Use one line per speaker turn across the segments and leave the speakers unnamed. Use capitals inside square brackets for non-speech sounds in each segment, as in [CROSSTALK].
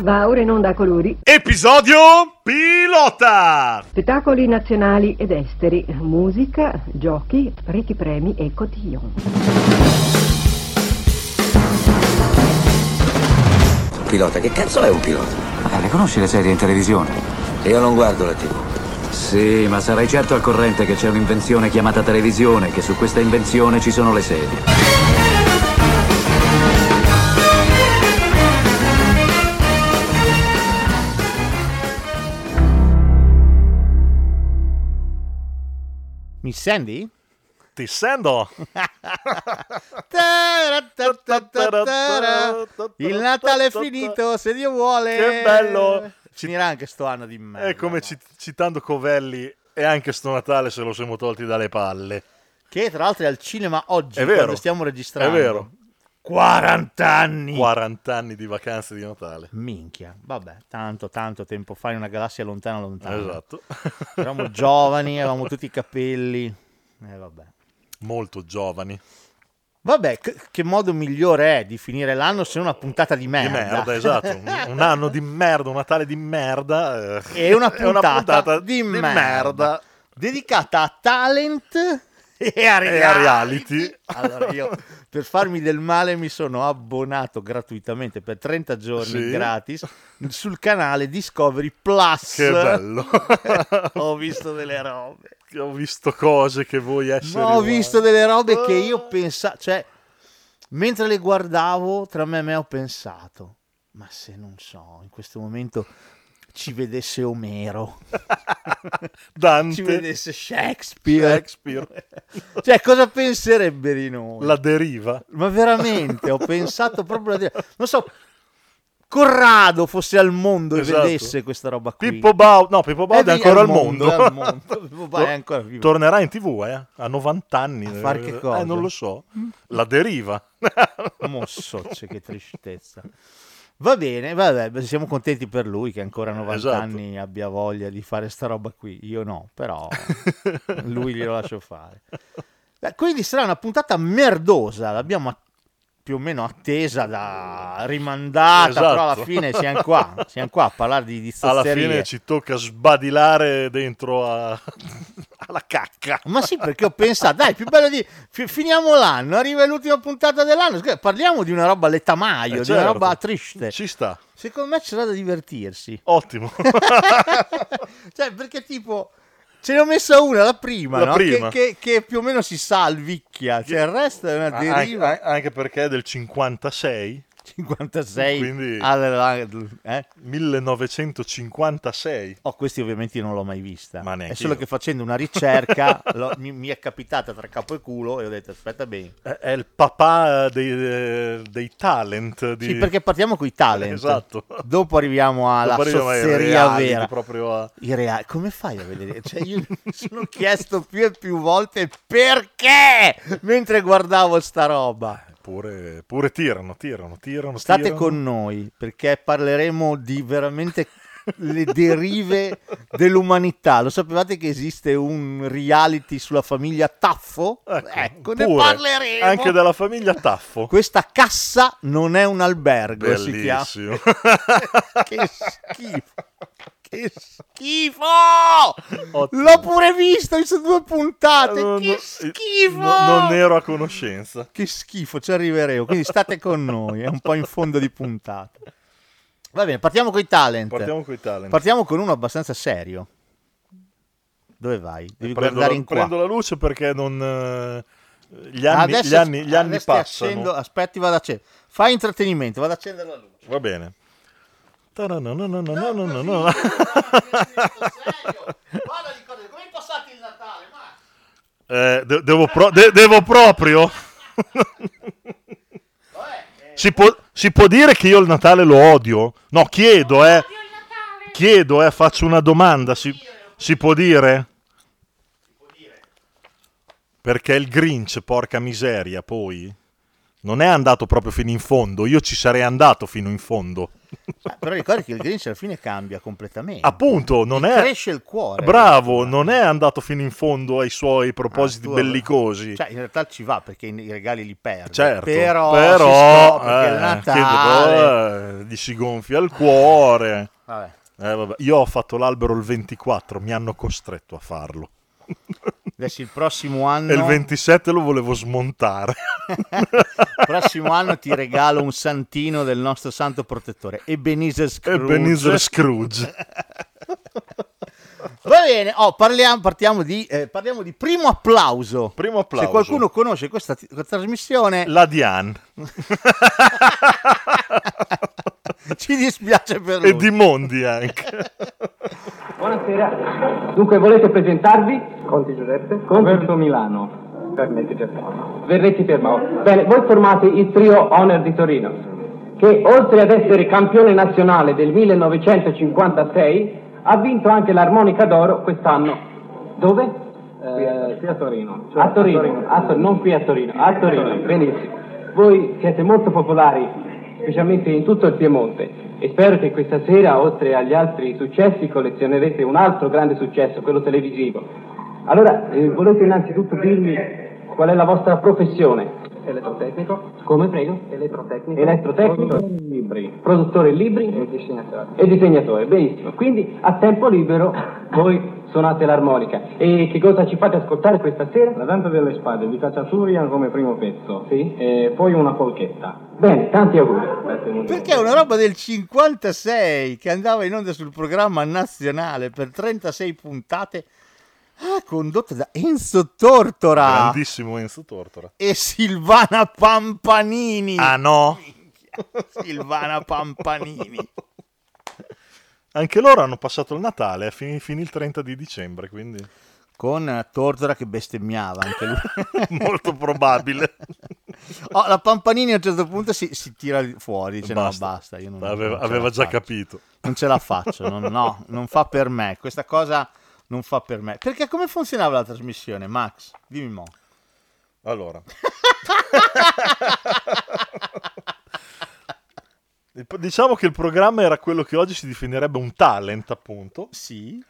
Va ora in onda a colori,
Episodio pilota!
spettacoli nazionali ed esteri, musica, giochi, ricchi premi e cotillon.
Pilota, che cazzo è un pilota?
Eh, ne conosci le serie in televisione?
Io non guardo la TV.
Sì, ma sarai certo al corrente che c'è un'invenzione chiamata televisione, che su questa invenzione ci sono le serie.
Mi senti?
Ti sento!
Il Natale è finito, se Dio vuole.
Che bello.
Finirà anche sto anno di merda.
E come
no?
ci- citando Covelli, e anche sto Natale se lo siamo tolti dalle palle.
Che tra l'altro è al cinema oggi,
È vero.
quando stiamo registrando.
È vero. [LAUGHS]
40 anni.
40 anni di vacanze di Natale.
Minchia, vabbè, tanto tanto tempo fa in una galassia lontana lontana.
Esatto.
Eravamo giovani, avevamo tutti i capelli. Eh vabbè.
Molto giovani.
Vabbè, c- che modo migliore è di finire l'anno se non una puntata di merda?
Di merda, esatto. Un, un anno di merda, un Natale di merda. eh.
e
[LAUGHS]
una puntata,
puntata
di, merda, dedicata a talent e a reality.
E a reality.
[LAUGHS] Allora io per farmi del male mi sono abbonato gratuitamente per 30 giorni
Sì.
gratis sul canale Discovery Plus.
Che
[LAUGHS]
bello.
Ho visto delle robe.
Ho visto cose che voi esseri
Ma ho
umani- Ah.
visto delle robe che io pensavo, cioè, mentre le guardavo, tra me e me ho pensato, ma se non so, in questo momento ci vedesse Omero,
[LAUGHS] Dante.
ci vedesse Shakespeare,
Shakespeare.
[LAUGHS] cioè, cosa penserebbe di noi?
La deriva.
Ma veramente, ho pensato proprio a dire, non so, Corrado fosse al mondo
Esatto.
e vedesse questa roba qui.
Pippo Baudo, no, Pippo Baudo è,
Eh,
ancora
è
al mondo.
è al mondo. Pippo Baudo è ancora vivo.
Tornerà in tv, eh, a 90 anni.
A far che
Eh,
cosa?
non lo so. La
[LAUGHS]
deriva.
Mossocce, che tristezza. Va bene, vabbè, beh, siamo contenti per lui che ancora a 90
Esatto.
anni abbia voglia di fare sta roba qui. Io no,
[LAUGHS]
però lui glielo lascio fare. Beh, Quindi sarà una puntata merdosa, l'abbiamo a- più o meno attesa, da... rimandata,
Esatto.
però alla fine siamo qua, siamo qua a parlare di, di
[LAUGHS] Alla
zozzerie.
fine ci tocca sbadilare dentro a- alla cacca.
Ma sì, perché ho pensato, dai, più bello di... fi- finiamo l'anno, arriva l'ultima puntata dell'anno, scusa, parliamo di una roba letamaio,
Eh,
di una
certo.
roba triste.
Ci sta.
Secondo me c'era da divertirsi.
Ottimo.
cioè, perché tipo. [LAUGHS] Ce ne ho messa una, la prima,
La
no?
prima.
Che, che- che più o meno si salvicchia. Cioè, il resto è una
anche,
deriva.
an- anche perché è del 56.
56.
Quindi-
alla- eh?
1956.
Oh, questi ovviamente io non l'ho mai vista.
Ma neanche
è solo
io.
che facendo una ricerca l'ho- mi, mi è capitata tra capo e culo e ho detto aspetta bene.
[LAUGHS] È, è il papà eh, dei, dei talent. Di...
Sì, perché partiamo con i talent.
Esatto.
Dopo arriviamo alla
Dopo arriviamo ai
sozzeria
reality,
vera.
Proprio a...
I reali, come fai a vedere? Cioè, io mi sono chiesto più e più volte perché mentre guardavo sta roba.
Pure, pure tirano, tirano, tirano.
State
tirano.
con noi perché parleremo di veramente
[LAUGHS]
le derive dell'umanità. Lo sapevate che esiste un reality sulla famiglia Taffo? Ecco, ne
Eh, pure.
parleremo.
Anche della famiglia Taffo.
Questa cassa non è un albergo, si chiama.
Bellissimo.
che schifo. Che schifo!
Ottimo.
L'ho pure visto in queste due puntate.
Non-
che schifo!
no- non ero a conoscenza.
Che schifo, ci arriveremo. Quindi state con noi, è un po' in fondo di puntata. Va bene, partiamo con i talent.
Partiamo con i talent.
Partiamo con uno abbastanza serio. Dove vai? Devi
prendo,
guardare
la,
in qua.
prendo la luce perché non... eh, Gli anni, gli anni, gli anni
adesso ti
passano.
accendo- aspetti, vado ad accendere. Fai intrattenimento, vado ad accendere la luce.
Va bene. Ta-ra-na-na-na-na-na-na-na.
come è passato il Natale, ma?
Eh, de- devo, pro- de- devo proprio. [LAUGHS] si, può, si può dire che io il Natale lo odio? No, chiedo, eh. Chiedo, eh, faccio una domanda. Si, si può dire? Perché il Grinch, porca miseria, poi non è andato proprio fino in fondo. Io ci sarei andato fino in fondo.
Però ricordi che il Grinch alla fine cambia completamente.
Appunto, non è.
Cresce il cuore.
Bravo, non è andato fino in fondo ai suoi propositi
Ah, tu-
bellicosi.
Cioè, in realtà ci va perché i i regali li perde.
Certo,
però,
però,
si scopre che il
eh.
Natale.
Che, eh, gli si gonfia il cuore.
Vabbè.
Eh, vabbè. Io ho fatto l'albero il 24, mi hanno costretto a farlo.
Adesso il prossimo anno,
E il 27 lo volevo smontare.
il prossimo anno ti regalo un santino del nostro santo protettore, Ebenezer Scrooge.
Ebenezer Scrooge.
Va bene, oh, parliamo, partiamo di, eh, parliamo di primo applauso.
Primo applauso.
Se qualcuno conosce questa t- trasmissione,
La Diane.
[LAUGHS] ci dispiace per lui.
E di Mondi
[LAUGHS]
anche.
Buonasera. Dunque volete presentarvi? Conti Giuseppe. Verso Milano. Vernetti Fermao. Vernetti Fermao. Bene, voi formate il trio Honor di Torino, che oltre ad essere campione nazionale del 1956, ha vinto anche l'armonica d'oro quest'anno. Dove? qui a Torino. cioè Eh, a Torino, a Tor- non qui a Torino, a Torino, benissimo. Voi siete molto popolari specialmente in tutto il Piemonte. E spero che questa sera, oltre agli altri successi, collezionerete un altro grande successo, quello televisivo. Allora, eh, volete innanzitutto dirmi qual è la vostra professione? Elettrotecnico. Come, prego? Elettrotecnico. Produttore libri. Produttore libri. E disegnatore. E disegnatore, benissimo. Quindi, a tempo [LAUGHS] libero, voi suonate l'armonica. E che cosa ci fate ascoltare questa sera? La danza delle spade di Cacciaturian come primo pezzo. Sì. E poi una polchetta. Bene, tanti auguri.
Perché è una roba del 56 che andava in onda sul programma nazionale per 36 puntate, ah, condotta da Enzo Tortora
Grandissimo Enzo Tortora.
e Silvana Pampanini.
Ah no?
[LAUGHS] Silvana Pampanini.
Anche loro hanno passato il Natale, fino il 30 di dicembre, quindi
Con Tortora che bestemmiava anche lui.
[LAUGHS] molto probabile.
Oh, la Pampanini a un certo punto si, si tira fuori, dice
Basta.
no basta, io non,
Aveva,
non ce
aveva
la
già
faccio.
capito.
Non ce la faccio, no, no, non fa per me, questa cosa non fa per me. Perché come funzionava la trasmissione, Max? Dimmi mo.
Allora. Il pro- diciamo che il programma era quello che oggi si definirebbe un talent, appunto.
Sì.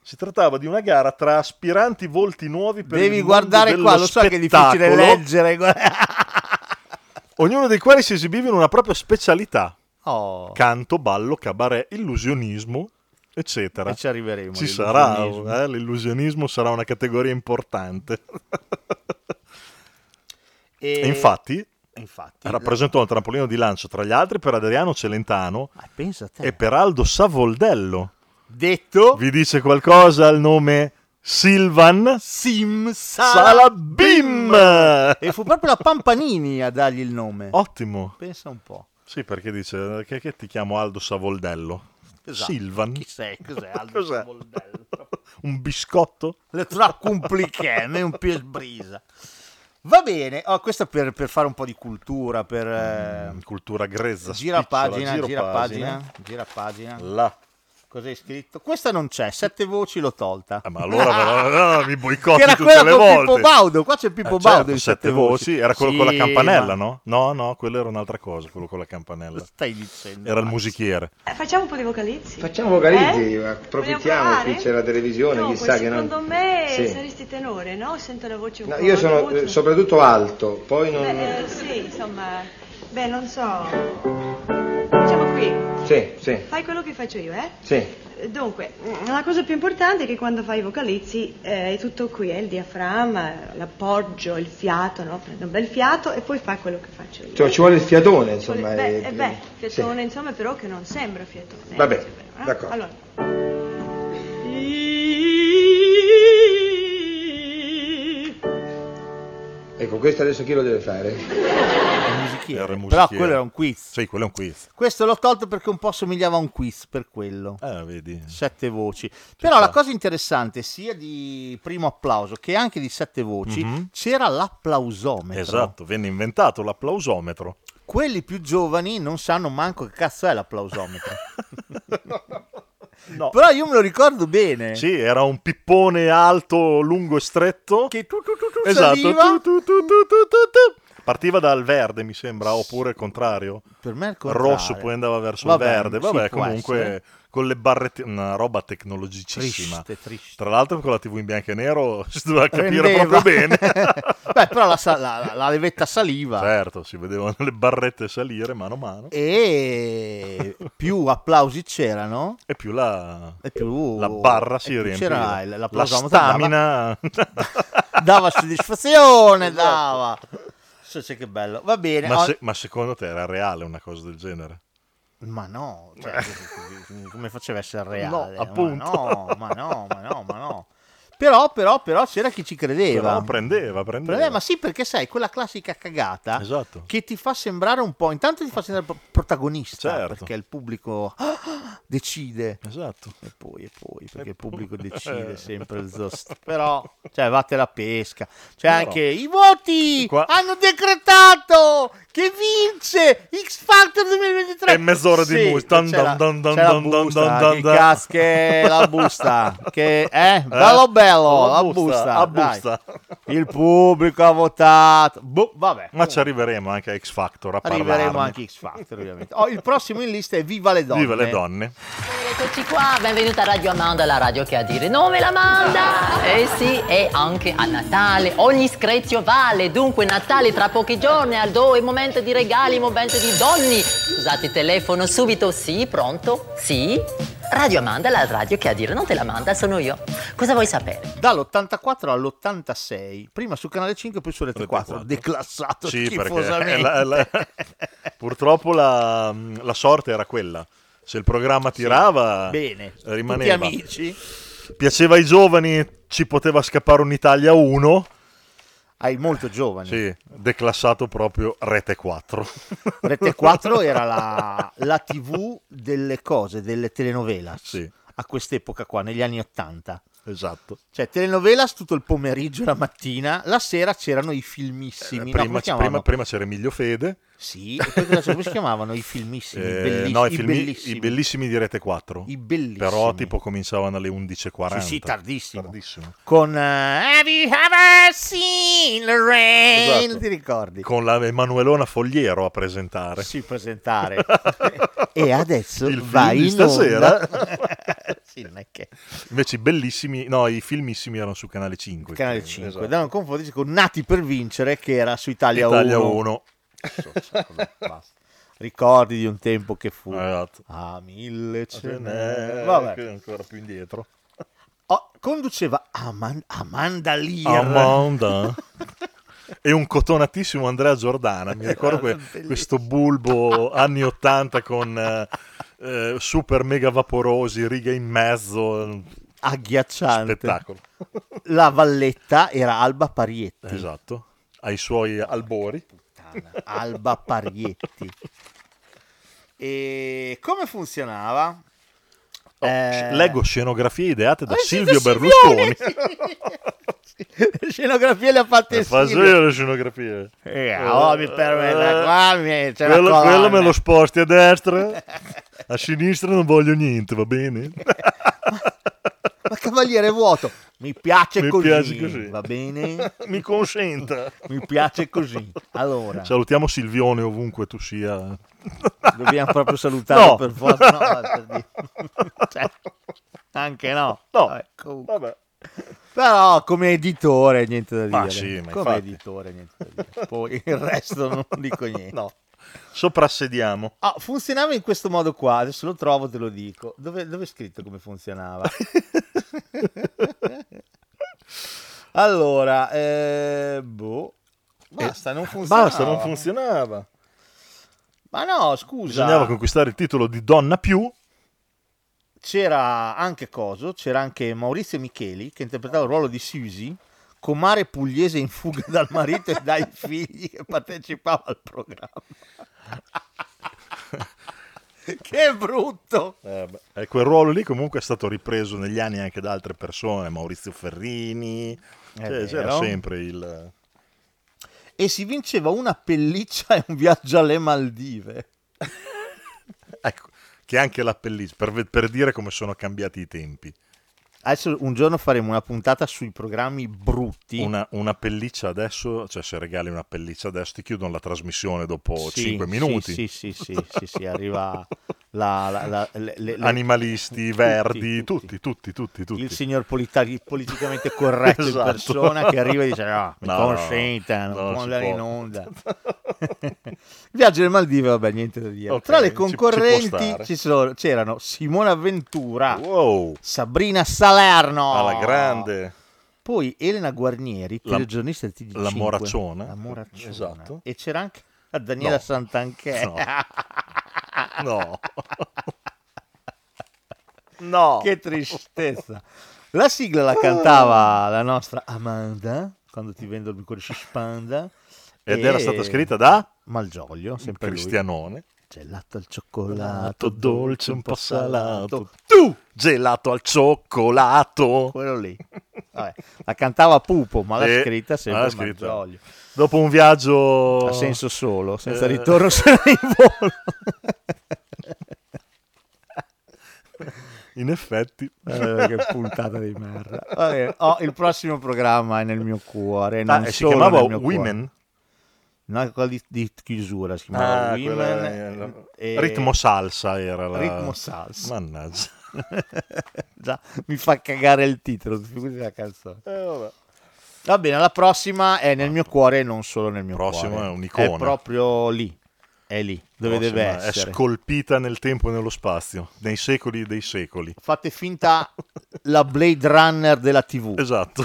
Si trattava di una gara tra aspiranti volti nuovi per il
Devi
mondo
guardare
dello
qua, lo so che è difficile
spettacolo,
leggere. guarda.
Ognuno dei quali si esibiva in una propria specialità.
[LAUGHS] Oh,
Canto, ballo, cabaret, illusionismo, eccetera.
e ci arriveremo.
Ci sarà,
l'illusionismo.
eh, l'illusionismo sarà una categoria importante. E infatti
infatti
rappresentò un trampolino di lancio tra gli altri per Adriano Celentano
Ah, pensa a te.
e per Aldo Savoldello.
detto
Vi dice qualcosa il nome Silvan
Sim
Salabim?
E fu proprio la Pampanini a dargli il nome.
Ottimo.
Pensa un
[LAUGHS]
po'.
Sì, perché dice che, che ti chiamo Aldo Savoldello?
Esatto.
Silvan.
Chi sei? Cos'è Aldo
Cos'è?
Savoldello?
[LAUGHS] Un biscotto?
Le tra complicheme, un pies brisa. Va bene, oh, questo per, per fare un po' di cultura, per... eh,
Mm, Cultura grezza. spicciola,
gira pagina,
giro
gira pagina, gira pagina.
Là.
Cosa hai scritto? Questa non c'è, sette voci l'ho tolta.
Ah, ma allora
[LAUGHS]
ma- ah, mi boicotti
Che era
tutte
quella
le
con
volte.
Pippo Baudo, qua c'è
Eh,
Pippo
certo,
Baudo in
sette voci. Era quello con la
Sì,
campanella,
ma
no? No, no, quello era un'altra cosa, quello con la campanella.
cosa Stai dicendo.
Era il
Max?
musichiere.
Eh, Facciamo un po' di vocalizzi.
Facciamo vocalizzi,
Eh? Vogliamo
approfittiamo,
provare?
qui c'è la televisione,
Dunque,
chissà che non...
secondo me
Sì.
saresti tenore, no? Sento la voce un
No,
po'.
io sono
acuta.
eh, soprattutto alto, poi non...
Beh, eh, sì, insomma. Beh, non so. Facciamo qui.
Sì, sì,
Fai quello che faccio io, eh?
sì.
Dunque, mm, la cosa più importante è che quando fai i vocalizzi eh, è tutto qui, eh, il diaframma, l'appoggio, il fiato, no? Prendo un bel fiato e poi fa quello che faccio io.
Cioè, ci vuole il fiatone, insomma.
Beh,
eh,
eh, beh,
sì.
fiatone, insomma, però che non sembra fiatone.
Vabbè,
eh, però, eh.
d'accordo.
Allora.
Ecco, questo adesso chi lo deve fare?
Era il musichiere.
Era il
Però
musichiere.
quello era un quiz.
Sì, quello è un quiz.
Questo l'ho tolto perché un po' somigliava a un quiz, per quello.
Eh, vedi.
sette voci. Però la
sta.
cosa interessante, sia di primo applauso che anche di sette voci,
Mhm.
c'era l'applausometro.
Esatto, venne inventato l'applausometro.
Quelli più giovani non sanno manco che cazzo è l'applausometro.
[LAUGHS] No.
Però io me lo ricordo bene.
Sì, era un pippone alto, lungo e stretto.
Che tu, tu, tu, tu
esatto.
saliva,
tu, tu, tu, tu, tu, tu, tu. Partiva dal verde, mi sembra, oppure il contrario.
Per me è il contrario.
rosso poi andava verso
Vabbè,
il verde.
sì,
Vabbè,
può
comunque
essere.
con le barrette, una roba tecnologicissima.
Triste, triste.
Tra l'altro con la TV in bianco e nero [LAUGHS] si doveva capire
Rendeva.
proprio bene.
[LAUGHS] Beh, però la, sa- la- la levetta saliva.
certo, si vedevano le barrette salire mano a mano
E più applausi c'erano,
e più la,
e più
la barra
e
si
più
riempiva.
C'era il-
la
l'applauso aumentava.
stamina. [LAUGHS]
dava soddisfazione, dava. Sì, sì, che bello. Va bene.
ma,
oh-
se- ma secondo te era reale una cosa del genere?
Ma no,
[LAUGHS]
cioè, come faceva a essere reale?
No, appunto.
Ma no, ma no, ma no, ma no. Però, però, però c'era chi ci credeva.
Però prendeva, prendeva.
Eh, ma sì, perché sai, quella classica cagata
Esatto.
che ti fa sembrare un po'. Intanto ti fa sembrare pro- protagonista
Certo.
perché il pubblico decide.
Esatto. Eh.
E poi, e poi, perché il
poi. [LAUGHS]
pubblico decide sempre il zost. Però, cioè, vate la pesca. C'è
Però-
anche i voti
Qua-
hanno decretato che vince X Factor 2023.
E mezz'ora di
Sì,
musica. Dun,
c'è la-
dun, dun,
c'è la
dun, dun,
busta,
dun, dun,
che
dun.
casche la busta. Che,
[LAUGHS]
eh? Bello bello, la busta.
la
dai.
busta.
Il pubblico ha votato. Boh, vabbè.
Ma ci arriveremo anche a X Factor a
Arriveremo
parlarne.
anche a X Factor, ovviamente. Oh, il prossimo in lista è Viva le donne.
Viva le donne.
Eccoci qua, benvenuta a Radio Amanda, la radio che a dire non ve la manda. Eh sì, e anche a Natale ogni screzio vale, dunque Natale tra pochi giorni, Aldo è momento di regali, momento di donni. Usate il telefono subito, sì, pronto, sì. Radio Amanda, la radio che a dire non te la manda, sono io. Cosa vuoi sapere?
Dall'84 all'86, prima su Canale 5 poi su Rete 4, declassato
Sì, perché
schifosamente.
è la- è la- [LAUGHS] purtroppo la, la sorte era quella. Se il programma tirava,
Bene,
rimaneva.
tutti amici.
Piaceva ai giovani, ci poteva scappare un'Italia 1.
Hai molto giovani.
Sì, declassato proprio Rete
[LAUGHS]
4.
Rete 4 era la, la tv delle cose, delle telenovelas.
Sì.
A quest'epoca qua, negli anni 80.
Esatto.
Cioè, telenovelas tutto il pomeriggio e la mattina, la sera c'erano i filmissimi. no,
Eh, prima,
come si
prima-
chiamavano?
prima c'era Emilio Fede,
Sì, e poi cosa c'era? come si chiamavano? I filmissimi,
eh,
bellissi-
no, i,
i
filmi-
bellissimi.
i bellissimi di Rete 4.
I bellissimi.
Però tipo cominciavano alle 11.40.
Sì, sì, tardissimo.
Tardissimo.
Con eh, Have you ever seen the rain?
Esatto.
Ti ricordi?
Con la Emanuelona Fogliero a presentare. [LAUGHS]
si presentare. e adesso
Il
vai
film
in
di stasera. [LAUGHS]
onda. sì, non è che...
Invece i bellissimi, no, i filmissimi erano su Canale 5.
Canale
credo.
5,
Esatto.
da non confondersi con Nati per vincere che era su Italia,
Italia 1.
[LAUGHS] Basta. Ricordi di un tempo che fu.
Esatto.
Ah, mille ce n'è.
Vabbè.
Vabbè.
eh, ancora più indietro.
Oh, conduceva Aman- Amanda Lear.
Amanda. [LAUGHS] E un cotonatissimo Andrea Giordana, mi ricordo que-
Ah, Bellissimo.
questo bulbo anni 80 con eh, eh, super mega vaporosi, righe in mezzo, mm,
Agghiacciante.
spettacolo.
[LAUGHS] La valletta era Alba Parietti.
Esatto, ai suoi albori.
Alba Parietti. E come funzionava?
Oh,
Eh.
Leggo scenografie ideate da
Eh, sì,
Silvio
da [LAUGHS]
Berlusconi.
Le [LAUGHS] scenografie le ha fatte
E fa solo
Silvio.
Esatto. le scenografie.
Eh, oh, mi permetta, qua mi- c'è la
quello,
colonna.
quello me lo sposti a destra,
[LAUGHS]
a sinistra non voglio niente, va bene?
Ma cavaliere vuoto. Mi piace,
Mi
così,
piace così.
Va bene?
[LAUGHS] Mi consenta.
Mi piace così. Allora,
Salutiamo Silvione ovunque tu sia.
dobbiamo proprio salutarlo
No.
per forza. No, vabbè, per dire. [LAUGHS] Cioè, anche no.
No,
Vabbè, comunque.
vabbè.
Però come editore niente da dire.
Ma sì, ma
come
infatti.
editore niente da dire. Poi il resto non [LAUGHS] dico niente.
No. Soprassediamo.
Ah, funzionava in questo modo qua, adesso lo trovo, te lo dico. Dove, dove è scritto
[LAUGHS]
come funzionava? allora, eh, boh. Basta, non funzionava.
Eh, Basta, non funzionava.
Ma no,
[LAUGHS]
scusa.
Bisognava conquistare il titolo di Donna più.
C'era anche Coso, c'era anche Maurizio Micheli che interpretava il ruolo di Susi, comare pugliese in fuga [LAUGHS] dal marito e dai figli che partecipava al
[LAUGHS]
programma. che brutto!
E quel ruolo lì comunque è stato ripreso negli anni anche da altre persone, Maurizio Ferrini. Cioè, c'era
vero.
sempre il...
e si vinceva una pelliccia [LAUGHS] e un viaggio alle Maldive.
Ecco, che anche l'appellismo, per, ve- per dire come sono cambiati i tempi.
Adesso un giorno faremo una puntata sui programmi brutti.
Una, una pelliccia adesso, cioè se regali una pelliccia adesso ti chiudono la trasmissione dopo
Sì,
5
sì,
minuti.
Sì, sì, sì, sì, sì, sì, arriva la, la- la- le- le- le-
Animalisti,
tutti,
verdi, tutti, tutti, tutti, tutti.
Il signor polita- il politicamente corretto
Esatto.
in persona che arriva e dice no, mi
No,
consenta,
no,
non
non
può
si
andare
può."
in
[LAUGHS]
onda. Viaggio alle Maldive, vabbè, niente da dire.
Ok,
Tra le
ci- ci può
concorrenti
stare.
ci sono- c'erano Simona Ventura,
Wow,
Sabrina Salerno,
alla grande.
poi Elena Guarnieri,
La-
telegiornista del TG5.
la Moraccione.
La Moraccione.
Esatto.
E c'era anche la Daniela
No.
Santanchè. [LAUGHS]
No. No. no.
che tristezza. La sigla la
Ah.
cantava la nostra Amanda, quando ti vendo il cuore si spanda.
Ed
e-
era stata scritta da
Malgioglio, sempre lui.
Cristianone.
Gelato
Gelato
al cioccolato,
dolce, un po' salato. Tu, gelato al cioccolato.
Quello lì. Vabbè, la cantava Pupo, ma l'ha
Sì,
scritta sempre
ma l'ha scritta.
Malgioglio.
Dopo un viaggio...
A senso solo, senza
Eh.
ritorno [LAUGHS] se ne volo.
In effetti. [LAUGHS]
Eh, che puntata di merda. Vabbè, oh, il prossimo programma è nel mio cuore.
Ah,
Non
e si
solo
chiamava
nel mio cuore.
Women.
No, quella di, di chiusura si chiamava
Ah,
Women,
quella era-
e-
Ritmo salsa era la...
Ritmo salsa.
Mannaggia.
[LAUGHS] Già, mi fa cagare il titolo, figurati la canzone.
Eh,
Va bene, la prossima è nel mio cuore e non solo nel mio
Prossima
cuore.
Ah. è un'icona.
È proprio lì. È lì, dove deve
Prossima,
essere.
È [LAUGHS] scolpita nel tempo e nello spazio, nei secoli dei secoli. [LAUGHS]
Fate finta la Blade Runner della TV.
Esatto.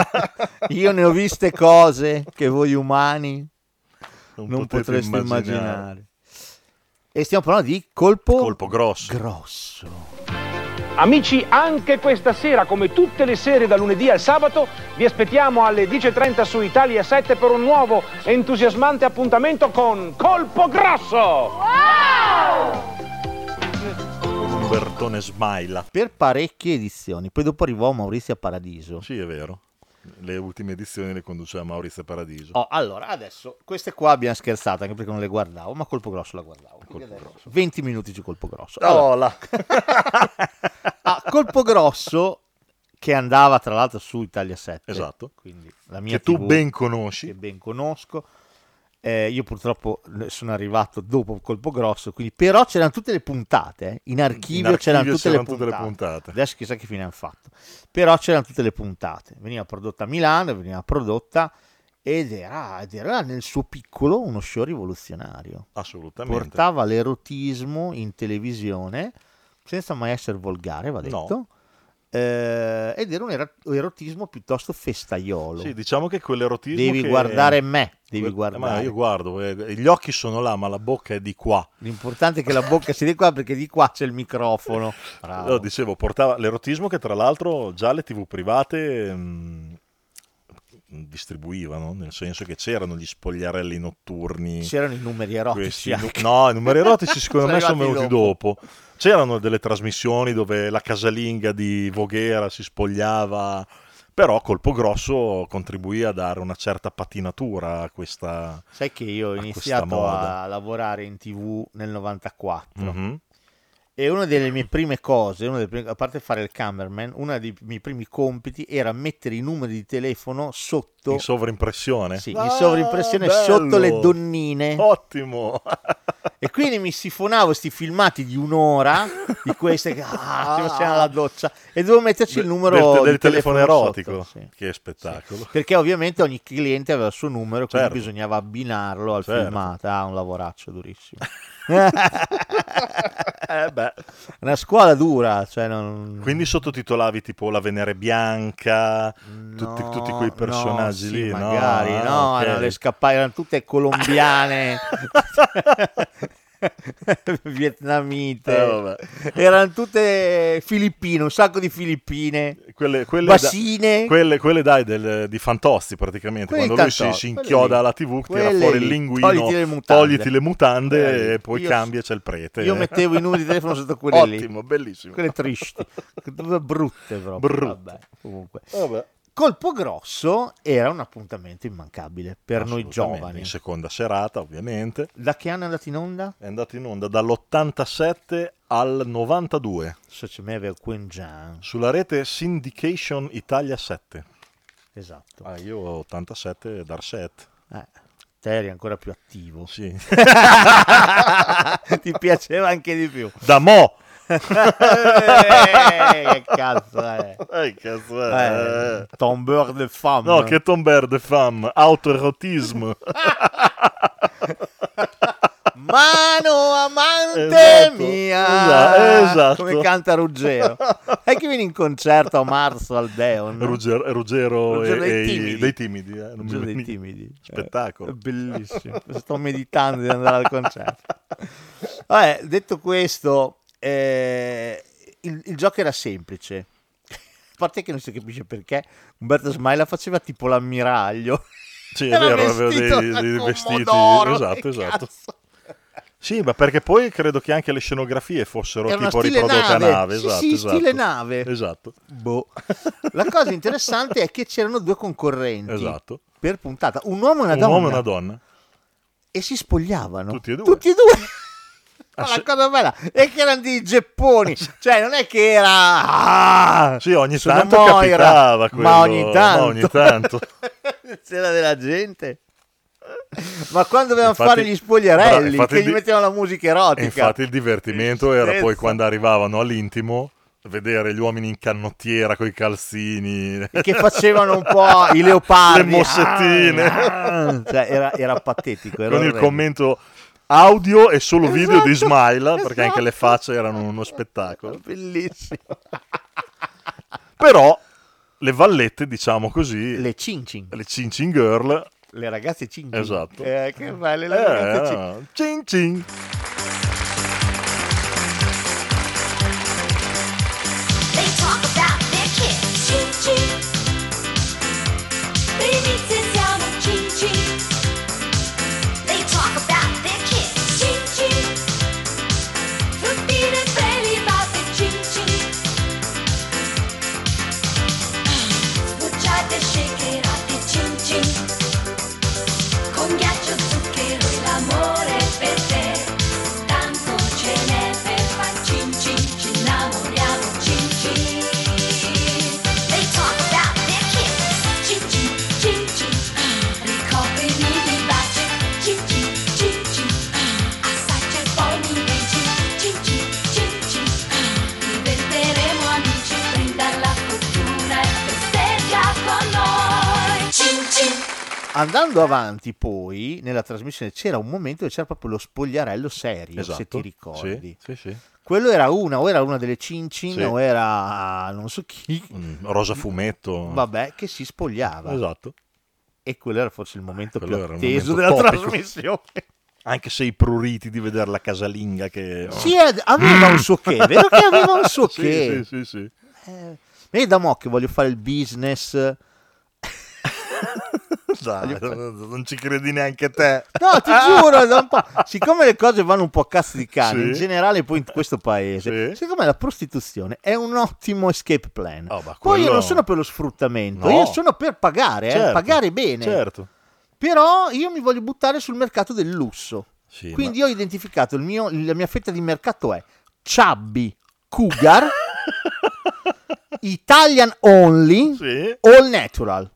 [LAUGHS] Io ne ho viste cose che voi umani
non
non
potete
potreste immaginare. E stiamo parlando di colpo,
Colpo grosso.
grosso.
Amici, anche questa sera, come tutte le sere da lunedì al sabato, vi aspettiamo alle 10.30 su Italia 7 per un nuovo entusiasmante appuntamento con Colpo Grosso!
Umbertone Smaila.
Per parecchie edizioni. Poi dopo arrivò Maurizio Paradiso.
Sì, è vero. Le ultime edizioni le conduceva Maurizio Paradiso.
Oh, allora, adesso queste qua abbiamo scherzato anche perché non le guardavo, ma colpo grosso la guardavo. Quindi adesso 20 minuti di colpo grosso. Allora, [LAUGHS] ah, colpo grosso che andava tra l'altro su Italia 7.
Esatto.
Quindi la mia
che tu
TV
ben
che
conosci.
ben conosco. Eh, io purtroppo sono arrivato dopo colpo grosso, quindi però c'erano tutte le puntate, eh. in, archivio
In archivio
c'erano, tutte,
c'erano
le
tutte le puntate.
puntate. Adesso chissà che fine hanno fatto. Però c'erano tutte le puntate. Veniva prodotta a Milano, veniva prodotta ed era, ed era nel suo piccolo uno show rivoluzionario.
Assolutamente.
Portava l'erotismo in televisione senza mai essere volgare, va detto.
No.
Eh, ed era un era- erotismo piuttosto festaiolo
Sì, diciamo che quell'erotismo
devi
che-
guardare me, devi
Eh, Ma
guardare.
io guardo, eh, gli occhi sono là, ma la bocca è di qua.
L'importante è che la bocca si dia qua perché di qua c'è il microfono. Bravo.
No, dicevo, portava l'erotismo che tra l'altro già le tv private mh, distribuivano, nel senso che c'erano gli spogliarelli notturni.
C'erano i numeri
questi
erotici.
nu-
anche.
no, i numeri erotici
[LAUGHS]
secondo me sono
arrivati
venuti dopo. C'erano delle trasmissioni dove la casalinga di Voghera si spogliava, però Colpo Grosso contribuì a dare una certa patinatura a questa...
Sai che io ho
questa
iniziato
moda.
a lavorare in tv nel 94
Mhm.
e una delle mie prime cose, una delle prime- a parte fare il cameraman, uno dei miei primi compiti era mettere i numeri di telefono sotto...
In sovrimpressione?
sì,
Ah,
in sovrimpressione sotto
bello!
le donnine
Ottimo!
e quindi mi sifonavo questi filmati di un'ora di queste che ah, si facevano la doccia e dovevo metterci il
Del-
numero
del, del
di
telefono, erotico.
sotto, sì.
Che spettacolo.
perché ovviamente ogni cliente aveva il suo numero quindi
Certo.
bisognava abbinarlo al
Certo.
filmato ah un lavoraccio durissimo
[LAUGHS] Eh beh.
una scuola dura cioè non...
Quindi sottotitolavi tipo La Venere Bianca, tutti,
No,
tutti quei
no,
personaggi
sì,
lì, no?
magari no,
Ah, ok.
erano le scappate erano
[LAUGHS]
tutte colombiane vietnamite
Eh, vabbè.
erano tutte filippine un sacco di filippine
Quelle, quelle da-
Basine.
quelle, quelle dai del- di Fantozzi praticamente,
Quelli
quando lui si,
tanto-
si
quelli
inchioda
lì.
alla tv, tira
Quelle
fuori
lì.
il linguino,
Togliti le mutande.
togliti le mutande
Quelli.
e poi
Io-
cambia, c'è il prete.
Io mettevo i numeri di telefono sotto quelli lì.
Ottimo, bellissimo. [LAUGHS]
Quelle tristi, brutte proprio.
Brutte.
Vabbè, comunque.
Vabbè.
Colpo grosso era un appuntamento immancabile per noi
Assolutamente.
giovani.
In seconda serata, ovviamente.
Da che anno è andato in onda?
È andato in onda dall'87 al 92
So c'è me Quen Jean.
sulla rete Syndication Italia 7.
Esatto. [LAUGHS]
Ah, io 87 Darset.
Eh, te eri ancora più attivo.
Sì. [LAUGHS]
Ti piaceva anche
[LAUGHS]
di più.
da mo.
[LAUGHS] Eh, che cazzo è?
Eh, cazzo è?
Eh, Tom Bird e Fam.
No, che tomber de femme,
[LAUGHS]
autoerotismo.
Mano amante
Esatto,
mia.
esa- esatto.
Ah, Come canta
[LAUGHS]
Ruggero. E che vieni in concerto a marzo al Deon.
Ruggero, Ruggero
Ruggero
e,
dei
e i-
timidi.
dei timidi. eh, non mi
Ruggero dei
veniva.
timidi.
Spettacolo.
Eh, Bellissimo. Sto meditando di andare al
[LAUGHS]
concerto. Vabbè, detto questo, eh, il, il gioco era semplice. A parte che non si capisce perché Umberto Smaila faceva tipo l'ammiraglio.
Sì, è
Era
vero, aveva
vestito
dei,
da
dei vestiti.
Commodoro, che
Esatto, esatto.
cazzo.
Sì, ma perché poi credo che anche le scenografie fossero
Era una
tipo
stile
riprodotte
nave.
a nave.
Sì,
esatto,
sì,
esatto.
stile nave.
Esatto.
Boh. [LAUGHS] La cosa interessante è che c'erano due concorrenti
Esatto.
per puntata, un uomo e una
un
donna.
uomo e una donna.
e si spogliavano
Tutti e due.
due. Ma
se-
Ah, la cosa bella è che erano dei
[LAUGHS]
gepponi, cioè non è che era ah,
Sì, ogni
sono
tanto
Moira,
capitava quello,
ma ogni tanto,
ma ogni
[LAUGHS]
tanto.
c'era della gente. Ma quando dovevano
Infatti-
fare gli spogliarelli,
Bra- infatti
che
il
gli
di-
mettevano la musica
E
erotica,
infatti il divertimento era
Tristezza.
poi quando arrivavano all'intimo vedere gli uomini in canottiera con i calzini. [LAUGHS]
che facevano un po' i leopardi,
Le mossettine.
Ah, ah. Cioè, era, era patetico. Era
con il
orrendo.
commento audio e solo video di
Esatto,
Smaila, perché anche
esatto.
le facce erano uno spettacolo.
bellissimo,
Però le vallette, diciamo così, le,
le cincin,
cin cin girl,
le ragazze cincin,
Esatto.
Eh, che belle le ragazze cincin.
eh, cin cin.
They talk about their kid, Chi Chi. They meet in town of Chi Chi. They talk about their kid, Chi Chi. The beat is barely about the Chi Chi. Muchachos, shake it off the Chin Chin. Con ghiaccio, zucchero e l'amore per te. Tanto ce n'è per far Chin Chin. Ci innamoriamo, Chin Chin. They talk about their kids. Chin Chin, Chin Chin. Ricoprimi di baci. Chin Chin, Chin Cin. Assaggia e poi mi dici. Chin Chin, Chin Chin. Diventeremo amici. Brinda la fortuna e festeggia con noi. Chin Chin.
Andando avanti poi, nella trasmissione c'era un momento dove c'era proprio lo spogliarello serio,
Esatto.
se ti ricordi.
Sì, sì, sì.
Quello era una, o era una delle cincin,
Sì.
o era non so chi,
Mm, Rosa Fumetto.
vabbè, che si spogliava.
Esatto.
E quello era forse il momento
Quello
più
era un
atteso della
momento topico.
trasmissione.
Anche se i pruriti di vedere la casalinga che... oh.
Sì, eh, aveva un suo che, vero che aveva un suo
Sì,
che. Eh,
sì, sì, sì.
E da mo' che voglio fare il business. No,
Dai, non ci credi neanche te. [LAUGHS]
ti giuro, da un po'. siccome le cose vanno un po' a cazzo di cane,
Sì.
in generale poi in questo paese,
Sì.
secondo me la prostituzione è un ottimo escape plan.
Oh, ma
Poi io
quello-
non sono per lo sfruttamento,
No.
io sono per pagare, eh,
Certo,
pagare bene.
Certo.
Però io mi voglio buttare sul mercato del lusso.
Sì,
Quindi ho identificato il mio- la mia fetta di mercato è Chubby Cougar,
[LAUGHS]
Italian Only,
Sì.
All Natural.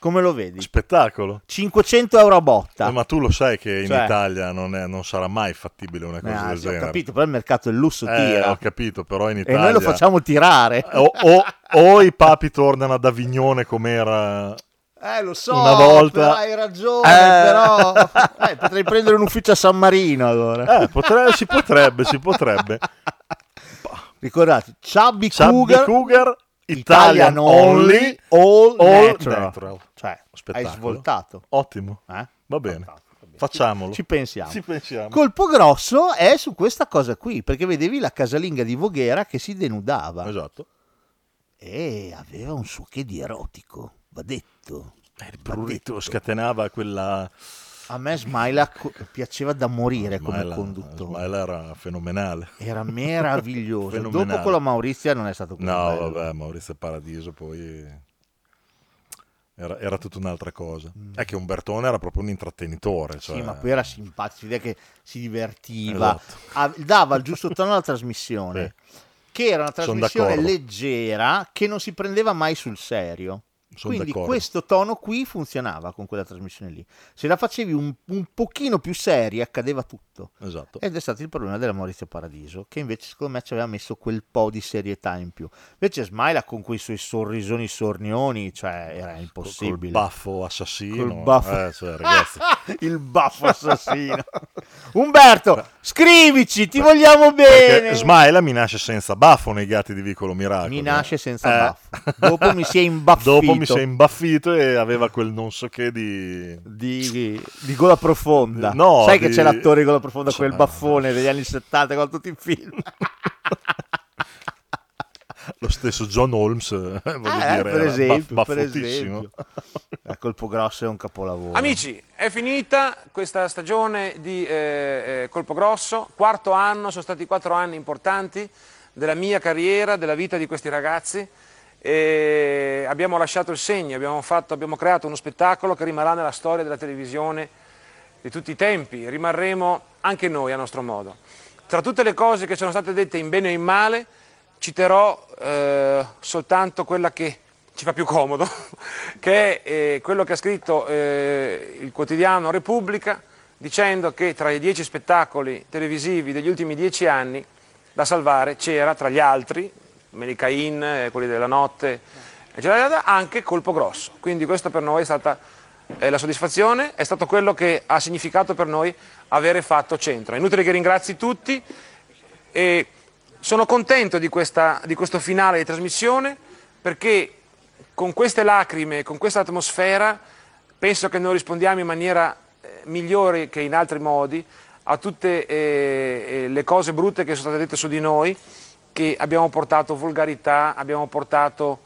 Come lo vedi?
Spettacolo.
500 euro a botta.
Eh, Ma tu lo sai che in
Cioè-
Italia non, è- non sarà mai fattibile una cosa
Ah,
del
sì, ho
genere.
capito, però il mercato del lusso
Eh, oh.
tira.
ho capito, però in
e
Italia...
noi lo facciamo tirare.
O, o- o i papi tornano ad Avignone come era...
Eh, lo so,
Una volta-
però hai ragione,
Eh.
però [LAUGHS] Eh, potrei prendere un ufficio a San Marino allora.
Eh, potre- si potrebbe, si potrebbe.
[LAUGHS] Ricordate, Chubby,
Chubby
Cougar,
Cougar,
Italian, Only, All, natural. Cioè,
Spettacolo.
hai svoltato.
Ottimo,
eh?
va bene.
Fantastico, va bene.
Facciamolo.
Ci pensiamo.
Ci pensiamo.
Colpo grosso è su questa cosa qui, perché vedevi la casalinga di Voghera che si denudava
Esatto.
e Eh, aveva un suo che di erotico, va detto.
Eh, Il prurito scatenava quella...
A me Smaila co- piaceva da morire come
Ismael-
conduttore.
Ismael era fenomenale.
Era meraviglioso.
Fenomenale.
Dopo con la Maurizia non è stato così
No,
bello.
vabbè, Maurizio Paradiso poi... Era, era tutta un'altra cosa. È che Umbertone era proprio un intrattenitore. Cioè... esatto.
Mm. Sì, ma poi era simpatico, l'idea che si divertiva, Ah, dava il giusto tono alla trasmissione, che era una
Sono
trasmissione
d'accordo.
leggera che non si prendeva mai sul serio.
Sono
Quindi
d'accordo.
questo tono qui funzionava con quella trasmissione lì. Se la facevi un, un pochino più seria accadeva tutto.
Esatto.
Ed è stato il problema della Maurizio Paradiso, che invece secondo me ci aveva messo quel po' di serietà in più. Invece Smaila con quei suoi sorrisoni sornioni, cioè era impossibile.
Col baffo assassino.
Col baffo-
Eh, cioè, ragazzi.
[LAUGHS] il baffo [LAUGHS] [LAUGHS] assassino. Umberto, certo, scrivici, ti vogliamo bene.
Perché Smaila mi nasce senza baffo nei gatti di Vicolo Miracolo.
Mi nasce senza
Eh.
baffo. Dopo
[LAUGHS]
mi si è imbaffito.
Dopo mi si è imbaffito e aveva quel non so che di...
Di, di gola profonda.
No,
Sai che
di-
c'è l'attore di gola profonda, quel
Cioè,
baffone degli anni 70 con tutti i film.
Lo stesso John Holmes, eh, voglio
Eh,
dire,
per
era
esempio,
baff-
per
baffutissimo.
esempio. A colpo grosso è un capolavoro.
Amici, è finita questa stagione di eh, eh, Colpo Grosso, quarto anno, sono stati quattro anni importanti della mia carriera, della vita di questi ragazzi. E abbiamo lasciato il segno, abbiamo, fatto- abbiamo creato uno spettacolo che rimarrà nella storia della televisione di tutti i tempi, rimarremo anche noi a nostro modo. Tra tutte le cose che sono state dette in bene e in male, citerò eh, soltanto quella che ci fa più comodo, [LAUGHS] che è eh, quello che ha scritto eh, il quotidiano Repubblica dicendo che tra i dieci spettacoli televisivi degli ultimi dieci anni da salvare c'era tra gli altri, Melicain, eh, quelli della notte, eccetera, eccetera, anche Colpo Grosso. Quindi questa per noi è stata eh, la soddisfazione, è stato quello che ha significato per noi avere fatto centro. È inutile che ringrazi tutti e sono contento di, questa- di questo finale di trasmissione perché con queste lacrime, con questa atmosfera, penso che noi rispondiamo in maniera eh, migliore che in altri modi a tutte eh, eh, le cose brutte che sono state dette su di noi, che abbiamo portato volgarità, abbiamo portato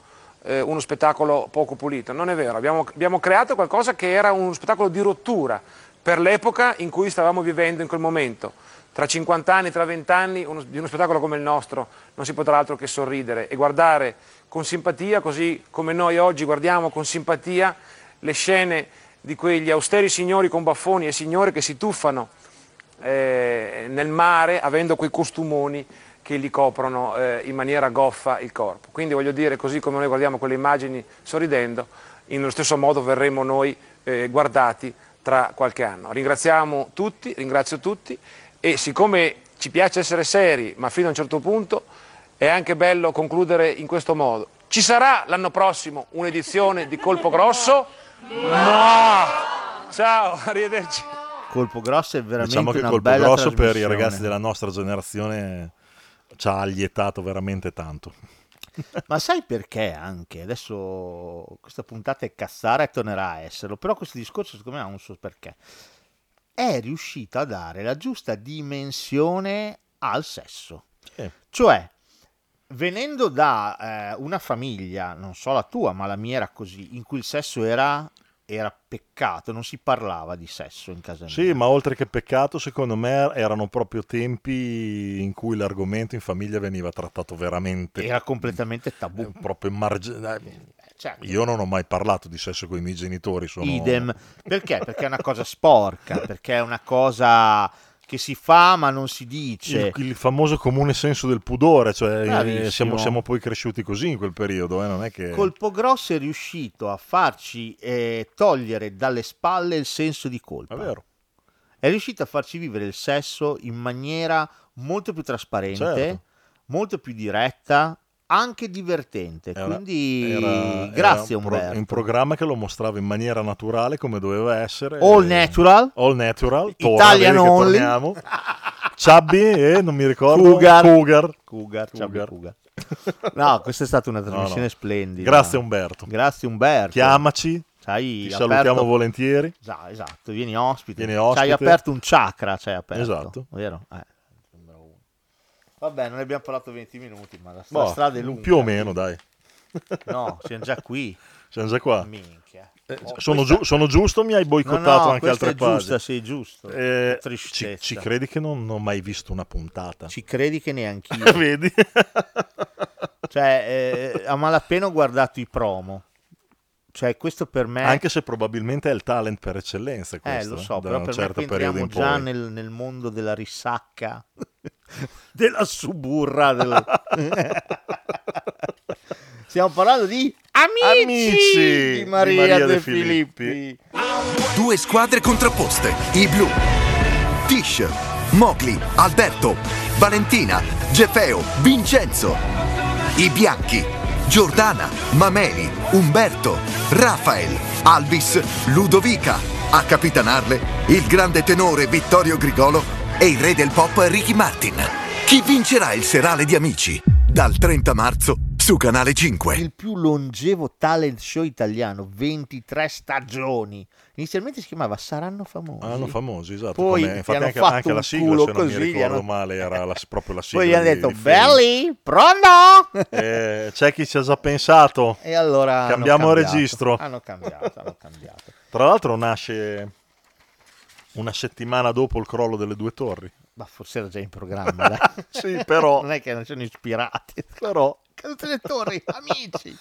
eh, uno spettacolo poco pulito. Non è vero, abbiamo, abbiamo creato qualcosa che era uno spettacolo di rottura per l'epoca in cui stavamo vivendo in quel momento. Tra 50 anni, tra 20 anni, uno- di uno spettacolo come il nostro non si potrà altro che sorridere e guardare con simpatia, così come noi oggi guardiamo con simpatia le scene di quegli austeri signori con baffoni e signore che si tuffano eh, nel mare avendo quei costumoni che gli coprono eh, in maniera goffa il corpo. Quindi voglio dire, così come noi guardiamo quelle immagini sorridendo, nello stesso modo verremo noi eh, guardati tra qualche anno. Ringraziamo tutti, ringrazio tutti e siccome ci piace essere seri, ma fino a un certo punto è anche bello concludere in questo modo. Ci sarà l'anno prossimo un'edizione di Colpo Grosso? No! Ciao, arrivederci.
Colpo grosso è veramente
Diciamo che
una
Colpo
bella
Grosso per i
trasmissione.
ragazzi della nostra generazione ci ha allietato veramente tanto.
Ma sai perché anche? Adesso questa puntata è cazzara e tornerà a esserlo, però questo discorso secondo me ha un suo perché. È riuscita a dare la giusta dimensione al sesso. Cioè, venendo da eh, una famiglia, non so la tua, ma la mia era così, in cui il sesso era, era peccato, non si parlava di sesso in casa mia.
Sì, ma oltre che peccato, secondo me erano proprio tempi in cui l'argomento in famiglia veniva trattato veramente. eh,
Era completamente tabù.
Proprio marginale.
certo.
eh, Io non ho mai parlato di sesso con i miei genitori. Sono...
Idem. Perché? Perché è una cosa sporca, perché è una cosa che si fa ma non si dice.
Il, il famoso comune senso del pudore, cioè eh,
Bravissimo.
siamo, siamo poi cresciuti così in quel periodo, eh, non è che...
Colpo grosso è riuscito a farci eh, togliere dalle spalle il senso di colpa. È
vero.
È riuscito a farci vivere il sesso in maniera molto più trasparente,
Certo.
molto più diretta, anche divertente.
Era-
Quindi
era-
grazie
era un, pro-
Umberto.
un programma che lo mostrava in maniera naturale come doveva essere.
All
Eh,
natural.
All natural.
Italian
Italian
only.
torniamo. Chubby e non mi ricordo.
Cougar.
Cougar.
[LAUGHS] Cougar, Chubby Cougar. No, questa è stata una trasmissione
no.
splendida.
Grazie, Umberto.
Grazie Umberto.
Chiamaci.
Sai,
Ti
aperto-
salutiamo volentieri.
Esatto, esatto, vieni ospite.
Vieni ospite.
Ci hai aperto un chakra, ci hai aperto.
Esatto.
Vero? Eh. Vabbè, non ne abbiamo parlato 20 minuti, ma la,
Boh,
la strada è lunga. eh.
Più o meno, dai.
[LAUGHS] No, siamo già qui.
Siamo già qua.
Minchia.
Eh,
Oh,
sono,
questa-
giu- sono giusto? Mi hai boicottato
No, no,
anche
questa
altre
è
cose.
giusta, sì, giusto.
Eh,
Tristezza.
ci, ci credi che non, non ho mai visto una puntata?
Ci credi che neanche io.
[LAUGHS] Vedi?
cioè, eh, a malapena ho guardato i promo. Cioè, questo per me...
Anche se probabilmente è il talent per eccellenza questo.
eh, lo so,
da
però
un
per
certo
me qui
periodo
entriamo
in
già
poi.
nel, nel mondo
[LAUGHS]
della risacca, della suburra. [LAUGHS] del- Stiamo parlando di amici, di Maria, De, Filippi.
Due squadre contrapposte. I blu. Tish, Mowgli, Alberto, Valentina, Gefeo, Vincenzo. I bianchi. Giordana, Mameli, Umberto, Rafael, Alvis, Ludovica. A capitanarle il grande tenore Vittorio Grigolo e il re del pop Ricky Martin. Chi vincerà il serale di Amici? Dal 30 marzo su Canale 5.
Il più longevo talent show italiano, 23 stagioni. Inizialmente si chiamava Saranno famosi.
Erano famosi, esatto.
Poi
come-
ti
infatti
hanno
anche,
fatto
anche
un
la sigla,
culo
se non
così,
mi
gli
ricordo
hanno-
male, era la- proprio [LAUGHS] la sigla.
Poi gli hanno
di-
detto,
di film.
belli, pronto?
Eh, c'è chi ci ha già pensato.
E allora hanno
Cambiamo
cambiato.
registro.
Hanno cambiato, hanno cambiato.
Tra l'altro nasce una settimana dopo il crollo delle due torri.
Ma forse era già in programma. dai.
[LAUGHS] Sì, [LAUGHS] però-
non è che non sono ispirati.
Però...
Cadute le [LAUGHS] torri, amici.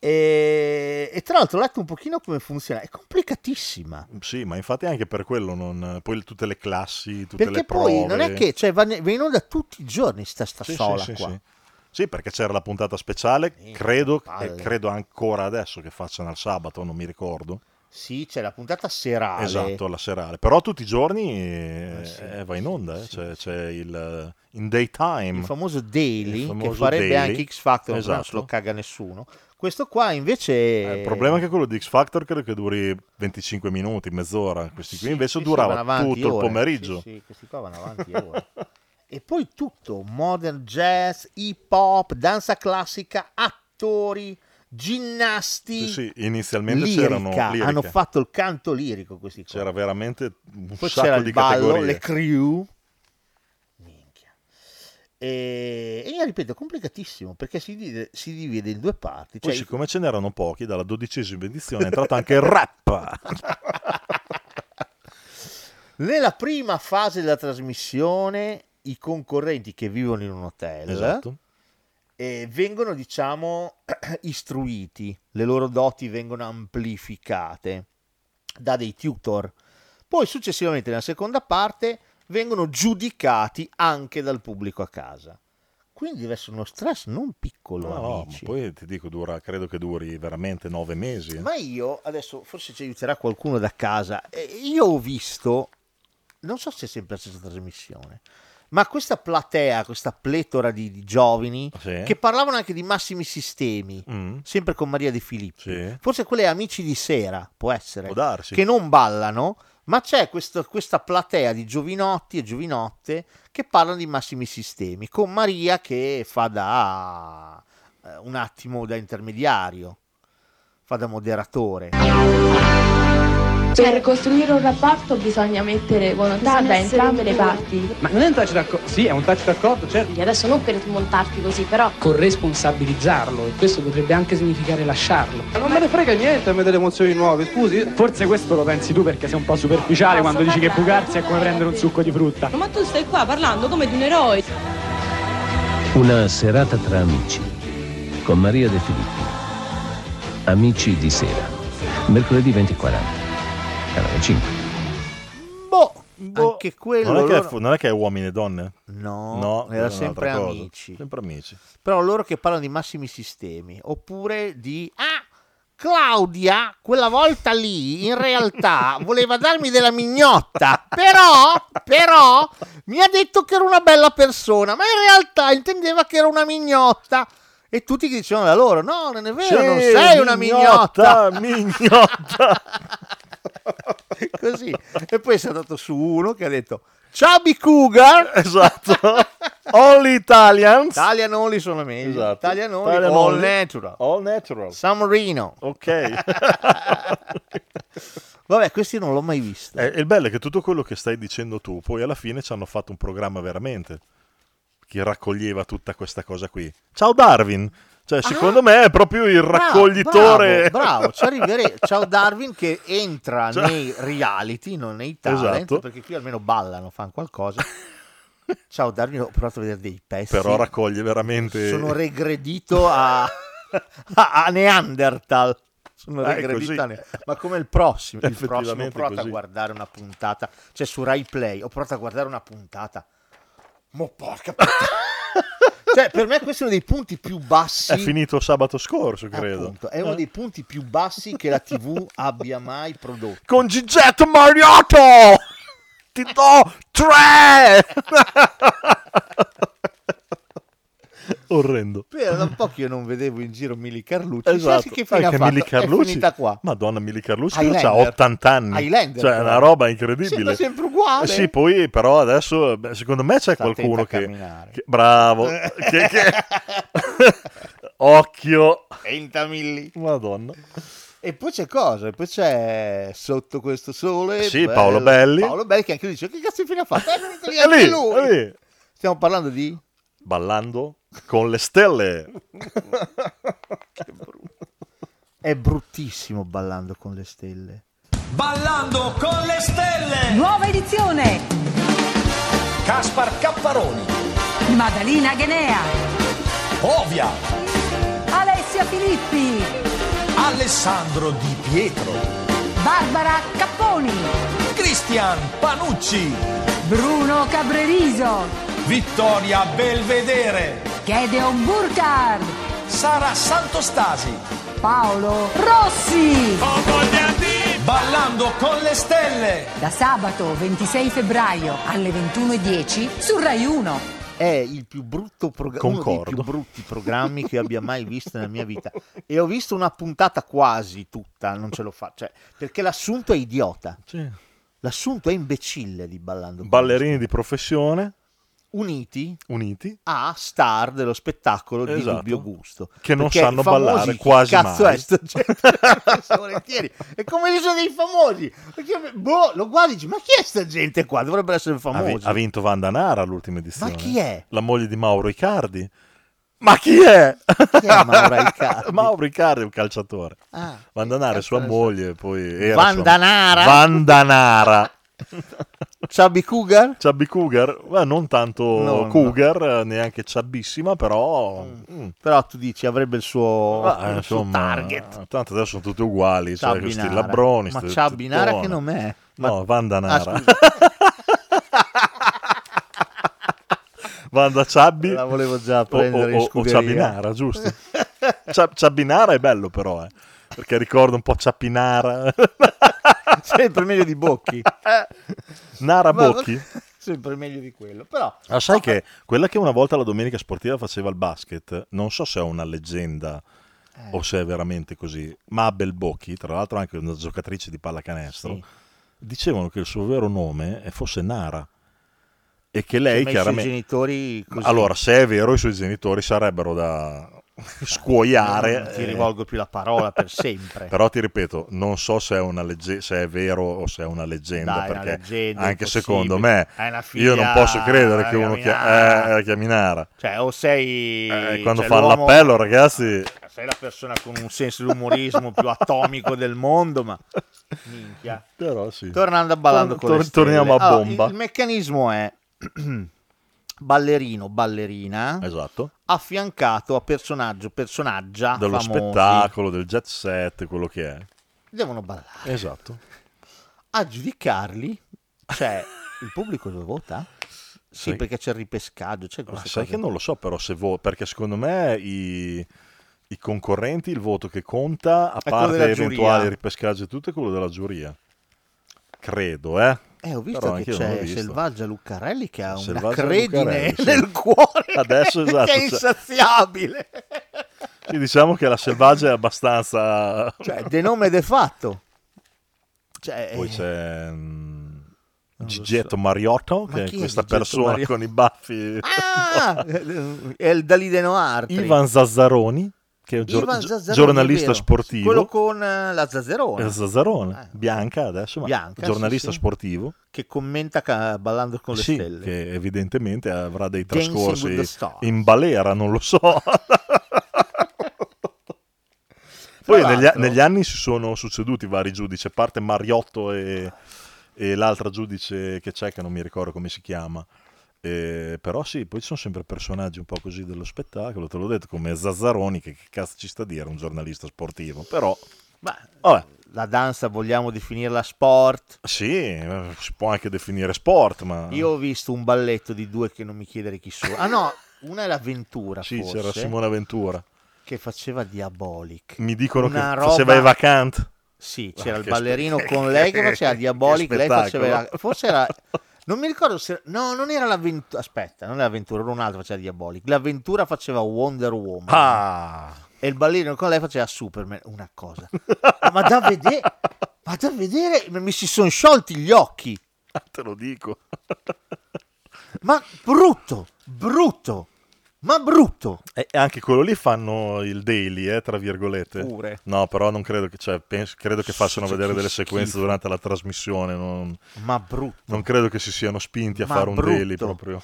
E, e tra l'altro ho letto un pochino come funziona. È complicatissima.
Sì, ma infatti anche per quello non... Poi tutte le classi, tutte
Perché
le prove.
poi non è che cioè, va, ne- va in onda tutti i giorni sta, sta
Sì, sì,
sola
sì,
qua.
sì. Sì, perché c'era la puntata speciale, credo,
palle.
e credo ancora adesso che facciano il sabato, non mi ricordo.
Sì, c'è la puntata serale.
Esatto, la serale. Però tutti i giorni eh, eh, va in onda, eh, c'è, c'è il eh, in daytime.
Il famoso Daily,
Il
che
famoso
farebbe
Daily.
anche X Factor, però non se
Esatto. Eh,
lo caga nessuno. Questo qua invece...
Il problema è che quello di X Factor credo che duri 25 minuti, mezz'ora. Questi qui invece
Sì, sì, vanno
durava
avanti
tutto il
ore.
pomeriggio.
Sì, sì, questi qua vanno avanti ore. e poi tutto, modern jazz, hip hop, danza classica, attori, ginnasti,
Sì, sì, inizialmente
lirica.
c'erano liriche.
hanno fatto il canto lirico questi qua.
c'era veramente un
Poi
sacco
c'era
di
il ballo,
categorie.
le crew. Minchia. E, e ripeto, complicatissimo perché si divide, si divide in due parti.
Poi
Cioè,
siccome ce n'erano pochi, dalla dodicesima edizione è entrato anche il rap.
[LAUGHS] Nella prima fase della trasmissione, i concorrenti che vivono in un hotel
Esatto.
eh, vengono, diciamo, [CLEARS THROAT] istruiti, le loro doti vengono amplificate da dei tutor. Poi successivamente nella seconda parte vengono giudicati anche dal pubblico a casa. Quindi deve essere uno stress non piccolo,
No, ma
amici.
poi ti dico, dura, credo che duri veramente nove mesi. eh.
Ma io, adesso forse ci aiuterà qualcuno da casa, eh, io ho visto, non so se è sempre la stessa trasmissione, ma questa platea, questa pletora di, di giovani
Sì. Mm.
che parlavano anche di massimi sistemi, sempre con Maria De Filippi, forse quelle amici di sera, può essere,
Può darsi.
che non ballano, ma c'è questo- questa platea di giovinotti e giovinotte che parlano di massimi sistemi, con Maria che fa da eh, un attimo da intermediario, fa da moderatore.
Per costruire un rapporto bisogna mettere volontà da entrambe le parti.
Ma non è un touch d'accordo? Sì, è un touch d'accordo, certo.
Adesso non per montarti così, però
Corresponsabilizzarlo, e questo potrebbe anche significare lasciarlo. Ma non me ne frega niente a me delle emozioni nuove, scusi. Forse questo lo pensi tu perché sei un po' superficiale quando dici che bucarsi è come prendere un succo di frutta.
Ma tu stai qua parlando come di un eroe.
Una serata tra amici con Maria De Filippi. Amici di sera. Mercoledì 20.40. Canale 5.
Boh, anche [LAUGHS] quello...
Non è, che è,
loro-
fu- non è che è uomini e donne?
No, era
quella è
sempre
un'altra cosa.
amici.
Sempre amici.
però loro che parlano di massimi sistemi oppure di ah Claudia quella volta lì in realtà
[LAUGHS]
voleva darmi della mignotta [LAUGHS] però però mi ha detto che era una bella persona ma in realtà intendeva che era una mignotta e tutti che dicevano da loro no non è vero
Sì,
non sei una mignotta
mignotta
[LAUGHS] così e poi si è andato su uno che ha detto Chubby Cougar
esatto Only Italians
Italian only sono meglio
Esatto.
Italian only,
Italian
all
only.
natural
All natural.
San Marino [LAUGHS]
Ok.
Vabbè, questi non l'ho mai visto.
Eh, il bello è che tutto quello che stai dicendo tu, poi alla fine ci hanno fatto un programma veramente che raccoglieva tutta questa cosa qui. Ciao Darwin! Cioè, secondo me è proprio il raccoglitore.
Ah. Bravo, bravo, ci arriverei. Ciao Darwin che entra
Ciao.
nei reality, non nei talent,
Esatto.
perché qui almeno ballano, fanno qualcosa. Ciao Darwin, ho provato a vedere dei
[LAUGHS]
pezzi.
Però raccoglie veramente...
Sono regredito a, a, a Neanderthal. sono
Ah, è
regredita
così.
ne- ma come il prossimo il prossimo ho
Effettivamente
provato a
così.
guardare una puntata cioè su Rai Play ho provato a guardare una puntata mo porca
[LAUGHS]
puttana. cioè per me questo è uno dei punti più bassi
È finito sabato scorso, credo.
appunto, è uno
Eh?
dei punti più bassi che la TV abbia mai prodotto
Con Gigetto Mariotto! Ti do tre! Orrendo.
Però da un po' che io non vedevo in giro Mili Carlucci. Sai che fine
Esatto. Anche
ha fatto?
Milly Carlucci.
È finita qua.
Madonna, Mili Carlucci
Highlander.
ha 80 anni.
Highlander,
cioè, è
però.
una roba incredibile.
Sembra sempre uguale.
Eh Sì, poi però adesso beh, secondo me c'è
Sta
qualcuno
attenta a
che,
camminare.
che-
[LAUGHS]
bravo, che- che- [LAUGHS] occhio.
30 Milli.
Madonna.
E poi c'è cosa? E poi c'è Sotto questo sole.
Sì, Paolo Belli.
Paolo Belli che anche lui dice: Che cazzo di fine ha fatto? È venuto lì
[LAUGHS] È
anche
lì,
lui.
è lì.
Stiamo parlando di.
Ballando con le stelle.
È bruttissimo ballando con le stelle.
Ballando con le stelle! Nuova edizione! Caspar Capparoni! Maddalena Ghenea! Ovia! Alessia Filippi! Alessandro Di Pietro! Barbara Capponi! Cristian Panucci! Bruno Cabreriso! Vittoria Belvedere! Gedeon Burkhardt! Sara Santostasi! Paolo Rossi! Ballando con le stelle! Da sabato 26 febbraio alle 21.10 su Rai 1.
È il più brutto programma. Uno dei più
Concordo.
brutti programmi che
[LAUGHS]
abbia mai visto nella mia vita. E ho visto una puntata quasi tutta. Non ce l'ho fatta. Cioè, perché l'assunto è idiota. L'assunto è imbecille di ballando. con le
Ballerini di professione
uniti
uniti
a star dello spettacolo di
Esatto.
dubbio gusto
Che non
Perché
sanno
i famosi,
ballare
chi
quasi
cazzo
mai.
è sto gente? Spesso e volentieri. è come ci sono dei famosi Perché, boh, lo guardi e dici ma chi è sta gente qua dovrebbero essere
ha, Ah, vi-
famosi
ha vinto Vandanara all'ultima edizione.
Ma chi è?
La moglie di Mauro Icardi. Ma chi è?
Chi
[LAUGHS]
è Mauro Icardi?
Mauro Icardi è un calciatore.
Ah,
Vandanara è sua moglie, poi era sua-
Vandanara?
Vandanara.
Chubby Cougar?
Chubby Cougar, ma non tanto
No, no.
Cougar, eh, neanche ciabbissima, però... mm.
però tu dici avrebbe il suo,
Ah,
il suo
insomma,
target
Tanto adesso sono tutti uguali, cioè,
Ciabbi
questi
Nara.
labroni.
ma
sti
Chubby Nara
tettone.
che non è Ah,
No, Vandanara. [LAUGHS] Vanda Ciabbi.
La volevo già
O-
prendere
o,
in
o- o
scuderia.
Ciabinara, giusto. Cia- Ciabinara è bello però, eh, perché ricorda un po'
[LAUGHS]
Ciappinara.
sempre meglio di Bocchi
Nara
Ma-
Bocchi.
[LAUGHS] sempre meglio di quello però
Ah, sai che quella che una volta la domenica sportiva faceva il basket, non so se è una leggenda
Eh.
o se è veramente così, ma Abel Bocchi, tra l'altro anche una giocatrice di pallacanestro, dicevano che il suo vero nome fosse Nara e che lei
Cioè, Ma i suoi
chiaramente...
genitori così.
Allora, se è vero, i suoi genitori sarebbero
[LAUGHS]
da scuoiare.
Non ti
eh.
rivolgo più la parola per sempre.
[LAUGHS] Però ti ripeto, non so se è, una legge- se è vero o se è una leggenda,
Dai, è una
perché
leggenda,
anche
impossibile.
secondo me
È una figlia
io non posso credere che uno eh, chiaminara.
Chiaminara.
Chiaminara.
Cioè, o sei.
Eh, quando
cioè,
fa
l'uomo- Eh,
l'appello, ragazzi,
Sei la persona con un senso dell'umorismo più atomico del mondo, ma. Minchia.
Però sì.
Tornando a ballando
Tor-
con le
tor- torniamo
Stelle.
a
Allora,
bomba.
il, il meccanismo è [CLEARS THROAT] ballerino, ballerina.
Esatto.
Affiancato a personaggio, personaggia.
dello
famosi.
spettacolo, del jet set, quello che è.
Devono ballare.
Esatto.
A giudicarli c'è il pubblico che vota? Sì, perché c'è il ripescaggio, c'è
Ma
queste
sai
cose.
che non lo so però se vo- perché secondo me i, i concorrenti il voto che conta, a
È quello
parte
della giuria.
eventuali ripescaggi e tutto, è quello della giuria. Credo, eh.
Eh, ho visto
Però
che
anch'io non l'ho
c'è
visto.
Selvaggia Luccarelli che ha una
Selvaggia
credine
Lucarelli, sì.
nel cuore
Adesso, esatto,
[LAUGHS] che è
cioè- [LAUGHS]
insaziabile.
Sì, diciamo che la selvaggia è abbastanza...
Cioè, de nome e de fatto. Cioè,
Poi
eh,
c'è mm, Gigetto Mariotto,
Ma
che è
chi è
eh, questa
Gigetto
persona
Mariotto?
con i baffi.
Ah, è il Dalì de Noartri.
[LAUGHS] Ivan Zazzaroni, che è un gior-
Ivan
gi-
Zazzaroni, è
giornalista
vero.
sportivo.
Quello con eh, la Zazzerona.
Eh, Zazzarone, bianca adesso, ma
Bianca,
giornalista
sì, sì.
sportivo.
Che commenta ca- ballando con le
Sì,
stelle.
che evidentemente avrà dei
Dancing with
trascorsi
the stars.
in balera, non lo
[LAUGHS]
so. Poi negli,
l'altro-
negli anni si sono succeduti vari giudici, a parte Mariotto e, e l'altra giudice che c'è, che non mi ricordo come si chiama. Eh, però sì, poi ci sono sempre personaggi un po' così dello spettacolo, te l'ho detto, come Zazzaroni, che, che cazzo ci sta a dire, un giornalista sportivo. Però
La danza vogliamo definirla sport?
Sì, eh, si può anche definire sport, ma...
Io ho visto un balletto di due che non mi chiedere chi sono. Ah no, [LAUGHS] una è l'avventura.
Sì,
forse,
c'era Simone Ventura.
Che faceva Diabolic.
Mi dicono
Una
che
roba-
faceva i vacant.
Sì,
Ma
c'era il
che
ballerino
spe-
con lei che faceva
[LAUGHS]
Diabolic,
che
lei faceva... la-
spettacolo.
Forse
[LAUGHS]
era... Non mi ricordo se... No, non era l'avventura... Aspetta, non era l'avventura, era un altro che faceva Diabolic. L'avventura faceva Wonder Woman.
Ah!
E il ballerino con lei faceva Superman. Una cosa. Ma da vedere... Ma da vedere... Mi si sono sciolti gli occhi.
Ah, Te lo dico.
Ma brutto, brutto, ma brutto.
E anche quello lì fanno il daily, eh, tra virgolette.
Pure.
No, però non credo che, cioè, penso- credo che facciano
Sì,
vedere
che
delle sequenze
schifo.
durante la trasmissione. Non,
Ma brutto.
non credo che si siano spinti a
Ma
fare un
brutto.
daily proprio.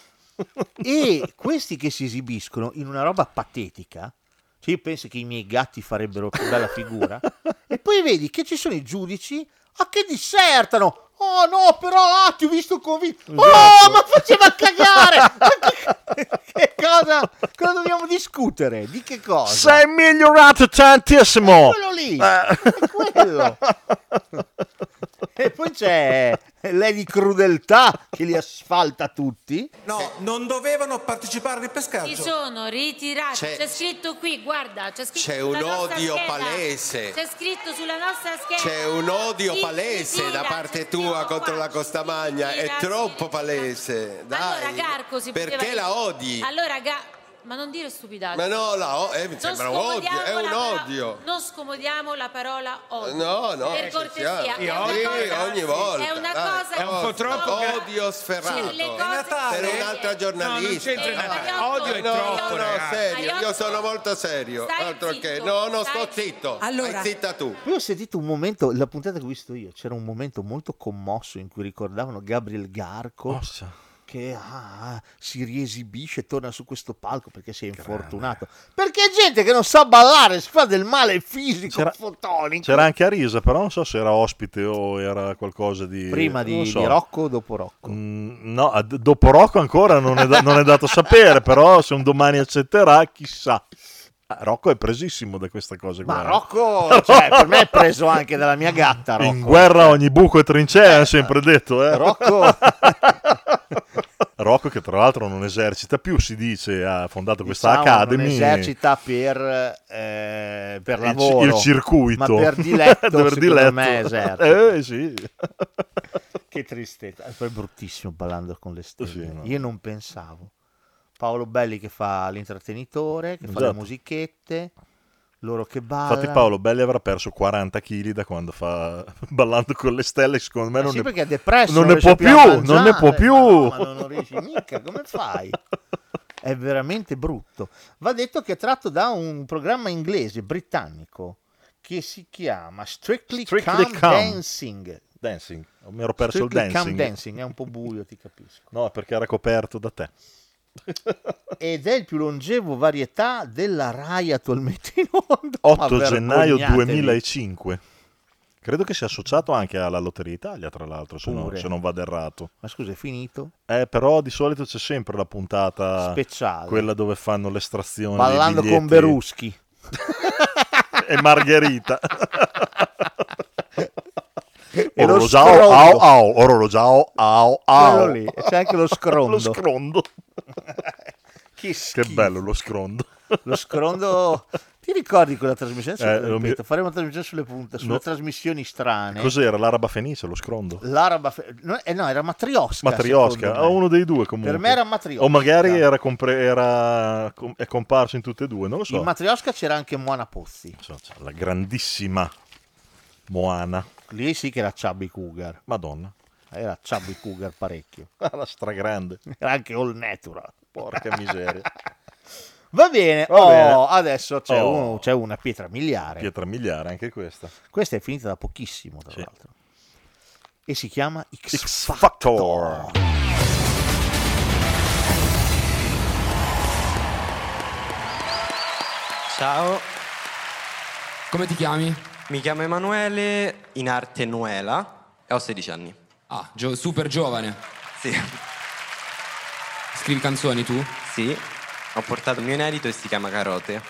E questi che si esibiscono in una roba patetica, cioè io penso che i miei gatti farebbero più bella figura, e poi vedi che ci sono i giudici a che dissertano. Oh no, però ah, ti ho visto convinto. Oh, ma faceva cagare!
[LAUGHS]
Ma che, che cosa? Cosa dobbiamo discutere? Di che cosa?
Sei migliorato tantissimo! Eh.
quello lì! È quello! e poi c'è lei di crudeltà che li asfalta tutti.
No, non dovevano partecipare al ripescaggio.
Si sono ritirati. C'è,
C'è-
scritto qui, guarda, c'è scritto
C'è
sulla
un
nostra
odio
scheda.
palese.
C'è scritto sulla nostra scheda.
C'è un odio
Chi
palese
ritira,
da parte tua contro la Costamagna, è troppo palese. Dai,
Allora Garco si poteva
perché
dire-
la odi?
Allora Ga- ma non dire stupidaggine.
Ma no, la o- eh, mi
Non
sembra un odio,
scomodiamo
è
la
un
parola-
odio.
Non scomodiamo la parola odio.
No, no,
Per
ci
cortesia.
siamo.
è una
Sì,
cosa-
ogni volta.
È una
dai,
cosa
è un po' troppo odio sferrato.
Sì, le cose- È Natale?
Per un'altra giornalista.
No, non c'entra il Natale.
No,
Odio è
no,
troppo,
No, no,
ragazzi.
serio, io
Mariotto,
sono molto serio.
stai
Altro che
zitto,
no, no,
stai
sto zitto.
Allora-
Stai zitta tu.
Poi ho sentito un momento, la puntata che ho visto io, c'era un momento molto commosso in cui ricordavano Gabriel Garco che ah, si riesibisce e torna su questo palco perché si è infortunato. Perché è gente che non sa ballare, si fa del male fisico, fotonico.
C'era anche Arisa, però non so se era ospite o era qualcosa di...
Prima
non
di,
so.
di Rocco o dopo Rocco?
Mm, No, ad- dopo Rocco ancora non è, da- non è dato sapere, però se un domani accetterà, chissà. Ah, Rocco è presissimo da questa cosa.
Ma
guarda.
Rocco, cioè, per
[LAUGHS]
me è preso anche dalla mia gatta. Rocco.
In guerra ogni buco è trincea, è sempre detto. eh.
Rocco-
[LAUGHS] Rocco che tra l'altro non esercita più, si dice, ha fondato questa
Diciamo,
Academy.
non esercita per, eh, per
il,
lavoro,
il circuito. [LAUGHS]
ma per diletto,
Per
secondo
diletto.
me esercita.
Eh, sì.
Che tristezza. E poi è bruttissimo ballando con le stelle. Io non pensavo. Paolo Belli che fa l'intrattenitore, che fa le
Esatto.
musichette, loro che ballano.
[LAUGHS] Infatti Paolo Belli avrà perso 40 kg da quando fa Ballando con le stelle, secondo me non
Ma Ah, sì,
ne,
perché è depresso,
non
non
ne
riesce
può
più
più,
a
non ne può
mangiare,
più.
ma no, ma
[LAUGHS]
non- non riesci mica, come fai? È veramente brutto. Va detto che è tratto da un programma inglese, britannico, che si chiama Strictly,
Strictly
Come,
Come.
Dancing.
Dancing, mi ero perso il
Strictly Come
dancing.
Dancing, è un po' buio, ti capisco.
No, perché era coperto da te.
Ed è il più longevo varietà della RAI attualmente
[LAUGHS]
in onda.
8
Ma
gennaio
vergognatevi.
2005. Credo che sia associato anche alla Lotteria Italia, tra l'altro, se, non-
Pure.
se non vado errato.
Ma scusa, è finito?
Eh, però di solito c'è sempre la puntata
Speciale.
quella dove fanno l'estrazione. dei
Ballando
biglietti.
con Beruschi.
e
[LAUGHS]
Margherita.
E lo
Orologio,
scrondo.
au, au, orologio, au, au.
Quello lì, c'è anche lo
[LAUGHS]
scrondo.
Lo scrondo.
Che,
bello lo scrondo.
Lo scrondo... Ti ricordi quella trasmissione?
Eh, non mi-
Ripeto, Faremo una trasmissione sulle punte, sulle
No.
trasmissioni strane.
Cos'era l'araba fenice, lo scrondo?
L'araba... fe- no, eh, no, era Matriosca.
Matriosca,
secondo
o
me.
uno dei due comunque.
Per me era Matriosca.
O magari era, compre- era com- è comparso in tutte e due, non lo so.
In Matriosca c'era anche Moana Pozzi.
La grandissima Moana.
Lì sì che era Chubby Cougar.
Madonna.
Era Chubby Cougar parecchio.
[LAUGHS] Era stragrande.
Era anche All Natural.
Porca miseria.
[LAUGHS] Va bene,
Va
oh,
bene.
adesso c'è,
Oh.
uno- c'è una pietra miliare.
Pietra miliare, anche questa.
Questa è finita da pochissimo, tra l'altro. E si chiama X,
Factor.
Ciao. Come ti chiami? Mi chiamo Emanuele, in arte Nuela, e ho 16 anni. Ah, super giovane. Sì. Scrivi canzoni tu? Sì. Ho portato il mio inedito e si chiama Carote.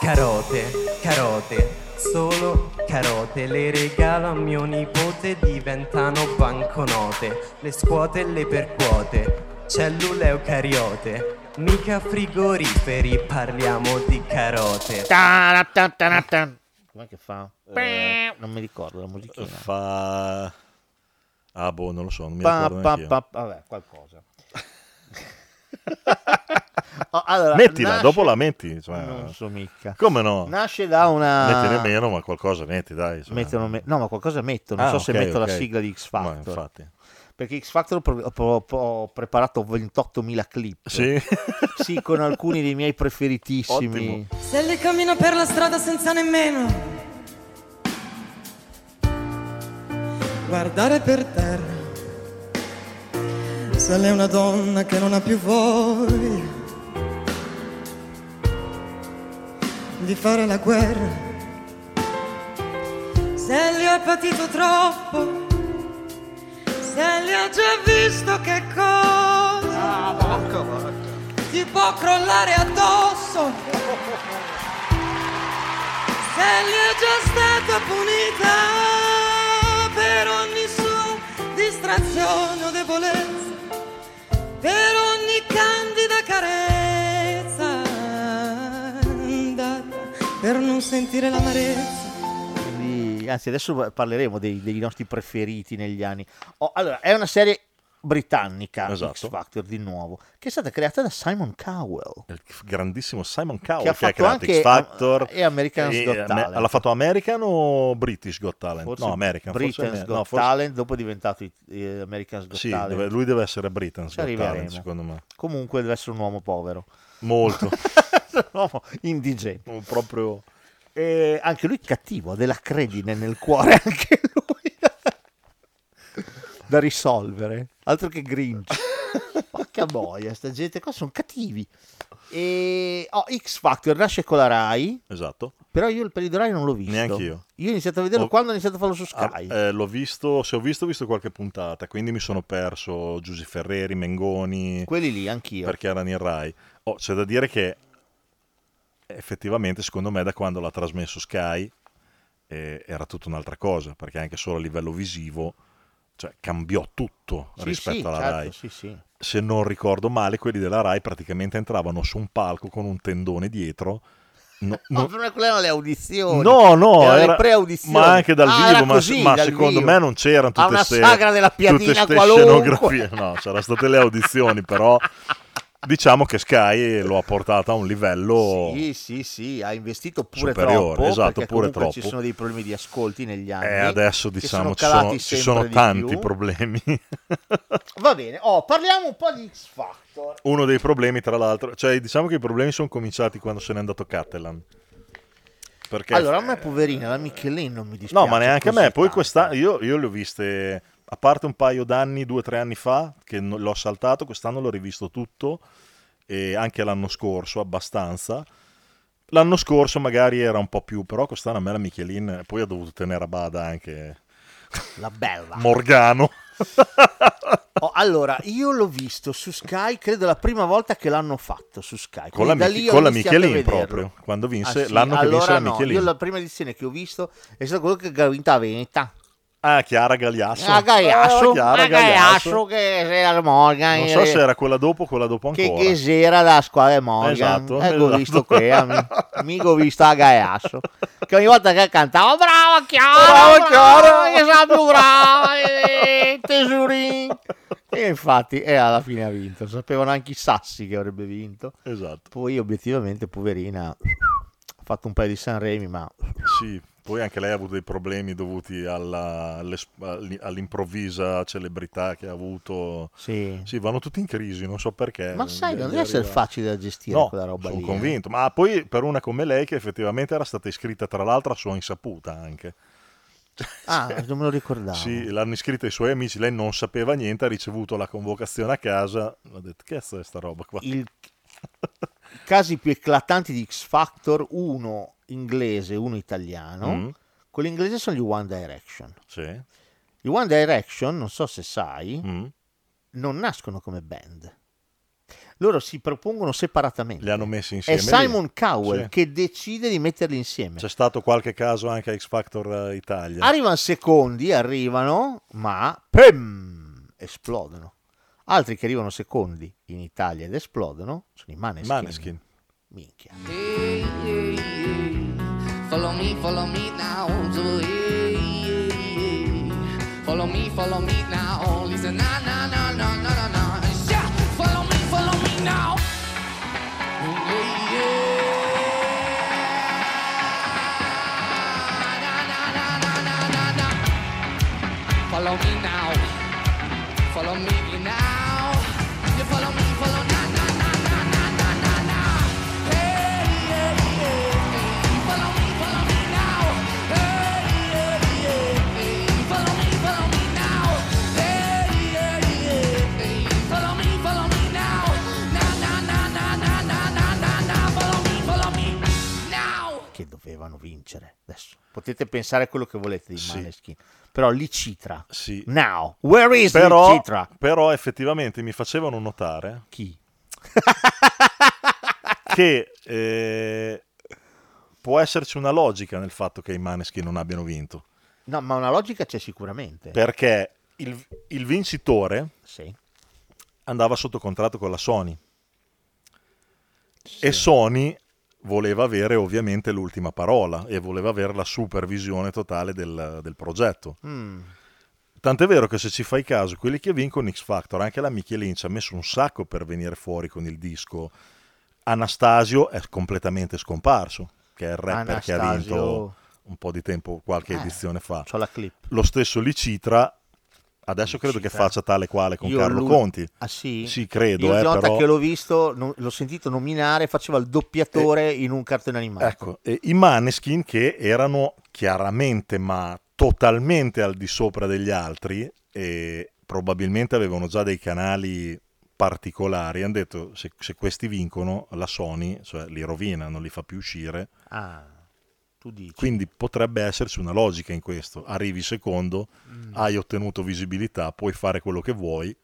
Carote, carote, solo carote, le regalo a mio nipote, diventano banconote, le scuote e le percuote, cellule eucariote, mica frigoriferi, parliamo di carote.
Com'è che fa?
Eh.
Non mi ricordo la musichina.
Fa... Ah, boh, non lo so, non mi
Pa,
ricordo
pa,
neanch'io.
pa, pa, vabbè, qualcosa. [LAUGHS] Oh, allora,
Mettila,
nasce-
dopo la metti. Cioè...
Non so mica.
Come no?
Nasce da una-
Mettine meno, ma qualcosa metti, dai. cioè.
Mettono me- no, ma qualcosa metto. Non
Ah,
so
ok,
se metto
ok.
la sigla di X Factor.
Ma infatti.
Perché X Factor ho, pro- ho- ho- ho preparato 28.000 clip.
Sì.
Sì, con alcuni dei miei preferitissimi.
Se li cammino per la strada senza nemmeno guardare per terra. Se lei è una donna che non ha più voglia di fare la guerra. se li ho patito troppo, se li ho già visto che cosa ti può crollare addosso, se li è già stata punita per ogni sua distrazione o debolezza, per ogni candida carezza, andata per non sentire l'amarezza.
Quindi, anzi, adesso parleremo dei, dei nostri preferiti negli anni. Oh, allora, è una serie britannica,
Esatto.
X Factor, di nuovo, che è stata creata da Simon Cowell.
Il grandissimo Simon Cowell
che ha fatto
creato
anche
X Factor
e American
e-
Got
eh,
Talent.
l'ha fatto American o British Got Talent?
Forse
no, American. forse
Britain's
Amer-
Got
no, forse-
Talent, dopo è diventato eh, American's Got
Sì,
Talent.
deve- lui deve essere Britain's
Ci
Got
arriveremo.
Talent, secondo me.
Comunque deve essere un uomo povero.
Molto.
[LAUGHS] un uomo indigente.
proprio...
E anche lui cattivo, ha della credine nel cuore, [LAUGHS] anche lui. da risolvere. Altro che Grinch. Porca boia, sta gente qua sono cattivi. E oh, X Factor nasce con la Rai.
Esatto.
Però io il periodo Rai non l'ho visto.
Neanch'io.
Io ho iniziato a vederlo
Ho-
quando ho iniziato a farlo su Sky.
Oh, Ah, eh, l'ho visto, se ho visto, ho visto qualche puntata, quindi mi sono perso Giusy Ferreri, Mengoni.
Quelli lì, anch'io.
Perché erano in Rai. Oh, c'è da dire che effettivamente, secondo me, da quando l'ha trasmesso Sky eh, era tutta un'altra cosa, perché anche solo a livello visivo cioè, cambiò tutto
Sì,
rispetto
sì,
alla
certo,
Rai.
sì, sì.
Se non ricordo male, quelli della Rai praticamente entravano su un palco con un tendone dietro. No,
No,
no-
però quelle erano le audizioni.
No, no,
erano
era-
le pre-audizioni.
ma anche dal
Ah,
vivo,
era
ma-
così,
ma
dal
secondo
vivo.
me non c'erano
A
tutte
una
ste-
sagra della piadina
tutte ste
qualunque.
scenografie. No, c'erano state le audizioni, però diciamo che Sky lo ha portato a un livello
Sì, sì, sì, ha investito pure
Superiore,
troppo.
esatto,
perché
pure
comunque Ci
troppo.
sono dei problemi di ascolti negli anni.
e adesso
che
diciamo ci sono, ci
calati sempre
sono
di
tanti
più.
problemi. [LAUGHS]
Va bene, oh, parliamo un po' di X Factor.
Uno dei problemi, tra l'altro, cioè diciamo che i problemi sono cominciati quando se n'è andato Catalan. Perché
Allora, a me, poverina, la Michelin non mi dispiace.
No, ma neanche a
così
me. Poi
tanto.
questa, io, io le ho viste, a parte un paio d'anni, due o tre anni fa, che no- l'ho saltato, quest'anno l'ho rivisto tutto, e anche l'anno scorso abbastanza. L'anno scorso magari era un po' più, però quest'anno a me la Michelin, poi ha dovuto tenere a bada anche
La bella.
Morgano.
Oh, allora, io l'ho visto su Sky, credo la prima volta che l'hanno fatto su Sky.
Con
quindi
la
da
Mich-
lì ho
con la
iniziato a
Michelin
vederlo.
proprio, quando vinse-
Ah, sì?
l'anno che
Allora
vinse la
no,
Michelin.
Io la prima edizione che ho visto è stata quella che ha vinto a Veneta.
Ah, Chiara Gagliasso.
Ah, Gaiasso,
Ah, Chiara
ah,
Gagliasso.
Gaiasso che era il Morgan.
Non so
eh,
se era quella dopo o quella dopo
Che,
ancora.
che sera la squadra di Morgan.
Esatto,
Ecco, ho
esatto.
visto qui, amico. Amico, ho visto a Gaiasso. Che ogni volta che cantava, brava Chiara, brava
Brava Chiara."
Chiara, che sa più brava, [LAUGHS] eh, tesurin. E infatti, e alla fine ha vinto. Sapevano anche i sassi che avrebbe vinto.
Esatto.
Poi, obiettivamente, poverina, ha fatto un paio di Sanremi, ma
Sì, poi anche lei ha avuto dei problemi dovuti alla- alle- all'i- all'improvvisa celebrità che ha avuto.
Sì.
vanno tutti in crisi, non so perché.
Ma sai, non
Gli
deve essere
arriva-
facile da gestire
No,
quella roba
sono
lì, eh.
convinto. Ma poi per una come lei, che effettivamente era stata iscritta tra l'altro a sua insaputa anche.
Ah, non me lo ricordavo.
Sì, l'hanno iscritta i suoi amici, lei non sapeva niente, ha ricevuto la convocazione a casa, ha detto che cazzo è sta roba qua? [LAUGHS]
i casi più eclatanti di X Factor, uno inglese, uno italiano.
Mm.
Quelli inglesi sono gli One Direction.
Sì. Mm.
Gli One Direction, non so se sai, non nascono come band. loro si propongono separatamente.
Li hanno messi
È
insieme. lì.
Simon Cowell
Sì.
che decide di metterli insieme.
C'è stato qualche caso anche a X Factor eh, Italia.
Arrivano secondi, arrivano, ma pem, esplodono. Altri che arrivano secondi in Italia ed esplodono sono i Maneskin.
Maneskin.
Minchia.
Follow me, follow me now. So, hey, yeah, yeah. Follow me, follow me now. Listen, na na na na na na na. Yeah. Follow me, follow me now. Yeah, yeah. Na, na, na, na, na, na, na. Follow me now. Follow me now. You follow me, follow na na na na na na na na. Hey, yeah, yeah. Follow me, follow me now. Hey, yeah, yeah. Follow me, follow me now. Hey, yeah, yeah. Follow me, follow me now. Na na na na na na na na na. Follow me, follow me now.
che dovevano vincere. Adesso potete pensare quello che volete di Maneskin, però lì Citra. Now, where is
però,
Lee Citra?
però effettivamente mi facevano notare
chi?
[LAUGHS] che eh, può esserci una logica nel fatto che i Maneschi non abbiano vinto
No, ma una logica c'è sicuramente.
perché il, il vincitore
Sì.
andava sotto contratto con la Sony e Sony voleva avere ovviamente l'ultima parola e voleva avere la supervisione totale del, del progetto
Hmm.
Mm.
Tant'è vero che se ci fai caso, quelli che vincono X Factor, anche la Michelin ci ha messo un sacco per venire fuori con il disco. Anastasio è completamente scomparso, che è il rapper che ha
Anastasio.
vinto un po' di tempo, qualche
Eh,
edizione fa.
c'ho la clip.
Lo stesso Licitra, adesso credo che
Licitra.
faccia tale quale con
Io
Carlo
lui-
Conti.
Ah sì?
Sì, credo.
Io
eh,
ogni volta
però...
che l'ho visto, non- l'ho sentito nominare, faceva il doppiatore
Eh.
in un cartone animato.
Ecco, e i Maneskin che erano chiaramente ma totalmente al di sopra degli altri e probabilmente avevano già dei canali particolari, hanno detto se, se questi vincono la Sony, cioè li rovina, non li fa più uscire.
Ah, tu dici.
Quindi potrebbe esserci una logica in questo. Arrivi secondo,
Mm.
hai ottenuto visibilità, puoi fare quello che vuoi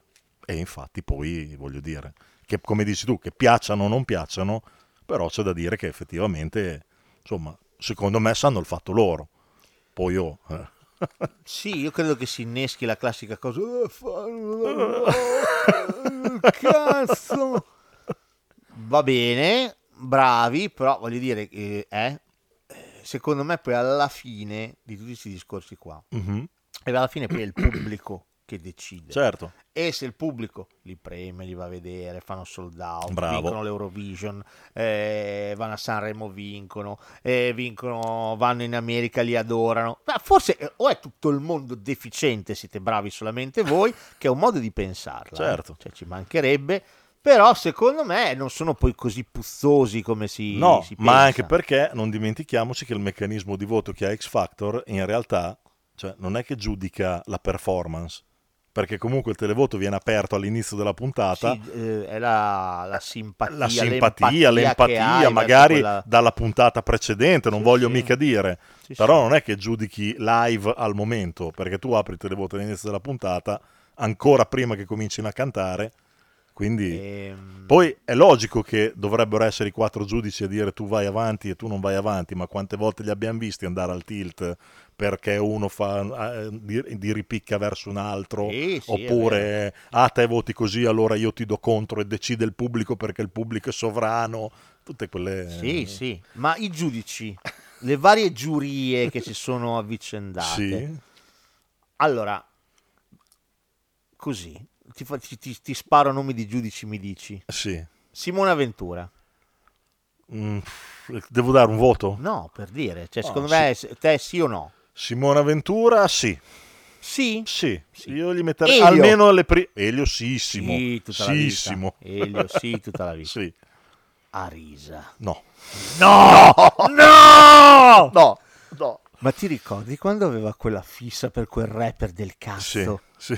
e infatti poi voglio dire che come dici tu, che piacciono o non piacciono, però c'è da dire che effettivamente, insomma, secondo me sanno il fatto loro. Poi io... eh.
Sì, io credo che si inneschi la classica cosa. "Eh,
[LAUGHS]
fa- eh, Cazzo. Va bene, bravi, però voglio dire, eh, eh, secondo me poi alla fine di tutti questi discorsi qua,
Mhm.
e alla fine poi è il pubblico che decide.
Certo.
E se il pubblico li preme, li va a vedere, fanno sold out,
Bravo.
vincono l'Eurovision, eh, vanno a Sanremo, vincono, eh, vincono, vanno in America, li adorano. Ma forse eh, o è tutto il mondo deficiente, siete bravi
[LAUGHS]
solamente voi, che è un modo di pensarla. eh.
Certo.
Cioè, ci mancherebbe. Però secondo me non sono poi così puzzosi come si,
No,
si pensa.
ma anche perché non dimentichiamoci che il meccanismo di voto che ha X Factor in realtà cioè, non è che giudica la performance, perché comunque il televoto viene aperto all'inizio della puntata,
Sì, eh, è la, la simpatia,
la simpatia, l'empatia,
che hai verso
magari
quella-
dalla puntata precedente, non voglio mica dire, però non è che giudichi live al momento, perché tu apri il televoto all'inizio della puntata, ancora prima che comincino a cantare, quindi...
Ehm.
Poi è logico che dovrebbero essere i quattro giudici a dire tu vai avanti e tu non vai avanti, ma quante volte li abbiamo visti andare al tilt perché uno fa eh, di, di ripicca verso un altro,
sì, è
oppure ah te voti così allora io ti do contro e decide il pubblico perché il pubblico è sovrano, tutte quelle...
Sì, sì, ma i giudici, le varie giurie che si sono avvicendate.
Sì.
Allora, così, ti, fa- ti- ti- ti sparo nomi di giudici, mi dici.
Sì.
Simona Ventura.
Mm, devo dare un voto?
No, per dire, cioè,
No,
secondo
sì.
me se- te sì o no?
Simona Ventura, sì.
Sì?
Sì, io gli metterei
Elio.
almeno le prime... Elio Sissimo.
Sì, tutta la vita.
Sissimo.
Elio, sì, tutta la vita.
[LAUGHS] Sì.
Arisa.
No.
No! No! No!
No.
Ma ti ricordi quando aveva quella fissa per quel rapper del cazzo?
Sì.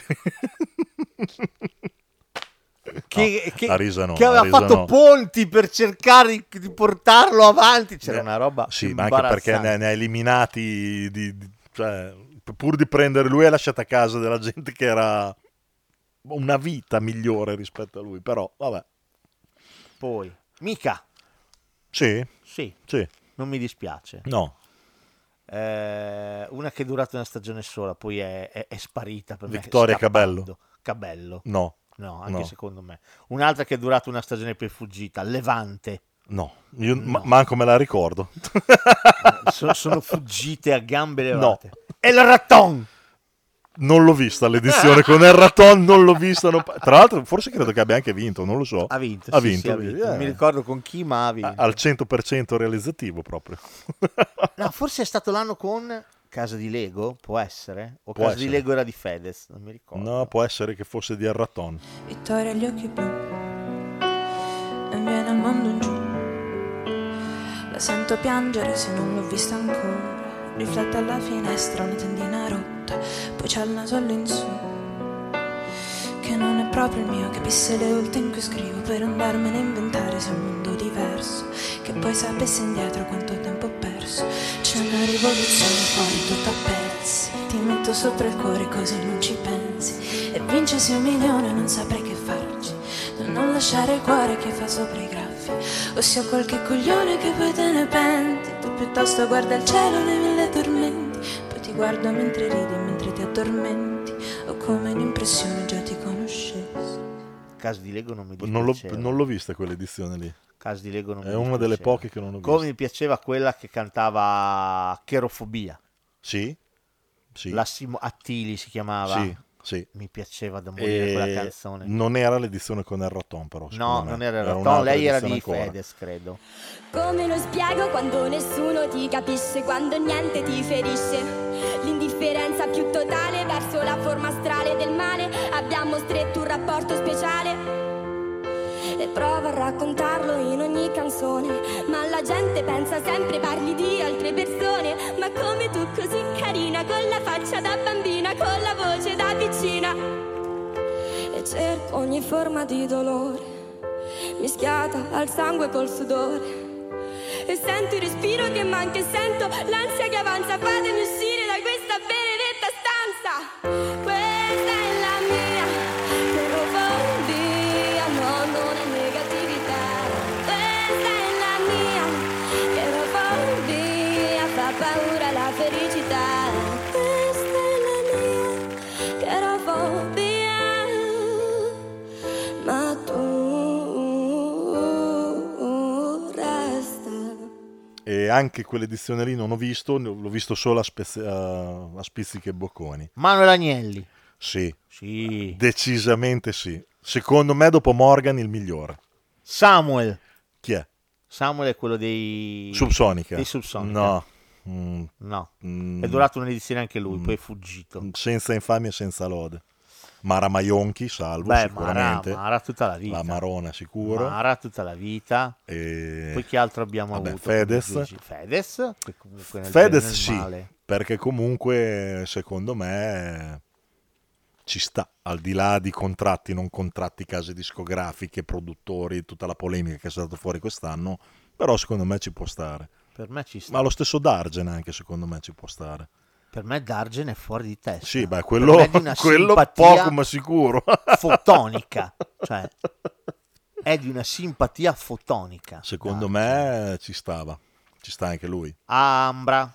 Che, che-
la risa no,
che
la
aveva
risa
fatto
no.
ponti per cercare di, di portarlo avanti. Cioè, C'era
Eh,
una roba.
Sì, ma anche perché ne, ne ha eliminati, di- di- cioè, pur di prendere lui ha lasciato a casa della gente che era una vita migliore rispetto a lui, però vabbè.
Poi, mica.
Sì?
Sì.
Sì.
Non mi dispiace.
No.
Eh, una che è durata una stagione sola, poi è, è- è sparita per me,
Vittoria
scappando.
Cabello.
Cabello.
No.
No, anche
No.
secondo me. Un'altra che è durata una stagione e poi è fuggita, Levante. [LAUGHS]
No, io ma- manco me la ricordo.
So- sono fuggite a gambe
No,
levate. E la Ratton!
non l'ho vista l'edizione
[LAUGHS]
con il raton, non l'ho vista. non pa- Tra l'altro, forse credo che abbia anche vinto, non lo so.
Ha vinto,
ha
sì,
vinto.
sì, ha vinto. Non
eh,
mi ricordo con chi, ma ha vinto.
al 100% realizzativo proprio.
No, forse è stato l'anno con Casa di Lego, può essere? O
Può
Casa di
essere.
Lego era di Fedez, non mi ricordo.
No, può essere che fosse di Arraton.
Vittoria agli occhi blu e viene al mondo in giù. La sento piangere se non l'ho vista ancora. Riflette alla finestra una tendina rotta, poi c'è il naso all'insù. Che non è proprio il mio, capisse le volte in cui scrivo per andarmene a inventare se è un mondo diverso. Che poi sapesse indietro quanto tempo ho perso. C'è una rivoluzione fuori tutta a pezzi. Ti metto sopra il cuore così non ci pensi. E vincessi un milione non saprei che farci. Non lasciare il cuore che fa sopra i graffi O sia qualche coglione che poi te ne penti Tu piuttosto guarda il cielo nei mille tormenti Poi ti guardo mentre ridi e mentre ti addormenti Ho come l'impressione già ti conoscessi
Casa di Lego non mi dispiaceva.
Non l'ho, non l'ho vista quell'edizione lì.
Casa di Lego non
È
mi
una delle
dispiaceva.
poche che non ho visto.
Come mi piaceva quella che cantava Cherofobia.
Sì.
La Simo Attili si chiamava.
Sì, sì.
Mi piaceva da morire
E
eh, quella canzone.
Eh, Non era l'edizione con il raton, però.
No,
secondo me.
non era il
un'altra
Ratton, lei era di
edizione ancora.
Fedez, credo.
Come lo spiego quando nessuno ti capisce, quando niente ti ferisce? L'indifferenza più totale verso la forma astrale del male, abbiamo stretto un rapporto speciale. E provo a raccontarlo in ogni canzone, ma la gente pensa sempre parli di altre persone, ma come tu così carina, con la faccia da bambina, con la voce da piccina.
E cerco
ogni forma di dolore, mischiata al sangue col sudore. E sento il respiro che manca e sento l'ansia che avanza. Fatemi uscire da questa benedetta stanza. Questa è la mia terrofobia, no, non è negatività. Questa è la mia terrofobia, fa paura la felicità. Questa è la mia terrofobia, ma tu resta.
E anche quell'edizione lì non ho visto, ne- l'ho visto solo a, spezz- a- a spizzichi e bocconi.
Manuel Agnelli.
Sì.
sì.
Decisamente sì. Secondo me, dopo Morgan, il migliore.
Samuel.
Chi è?
Samuel è quello dei...
Subsonica.
Dei Subsonica.
No. Mm.
No.
Mm.
È durato un'edizione anche lui, poi è fuggito.
Senza infamia e senza lode. Mara Maionchi, salvo
Beh,
sicuramente.
Mara- Mara tutta la vita.
La Marona, sicuro.
Mara tutta la vita.
E...
Poi chi altro abbiamo
Vabbè,
avuto?
Fedez.
Come dici? Fedez. che comunque nel bene e
Fedez
nel
sì,
male.
perché comunque secondo me ci sta, al di là di contratti, non contratti, case discografiche, produttori, tutta la polemica che è stata fuori quest'anno, però secondo me ci può stare.
Per me ci sta.
Ma lo stesso Dargen anche secondo me ci può stare.
Per me Dargen è fuori di testa.
Sì, beh,
Per
quello-
me è di
[LAUGHS]
una
quello
simpatia
poco ma sicuro. [LAUGHS]
fotonica. Cioè, è di una simpatia fotonica.
Secondo me ci stava, ci sta anche lui.
Ambra.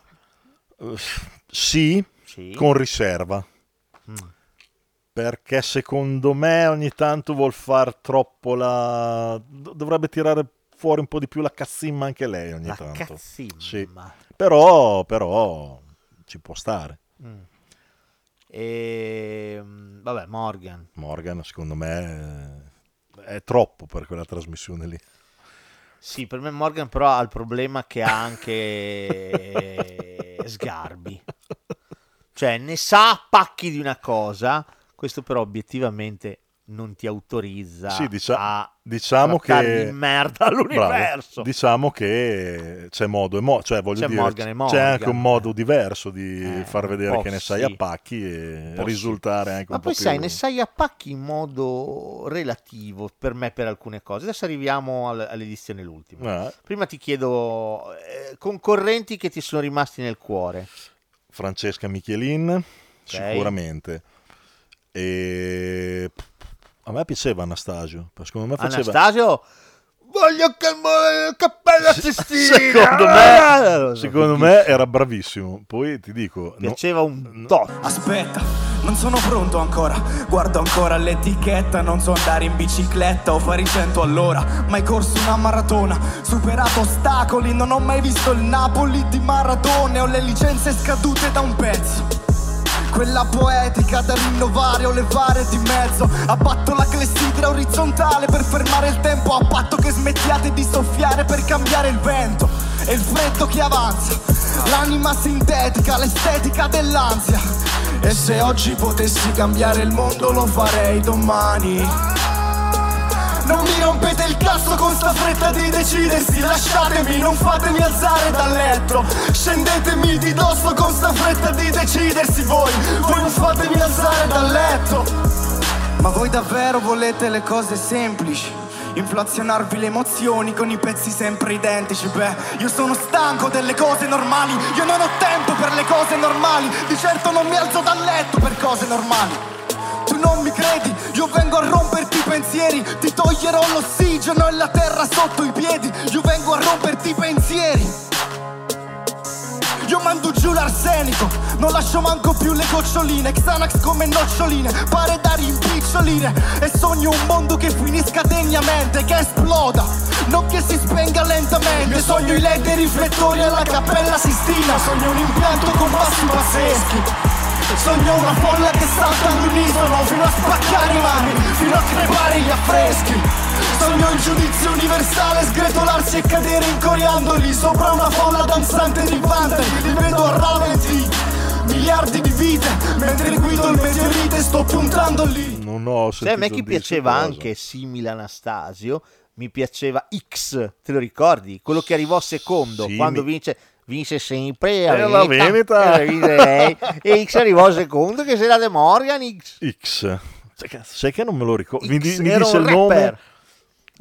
Sì,
Sì.
con riserva.
Mm,
Perché secondo me ogni tanto vuol far troppo la... do- dovrebbe tirare fuori un po' di più la cazzimma anche lei ogni
La
tanto.
cazzimma.
Sì. Però, però ci può stare.
Mm. E, mm, vabbè, Morgan.
Morgan secondo me eh, è troppo per quella trasmissione lì.
Sì, per me Morgan però ha il problema che ha anche sgarbi. Cioè, ne sa pacchi di una cosa, questo però obiettivamente non ti autorizza
Sì, dicia-
a
diciamo
trattare
che
di merda all'universo.
Bravo. Diciamo che c'è modo e modo, cioè voglio
C'è
dire,
Morgan e Morgan. Eh,
c'è anche un modo diverso di far vedere
po'
che ne sai
sì.
a pacchi e
Un po' sì.
risultare anche
Ma
un po'
poi sai,
più-
ne sai a pacchi in modo relativo per me per alcune cose. Adesso arriviamo al- all'edizione l'ultima.
Eh.
Prima ti chiedo eh, concorrenti che ti sono rimasti nel cuore.
Francesca Michelin, sicuramente. E a me piaceva Anastasio, perché secondo me faceva
Anastasio Voglio che muoia il cappello Sistina.
Secondo me, Ah, secondo me era bravissimo. Poi ti dico, no-
Piaceva un tot.
Aspetta, non sono pronto ancora. Guardo ancora l'etichetta. Non so andare in bicicletta o fare i 100 all'ora. Mai corso una maratona, superato ostacoli. Non ho mai visto il Napoli di maratone. Ho le licenze scadute da un pezzo. Quella poetica da rinnovare o levare di mezzo Abbatto la clessidra orizzontale per fermare il tempo A patto che smettiate di soffiare per cambiare il vento E il freddo che avanza L'anima sintetica, l'estetica dell'ansia E se oggi potessi cambiare il mondo lo farei domani non mi rompete il cazzo con sta fretta di decidersi Lasciatemi, non fatemi alzare dal letto Scendetemi di dosso con sta fretta di decidersi Voi, voi non fatemi alzare dal letto Ma voi davvero volete le cose semplici? Inflazionarvi le emozioni con i pezzi sempre identici Beh, io sono stanco delle cose normali Io non ho tempo per le cose normali Di certo non mi alzo dal letto per cose normali tu non mi credi, io vengo a romperti i pensieri, ti toglierò l'ossigeno e la terra sotto i piedi, io vengo a romperti i pensieri. Io mando giù l'arsenico, non lascio manco più le goccioline, Xanax come noccioline, pare da rimpicciolire e sogno un mondo che finisca degnamente, che esploda, non che si spenga lentamente. Io sogno i led e i riflettori alla cappella Sistina, sogno un impianto con passi pazzeschi. Sogno una folla che salta all'unisono fino a spaccare i mani, fino a crepare gli affreschi. Sogno il giudizio universale, sgretolarsi e cadere in coriandoli sopra una folla danzante di vantari. Li vedo a raventi, miliardi di vite, mentre guido il meteorite e sto puntando lì.
non ho
Sai, a
sentito
me chi
dire
piaceva
sta cosa.
anche simile Anastasio, mi piaceva X, te lo ricordi? Quello che arrivò secondo,
Sì,
quando
mi-
vince, vince sempre
Eh, la Veneta.
e la
[LAUGHS]
Veneta, eh. E X arrivò secondo, che se la De Morgan X.
X. Sai che- Sai che non me lo ricordo. Mi, di- mi
Cioè, era
dice
un
il nome.
rapper.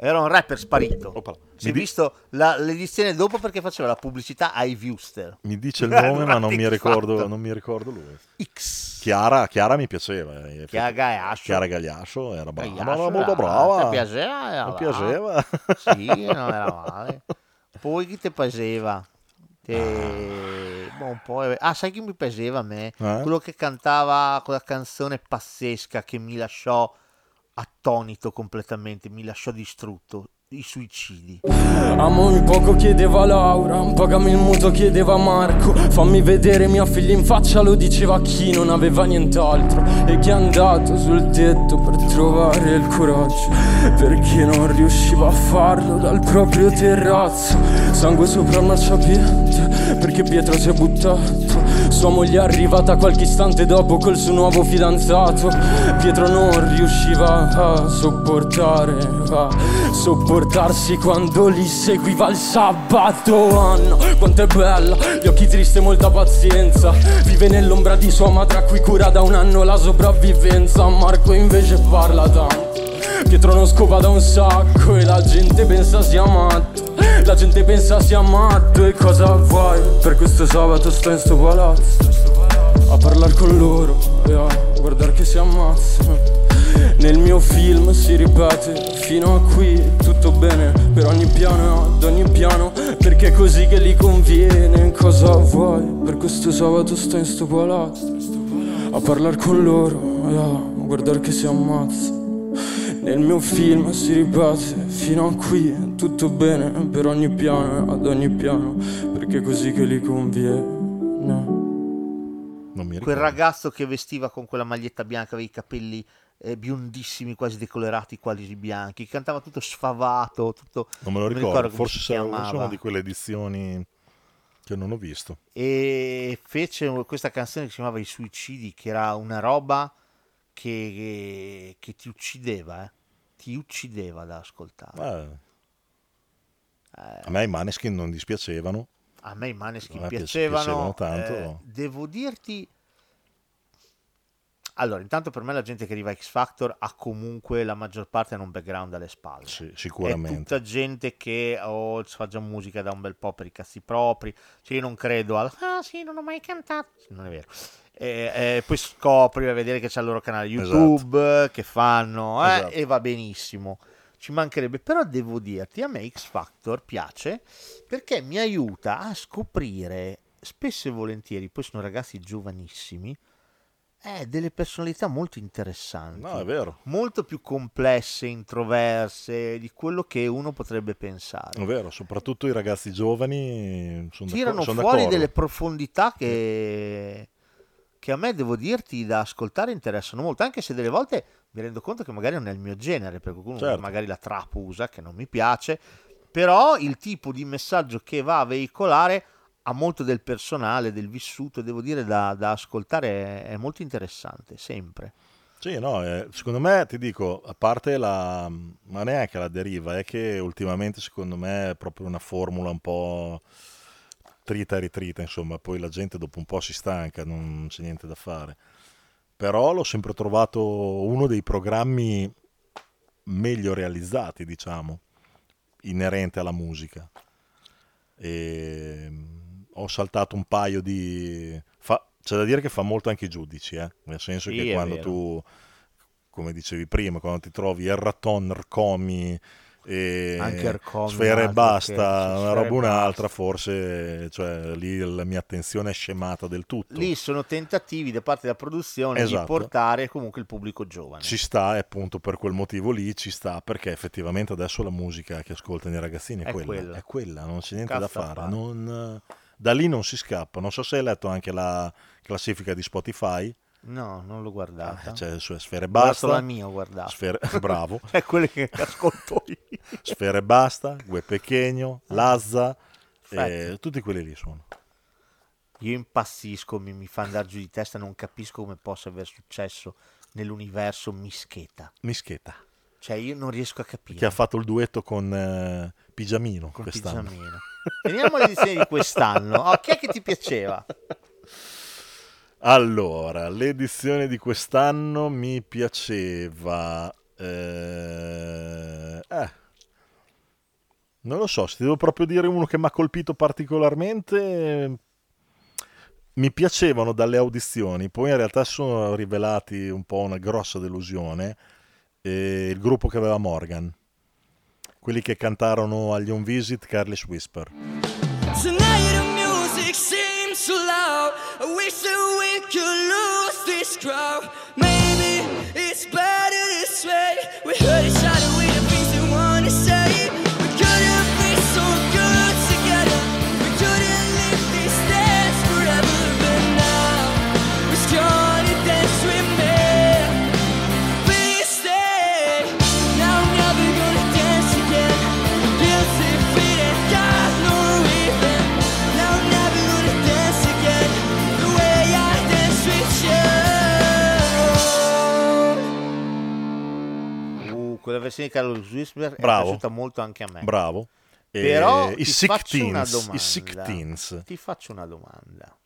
Era un rapper sparito. Si è
Mi di-
visto la- l'edizione dopo perché faceva la pubblicità ai viewster.
Mi dice il
Eh, [LAUGHS]
nome, ma non
infatti,
mi ricordo,
fatto.
non mi ricordo lui. X. Chiara, Chiara mi piaceva. eh,
Chiara Gagliascio.
Chiara Gagliascio era brava.
Gagliascio
ma era molto
era-
brava.
ti piaceva, era
Mi
là.
piaceva.
[LAUGHS] Sì, non era male. Poi chi te peseva? Te- boh, un po'... è- Ah, sai chi mi peseva a me?
Eh?
Quello che cantava quella canzone pazzesca che mi lasciò attonito completamente, mi lasciò distrutto. I suicidi.
Amore poco chiedeva Laura, pagami il mutuo chiedeva Marco Fammi vedere mia figlia in faccia, lo diceva chi non aveva nient'altro E chi è andato sul tetto per trovare il coraggio Perché non riusciva a farlo dal proprio terrazzo Sangue sopra il marciapiede, perché Pietro si è buttato sua moglie è arrivata qualche istante dopo col suo nuovo fidanzato Pietro non riusciva a sopportare, a sopportarsi quando li seguiva il sabato Anna, quanto è bella, gli occhi tristi e molta pazienza Vive nell'ombra di sua madre a cui cura da un anno la sopravvivenza Marco invece parla tanto Pietro non scopa da un sacco e la gente pensa sia matto La gente pensa sia matto e cosa vuoi? Per questo sabato sto in sto palazzo A parlare con loro e a guardare che si ammazzano Nel mio film si ripete fino a qui tutto bene Per ogni piano e ad ogni piano perché è così che li conviene Cosa vuoi? Per questo sabato sto in sto palazzo A parlare con loro e a guardare che si ammazzano nel mio film si ripete fino a qui tutto bene per ogni piano e ad ogni piano perché è così che li conviene.
Quel ragazzo che vestiva con quella maglietta bianca, aveva i capelli eh, biondissimi, quasi decolorati, quasi bianchi, cantava tutto sfavato, tutto...
Non me lo
mi
ricordo.
come
Forse
si
sarà una-
chiamava.
sono di quelle edizioni che non ho visto.
e fece un- questa canzone che si chiamava I suicidi, che era una roba che, che- che ti uccideva, eh. ti uccideva da ascoltare.
Eh. A me i Maneskin non dispiacevano.
A me i Maneskin
A me piace-
piacevano,
piacevano tanto.
eh, devo dirti, allora, intanto per me la gente che arriva a X Factor ha comunque la maggior parte hanno un background alle spalle.
sicuramente.
È tutta gente che oh, fa già musica da un bel po' per i cazzi propri. Cioè, io non credo al ah sì, non ho mai cantato. Non è vero. E, eh, poi scopri a vedere che c'è il loro canale YouTube, che fanno eh,
Esatto.
e va benissimo. ci mancherebbe, però devo dirti, a me X Factor piace perché mi aiuta a scoprire spesso e volentieri, poi sono ragazzi giovanissimi, eh, delle personalità molto interessanti.
No, è vero.
Molto più complesse, introverse di quello che uno potrebbe pensare.
È vero, soprattutto i ragazzi giovani sono
Tirano
sono
fuori
d'accordo.
delle profondità che, che a me, devo dirti, da ascoltare interessano molto, anche se delle volte mi rendo conto che magari non è il mio genere, perché qualcuno
Certo.
magari la trap usa, che non mi piace, però il tipo di messaggio che va a veicolare ha molto del personale, del vissuto, devo dire, da, da ascoltare è, è molto interessante, sempre.
Sì, no, eh, secondo me ti dico, a parte la... ma neanche la deriva, è che ultimamente secondo me è proprio una formula un po' trita e ritrita, insomma, poi la gente dopo un po' si stanca, non c'è niente da fare. Però l'ho sempre trovato uno dei programmi meglio realizzati, diciamo, inerente alla musica. E mm, ho saltato un paio di... fa- C'è da dire che fa molto anche i giudici, eh? nel senso
Sì,
che
è
quando
vero.
tu, come dicevi prima, quando ti trovi il raton, Ercomi, e
Anche Ercomi,
Eh, Sfera e
altro
basta,
che-
una
Sfera e
roba o un'altra, forse cioè, lì la mia attenzione è scemata del tutto.
Lì sono tentativi da parte della produzione
Esatto.
di portare comunque il pubblico giovane.
Ci sta, e appunto per quel motivo lì ci sta, perché effettivamente adesso la musica che ascoltano i ragazzini è,
È
quella,
quella.
è quella, non c'è niente
Cazzo
da
da
fare.
fare.
non- da lì non si scappa. Non so se hai letto anche la classifica di Spotify.
No, non l'ho guardata.
Eh, Cioè, su Sfere
Guardo
Basta.
Ah. la mia, ho guardato.
Sfere- [LAUGHS]
[LAUGHS]
bravo.
è quello che ascolto io.
Sfere Basta, Gue Pechegno, Lazza,
Perfetto.
eh, tutti quelli lì sono.
Io impazzisco, mi, mi fa andare giù di testa, non capisco come possa aver successo nell'universo Mischeta.
Mischeta.
Cioè io non riesco a capire.
Che ha fatto il duetto con eh, Pigiamino quest'anno.
Pigiamino. Veniamo alle edizioni di quest'anno.
[LAUGHS]
Oh, chi è che ti piaceva?
Allora, l'edizione di quest'anno mi piaceva. eh, eh. Non lo so, se ti devo proprio dire uno che mi ha colpito particolarmente. Mi piacevano dalle audizioni, poi in realtà si sono rivelati un po' una grossa delusione. eh, il gruppo che aveva Morgan, quelli che cantarono agli On Visit Careless Whisper.
Tonight the music seems so loud. I wish that we could lose this crowd. Maybe it's better this way. We hurt each other with the things we wanna say. We could have been so good together. We couldn't live this dance forever, but now we're gonna dance with me. Please stay. Now I'm never gonna dance again. Guilty feet and got no reason. Now I'm never gonna dance again. The way I danced with you.
Uh, quella versione di Carlo Whisper è
Bravo.
piaciuta molto anche a me.
Bravo. Eh,
Però
i
ti
Sick
faccio una
Teens,
domanda.
i Sick Teens.
Ti faccio una domanda.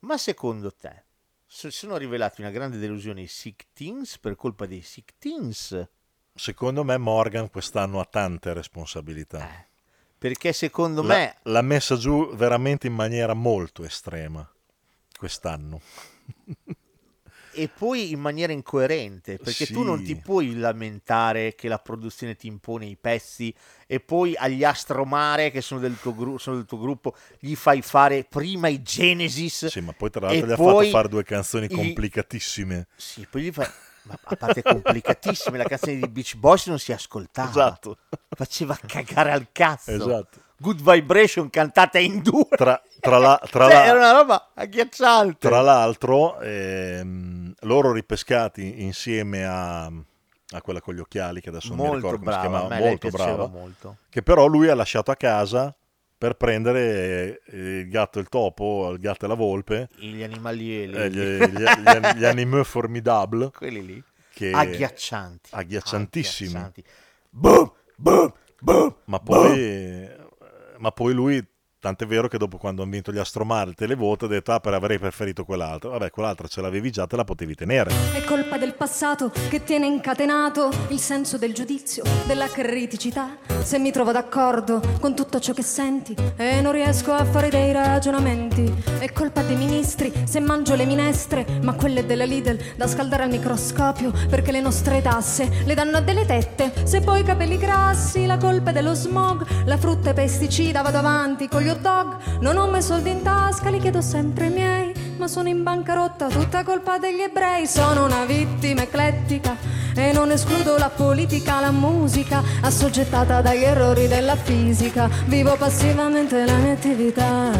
Ma secondo te si sono rivelati una grande delusione i Sick Teens per colpa dei Sick Teens?
Secondo me Morgan quest'anno ha tante responsabilità.
Perché secondo
La-
me
l'ha messa giù veramente in maniera molto estrema quest'anno.
e poi in maniera incoerente, perché tu
Sì.
non ti puoi lamentare che la produzione ti impone i pezzi e poi agli Astromare, che sono del tuo, gru- sono del tuo gruppo, gli fai fare prima i Genesis.
Sì, ma poi tra
e
l'altro gli ha fatto
poi
fare due canzoni
i-
complicatissime.
Sì, poi gli fa... Ma a parte complicatissime, la canzone di Beach Boys non si ascoltava.
Esatto.
Faceva cagare al cazzo.
Esatto.
Good Vibration cantata in due.
Tra, tra
[LAUGHS]
la- tra
Cioè,
la-
era una roba agghiacciante.
Tra l'altro, ehm, loro ripescati insieme a, a quella con gli occhiali, che adesso non mi
Molto
ricordo come
brava,
si
a
chiamava,
me lei
molto
piaceva
brava,
molto.
che però lui ha lasciato a casa per prendere eh, il gatto e il topo, il gatto e la volpe,
Gli animalieri.
eh, gli, gli, gli- gli
[LAUGHS]
animaux formidable,
Quelli lì.
che-
Agghiaccianti.
agghiacciantissimi.
Agghiaccianti. Boom, boom, boom.
eh, Ma poi, ma poi lui Tant'è vero che dopo quando hanno vinto gli Astromar il televoto ha detto ah però avrei preferito quell'altro. Vabbè quell'altra ce l'avevi già, te la potevi tenere.
È colpa del passato che tiene incatenato il senso del giudizio, della criticità. Se mi trovo d'accordo con tutto ciò che senti e non riesco a fare dei ragionamenti. È colpa dei ministri se mangio le minestre, ma quelle della Lidl da scaldare al microscopio perché le nostre tasse le danno a delle tette. Se poi i capelli grassi, la colpa è dello smog, la frutta è pesticida, vado avanti con gli hot dog. Non ho mai soldi in tasca, li chiedo sempre ai miei ma sono in bancarotta, tutta colpa degli ebrei. Sono una vittima eclettica e non escludo la politica, la musica, assoggettata dagli errori della fisica. Vivo passivamente la mia attività.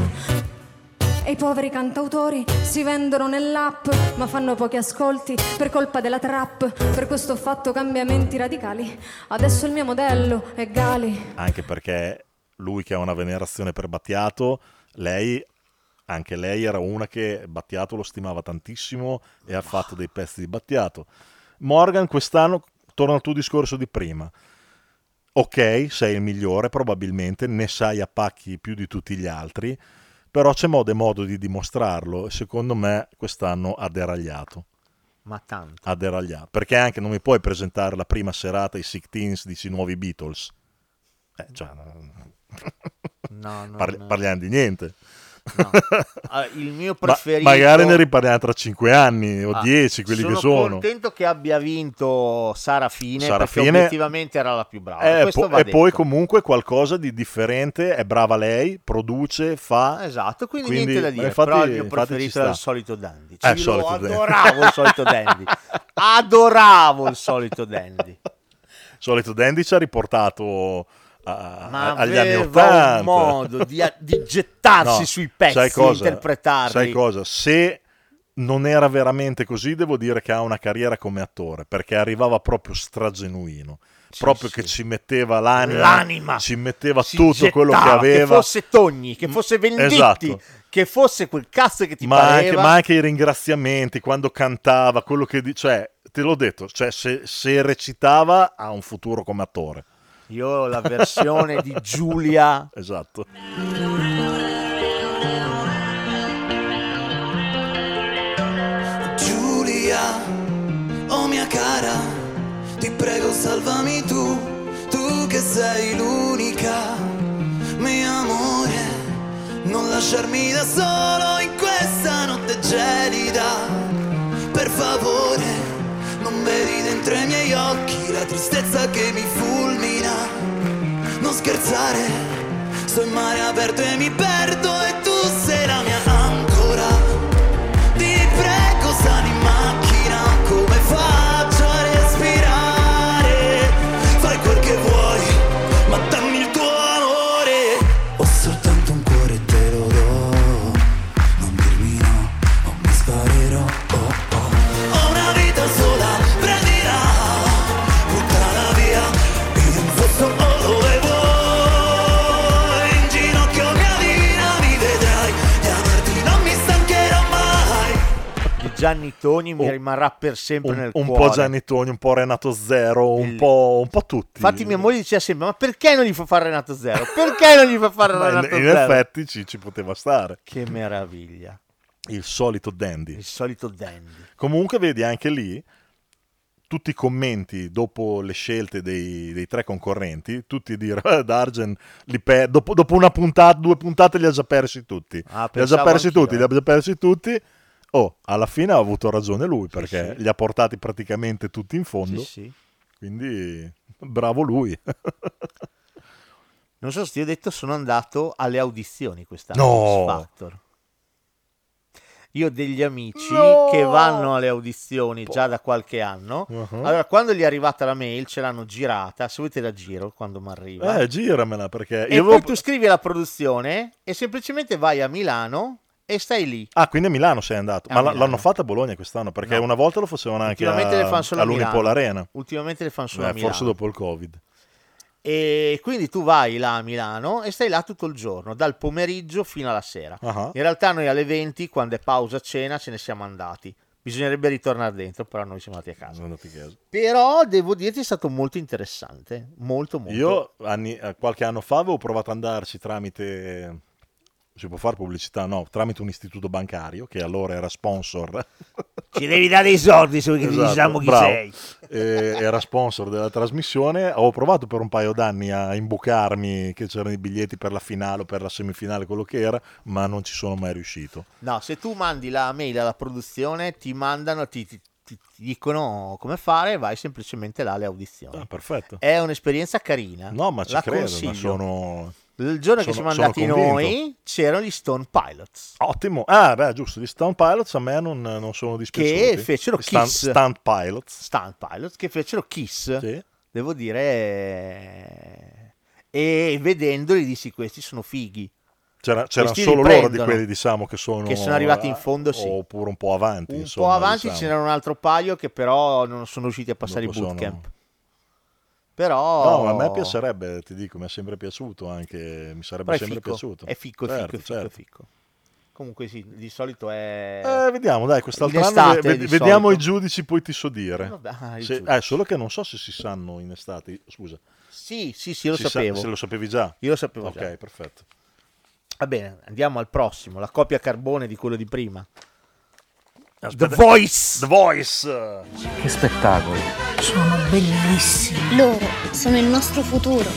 E i poveri cantautori si vendono nell'app, ma fanno pochi ascolti per colpa della trap. Per questo ho fatto cambiamenti radicali. Adesso il mio modello è Gali.
Anche perché lui che ha una venerazione per Battiato, lei, anche lei era una che Battiato lo stimava tantissimo e ha fatto dei pezzi di Battiato. Morgan quest'anno, torna al tuo discorso di prima, ok, sei il migliore probabilmente, ne sai a pacchi più di tutti gli altri, però c'è modo e modo di dimostrarlo e secondo me quest'anno ha deragliato
Ma tanto.
a deragliare. Perché anche non mi puoi presentare la prima serata i Sick Teens, dici nuovi Beatles. Eh, cioè,
No, no,
parli-
no.
parliamo di niente. [LAUGHS]
No. Ah, il mio
Ma-
preferito-
magari ne riparliamo tra 5 anni o
Ah,
10, quelli che
Sono
sono.
contento che abbia vinto Sara Fine,
Sara
perché
Fine-
obiettivamente era la più brava.
Eh,
Questo
po-
va
e
detto.
poi comunque qualcosa di differente, è brava lei, produce, fa...
Esatto, quindi, niente da dire,
infatti-
però il mio
infatti ci
preferito
sta.
era il solito Dandy.
Eh,
Cioè, io
solito
lo
Dandy.
adoravo il solito
[LAUGHS]
Dandy. Adoravo il solito Dandy.
Solito Dandy ci ha riportato a-
Ma
a- agli anni
aveva un
80.
modo di- di gettarsi sui pezzi,
sai cosa?
interpretarli.
Sai cosa? Se non era veramente così, devo dire che ha una carriera come attore, perché arrivava proprio stragenuino. proprio che ci metteva l'anima,
L'anima!
ci metteva
Si
tutto quello che
gettava,
aveva. Mm,
fosse Togni, che fosse Venditti,
esatto.
che fosse quel cazzo che ti
ma, anche,
pareva.
ma anche i ringraziamenti quando cantava, quello che di- cioè, te l'ho detto, cioè, se, se recitava ha un futuro come attore.
Io ho la versione di
[LAUGHS]
Giulia.
Esatto.
Giulia, oh mia cara, ti prego salvami tu, tu che sei l'unica, mio amore, non lasciarmi da solo in questa notte gelida, per favore, non vedi dentro i miei occhi la tristezza che mi fulmina, non scherzare, sto in mare aperto e mi perdo e tu sei la mia ancora. Ti prego sali in macchina come faccio a respirare Fai quel che vuoi ma dammi il tuo amore Ho soltanto un cuore e te lo do Non dirmi no o mi sparerò oh, oh. Ho una vita sola, prendila Buttala via in un fosso o dove vuoi In ginocchio cadina mi vedrai E amarti non mi stancherò mai
Di Gianni Togni mi rimarrà per sempre nel
Oh, Un
cuore.
po' Gianni Togni, un po' Renato Zero, un po', un po' tutti.
Infatti mia moglie diceva sempre, ma perché non gli fa fare Renato Zero? Perché non gli fa fare
Ma in-
Renato
in
Zero?
effetti ci, ci poteva stare.
Che meraviglia.
Il solito dandy. Il
solito dandy.
Comunque vedi anche lì tutti i commenti dopo le scelte dei, dei tre concorrenti, tutti dire [LAUGHS] "Eh, Dargen li pe- dopo, dopo una puntata, due puntate li ha già persi tutti. li ha già
Ah, pensavo
persi
anch'io, eh.
tutti, li ha già persi tutti. Oh, alla fine ha avuto ragione lui perché
sì.
li ha portati praticamente tutti in fondo.
Sì, sì.
Quindi bravo lui.
Non so se ti ho detto, sono andato alle audizioni quest'anno.
No!
X Factor. Io ho degli amici
No!
che vanno alle audizioni già da qualche anno.
Uh-huh.
Allora, quando gli è arrivata la mail, ce l'hanno girata. Se vuoi te la giro quando mi arriva.
[LAUGHS] Eh, giramela perché
e
io
poi
avevo-
tu scrivi alla produzione e semplicemente vai a Milano e stai lì.
Ah, quindi a Milano sei andato.
A
Ma la-
Milano.
l'hanno fatta a Bologna quest'anno perché una volta lo facevano anche a,
Ultimamente le fanno solo a
all'Unipol
Milano.
Arena.
Ultimamente le fanno solo a
Eh, Forse
Milano.
dopo il Covid.
E quindi tu vai là a Milano e stai là tutto il giorno, dal pomeriggio fino alla sera.
Ah.
In realtà noi alle 20, quando è pausa cena, ce ne siamo andati. Bisognerebbe ritornare dentro, però noi siamo andati a casa. Però devo dirti è stato molto interessante, molto molto.
Io anni- eh, qualche anno fa avevo provato ad andarci tramite si può fare pubblicità? No, tramite un istituto bancario che allora era sponsor.
Ci devi dare i soldi se che ti
Esatto,
diciamo chi
bravo.
sei.
Eh, era sponsor della trasmissione. Ho provato per un paio d'anni a imbucarmi che c'erano i biglietti per la finale o per la semifinale, quello che era, ma non ci sono mai riuscito.
No, se tu mandi la mail alla produzione, ti mandano, ti, ti- ti- ti dicono come fare, vai semplicemente là alle audizioni.
Ah, perfetto.
È un'esperienza carina. No,
Ma ci
la
credo,
consiglio.
ma sono.
Il giorno che siamo andati noi c'erano gli Stone Pilots.
Ottimo. Ah, beh, giusto, gli Stunt Pilots a me non, non sono dispiaciuti.
che fecero
Stunt-
Kiss.
Stunt Pilots.
Stunt Pilots che fecero Kiss. Devo dire... eh, E vedendoli dissi questi sono fighi.
C'era, c'erano
Questi
solo loro di
riprendono.
quelli, diciamo, che sono,
Che sono arrivati in fondo, sì.
Oppure un po' avanti.
Un
insomma,
po' avanti
diciamo.
c'era un altro paio che però non sono riusciti a passare il
Dopo sono-
bootcamp. Però...
No, a me piacerebbe, ti dico, mi è sempre piaciuto anche, mi sarebbe
Però è
sempre
fico,
piaciuto.
è fico, è
Certo,
fico, è fico, è
certo.
fico. Comunque sì, di solito è...
Eh, vediamo, dai, quest'altro
In
anno
estate,
ve-
di
vediamo
solito.
i giudici, poi ti so dire.
Vabbè, i
Se-
giudici.
eh, solo che non so se si sanno in estate, scusa.
Sì, sì, sì, lo
Si sa-
sapevo.
se lo sapevi già?
Io lo sapevo già.
Ok, perfetto.
Va bene, andiamo al prossimo, la copia carbone di quello di prima.
Aspetta.
The Voice!
The Voice!
Che spettacolo!
Sono bellissimi. Loro sono il nostro futuro.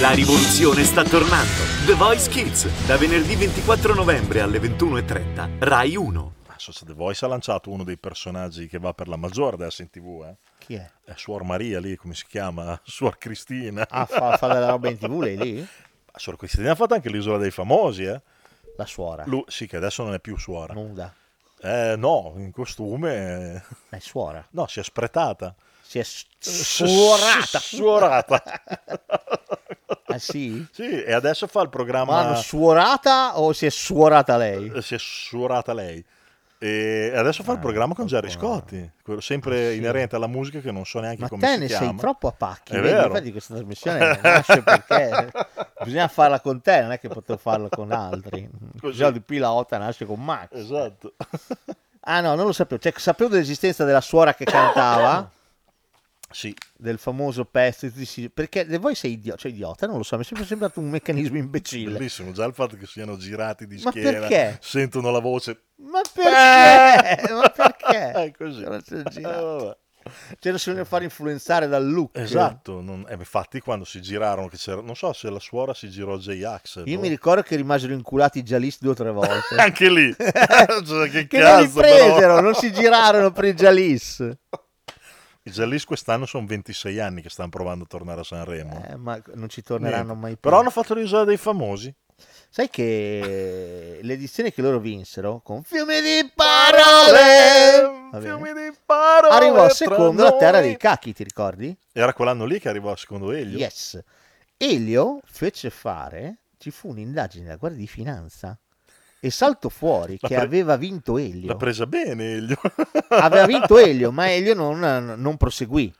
La rivoluzione sta tornando. The Voice Kids, da venerdì 24 novembre alle 21.30, Rai 1.
Adesso Ah, The Voice ha lanciato uno dei personaggi che va per la maggiore adesso in tv. Eh.
Chi è?
È Suor Maria lì, come si chiama? [LAUGHS] Suor Cristina.
Ah, fa- fa della roba in tv lei lì?
Suor Cristina ha fatto anche l'isola dei famosi. Eh.
La suora.
Lu- sì, che adesso non è più suora.
Nuda.
Eh, no, in costume.
È suora.
No, si è spretata.
Si è
suorata. Suorata.
[LAUGHS] Ah sì?
Sì, e adesso fa il programma.
Ma hanno suorata o si è suorata lei?
Eh,
Eh,
si è suorata lei. E adesso fa il programma con Jerry Scotti, quello sempre inerente alla musica che non so neanche
Ma
come
te
si
ne
chiama.
sei troppo a pacchi.
È
vedi?
vero.
Infatti questa trasmissione
[LAUGHS]
nasce perché bisogna farla con te, non è che potevo farla con altri.
Così.
Così. di pilota nasce con Max.
Esatto.
[LAUGHS] Ah no, non lo sapevo. Cioè, sapevo dell'esistenza della suora che cantava.
[COUGHS] Sì.
Del famoso pezzo. di sì- Perché voi sei idiota, cioè idiota, non lo so, mi è sempre sembrato un meccanismo imbecille.
Bellissimo, già il fatto che siano girati di
Ma
schiena,
perché?
sentono la voce.
Ma perché?
Eh!
Ma perché?
[LAUGHS] È così. Eh,
Cioè, non si vogliono far influenzare dal look.
Esatto, non- eh, infatti quando si girarono, che c'era, non so se la suora si girò a J-Ax.
Io
no?
mi ricordo che rimasero inculati già lì due o tre volte.
Oh. [LAUGHS] Anche
[LAUGHS]
lì. Cioè, che
che non li
cazzo, però.
presero, non si girarono per i Jalis.
I Jalis quest'anno sono 26 anni che stanno provando a tornare a Sanremo.
Eh, ma non ci torneranno
Niente.
mai più.
Però hanno fatto l'isola dei famosi.
Sai che l'edizione che loro vinsero con Fiume di
parole,
Va bene.
di parole.
arrivò
tra
secondo la terra
noi.
dei cacchi, ti ricordi?
Era quell'anno lì che arrivò secondo Elio.
Yes. Elio fece fare, ci fu un'indagine della Guardia di Finanza e salto fuori
La
che
pre-
aveva vinto Elio.
L'ha presa bene Elio. [LAUGHS]
aveva vinto Elio, ma Elio non, non proseguì,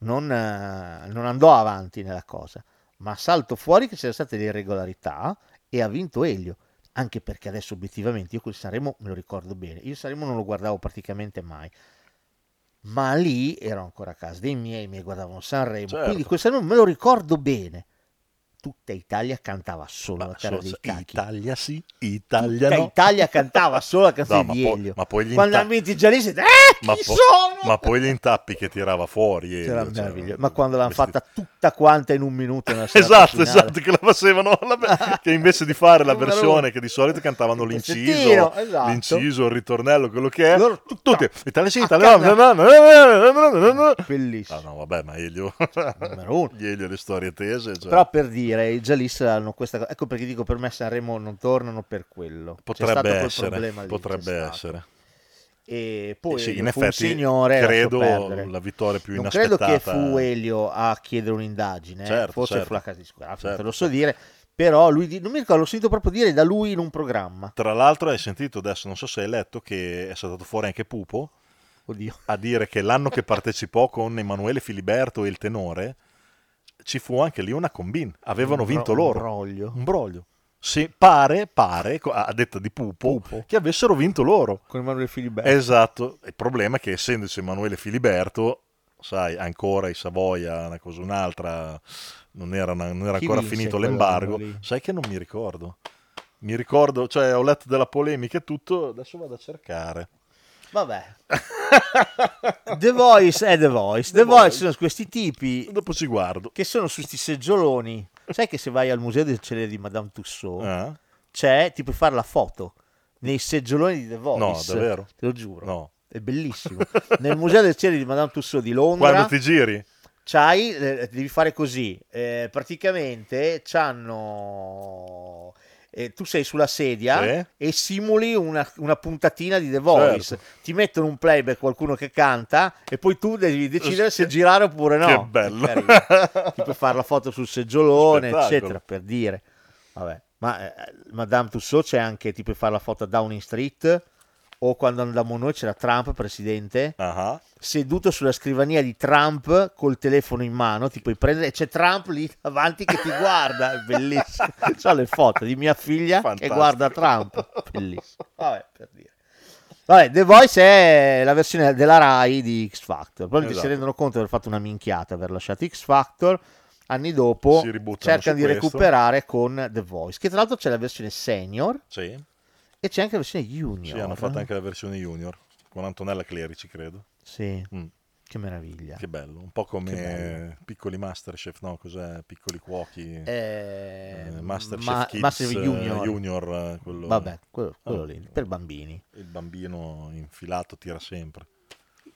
non, eh, non andò avanti nella cosa. Ma salto fuori che c'erano state le irregolarità e ha vinto Elio. Anche perché adesso obiettivamente io quel Sanremo me lo ricordo bene. Io Sanremo non lo guardavo praticamente mai. Ma lì ero ancora a casa dei miei, mi guardavano Sanremo.
Certo.
Quindi quel Sanremo me lo ricordo bene. Tutta Italia cantava solo la terra
so-
dei cacchi.
Italia sì, Italia
Tutta
no.
Italia cantava solo
[LAUGHS]
la canzone
No, ma
di
poi-
Elio.
ma poi gli
Quando
inta-
ha vinto i giallisti, eh,
ma,
chi
po-
sono?
ma poi gli intappi che tirava fuori. Elio,
C'era
cioè,
meraviglioso. Ma quando l'hanno fatta tutta quanta in un minuto nella serata
Esatto,
finale.
esatto, che la [LAUGHS] facevano, la- che invece di fare
[LAUGHS]
la versione che di solito cantavano
pezzettino,
l'inciso,
esatto.
l'inciso, il ritornello, quello che è, tutti, Italia sì, Italia no,
canna-
no, no, no, no, no, no.
Bellissimo.
Ah no, vabbè, ma Elio, [LAUGHS] Gli Elio e le storie tese, cioè,
Però per dire, i Jalis hanno questa cosa. Ecco perché dico per me Sanremo non tornano per quello. C'è stato
potrebbe
quel
essere,
problema lì, c'è
potrebbe
stato.
essere. Eh
E poi
Sì,
Elio
in
fu un
effetti
signore, lascio
credo
perdere.
la vittoria più
non credo
inaspettata.
che fu Elio a chiedere un'indagine, eh.
Certo,
forse
certo.
fu la casa discografica,
Certo,
te lo so dire, però lui di- non mi ricordo, l'ho sentito proprio dire da lui in un programma.
Tra l'altro hai sentito adesso, non so se hai letto, che è saltato fuori anche Pupo a dire che l'anno che partecipò con Emanuele Filiberto e il tenore ci fu anche lì una combin, avevano
Un bro-
vinto
un
loro.
broglio.
Un broglio. Sì, pare, pare, co- a detta di Pupo, che avessero vinto loro.
Con Emanuele Filiberto.
Esatto, il problema è che essendoci Emanuele Filiberto, sai, ancora i Savoia, una cosa o un'altra, non era, una- non era
Chi
ancora
vinse
finito
quell'anno
l'embargo.
lì?
Sai che non mi ricordo. Mi ricordo, cioè ho letto della polemica e tutto, adesso vado a cercare.
Vabbè. [LAUGHS] The Voice è The Voice. The, Voice. sono questi tipi.
Dopo ci guardo.
Che sono su questi seggioloni. Sai che se vai al museo del celere di Madame Tussaud
Eh?
c'è, ti puoi fare la foto nei seggioloni di The Voice.
No, davvero?
Te lo giuro.
No.
È bellissimo. Nel museo del celere di Madame Tussaud di
[LAUGHS]
Londra.
Quando ti giri?
C'hai, eh, devi fare così. Eh, praticamente c'hanno. eh, tu sei sulla sedia
Sì.
e simuli una, una puntatina di The Voice.
Certo.
Ti mettono un playback, qualcuno che canta, e poi tu devi decidere se girare oppure no.
Che bello. [LAUGHS]
È carino. ti puoi fare la foto sul seggiolone,
Spettacolo.
eccetera, per dire. Vabbè. Ma eh, Madame Tussaud c'è anche, ti puoi fare la foto a Downing Street o quando andammo noi c'era Trump presidente seduto sulla scrivania di Trump col telefono in mano ti puoi prendere e c'è Trump lì davanti che ti guarda è
[LAUGHS]
bellissimo c'ho le foto di mia figlia
Fantastico.
che guarda
[LAUGHS]
Trump bellissimo vabbè per dire Vabbè, The Voice è la versione della Rai di X Factor. Probabilmente si
Esatto.
rendono conto di aver fatto una minchiata, aver lasciato X Factor. Anni dopo
Si ributtano
cercano
su
di
questo.
recuperare con The Voice, che tra l'altro c'è la versione senior
Sì.
e c'è anche la versione junior.
Sì, hanno fatto anche la versione junior con Antonella Clerici, credo.
Sì.
Mm.
Che meraviglia.
Che bello, un po'
Che bello.
come piccoli Masterchef, no? Cos'è? Piccoli cuochi.
Eh,
eh, Masterchef
ma-
Kids
Masterchef
eh,
Junior.
Junior, eh, quello...
Vabbè, quello- quello
Ah.
lì, per bambini.
Il bambino infilato tira sempre.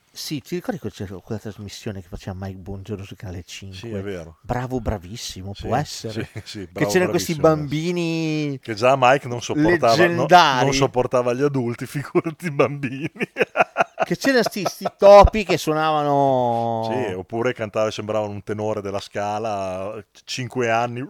Sì, ti ricordi che c'era quella trasmissione che faceva Mike Bongiorno su Canale 5?
Sì, è vero.
Bravo, bravissimo,
Sì,
può essere.
sì, sì,
che
bravo,
c'erano questi
bravissimo.
bambini...
Che già Mike non sopportava, no-
Leggendari.
non sopportava gli adulti, [LAUGHS] figurati i bambini.
Che c'erano sti, sti topi che suonavano...
Sì, oppure cantava, sembrava un tenore della scala, 5 anni.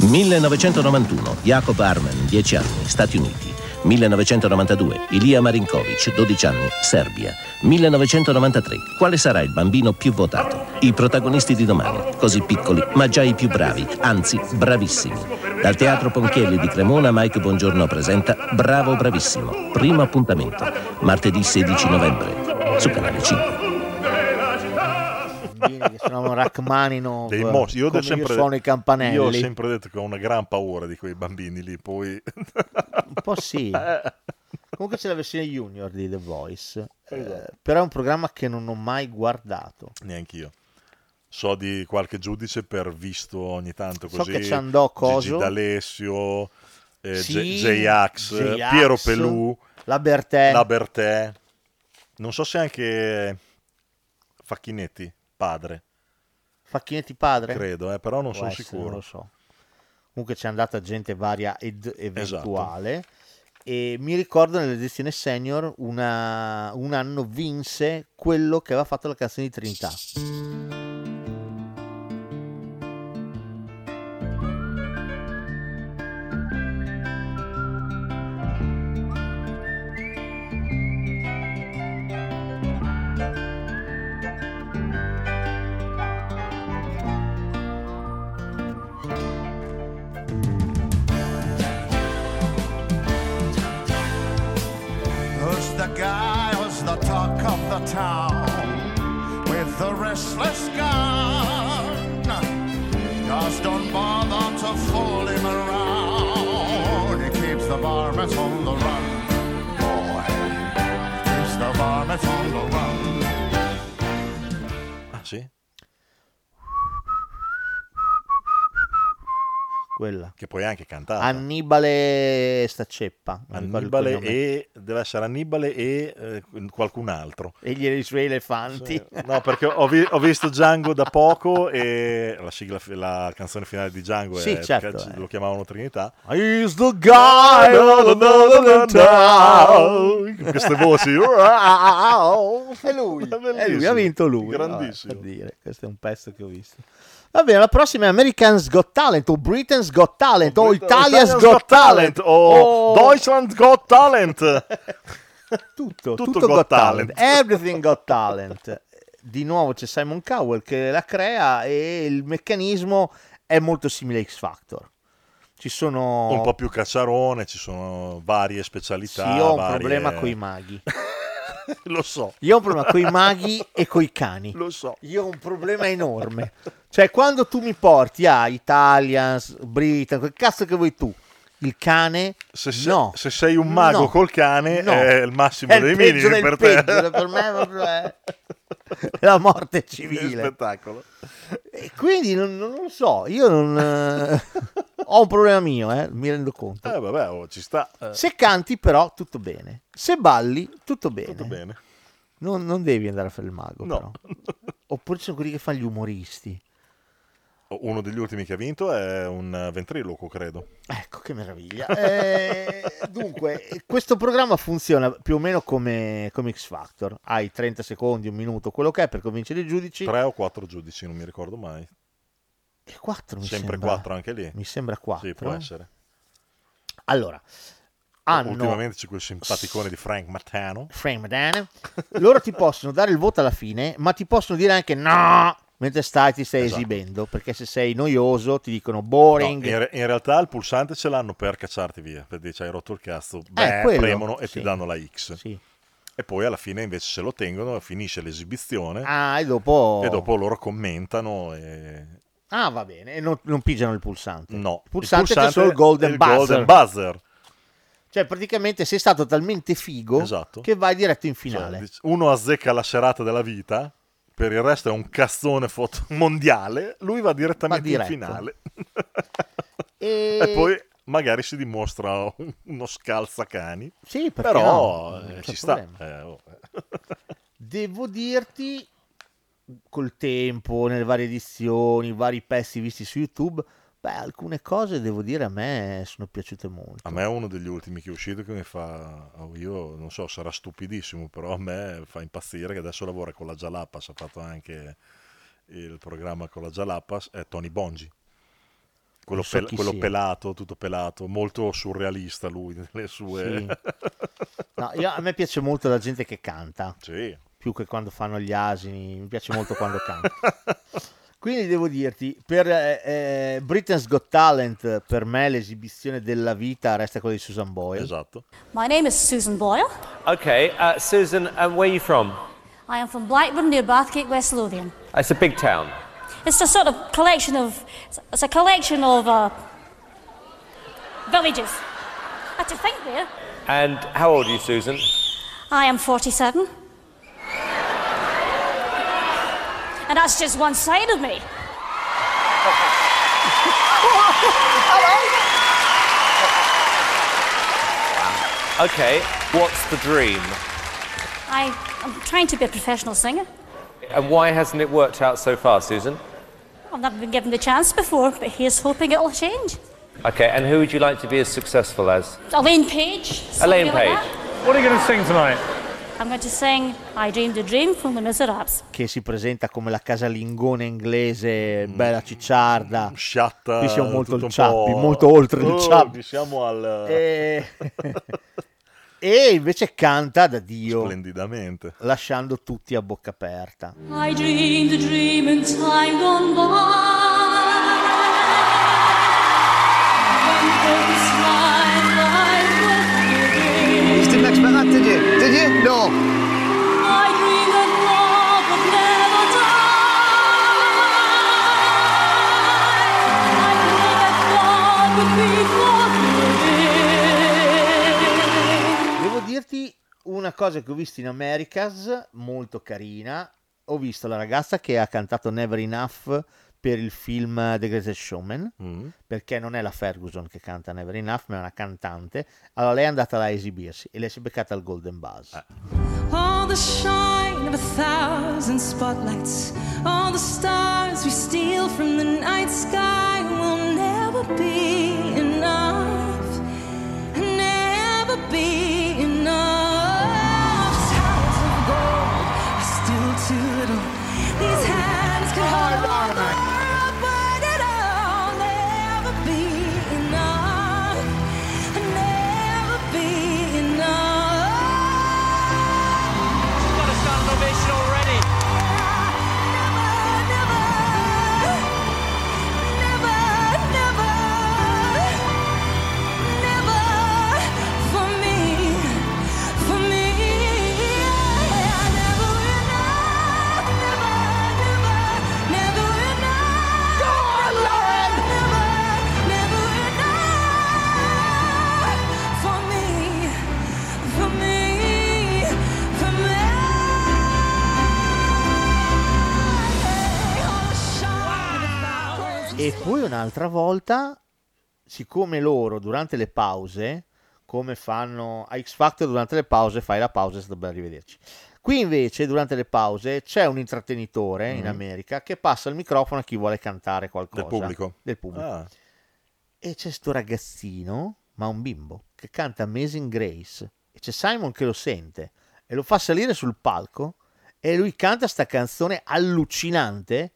1991, Jacob Arman, 10 anni, Stati Uniti. 1992, Ilija Marinkovic, 12 anni, Serbia. 1993, quale sarà il bambino più votato? I protagonisti di domani, così piccoli, ma già i più bravi, anzi bravissimi. Dal Teatro Ponchielli di Cremona, Mike Bongiorno presenta Bravo Bravissimo, primo appuntamento, martedì 16 novembre, su Canale 5.
Bambini che suonavano Rachmaninov.
Dei mostri. Io, ho
come
sempre-
suono i campanelli.
io ho sempre detto che ho una gran paura di quei bambini lì, poi...
Un po'
[LAUGHS]
sì. Eh. Comunque c'è la versione junior di The Voice. eh,
Esatto.
però è un programma che non ho mai guardato.
Neanch'io. So di qualche giudice per visto ogni tanto
So
così.
che ci andò Coso.
Gigi D'Alessio, eh,
Sì,
J- J-Ax, eh,
J-Ax,
Piero Pelù,
La Bertè.
La Bertè. Non so se anche Facchinetti, padre,
Facchinetti padre?
credo, eh, però non
Può
sono
essere,
sicuro.
Non lo so. Comunque c'è andata gente varia ed eventuale.
Esatto.
E mi ricordo nell'edizione senior una- un anno vinse quello che aveva fatto la canzone di Trinità.
Who's the guy who's the talk of the town with the restless gun? Just don't bother to fool him around. He keeps the varmints on the run, boy. Keeps the varmints on the run.
Ah sì?
Quella.
Che poi è anche cantata.
Annibale sta ceppa. non ricordo
Annibale
il cognome.
e... deve essere Annibale e eh, qualcun altro.
E gli suoi elefanti.
No, perché ho, vi- ho visto Django da poco e la, sigla, la canzone finale di Django
Sì,
è-
certo,
che lo chiamavano Trinità.
He's the guy of the town.
Con Queste voci. uh!
[LAUGHS] È
[LAUGHS]
lui, è lui,
Bellissimo,
ha vinto lui.
grandissimo.
Vabbè, per dire, Eh, questo è un pezzo che ho visto. Va bene, la prossima è Americans Got Talent o Britain's Got Talent o Italia's Got, Talent
o Deutschland Got Talent.
[LAUGHS] tutto,
tutto
tutto,
Got
Got,
Talent.
Talent. Everything Got Talent. Di nuovo c'è Simon Cowell che la crea e il meccanismo è molto simile a X Factor. Ci sono
Un po' più cacciarone, ci sono varie specialità.
Sì, io ho un
varie- [LAUGHS]
problema con i maghi.
Lo so.
Io ho un problema con i maghi e coi cani.
Lo so.
Io ho un problema enorme. Cioè, quando tu mi porti a Italians, Britain, quel cazzo che vuoi tu, il cane,
Se sei,
no.
se sei un mago
No.
col cane
Eh, No.
è il massimo
È il
dei
peggio
minimi per
del
te.
peggio,
[LAUGHS]
per me è proprio, eh, la morte civile.
Che spettacolo.
E quindi non, non lo so, io non... eh, [LAUGHS] ho un problema mio, eh, mi rendo conto.
Eh, vabbè, oh, ci sta. eh.
Se canti però tutto bene, se balli tutto bene. Non, non devi andare a fare il
[LAUGHS]
mago. però. Oppure ci sono quelli che fanno gli umoristi.
Uno degli ultimi che ha vinto è un eh, ventriloquo, credo.
Ecco,
[LAUGHS]
che meraviglia. Eh, dunque, [LAUGHS] questo programma funziona più o meno come, come X Factor. Hai 30 secondi, un minuto, quello che è per convincere i giudici.
Tre o quattro giudici, non mi ricordo mai.
Quattro, mi
Sempre
sembra.
quattro anche lì.
Mi sembra quattro.
Sì, può essere.
Allora, hanno...
Ultimamente c'è quel simpaticone di Frank Martano.
Frame Dan. Loro ti possono dare il voto alla fine, ma ti possono dire anche no mentre stai ti stai esibendo, perché se sei noioso ti dicono boring.
Esatto. No, in, re- in realtà il pulsante ce l'hanno per cacciarti via, per dire ci hai rotto il cazzo, beh,
Eh, quello,
premono e
sì.
ti danno la X. E poi alla fine invece se lo tengono, finisce l'esibizione
Ah, e dopo...
e dopo loro commentano e...
Ah, va bene, e non, non pigiano il pulsante.
No,
il pulsante, c'è solo il golden
è il
buzzer.
golden buzzer.
Cioè, praticamente sei stato talmente figo che vai diretto in finale.
Esatto. Cioè, Uno azzecca la serata della vita, per il resto è un cazzone foto [LAUGHS] mondiale, lui va direttamente
Va diretto.
in finale.
e...
E poi magari si dimostra un- uno scalzacani.
Sì, perché
però
no?
eh,
Non c'è
ci sta.
problema.
Eh, oh.
Devo dirti, col tempo, nelle varie edizioni, vari pezzi visti su YouTube, beh, alcune cose, devo dire, a me sono piaciute molto.
A me è uno degli ultimi che è uscito che mi fa, oh, io non so, sarà stupidissimo, però a me fa impazzire che adesso lavora con la Jalapas, ha fatto anche il programma con la Jalapas, è Tony Bongi. Quello,
Non so
pel-
chi
quello
sia.
pelato, tutto pelato, molto surrealista lui [LAUGHS] nelle sue... [LAUGHS]
No, io- a me piace molto la gente che canta,
Sì.
più che quando fanno gli asini, mi piace molto
[LAUGHS]
quando canta. Quindi devo dirti, per eh, eh, Britain's Got Talent, per me l'esibizione della vita resta quella di Susan Boyle.
Esatto.
My name is Susan Boyle.
Okay, uh, Susan, um, where are you from?
I am from Blackburn near Bathgate, West Lothian.
It's a big town.
It's a sort of collection of it's- it's a collection of uh, villages. I had to think there.
And how old are you, Susan?
I am 47. And that's just one side of me.
Okay, what's the dream?
I, I'm trying to be a professional singer.
And why hasn't it worked out so far, Susan?
I've never been given the chance before, but here's hoping it'll change.
Okay, and who would you like to be as successful as?
Elaine Page. somebody
Elaine
like
Page.
that.
What are you going to sing tonight?
I'm going to sing I Dreamed a Dream from the Miserables.
Che si presenta come la casalingona inglese, bella cicciarda. Qui siamo
Mm.
molto
Ah, tutto
il
un
ciappi,
po'-
molto oltre
Oh,
il Eh. ciappi.
Siamo al... [LAUGHS]
[LAUGHS] E invece canta da Dio.
Splendidamente.
Lasciando tutti a bocca aperta.
I dreamed a dream in time gone by.
Just didn't expect that, did you? Did you? No.
Devo dirti una cosa che ho visto in Americas, molto carina. Ho visto la ragazza che ha cantato Never Enough per il film The Greatest Showman, perché non è la Ferguson che canta Never Enough, ma è una cantante. Allora lei è andata là a esibirsi e lei si è beccata al Golden Buzz.
All the shine of a thousand spotlights, all the stars we steal from the night sky will never be enough. Never be enough. Towers of gold are still too little. These hands can hold all the world, but it'll never be enough. Never be enough.
got to start an ovation already.
Never, never,
poi un'altra volta, siccome loro durante le pause, come fanno a X Factor durante le pause, fai la pausa e sta bene, arrivederci. Qui invece durante le pause c'è un intrattenitore in
Mhm.
America che passa il microfono a chi vuole cantare qualcosa.
pubblico?
Del pubblico.
Ah.
E c'è sto ragazzino, ma un bimbo, che canta Amazing Grace. E c'è Simon che lo sente e lo fa salire sul palco e lui canta sta canzone allucinante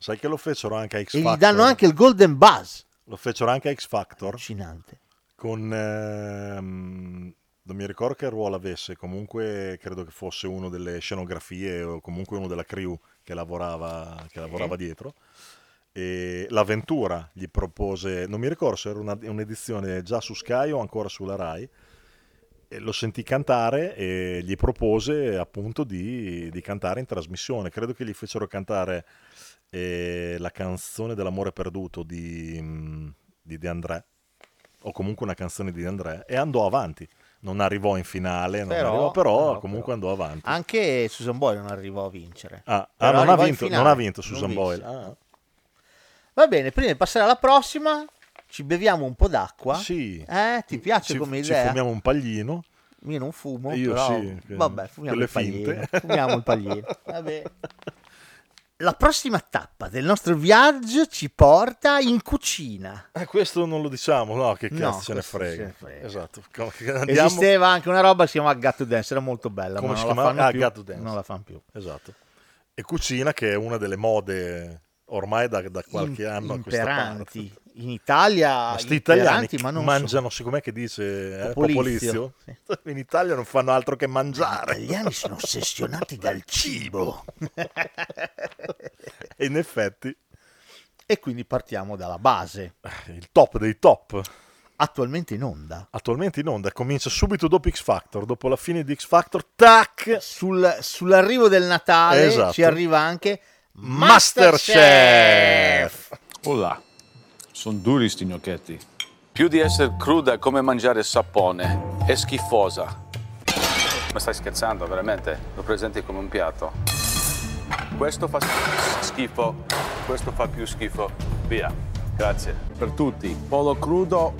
Sai che lo fecero anche a X
e
Factor?
gli danno anche il Golden Buzz.
Lo fecero anche a X Factor.
Allucinante.
Con... ehm, non mi ricordo che ruolo avesse, comunque credo che fosse uno delle scenografie o comunque uno della crew che lavorava, che lavorava dietro. E l'avventura gli propose, non mi ricordo se era una- un'edizione già su Sky o ancora sulla Rai, e lo sentì cantare e gli propose appunto di, di cantare in trasmissione. Credo che gli fecero cantare eh, la canzone dell'amore perduto di, mm, di De André, o comunque una canzone di De André, e andò avanti. Non arrivò in finale, non
Però-
arrivò, però
però,
comunque andò avanti.
Anche Susan Boyle non arrivò a vincere.
Ah, ah,
Però
non, ha
arrivò in
vinto,
finale.
non ha vinto
Non
Susan
vinse.
Boyle. Ah.
Va bene, prima di passare alla prossima, ci beviamo un po' d'acqua.
Sì.
Eh, ti piace
Ci-
come
ci
idea?
fumiamo un paglino.
Io non fumo,
Io
però-
sì, che-
vabbè, fumiamo
quelle
il paglino.
finte.
Fumiamo il paglino.
[LAUGHS]
Vabbè. La prossima tappa del nostro viaggio ci porta in cucina.
Eh, questo non lo diciamo, no, che
No,
cazzo ce ne
questo
frega.
ce ne
Esatto. co- che andiamo-
Esisteva anche una roba che si chiamava Gatto Dance, era molto bella,
come
ma
si
non la
chiamava?
fanno
Ah,
più.
Gatto Dance.
Non la fanno più.
Esatto. E cucina che è una delle mode ormai da, da qualche
In-
anno a questa parte.
imperanti. In Italia
Ma sti italiani
imperanti, ma non
mangiano, siccome che dice eh,
Popolizio.
Popolizio, [LAUGHS] in Italia non fanno altro che mangiare. Gli
italiani sono ossessionati
[LAUGHS]
dal cibo.
e in effetti
E quindi partiamo dalla base.
Il top dei top.
Attualmente in onda.
Attualmente in onda, comincia subito dopo X Factor, dopo la fine di X Factor, tac!
Sul, sull'arrivo del Natale
Esatto.
ci arriva anche
Masterchef!
Masterchef.
Oh là, sono duri sti gnocchetti. Più di essere cruda è come mangiare sapone, è schifosa. Ma stai scherzando, veramente? Lo presenti come un piatto. Questo fa schifo, questo fa più schifo. Via, grazie. Per tutti, polo crudo,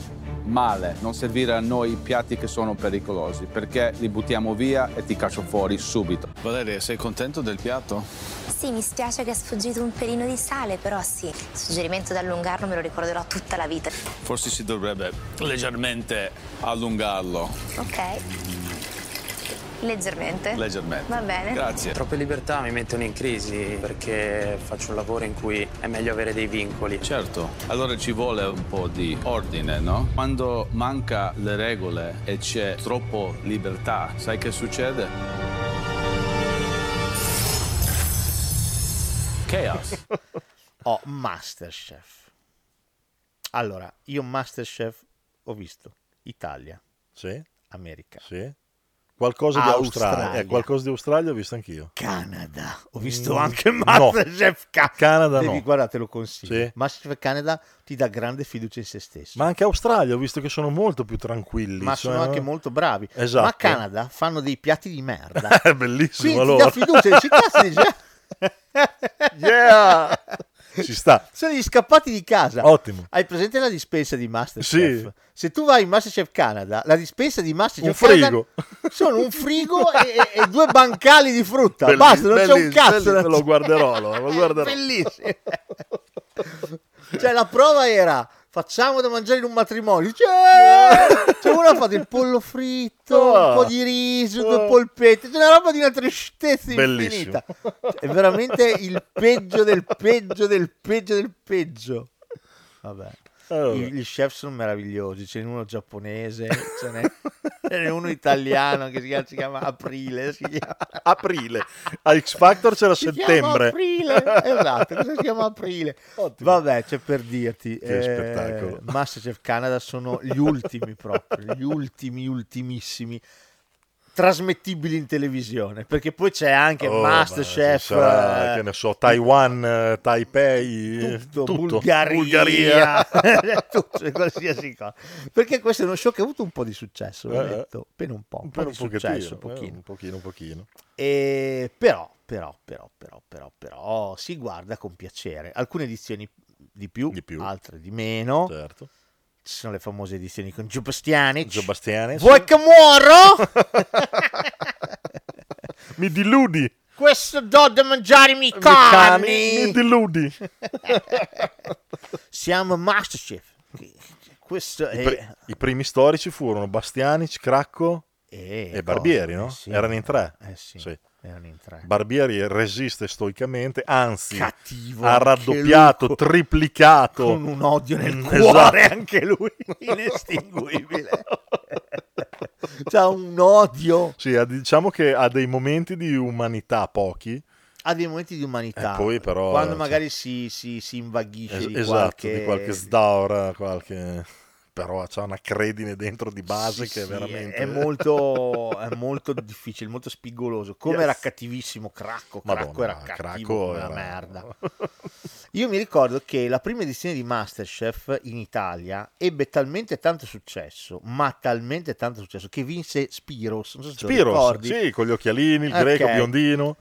male. Non servire a noi piatti che sono pericolosi, perché li buttiamo via e ti caccio fuori subito. Valeria, sei contento del piatto?
Sì, mi spiace che è sfuggito un pelino di sale, però sì, suggerimento di allungarlo me lo ricorderò tutta la vita.
Forse si dovrebbe leggermente allungarlo.
Ok. Leggermente.
Leggermente.
Va bene.
Grazie.
Troppe libertà mi mettono in crisi perché faccio un lavoro in cui è meglio avere dei vincoli.
Certo, allora ci vuole un po' di ordine, no? Quando manca le regole e c'è troppo libertà, sai che succede? Chaos.
[LAUGHS] Oh, Masterchef. Allora, io Masterchef ho visto Italia,
Sì.
America,
Sì. Qualcosa di Australia.
Australia.
Eh, qualcosa di Australia ho visto anch'io.
Canada. Ho visto
Mm,
anche
no.
Masterchef Ca-
Canada
Devi-
no.
Guarda, te lo consiglio.
Sì.
Masterchef Canada ti dà grande fiducia in se stesso.
Ma anche Australia ho visto che sono molto più tranquilli.
ma sono
cioè-
anche molto bravi.
Esatto.
Ma a Canada fanno dei piatti di merda.
[LAUGHS] È bellissimo
Quindi
allora.
ti dà fiducia, dici, "Cazzo, dici, eh".
[LAUGHS] Yeah! Ci sta.
Sono gli scappati di casa.
Ottimo.
Hai presente la dispensa di Masterchef?
Sì.
Se tu vai in Masterchef Canada, la dispensa di Masterchef
Un frigo.
Canada
[LAUGHS]
sono un frigo e, e- e due bancali di frutta.
Belli-
Basta, non c'è un
bellissimo,
cazzo.
bellissimo,
da-
Lo guarderò,
[LAUGHS]
allora, lo guarderò.
Bellissimo. Cioè, la prova era facciamo da mangiare in un
[LAUGHS]
matrimonio. Cioè, cioè, uno ha fatto il pollo fritto,
Ah.
un po' di riso, due polpette, c'è una roba di una tristezza
Bellissimo.
infinita. Cioè, è veramente il peggio del peggio del peggio del peggio. Vabbè.
Allora.
I- Gli chef sono meravigliosi, ce n'è uno giapponese, ce n'è, ce n'è uno italiano che si chiama, si chiama Aprile. Si chiama.
[LAUGHS] Aprile. A X Factor c'era
Si chiama
settembre.
aprile, esatto, cosa si chiama aprile? Vabbè, c'è per dirti,
Che
eh,
spettacolo.
Masterchef Canada sono gli ultimi proprio, gli ultimi, ultimissimi trasmettibili in televisione, perché poi c'è anche
Oh, ma ci
Masterchef
sarà,
eh,
che ne so, Taiwan, eh, Taipei, eh,
tutto,
tutto,
Bulgaria,
[LAUGHS]
[LAUGHS] tutto, qualsiasi cosa. Perché questo è uno show che ha avuto un po' di successo, l'ho
Eh,
detto, appena un po', un po'
per
di
un pochettino,
successo,
eh,
pochino.
un pochino, un pochino.
E però, però, però, però, però, però, si guarda con piacere. Alcune edizioni di più, altre di meno.
Certo.
Ci sono le famose edizioni con Gio Bastianic.
Gio Bastianic.
Vuoi che muoro?
Mi diludi.
Questo do da mangiare i miei
cani,
cani.
mi diludi.
[LAUGHS] Siamo Masterchef. Eh. Questo è...
I, pri- i primi storici furono Bastianic, Cracco
e,
e Barbieri,
cosa?
no?
Eh sì.
Erano in tre.
Eh sì,
Sì.
erano in tre.
Barbieri resiste stoicamente, anzi
Cattivo
ha
anche
raddoppiato,
lui, con-
triplicato.
con un odio nel
Mm,
cuore
esatto. [LAUGHS]
anche lui, inestinguibile. [LAUGHS] C'ha un odio.
Sì, ha- diciamo che ha dei momenti di umanità pochi,
Ha dei momenti di umanità.
E Eh, poi però,
Quando
cioè-
magari si, si, si invaghisce
es-
di
esatto,
qualche...
di qualche sdaura, qualche... però c'ha una credine dentro di base
Sì,
che è
sì,
veramente...
È
[LAUGHS]
molto, è molto difficile, molto spigoloso. Come
Yes.
era cattivissimo Cracco. Cracco
Madonna,
era
Cracco
cattivo come la
era-
merda.
[LAUGHS]
Io mi ricordo che la prima edizione di Masterchef in Italia ebbe talmente tanto successo, ma talmente tanto successo, che vinse Spiros. Non so se te lo
Spiros,
ricordi.
sì, con gli occhialini, il
Ok.
greco, biondino.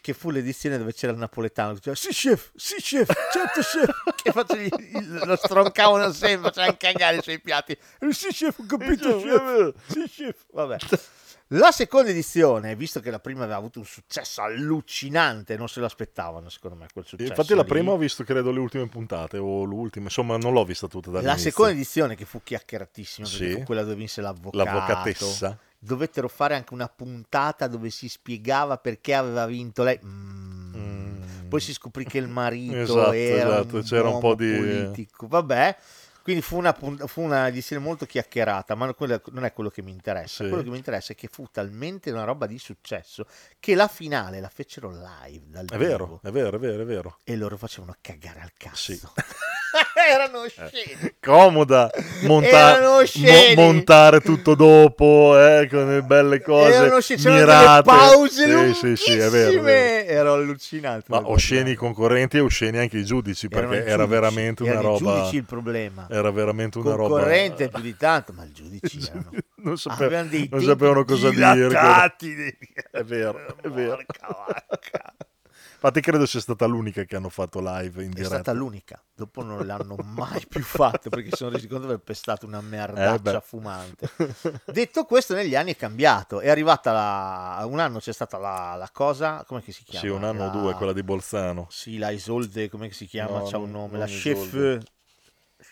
Che fu l'edizione dove c'era il napoletano che diceva Sì, chef, sì, chef, certo, chef. che faceva il- il- lo stroncavano sempre, facevano cagare sui piatti.
Eh,
Sì, chef, ho capito. chef. Sì, [LAUGHS] chef. Vabbè. La seconda edizione, visto che la prima aveva avuto un successo allucinante, non se lo aspettavano, secondo me, quel successo.
Infatti la
lì.
prima ho visto credo le ultime puntate o l'ultima, insomma non l'ho vista tutta dall'inizio.
La seconda edizione che fu chiacchieratissima, perché
Sì.
fu quella dove vinse l'avvocato.
L'avvocatessa.
Dovettero fare anche una puntata dove si spiegava perché aveva vinto lei. Mm. Poi si scoprì che il
[LAUGHS]
marito
Esatto,
era
esatto,
un
c'era un
uomo
po' di-
politico. Vabbè, quindi fu una, punt- fu una edizione molto chiacchierata, ma quella- non è quello che mi interessa.
Sì.
Quello che mi interessa è che fu talmente una roba di successo che la finale la fecero live dal
È
vivo.
vero, è vero, è vero, è vero.
E loro facevano cagare al cazzo.
Eh,
Erano scemi.
Comoda monta-
Erano
mo-
scemi.
montare tutto dopo, eh, con le belle cose
Erano scemi, c'erano delle
mirate. sì,
pause
sì, sì, è vero, è vero.
lunghissime. Ero allucinato.
Ma osceni i concorrenti e osceni anche i giudici,
eh. Erano
perché
i
era
giudici,
veramente una
erano i
roba...
giudici il problema.
Era veramente una roba...
Concorrente più di tanto, ma
[LAUGHS]
il giudice erano.
non, sape-
avevano dei
non
tempi
sapevano cosa dire.
dilatati
credo.
dei-
È vero, è vero. Infatti credo sia stata l'unica che hanno fatto live in
È
diretta.
stata l'unica. Dopo
[LAUGHS]
non l'hanno mai più fatto perché si sono resi conto di aver pestato una merdaccia
Eh, beh.
fumante. Detto questo, negli anni è cambiato. È arrivata la. Un anno c'è stata la, la cosa. Come che si chiama?
Sì, un anno o
La-
due, quella di Bolzano.
Sì, la Isolde, come si chiama?
No,
C'ha un
non-
nome.
non
La chef.
Isolde.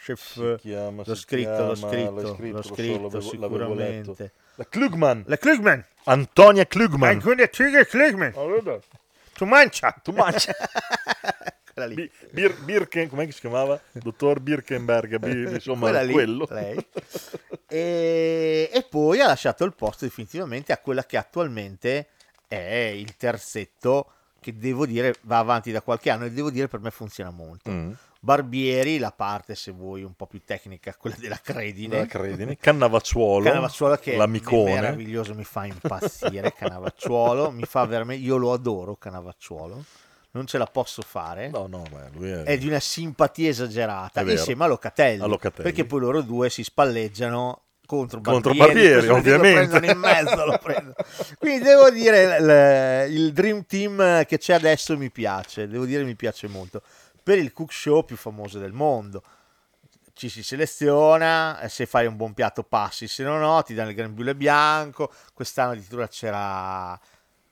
Chef.
chiama-
l'ho,
si
scritto, l'ho
chiama-
scritto,
l'ho scritto,
l'ho
lo so,
scritto,
l'avevo- l'avevo letto.
sicuramente.
La Klugman.
La Klugman.
Antonia Klugman.
Ancora Trigger Klugman. Tu mancia.
Tu
[LAUGHS]
mancia. Bi- Bir- Birken, com'è che si chiamava? Dottor Birkenberg,
[LAUGHS]
bi- insomma,
Quella lì,
quello. [LAUGHS]
lei. e, e poi ha lasciato il posto definitivamente a quella che attualmente è il terzetto che devo dire va avanti da qualche anno e devo dire per me funziona molto.
Mm.
Barbieri, la parte se vuoi un po' più tecnica, [LAUGHS] quella della credine.
Della Credine. Cannavacciuolo.
Cannavacciuolo che
l'amicone.
è meraviglioso, mi fa
[LAUGHS]
impazzire Cannavacciuolo, mi fa veramente, io lo adoro Cannavacciuolo, non ce la posso fare.
No, no, ma lui è...
È di una simpatia esagerata
È vero.
insieme a Locatelli,
A Locatelli.
perché poi loro due si spalleggiano contro Barbieri,
Contro Barbieri,
questo [LAUGHS] lo
ovviamente.
prendono in mezzo, lo prendono. Quindi devo dire il, il Dream Team che c'è adesso mi piace, devo dire mi piace molto. Per il cook show più famoso del mondo. Ci si seleziona, eh, se fai un buon piatto passi, se no no, ti danno il grembiule bianco. Quest'anno addirittura c'era...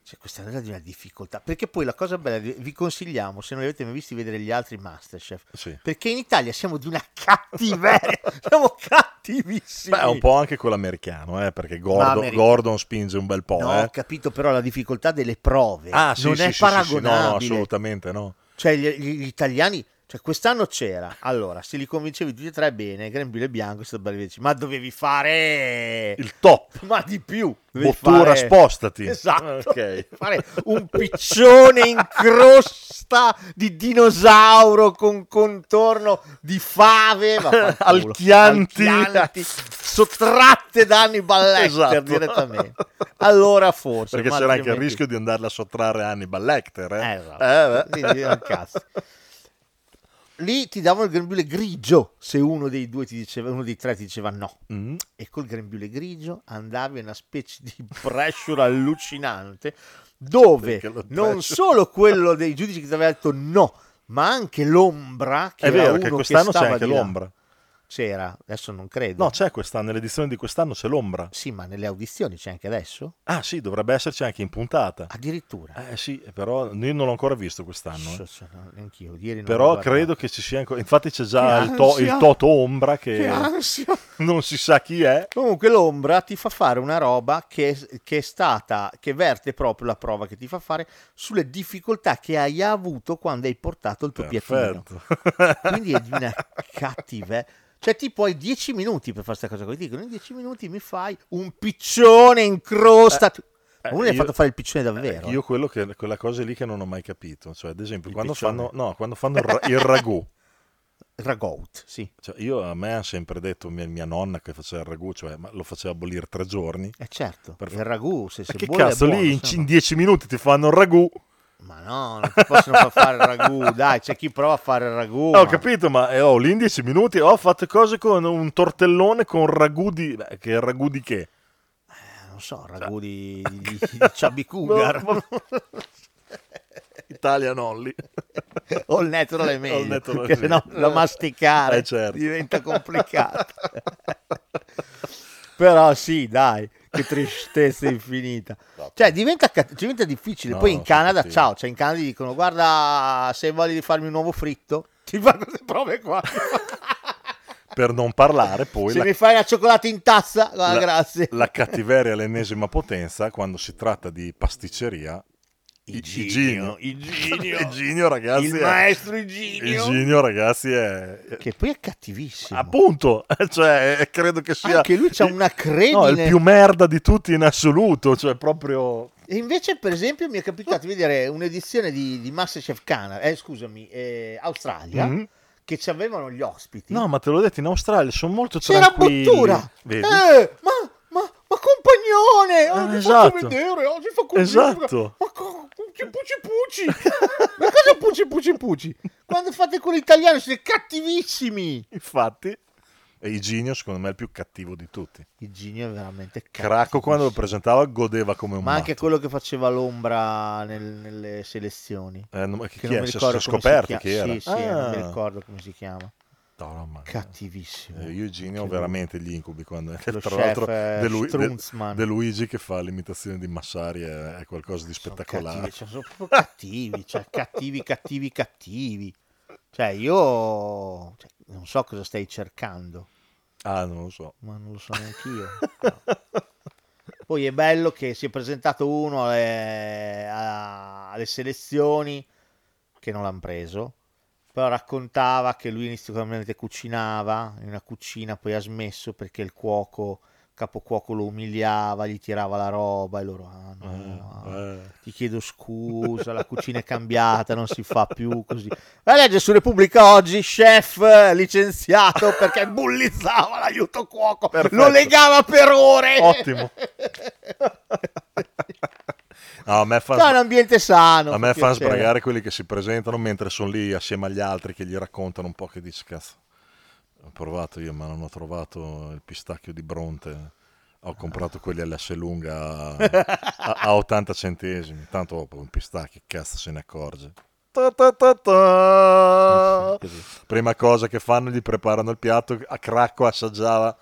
Cioè, quest'anno era di una difficoltà. Perché poi la cosa bella, vi vi consigliamo, se non li avete mai visti, vedere gli altri Masterchef. Perché in Italia siamo di una
[LAUGHS]
cattiveria, siamo cattivissimi.
Beh, è un po' anche quello americano, eh, perché Gordon,
americano.
Gordon spinge un bel po'.
No, ho
eh.
capito però la difficoltà delle prove.
Ah, sì,
non
sì,
è
sì, sì,
paragonabile.
sì, no, no, assolutamente no.
Cioè, gli, gli- gli italiani, cioè, quest'anno c'era. Allora, se li convincevi tutti e tre bene, Grembiule Bianco, Stabalveci, ma dovevi fare
il top,
ma di più. Dovevi
Bottura,
fare-
spostati.
Esatto.
Ok.
Fare un piccione in crosta di dinosauro con contorno di
[LAUGHS]
fave, ma fanculo.
Al Chianti.
Al Chianti, sottratte da Hannibal Lecter
Esatto. [LAUGHS]
direttamente. [LAUGHS] Allora forse.
Perché
ma
c'era anche il
altrimenti-
rischio di andarla a sottrarre a Hannibal Lecter. Eh,
esatto.
Eh, beh.
Quindi era un cazzo. Lì ti davano il grembiule grigio se uno dei due ti diceva, uno dei tre ti diceva no.
Mm.
E col grembiule grigio andavi a una specie di pressure allucinante dove non solo quello dei giudici che ti aveva detto no, ma anche l'ombra che
È
era
vero
uno
che quest'anno c'è
stava
anche
di là.
l'ombra.
C'era, adesso non credo.
No, Ah, c'è quest'anno, nell'edizione di quest'anno c'è l'ombra.
Sì, ma nelle audizioni c'è anche adesso?
Ah sì, dovrebbe esserci anche in puntata.
Addirittura.
Eh sì, però io non l'ho ancora visto quest'anno. eh.
Sì, sì, no, neanch'io, ieri non l'ho
Però
guardato.
credo che ci sia ancora... Infatti c'è già
Che
il, to- il
ansia!
Toto Ombra che...
Che ansia!
[LAUGHS] Non si sa chi è.
Comunque l'ombra ti fa fare una roba che, che è stata, che verte proprio la prova che ti fa fare sulle difficoltà che hai avuto quando hai portato il tuo piattino.
[LAUGHS]
Quindi è di una cattiva. Cioè tipo hai 10 minuti per fare questa cosa qui. Ti Dicono in 10 minuti mi fai un piccione in crosta.
Eh,
Ma uno gli ha fatto fare il piccione davvero. eh.
Io quello che, quella cosa lì che non ho mai capito. Cioè, ad esempio, quando
piccione?
fanno, no, quando fanno il, ra- il
[LAUGHS]
ragù. Cioè,
Ragout, sì.
io a me ha sempre detto mia, mia nonna che faceva il ragù, cioè ma lo faceva bollire tre giorni.
Eh certo, il ragù, se si
Che
bolle è
cazzo,
buono,
lì in,
se no-
in dieci minuti ti fanno il ragù.
Ma no, non ti possono far fare il
[LAUGHS]
ragù, dai, c'è chi prova a fare il ragù.
Ho
ma-
capito, ma eh, oh, lì in dieci minuti ho fatto cose con un tortellone con ragù di... beh, che ragù di che?
Eh,
Cioè
non so, ragù di,
[LAUGHS]
di, di Chubby Cougar.
No, Italian
[LAUGHS]
Olli.
O il
[LAUGHS]
natural è meglio,
All natural è
che
meglio.
no, da masticare
Eh, certo. [LAUGHS]
diventa complicato. [LAUGHS] Però sì, dai, che tristezza infinita. Cioè, diventa, ca- diventa difficile.
No,
Poi in
sono
Canada,
cattivi.
ciao, cioè in Canada dicono, guarda, se voglio di farmi un uovo fritto, ti fa queste
[LAUGHS]
prove qua.
Per non parlare poi
se
la
mi fai la cioccolata in tazza, guarda,
la,
Ah, grazie.
la cattiveria all'ennesima potenza quando si tratta di pasticceria. I- Iginio, [LAUGHS]
Iginio.
Iginio, ragazzi,
Il
è-
maestro Iginio.
Iginio, ragazzi, è
che poi è cattivissimo. [LAUGHS]
Appunto, cioè, eh, credo che sia
Anche lui c'ha una credine.
No, è il più merda di tutti in assoluto, cioè proprio
E invece, per esempio, mi è capitato di vedere un'edizione di, di Masterchef Canada, eh, scusami, eh, Australia,
Mhm.
che ci avevano gli ospiti.
No, ma te l'ho detto in Australia sono molto
C'era
tranquilli.
Bottura!
Vedi?
Eh, ma, ma, ma compagnone! Oggi
esatto.
faccio vedere, oggi fa così.
Esatto.
Ma co- che
[LAUGHS]
puci puci! ma cosa puci puci puci? Quando fate con l'italiano siete cattivissimi!
Infatti. E Iginio secondo me è il più cattivo di tutti.
Iginio è veramente cattivo.
Cracco quando lo presentava godeva come un
Ma anche
matto.
quello che faceva l'ombra nel- nelle selezioni.
Eh, non- chi- chi
che non
è?
mi
Si-
ricordo
si è
come
scoperto
si
chi era?
Sì, sì, eh, non mi
Ah.
ricordo come si chiama.
No, no, ma-
Cattivissimo.
Eh, io e Iginio veramente gli incubi quando
Lo
tra
chef,
l'altro
eh,
De, Lu- De-
Strunzman.
De Luigi che fa l'imitazione di Massari è, è qualcosa di spettacolare.
Cattivi, cioè, sono proprio
[LAUGHS]
cattivi, cioè, cattivi, cattivi, cattivi. Cioè, io cioè, non so cosa stai cercando,
Ah, non lo so.
ma non lo so neanche io. Poi è bello che si è presentato uno alle, a- alle selezioni che non l'hanno preso, però raccontava che lui inizialmente cucinava in una cucina, poi ha smesso perché il cuoco, il capocuoco lo umiliava, gli tirava la roba e loro, "Ah,
Eh,
no, ti chiedo scusa, la cucina è cambiata, non si fa più così. La legge su Repubblica oggi, chef eh, licenziato perché bullizzava l'aiuto cuoco, lo
Perfetto.
legava per ore. [LAUGHS]
Ottimo. No, a me fa,
Cioè, un ambiente sano.
a me
fa
fa
piacere.
sbragare quelli che si presentano mentre sono lì assieme agli altri che gli raccontano un po' che dici cazzo. Ho provato io, ma non ho trovato il pistacchio di Bronte. Ho
[LAUGHS]
comprato quelli all'Asselunga a, a 80 centesimi. Tanto ho un pistacchio, che cazzo se ne accorge. Ta ta ta ta. Prima cosa che fanno, gli preparano il piatto, a cracco assaggiava.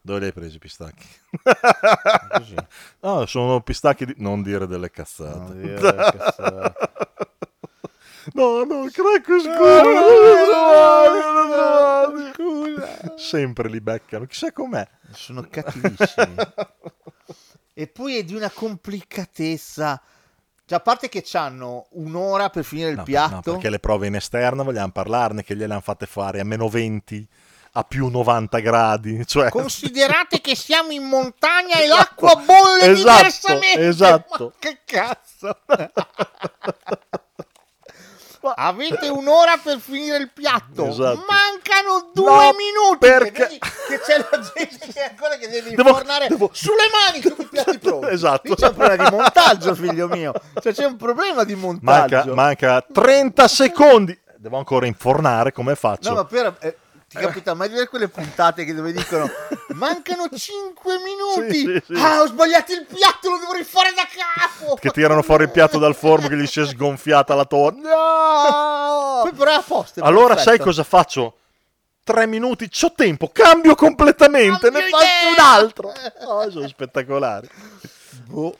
Dove li hai presi i
[LAUGHS]
pistacchi? No, sono pistacchi di... Non dire delle cazzate. No, no, cracco scusa. [LAUGHS] Sempre li beccano, chissà com'è.
Sono
[LAUGHS]
cattivissimi. E poi è di una complicatezza. Cioè, a parte che hanno un'ora per finire il
No, no,
piatto.
perché le prove in esterna vogliamo parlarne, che gliele hanno fatte fare a meno 20, a più 90 gradi. Cioè...
Considerate che siamo in montagna e l'acqua bolle
Esatto,
diversamente.
esatto.
Ma che cazzo? [LAUGHS] Avete un'ora per finire il piatto.
Esatto.
Mancano due
No,
minuti.
perché-
Vedi Che c'è la gente che ancora che deve
Devo-
infornare sulle mani tutti i piatti pronti.
[LAUGHS] Esatto.
Qui c'è un problema di
[LAUGHS]
montaggio, figlio mio. Cioè, c'è un problema di
Manca,
montaggio.
manca 30 secondi. Devo ancora infornare come faccio.
No, ma per, eh, Ti capita mai di vedere quelle puntate che dove dicono mancano 5 minuti?
Sì, sì, sì.
Ah, ho sbagliato il piatto, lo devo rifare da capo.
Che tirano fuori il piatto dal forno che gli si è sgonfiata la torre.
No! Poi però è a posto. è
Allora
perfetto.
sai cosa faccio? Tre minuti, c'ho tempo, cambio completamente, ne faccio un altro. Oh, sono spettacolari.
Boh.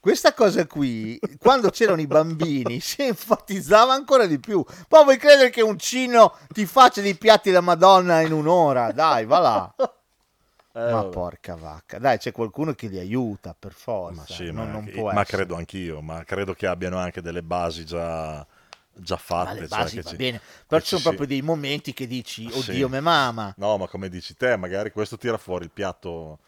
Questa cosa qui, quando c'erano i bambini, si enfatizzava ancora di più. Poi vuoi credere che un cino ti faccia dei piatti da Madonna in un'ora? Dai, va là.
Eh,
ma porca vacca, dai, c'è qualcuno che li aiuta per forza.
Ma sì,
non,
ma,
non
eh,
può
ma
essere.
credo anch'io, ma credo che abbiano anche delle basi già, già fatte.
Ma le
cioè,
basi
che
va
ci-
bene,
che
però
ci
ci sono
si-
proprio dei momenti che dici,
Sì.
oddio me mamma.
No, ma come dici te, magari questo tira fuori il piatto,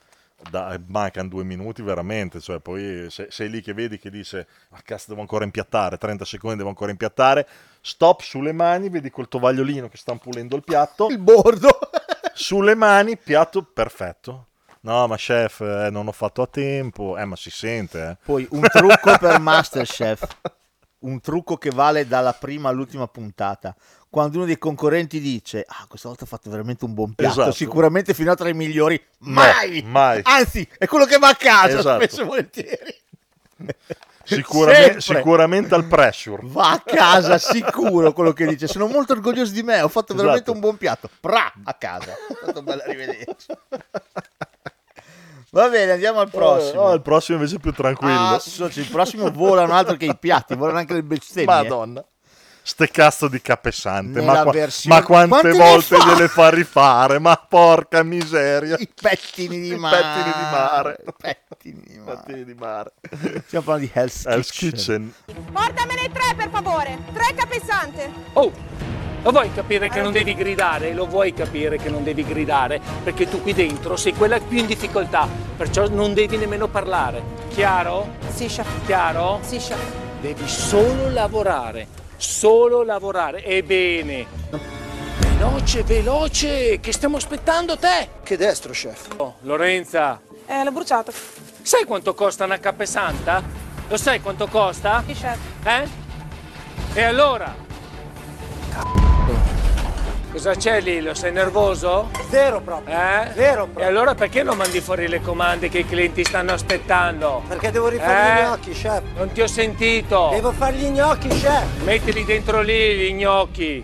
da, mancano due minuti veramente, cioè poi se- sei lì che vedi che dice, ah cazzo devo ancora impiattare, 30 secondi devo ancora impiattare, stop sulle mani, vedi col tovagliolino che stanno pulendo il piatto. Il
bordo.
[LAUGHS] sulle mani, piatto perfetto. No, ma chef, eh, non ho fatto a tempo, eh ma si sente, eh.
Poi un trucco per
[LAUGHS]
Masterchef, un trucco che vale dalla prima all'ultima puntata. Quando uno dei concorrenti dice, ah, questa volta ho fatto veramente un buon piatto,
Esatto.
sicuramente fino a tra i migliori,
No,
mai!
mai.
Anzi, è quello che va a casa,
Esatto.
spesso e volentieri.
Sicuramente,
Sempre.
sicuramente al pressure.
Va a casa sicuro quello che dice, sono molto orgoglioso di me, ho fatto veramente
Esatto.
un buon piatto. Pra, a casa. È stato bello arrivederci. [LAUGHS] Va bene, andiamo al prossimo.
Oh, il prossimo invece è più tranquillo.
Asso, cioè, il prossimo volano altro che i piatti, volano anche le bestemmie.
Madonna. Ste cazzo di capessante,
Nella
ma, qua-
versione-
ma quante,
Quante ne
volte
fa?
gliele fa rifare? Ma porca miseria!
I pettini di
[LAUGHS] I
mare.
pettini di mare.
I pettini di mare.
di mare.
Stiamo parlando di Hell's,
Hell's Kitchen.
Kitchen.
Portamene tre, per favore. Tre capesante.
Oh, lo vuoi capire che non devi gridare? Lo vuoi capire che non devi gridare? Perché tu qui dentro sei quella più in difficoltà, perciò non devi nemmeno parlare. Chiaro? Sì, chef. Chiaro? Sì, chef. Devi solo lavorare, solo lavorare. Ebbene. Veloce, veloce, che stiamo aspettando te! Che destro, chef. Oh, Lorenza. Eh, l'ho bruciato. Sai quanto costa una capesanta? Lo sai quanto costa? Sì, chef. Eh? E allora? Cosa c'è Lilo? Sei nervoso? Zero proprio. Eh? Zero proprio. E allora perché non mandi fuori le comande che i clienti stanno aspettando? Eh? Perché devo
rifare gli gnocchi,
chef.
certo.
Non ti ho sentito.
Devo
fare gli gnocchi, chef. Mettili dentro lì gli gnocchi.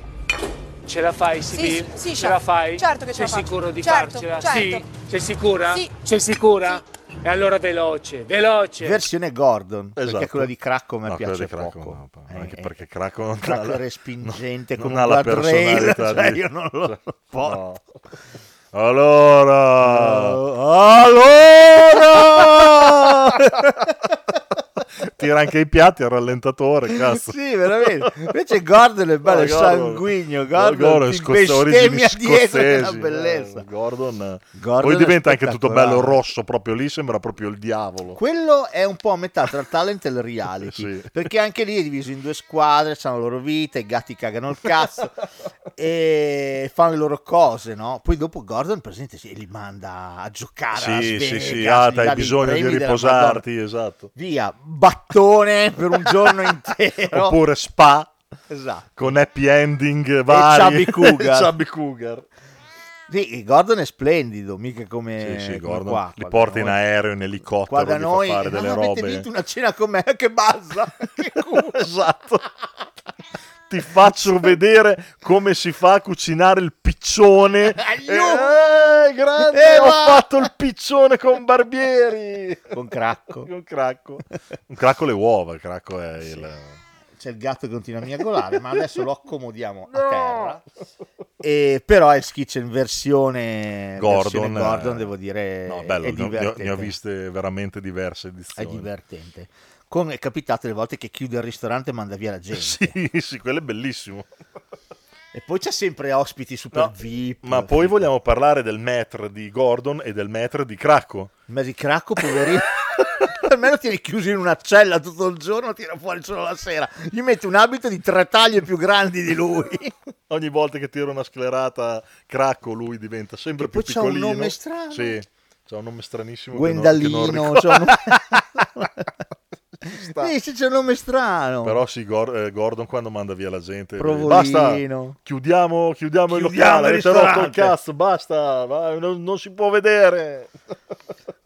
Ce la fai, Sibyl?
sì,
ce
chef.
la fai?
Certo che ce
Sei
la faccio.
sicuro di
Certo,
farcela?
certo.
Sì. Sei sicura?
Sì.
Sei sicura? E allora veloce, veloce.
Certo. Versione Gordon, perché
Esatto.
quella di Cracco mi
No, quella
piace
di Cracco
poco.
no, anche perché Cracco non
Cracco
ha la-
è respingente
non
come
ha
un
la
guardrail,
personalità
[LAUGHS] cioè,
di-
io non lo
cioè,
sopporto.
no. Allora,
Allora!
[LAUGHS] tira anche i piatti al rallentatore, cazzo.
sì, veramente. Invece Gordon è bello
Oh, Gordon.
sanguigno, Gordon,
è
ti
scoz- origini
bestemmia dietro, che è una
scozzesi,
bellezza.
eh, Gordon,
Gordon
poi
è
diventa anche tutto bello
spettacolare.
rosso proprio lì, sembra proprio il diavolo.
Quello è un po' a metà tra il talent e
[LAUGHS]
il reality, perché anche lì è diviso in due squadre, hanno la loro vita, i gatti cagano il cazzo
[LAUGHS]
e fanno le loro cose, no? Poi dopo Gordon presente sì, li manda a giocare alla
Sì, sì,
Vegas,
sì,
Ah, gli
ah,
dà
hai
dei
bisogno di
premi della
riposarti, esatto.
Madonna. Via, battone per un
[LAUGHS]
giorno intero.
Oppure spa
Esatto.
con happy ending vari. [LAUGHS]
Chubby Cougar.
Chubby Cougar.
Sì, Gordon è splendido, mica come
Sì, sì,
come
Gordon
qua,
li
qua
porta
da
in
noi.
aereo, in elicottero,
Qua
gli
da
fa
noi
fare delle
"Ah, avete
robe.
vinto una cena con me, che basta. [LAUGHS] Che culo.
esatto. Ti faccio vedere come si fa a cucinare il [LAUGHS] piccione. eh, grande,
Eh,
ho
va.
fatto il piccione con Barbieri.
Con
[LAUGHS]
Cracco.
con Cracco. Un cracco le uova, il cracco è il...
C'è il gatto che continua a miagolare, ma adesso lo accomodiamo a terra. E però è il Kitchen versione
Gordon,
versione Gordon,
eh,
devo dire,
no, bello, ne
è
ho- ne, ho,
divertente.
ne ho viste veramente diverse
È
edizioni.
divertente. Come è capitato le volte che chiude il ristorante e
[LAUGHS]
manda via la gente.
Sì, sì, quello è bellissimo.
E poi c'è sempre ospiti super VIP.
Ma poi vogliamo parlare del maître di Gordon e del maître di Cracco.
Ma di Cracco, poverino. [LAUGHS] Almeno tieni chiuso in una cella tutto il giorno, tira fuori solo la sera. Gli metti un abito di tre taglie più grandi di lui.
[LAUGHS] Ogni volta che tira una sclerata Cracco lui diventa sempre più
poi c'ha un
piccolino.
nome
[LAUGHS]
strano.
Sì, c'ha un nome stranissimo. che non- che non
Guendalino.
ricordo.
cioè, [LAUGHS] Sì, sì, c'è un nome strano.
Però sì, Gor- eh, Gordon quando manda via la gente...
Ah, Provolino.
Basta, chiudiamo, chiudiamo il
Chiudiamo
locale,
il
avete rotto il
ristorante."
cazzo, basta, va, non, non si può vedere.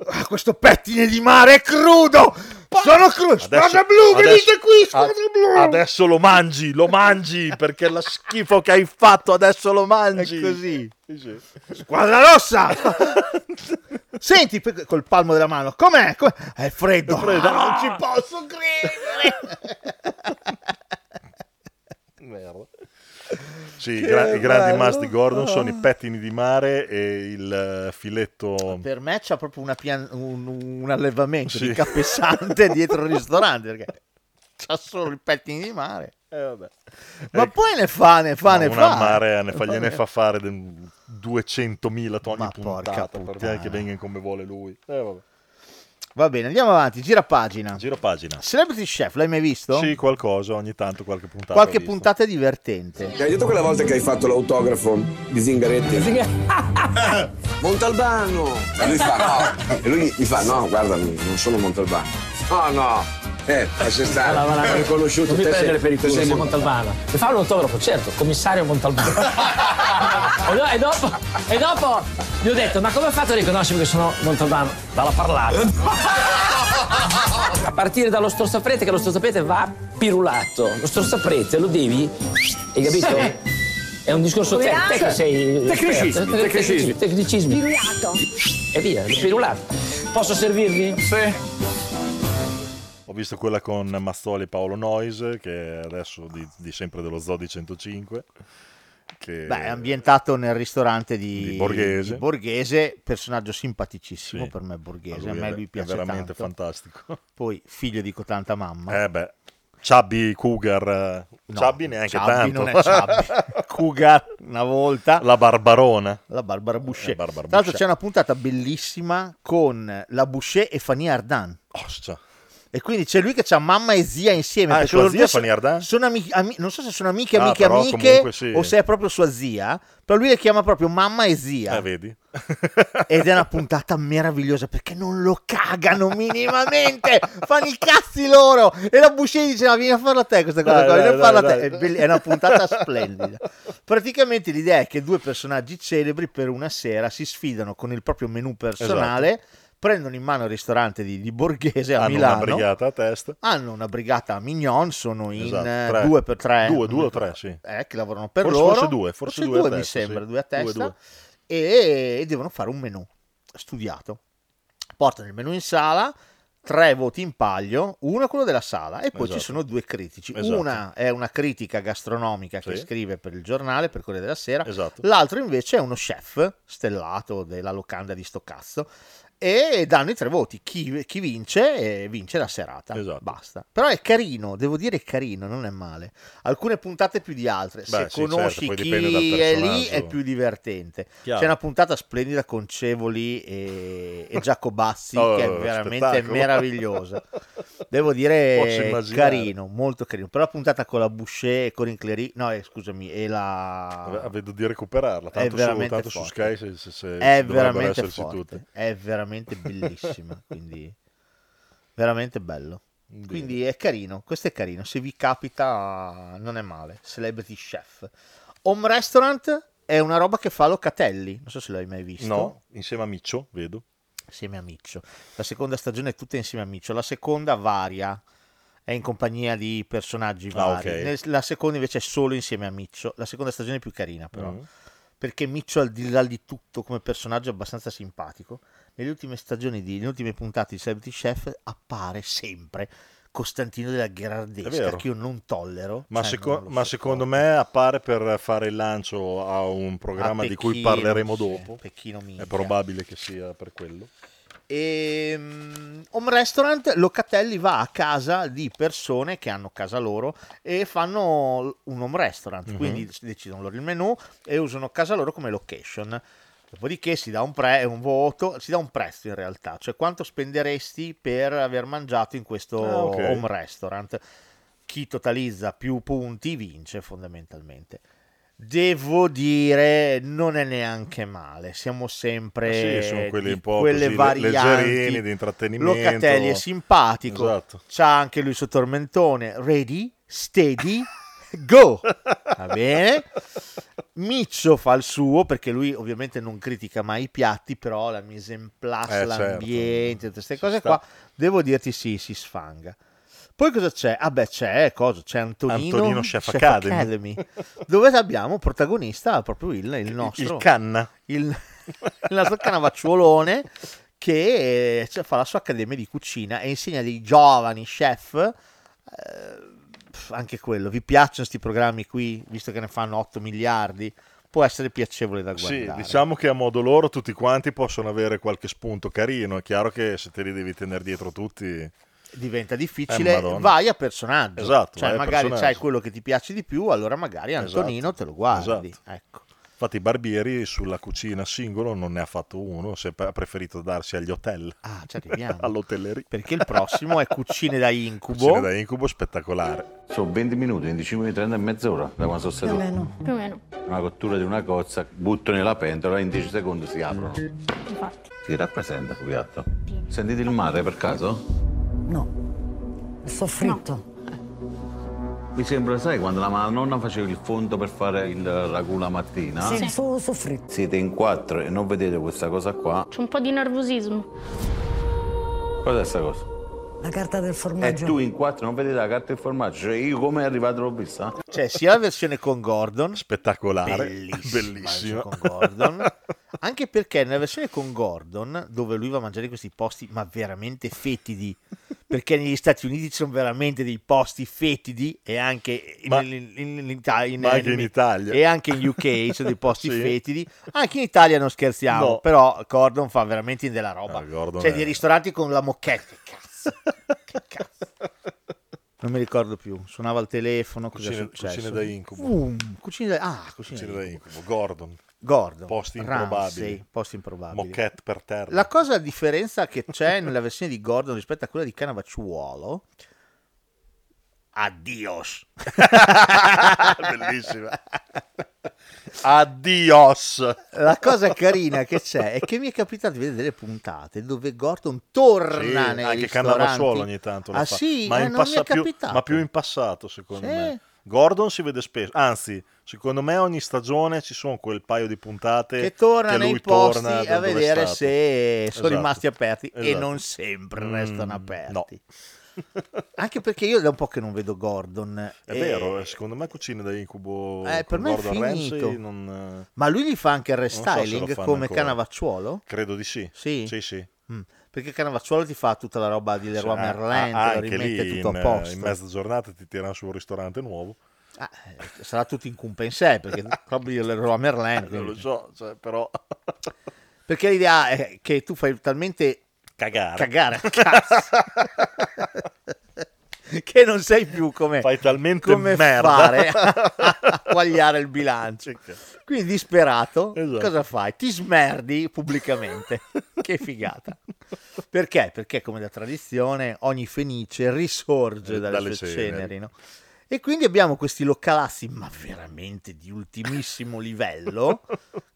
Ah, questo pettine di mare è crudo! Sono crudo! Squadra blu, venite qui, squadra blu!
Adesso lo mangi, lo mangi, perché la schifo che hai fatto adesso lo mangi.
È così.
Sì, sì.
Squadra rossa! [LAUGHS] Senti, pe- col palmo della mano, com'è? Com'è? È freddo.
È freddo.
Ah, non ci
posso credere!
Sì, i
Che
gra- i grandi
bello.
must di Gordon sono i
Ah.
pettini di mare e il eh, filetto...
Per me c'ha proprio una pian- un, un allevamento
Sì. [LAUGHS]
di capessante dietro il ristorante perché c'ha solo il pettine di mare.
Eh,
Ma
Ecco.
poi ne fa, ne fa,
No,
ne
una
fa.
marea, ne fa, gliene fa fare del- 200.000 toni puntata,
porca
perché che venga come vuole lui. Eh, vabbè.
Va bene, andiamo avanti, gira pagina.
Giro pagina.
Celebrity Chef, l'hai mai visto?
Sì, qualcosa, ogni tanto qualche puntata.
Qualche
ho visto.
puntata è divertente.
Mi hai detto quella volta che hai fatto l'autografo di Zingaretti? Montalbano!
Eh,
E lui fa no. E lui mi fa no, guarda, non sono Montalbano.
Ah,
No, no. Eh, lascia stare.
Allora, allora,
Ho riconosciuto
non mi
te
prendere
sei-
per il
tu
culo,
sei
sei
Montalbano.
Montalbano. Mi fa un autografo, certo, commissario Montalbano. e, do- e dopo, e dopo gli ho detto, ma come ho fatto a riconoscermi che sono Montalbano? Dalla [LAUGHS] parlata. a partire dallo strozzaprete, che lo strozzaprete va pirulato. Lo strozzaprete lo devi, hai capito? È un discorso te, te che sei...
Tecnicismi,
esperto. Tec-
tecnicismi.
Tecnicismi. E via, lo pirulato. Posso servirvi? Sì.
Ho visto quella con Mazzoli e Paolo Noise, che è adesso di, di sempre dello Zoo di 105. Che...
Beh, è ambientato nel ristorante di,
Eh, Di Borghese.
di Borghese, personaggio simpaticissimo
Sì.
per me Borghese,
A
a
lui
me
è-
lui
è
piace
veramente
tanto.
fantastico. [LAUGHS]
Poi figlio di cotanta mamma.
Eh beh, Chubby Cougar, eh,
No,
Chubby neanche
Chubby
tanto.
non è
[LAUGHS]
Chubby. Cougar una volta.
La Barbarona.
La Barbara Boucher.
La Eh, Barbara
Tra l'altro
Boucher.
c'è una puntata bellissima con la Boucher e Fanny Ardan. E quindi c'è lui che c'ha mamma e zia insieme.
Ah, è
perché
sua
loro
zia
due so-
Fanny Ardan?
sono ami- ami- non so se sono amiche,
Ah,
amiche,
però
amiche
comunque sì.
o se è proprio sua zia, però lui le chiama proprio mamma e zia.
Eh, vedi?
Ed è una puntata meravigliosa perché non lo cagano minimamente, fanno i cazzi loro. E la Boucher dice: "No, Vieni a farla te questa cosa,
Dai,
qua,
dai,
vieni a farla
dai,
te.
dai.
È, bell- è una puntata splendida. Praticamente l'idea è che due personaggi celebri per una sera si sfidano con il proprio menù personale, prendono in mano il ristorante di, di Borghese
Esatto.
a
Hanno
Milano.
una brigata a testa.
Hanno una brigata a Mignon, sono in
Esatto,
eh,
tre.
due per tre.
Due, due o tre, sì.
Eh, che lavorano per
Forse-
loro.
forse due, forse due a
mi
testa,
sembra,
sì.
due a
Due,
testa.
due.
E, e devono fare un menù studiato. Portano il menù in sala, tre voti in paglio, uno è quello della sala e poi
Esatto.
ci sono due critici.
Esatto.
Una è una critica gastronomica che
Sì.
scrive per il giornale, per Corriere della Sera.
Esatto.
L'altro invece è uno chef stellato della locanda di sto cazzo e danno i tre voti. Chi, chi vince eh, vince la serata.
Esatto.
Basta. Però è carino, devo dire è carino, non è male. Alcune puntate più di altre.
Beh,
Se
sì, certo,
conosci
poi dipende dal
chi è lì è
personaggio.
più divertente.
Chiaro.
C'è una puntata splendida con Cevoli e, e Giacobazzi
Oh,
che è veramente
spettacolo.
meravigliosa. Devo
Posso
dire
immaginare.
carino, molto carino. Però la puntata con la Boucher e con Inclery, no, eh, scusami, e la
Eh, Vedo di recuperarla.
è
Tanto, su,
veramente
tanto su Sky
forte.
se, se, se
è
dovrebbero
veramente
esserci
forte,
tutti.
è veramente bellissima, quindi veramente bello. Quindi è carino, questo è carino, se vi capita non è male, Celebrity Chef. Home Restaurant è una roba che fa Locatelli, non so se l'hai mai visto.
No, insieme a Miccio, vedo.
Insieme a Miccio. La seconda stagione è tutta insieme a Miccio, la seconda varia. È in compagnia di personaggi
Ah,
vari.
ok.
Nel- La seconda invece è solo insieme a Miccio. La seconda stagione è più carina, però.
Mm.
Perché Miccio, al di là di tutto, come personaggio è abbastanza simpatico. Nelle ultime stagioni, di, nelle ultime puntate di Celebrity Chef, appare sempre Costantino della
È
Gherardesca,
vero.
che io non tollero.
Ma,
Cioè,
seco-
non lo
ma secondo me appare per fare il lancio a un programma
A
di cui
Pechino,
parleremo
sì,
dopo.
Pechino Media.
È probabile che sia per quello.
Ehm, home restaurant Locatelli va a casa di persone che hanno casa loro e fanno un home restaurant,
Mhm.
quindi decidono loro il menù e usano casa loro come location. Dopodiché si dà un, pre- un voto, si dà un prezzo in realtà, cioè quanto spenderesti per aver mangiato in questo
Ah, ok.
home restaurant. Chi totalizza più punti vince fondamentalmente. Devo dire, non è neanche male. Siamo sempre
Eh Sì, sono quelli
di
un po'
quelle
così,
varianti.
leggerini, di intrattenimento.
Locatelli è simpatico.
Esatto.
C'ha anche lui il suo tormentone. Ready, steady, [LAUGHS] go. Va bene. Miccio fa il suo perché lui ovviamente non critica mai i piatti, però la mise en place,
Eh, certo.
l'ambiente, tutte queste cose
sta.
qua, devo dirti sì, si sfanga. Poi cosa c'è? Ah beh, c'è cosa? C'è Antonino,
Antonino Chef Academy. [LAUGHS]
dove abbiamo protagonista proprio il, il nostro...
il canna.
Il, il nostro cannavacciuolone che eh, cioè, fa la sua accademia di cucina e insegna dei giovani chef... eh, pff, anche quello, vi piacciono questi programmi qui, visto che ne fanno 8 miliardi? Può essere piacevole da
Sì,
guardare.
diciamo che a modo loro tutti quanti possono avere qualche spunto carino. È chiaro che se te li devi tenere dietro tutti...
diventa
Eh,
difficile,
Madonna.
vai a personaggio.
Esatto,
cioè,
vai a
magari
personaggio.
c'hai quello che ti piace di più, allora magari Antonino te lo guardi. Ecco.
Esatto. Infatti Barbieri sulla cucina singolo non ne ha fatto uno, se- ha preferito darsi agli hotel.
Ah, ci arriviamo.
[LAUGHS] All'hotelleria.
Perché il prossimo è Cucine da Incubo.
Cucine
Boh?
da Incubo spettacolare.
Sono 20 minuti, 25 minuti, 30 e mezz'ora da quando sono
Più o
seduto.
meno. Più o meno.
Una cottura di una cozza, butto nella pentola e in 10 secondi si aprono. Si rappresenta il piatto. Sentite il mare per caso?
Il soffritto.
Mi sembra, sai, quando la ma- nonna faceva il fondo per fare il ragù la mattina?
Sì, solo soffritto.
Siete in quattro e non vedete questa cosa qua.
C'è un po' di nervosismo.
Cos'è sta cosa?
La carta del
E
formaggio.
tu in quattro non vedi la carta del formaggio? Cioè, io come è arrivato l'ho vista?
Cioè, sia la versione con Gordon,
spettacolare,
bellissima,
bellissima.
con
[LAUGHS]
Gordon, anche perché nella versione con Gordon, dove lui va a mangiare in questi posti, ma veramente fetidi, perché negli Stati Uniti ci sono veramente dei posti fetidi e anche in,
Ma-
in- in- Ita-
ma anche in Italia.
e anche in cioè UK ci sono dei posti
[LAUGHS] Sì.
fetidi, anche in Italia non scherziamo,
No. Ah,
però Gordon fa veramente della roba,
Gordon
cioè
è-
dei ristoranti con la mocchetta. Che cazzo, che cazzo. Non mi ricordo più, suonava il telefono, cosa
Cucine-
è successo?
Cucine da incubo.
Um, cucine da, ah, cucine
Cucina
da
da incubo. Gordon.
Gordon.
Posti
Ramsay,
improbabili.
posti improbabili.
Moquette per terra.
La cosa a differenza che c'è nella versione di Gordon rispetto a quella di Canavacciuolo Adios.
[LAUGHS] Bellissima. Adios.
La cosa carina che c'è è che mi è capitato di vedere delle puntate dove Gordon torna
Sì,
nei
anche
ristoranti.
Cannavacciuolo ogni tanto lo
ah,
fa.
sì,
ma,
eh,
in
non mi
passa-
è
più,
capitato.
ma più in passato secondo
Sì.
me. Gordon si vede spesso, anzi secondo me ogni stagione ci sono quel paio di puntate
che torna
che lui
nei posti
torna da
a
dove è
vedere
stato.
se sono
Esatto.
rimasti aperti e
Esatto.
non sempre
Mm,
restano aperti. Anche perché io da un po' che non vedo Gordon.
È vero, eh, secondo me Cucina da Incubo
Eh,
con
per me è
Gordon Ramsay
finito.
non- eh,
Ma lui gli fa anche il
non so se lo
restyling
fanno
come
ancora.
Canavacciuolo?
Credo di sì.
Sì?
Sì, sì.
Mm, Perché Canavacciuolo ti fa tutta la roba di Leroy
Cioè, a-
Merlin,
a-
te lo
anche
rimette
lì
tutto
in,
a
eh,
posto.
In mezza giornata ti tirano su un ristorante nuovo.
Ah, eh, sarà tutto in compensè perché proprio di Leroy Merlin.
[LAUGHS] Non
quindi-
lo so, cioè, però...
Perché l'idea è che tu fai talmente
Cagare. [LAUGHS]
cagare a cazzo. [LAUGHS] che non sei più come
Fai talmente
come
merda. [LAUGHS]
fare a quagliare il bilancio. Quindi disperato,
Esatto.
cosa fai? Ti smerdi
[LAUGHS]
pubblicamente. che figata. Perché? Perché come da tradizione ogni fenice risorge
Eh,
dalle,
dalle
sue
ceneri.
ceneri, no? E quindi abbiamo questi localazzi, ma veramente di ultimissimo
[LAUGHS]
livello,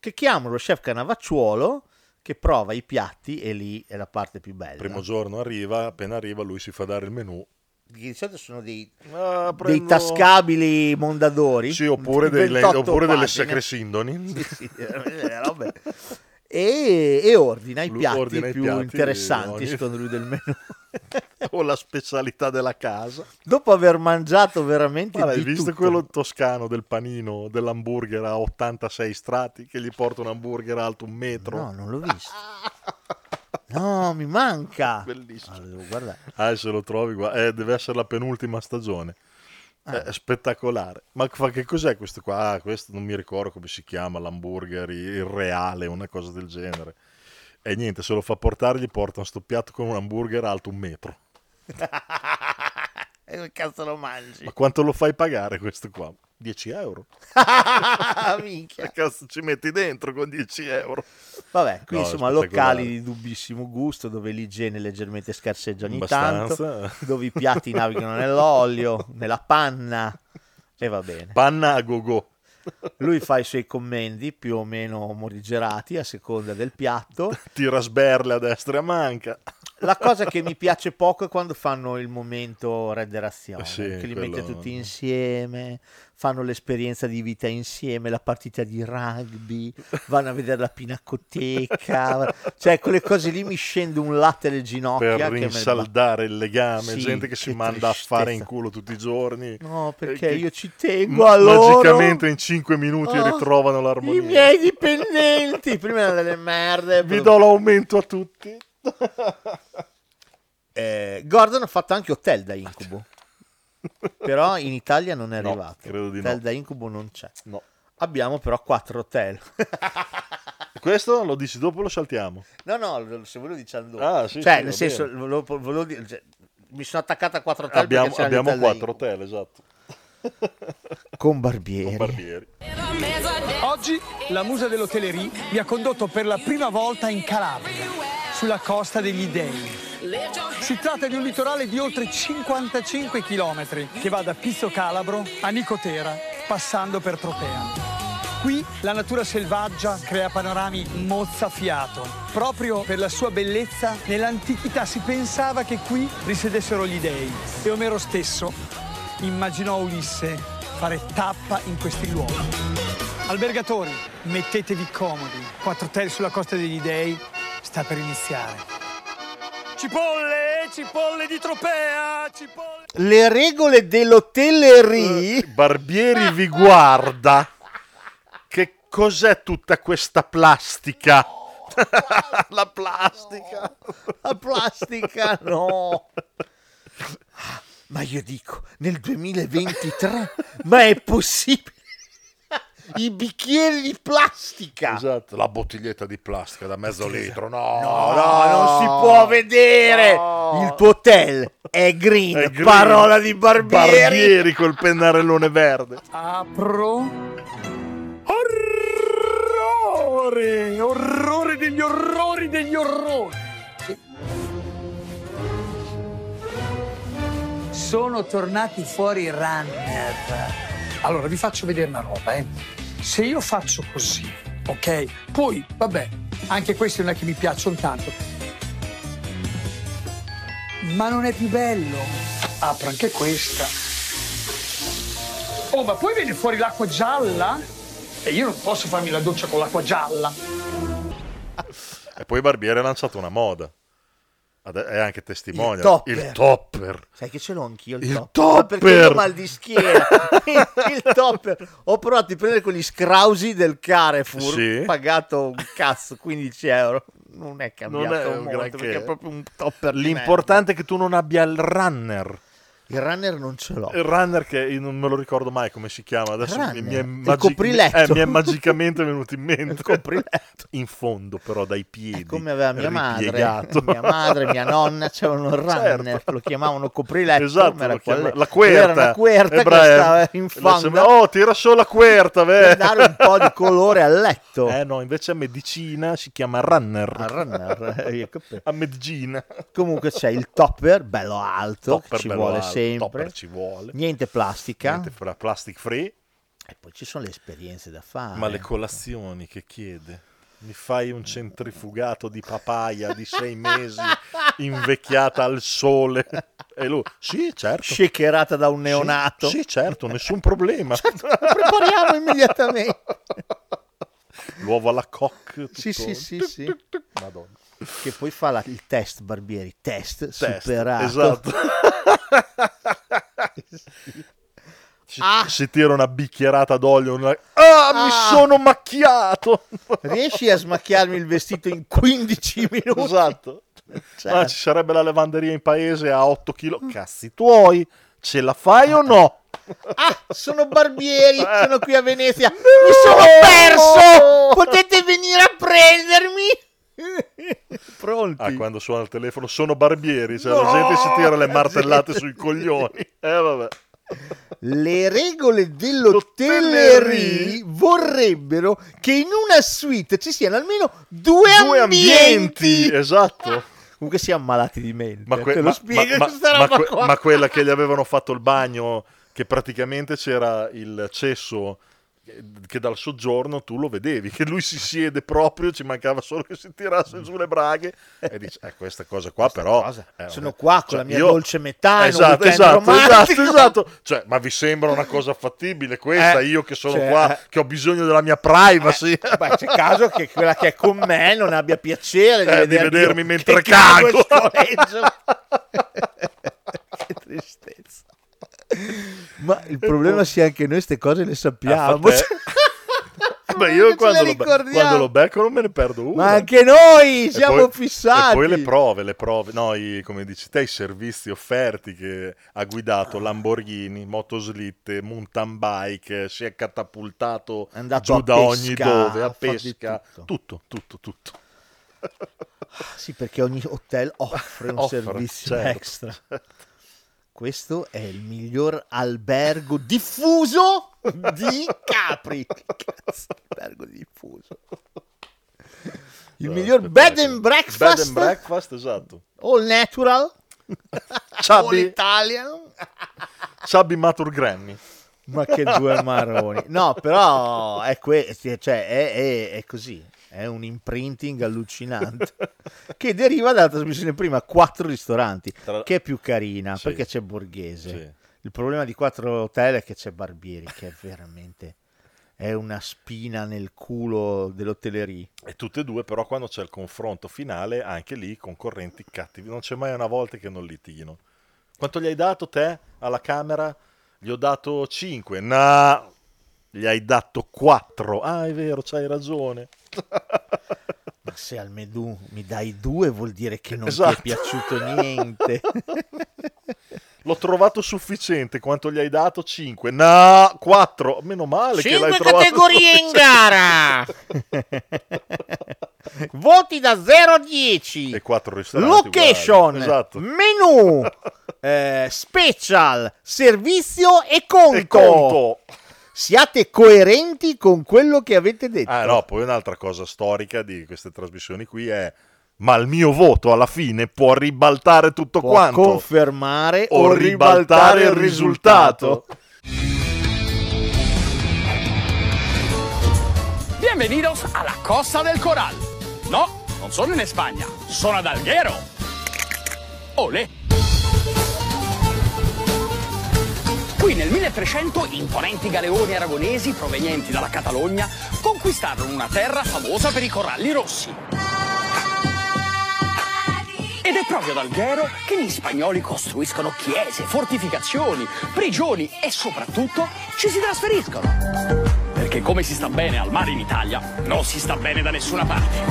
che chiamano lo chef Canavacciuolo, che prova i piatti e lì è la parte più bella.
Primo giorno arriva, appena arriva lui si fa dare il menù.
Di solito sono dei, dei
prendo-
tascabili mondadori.
Sì, oppure,
di
dei-
28
oppure delle
pagine.
secre sindoni. [LAUGHS]
Eh, vabbè. E, e ordina i
Lui
piatti
ordina i
più
piatti,
interessanti
ogni- [LAUGHS]
secondo lui del menù.
o la specialità della casa.
[LAUGHS] Dopo aver mangiato veramente
Guarda, hai
di
visto
tutto.
quello toscano del panino, dell'hamburger a 86 strati, che gli porta un hamburger alto un metro?
No,
[LAUGHS]
non l'ho visto. No, mi manca.
Bellissimo.
guardare.
Ah, se lo trovi, gua- eh, deve essere la penultima stagione.
Ah.
È spettacolare. Ma fa- che cos'è questo qua? Ah, questo non mi ricordo come si chiama, l'hamburger, il reale, una cosa del genere. E niente, se lo fa portare gli porta un sto piatto con un hamburger alto un metro.
E che cazzo lo
[LAUGHS]
mangi?
Ma quanto lo fai pagare questo qua? 10 euro.
Ah, Minchia.
Che cazzo ci metti dentro con 10 euro?
Vabbè, qui
No,
insomma
è
locali
spettacolare.
di dubbissimo gusto dove l'igiene leggermente scarseggia ogni
Abbastanza. [LAUGHS]
tanto, dove i piatti navigano nell'olio, nella panna e va bene.
Panna a go-go.
Lui fa i suoi commenti più o meno morigerati a seconda del piatto.
[LAUGHS] Tira sberle a destra e a manca.
La cosa che mi piace poco è quando fanno il momento redderazione,
Sì,
che li
quello-
mette tutti insieme, fanno l'esperienza di vita insieme, la partita di rugby, vanno a vedere
[LAUGHS]
la pinacoteca, cioè quelle cose lì mi scende un latte alle
per
ginocchia. che me-
rinsaldare il legame,
Sì,
gente che si
che
manda a fare in
tristezza.
culo tutti i giorni.
No, perché
Eh, che
io ci tengo
ma-
a loro.
Magicamente in 5 minuti
Oh,
ritrovano
I
l'armonia.
miei dipendenti, prima erano delle merde.
Vi do l'aumento a tutti.
Eh, Gordon ha fatto anche Hotel
[LAUGHS]
da incubo. però in Italia non è arrivato.
credo di
hotel
no.
da incubo non c'è. Abbiamo però quattro hotel.
[LAUGHS] Questo lo dici dopo, lo saltiamo.
no, no, lo- se voi lo diciamo dopo.
Ah, sì,
cioè,
sì, va
nel senso,
bene.
volevo- volevo dire, cioè, mi sono attaccata a quattro hotel
abbiamo
perché c'era
abbiamo
l'hotel da
quattro hotel, esatto.
incubo. Con Barbieri.
Barbieri.
Oggi la musa dell'hotellerie vi ha condotto per la prima volta in Calabria, sulla costa degli Dei. Si tratta di un litorale di oltre 55 km che va da Pizzo Calabro a Nicotera, passando per Tropea. Qui la natura selvaggia crea panorami mozzafiato. Proprio per la sua bellezza, nell'antichità si pensava che qui risiedessero gli dei e Omero stesso immaginò Ulisse fare tappa in questi luoghi. Albergatori, mettetevi comodi. Quattro hotel sulla costa degli dei sta per iniziare. Cipolle, cipolle di Tropea, cipolle...
Le regole dell'hotellerie.
Eh, Barbieri vi guarda. Che cos'è tutta questa plastica?
[LAUGHS]
la plastica.
La plastica, no. Ah, Ma io dico, nel 2023, [LAUGHS] ma è possibile? I bicchieri di plastica.
[LAUGHS] Esatto, la bottiglietta di plastica da mezzo litro.
No, no, non si può vedere. Il tuo hotel è green,
È green.
parola di Barbieri.
Barbieri col pennarellone verde.
Apro. Orrore! Orrore degli orrori degli orrori! Sono tornati fuori i runner. Allora, vi faccio vedere una roba, eh. Se io faccio così, ok? Poi, vabbè, anche questi non è che mi piacciono tanto. Ma non è più bello. Apro anche questa. Oh, ma poi viene fuori l'acqua gialla? E io non posso farmi la doccia con l'acqua gialla.
E poi Barbieri ha lanciato una moda. Ade- è anche testimonial.
Il topper.
Il topper.
Sai che ce l'ho anch'io il,
Il
Ma Perché io
topper.
ho mal di [LAUGHS] schiena. il topper. Ho provato a prendere quegli scrausi del Carrefour.
Sì.
Pagato un cazzo, 15 euro. Non è cambiato
Non è un
molto
granché.
perché è proprio un topper. di
L'importante è che tu non abbia il runner.
Il runner non ce l'ho.
Il runner che io non me lo ricordo mai come si chiama. Adesso
Runner?
mi è,
Il
magi-
copriletto.
eh, mi è magicamente venuto
[LAUGHS]
in mente. In fondo però dai piedi.
come aveva mia madre,
ripiegato.
[LAUGHS] mia madre, mia nonna, c'erano il runner,
Certo.
lo chiamavano copriletto,
Esatto,
ma era
lo chiama- [LAUGHS]
quella-
la querta.
era una querta che
Ebra-
stava in
la
fanda.
sembra- oh, tira solo la querta, beh.
Per dare un po' di colore al letto.
Eh no, invece a medicina si chiama runner.
A
[LAUGHS]
runner, eh, ecco per-
a medicina.
Comunque c'è il topper, bello alto, che
Topper
ci
bello
vuole
alto,
sempre,
topper ci vuole.
niente
[LAUGHS]
plastica,
Niente fra plastic free.
Ah. e poi ci sono le esperienze da fare. ecco.
Ma le colazioni che chiede? Mi fai un centrifugato di papaya di sei
[LAUGHS]
mesi invecchiata al sole? E lui, sì, certo.
Shakerata da un neonato. Certo,
Sì, sì, certo, nessun problema.
Prepariamo immediatamente.
[LAUGHS] L'uovo alla coque.
Sì,
tutto-
sì, sì, sì. Madonna. Che poi fa la- il test Barbieri, test,
Test,
superato. [LAUGHS]
esatto. Si,
Ah.
si tira una bicchierata d'olio. una- Ah, mi sono macchiato.
Riesci a smacchiarmi il vestito in
[LAUGHS]
15 minuti?
Esatto.
Certo.
Ah, ci sarebbe la lavanderia in paese a 8 kg. Cazzi tuoi, ce la fai o no?
Ah, sono Barbieri, sono qui
[LAUGHS]
a Venezia. Mi sono perso! Potete venire a prendermi? Pronti.
Ah, quando suona il telefono sono barbieri, cioè la gente si tira [LAUGHS] le martellate sui coglioni. Eh, vabbè.
Le regole dell'hotellerie vorrebbero che in una suite ci siano almeno due,
Due
ambienti.
ambienti, esatto.
Comunque siamo malati di mente.
Ma, que-
eh, te lo
ma-
spiego
ma-
questa
ma-
roba
ma que-
qua.
ma quella che gli avevano fatto il bagno, che praticamente c'era il cesso eh, che dal soggiorno tu lo vedevi, che
[LAUGHS]
lui si siede proprio, ci mancava solo che si
Mm.
tirasse giù le braghe e dice, eh, questa cosa qua però... eh,
Sono qua
cioè,
con la mia
io-
dolce metà.
Esatto, esatto, esatto, esatto. Cioè, ma vi sembra una cosa fattibile questa?
Eh,
io che sono
cioè,
qua,
eh.
che ho bisogno della mia privacy.
Ma c'è caso che quella che è con me non abbia piacere di,
Eh, di vedermi
vedermi, io
mentre
che cago
cago.
e scoreggio. che tristezza. Ma il problema sia anche noi queste cose le sappiamo.
Ah, fa
Cioè,
te. [LAUGHS] Beh, io
le
quando lo, be-
ricordiamo.
quando lo becco non me ne perdo una.
Ma anche noi
E
siamo
poi-
fissati.
E poi le prove, le prove, no, i- come dici te, i servizi offerti che ha guidato Lamborghini, motoslitte, mountain bike, si è catapultato
andato
giù
a
da ogni
pesca,
dove,
ha
a
fatto di
pesca, [LAUGHS] tutto, tutto, tutto.
Sì, perché ogni hotel offre
[LAUGHS]
un
Offre,
servizio
certo,
extra. Questo è il miglior albergo diffuso di
[LAUGHS]
Capri. Cazzo, albergo diffuso. Il
No,
miglior bed and breakfast.
Bed and breakfast, esatto.
All natural. All
[LAUGHS] Chubby,
Italian.
chubby Matur Grammy.
Ma che due marroni. No, però è, que- cioè, è, è- è così. È un
[LAUGHS]
imprinting allucinante che deriva dalla trasmissione prima quattro ristoranti, che è più carina perché c'è Borghese. Il problema di quattro hotel è che c'è Barbieri, che è veramente è una spina nel culo dell'hotellerie.
E tutte e due, però, quando c'è il confronto finale, anche lì i concorrenti cattivi. Non c'è mai una volta che non litighino. Quanto gli hai dato te alla camera? Gli ho dato 5. No, gli hai dato 4. Ah, è vero, c'hai ragione.
[LAUGHS] Ma se al Medù mi dai due vuol dire che non
Esatto.
ti è piaciuto niente.
[LAUGHS] L'ho trovato sufficiente. Quanto gli hai dato? 5. No, 4. Meno male che l'hai
Cinque
trovato.
categorie in
Ah,
gara. Voti da 0 a 10.
E 4 ristoranti.
Location,
uguali. Esatto. [LAUGHS]
menu, eh, special, servizio e conto.
E conto.
Siate coerenti con quello che
[LAUGHS]
avete detto.
Ah no, poi un'altra cosa storica di queste trasmissioni qui è ma il mio voto alla fine può ribaltare tutto
Può
quanto.
confermare
o, ribaltare, il risultato.
Bienvenidos a la Costa del Coral. No, non sono in Spagna, sono ad Alghero. Ole. Qui nel 1300 imponenti galeoni aragonesi provenienti dalla Catalogna conquistarono una terra famosa per i coralli rossi. Ed è proprio ad Alghero che gli spagnoli costruiscono chiese, fortificazioni, prigioni e soprattutto ci si trasferiscono. Perché come si sta bene al mare in Italia, non si sta bene da nessuna parte.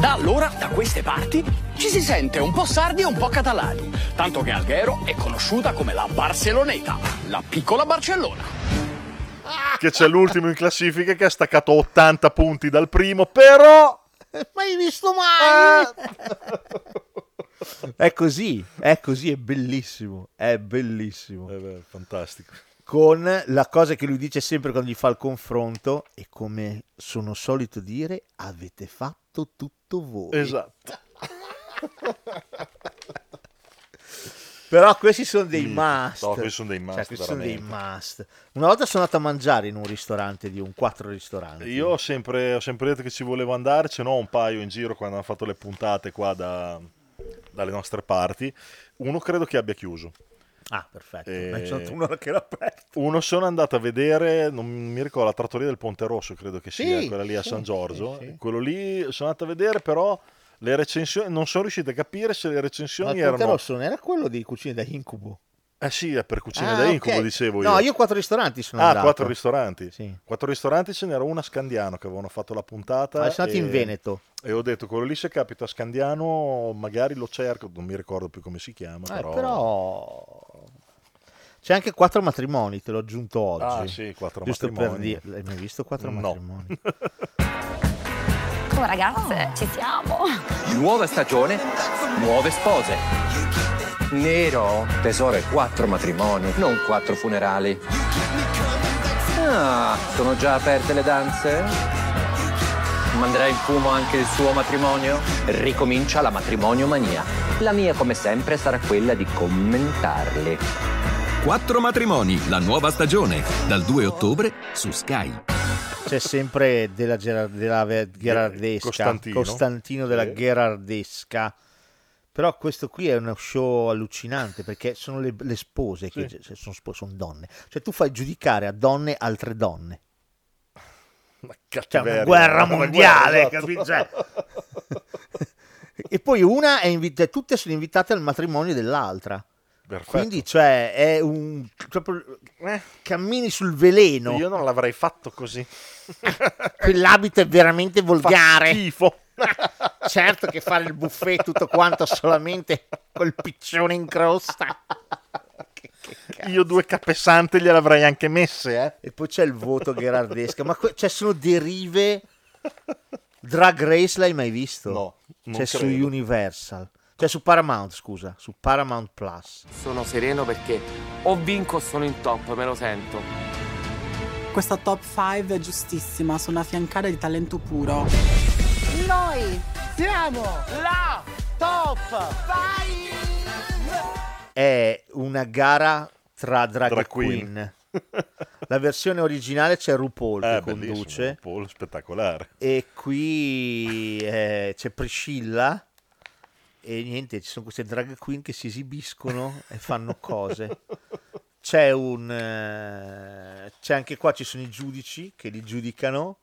Da allora, da queste parti, ci si sente un po' sardi e un po' catalani, tanto che Alghero è conosciuta come la Barceloneta, la piccola Barcellona.
Che c'è l'ultimo in classifica che ha staccato 80 punti dal primo, però
Ma hai visto mai? È così, è così, è bellissimo, è bellissimo.
Eh fantastico.
Con la cosa che lui dice sempre quando gli fa il confronto e come sono solito dire, avete fatto tutto voi.
Esatto.
Però questi sono dei
Mm.
must.
No, questi sono dei must,
Cioè, questi sono dei
veramente.
must. Una volta sono andato a mangiare in un ristorante di un quattro ristoranti.
Io ho sempre, ho sempre detto che ci volevo andare, ce n'ho un paio in giro quando hanno fatto le puntate qua da- dalle nostre parti. Uno credo che abbia chiuso.
Ah, perfetto.
Eh,
Ma c'è stato uno che l'ha aperto.
Uno sono andato a vedere, non mi ricordo, la trattoria del Ponte Rosso, credo che sia,
Sì,
quella lì a
sì,
San Giorgio.
sì, sì.
Quello lì sono andato a vedere, però le recensioni, non sono riuscito a capire se le
Ma il
recensioni
Ponte
erano...
Rosso non era quello di cucine da incubo.
Eh sì, è per cucina
Ah,
da incubo,
ok.
dicevo io.
No, io quattro ristoranti sono
Ah,
andato.
quattro ristoranti.
Sì.
Quattro ristoranti ce n'era una a Scandiano che avevano fatto la puntata.
Ah, sono andati
e-
in Veneto.
E ho detto, quello lì se capita a Scandiano magari lo cerco, non mi ricordo più come si chiama,
Eh,
però...
però... C'è anche quattro matrimoni, te l'ho aggiunto oggi.
Ah, sì, quattro
Giusto
matrimoni.
Per dire... Hai mai visto quattro
No.
matrimoni?
Oh, ragazze, ci siamo.
Nuova stagione, nuove spose. Nero, tesoro è quattro matrimoni, non quattro funerali. Ah, sono già aperte le danze? Manderà in fumo anche il suo matrimonio? Ricomincia la matrimonio mania. La mia, come sempre, sarà quella di commentarli.
Quattro matrimoni, la nuova stagione, dal 2 ottobre su Sky.
C'è sempre della, Gerar- della Ve- Gherardesca,
Costantino.
Costantino. della
Sì.
Gherardesca. Però questo qui è uno show allucinante perché sono le, le spose, che
Sì.
cioè, sono, spo- sono donne. Cioè tu fai giudicare a donne altre donne. C'è Cioè, una
Cattiveria.
guerra
Una
mondiale,
guerra,
capi-
esatto.
cioè. E poi una è invitata, tutte sono invitate al matrimonio dell'altra. Quindi cioè è un... proprio- eh, cammini sul veleno.
Io non l'avrei fatto così.
[LAUGHS] Quell'abito è veramente volgare.
schifo.
[LAUGHS] certo che fare il buffet tutto quanto solamente col piccione
[LAUGHS]
in crosta.
Io due capessanti gliel'avrei anche messe, eh.
E poi c'è il voto gherardesca, ma que- cioè sono derive. Drag Race l'hai mai visto? No.
non
C'è su
credo.
Universal. Cioè su Paramount, scusa, su Paramount Plus.
Sono sereno perché o vinco o sono in top, me lo sento.
Questa top 5 è giustissima, sono una fiancata di talento puro.
Noi siamo la top 5
È una gara tra drag,
Drag
queen.
queen. Eh,
La versione originale c'è RuPaul che
bellissimo,
conduce.
RuPaul, spettacolare.
E qui eh, c'è Priscilla. E niente, ci sono queste drag queen che si esibiscono e fanno cose. C'è un. eh, c'è anche qua, ci sono i giudici che li giudicano.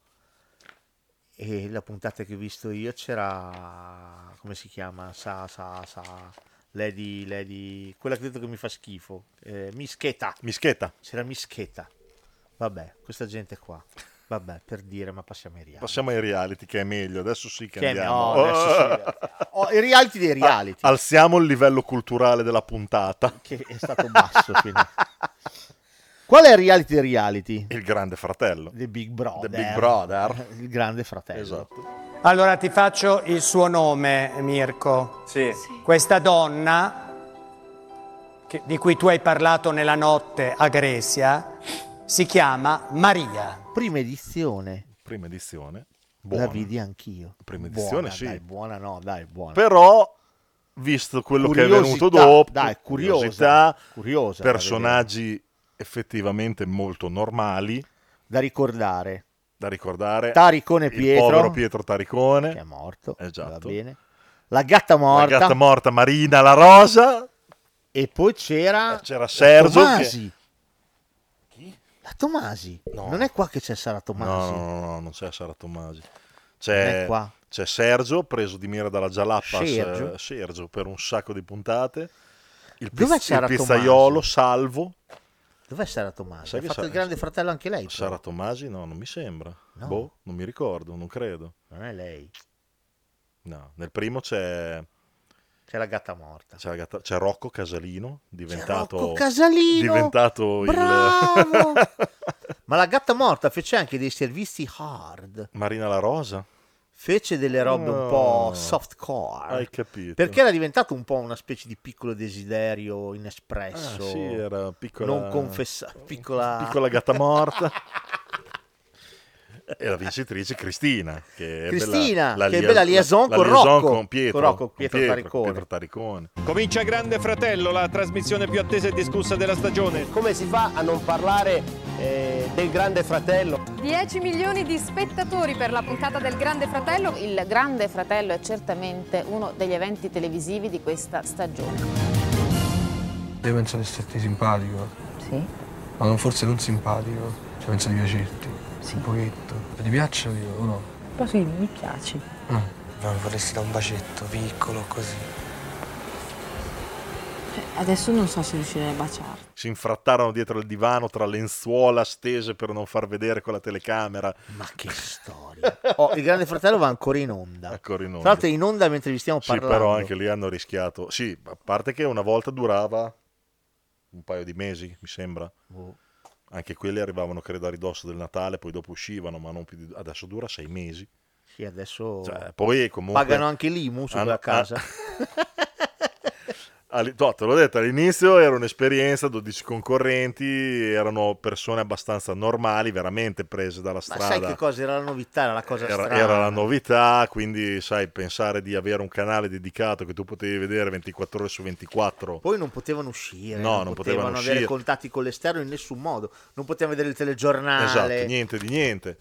E la puntata che ho visto io c'era. Come si chiama? Sa, sa, sa. Lady, Lady. Quella che ho detto che mi fa schifo. Eh, Mischeta.
Mischeta.
C'era Mischeta. Vabbè, questa gente qua. Vabbè, per dire, ma passiamo ai reali.
Passiamo ai reality che è meglio, adesso sì che,
Che è me-
andiamo. [LAUGHS]
oh, adesso Oh, I reality dei reality.
Ah, Alziamo il livello culturale della puntata.
Che è
[LAUGHS]
stato basso fino a- Qual è il reality dei reality?
Il grande fratello.
The Big Brother.
The Big Brother.
[LAUGHS]
Esatto.
Il grande fratello.
Allora ti faccio il suo nome, Mirko. Sì. Questa donna che- di cui tu hai parlato nella notte a Grecia si chiama Maria.
Prima edizione.
Prima edizione.
La vidi anch'io.
Prima
Buona,
edizione, sì.
Dai, buona no, dai, buona.
Però, visto quello che è
Curiosità,
venuto dopo,
dai, curiosa,
curiosità,
curiosa da
personaggi effettivamente molto normali.
Da ricordare.
Da ricordare.
Taricone
il
Pietro.
povero Pietro Taricone. Che è
morto.
Esatto. Va
bene. La gatta morta.
La gatta morta Marina La Rosa.
E poi c'era...
C'era Sergio. che-
Tomasi. La Tomasi. Non è qua che c'è Sara Tomasi.
No, no, no, no, non c'è Sara Tomasi.
Non
C'è,
è qua.
c'è Sergio, preso di mira dalla Jalapas. eh,
Sergio.
Sergio. per un sacco di puntate. Il,
Dov'è
pizz- il
Sara Tomasi?
pizzaiolo, salvo.
Dov'è Sara Tomasi?
Sai
ha
che
fatto
Sara-
il grande fratello anche lei. però.
Sara Tomasi? No, non mi sembra.
No.
Boh, non mi ricordo, non credo.
Non è lei.
No, nel primo c'è...
C'è la gatta morta.
C'è, Rocco Casalino, diventato...
Rocco Casalino!
Diventato [LAUGHS]
Bravo!
il...
Ma la gatta morta fece anche dei servizi hard.
Marina La Rosa?
Fece delle robe un po' softcore.
Hai capito.
Perché era diventato un po' una specie di piccolo desiderio inespresso.
Ah, sì, era piccola-
Non confessato. Piccola...
Piccola gatta morta. e la vincitrice Cristina che è
Cristina,
bella, la
che
lia-
bella
la-
liaison
la
con
liaison
Rocco.
con Pietro,
Con Rocco,
con
Pietro Taricone.
con Pietro Taricone.
Comincia Grande Fratello, la trasmissione più attesa e discussa della stagione.
Come si fa a non parlare eh, del Grande Fratello?
10 milioni di spettatori per la puntata del Grande Fratello. Il Grande Fratello è certamente uno degli eventi televisivi di questa stagione.
Io penso di esserti simpatico. Sì. Ma non- forse non simpatico. Cioè penso di piacerti. Sì. Un pochetto. Ti piaccio io o no?
Ma sì, mi piace.
No, mi vorresti dare un bacetto piccolo così.
Eh, Adesso non so se riuscirei a baciarti.
Si infrattarono dietro il divano tra lenzuola stese per non far vedere con la telecamera.
Ma
[LAUGHS]
che storia! Oh, il grande fratello va ancora in onda. Tra l'altro è in onda mentre vi stiamo
Sì,
parlando.
però anche lì hanno rischiato. Sì, a parte che una volta durava un paio di mesi, mi sembra.
Boh.
Anche quelli arrivavano, credo, a ridosso del Natale, poi dopo uscivano, ma non più di... adesso dura sei mesi.
Sì, adesso
Cioè, poi comunque
pagano anche l'IMU su
hanno-
quella casa.
ah, Alli- no, te l'ho detto all'inizio era un'esperienza 12 concorrenti erano persone abbastanza normali veramente prese dalla
Ma
strada
sai che cosa era la novità? Era la cosa
era,
strana.
era la novità quindi sai pensare di avere un canale dedicato che tu potevi vedere 24 ore su 24
Poi non potevano uscire,
No,
non,
non potevano
potevano, avere
uscire.
contatti con l'esterno in nessun modo, non potevano vedere il telegiornale.
Esatto, niente di niente.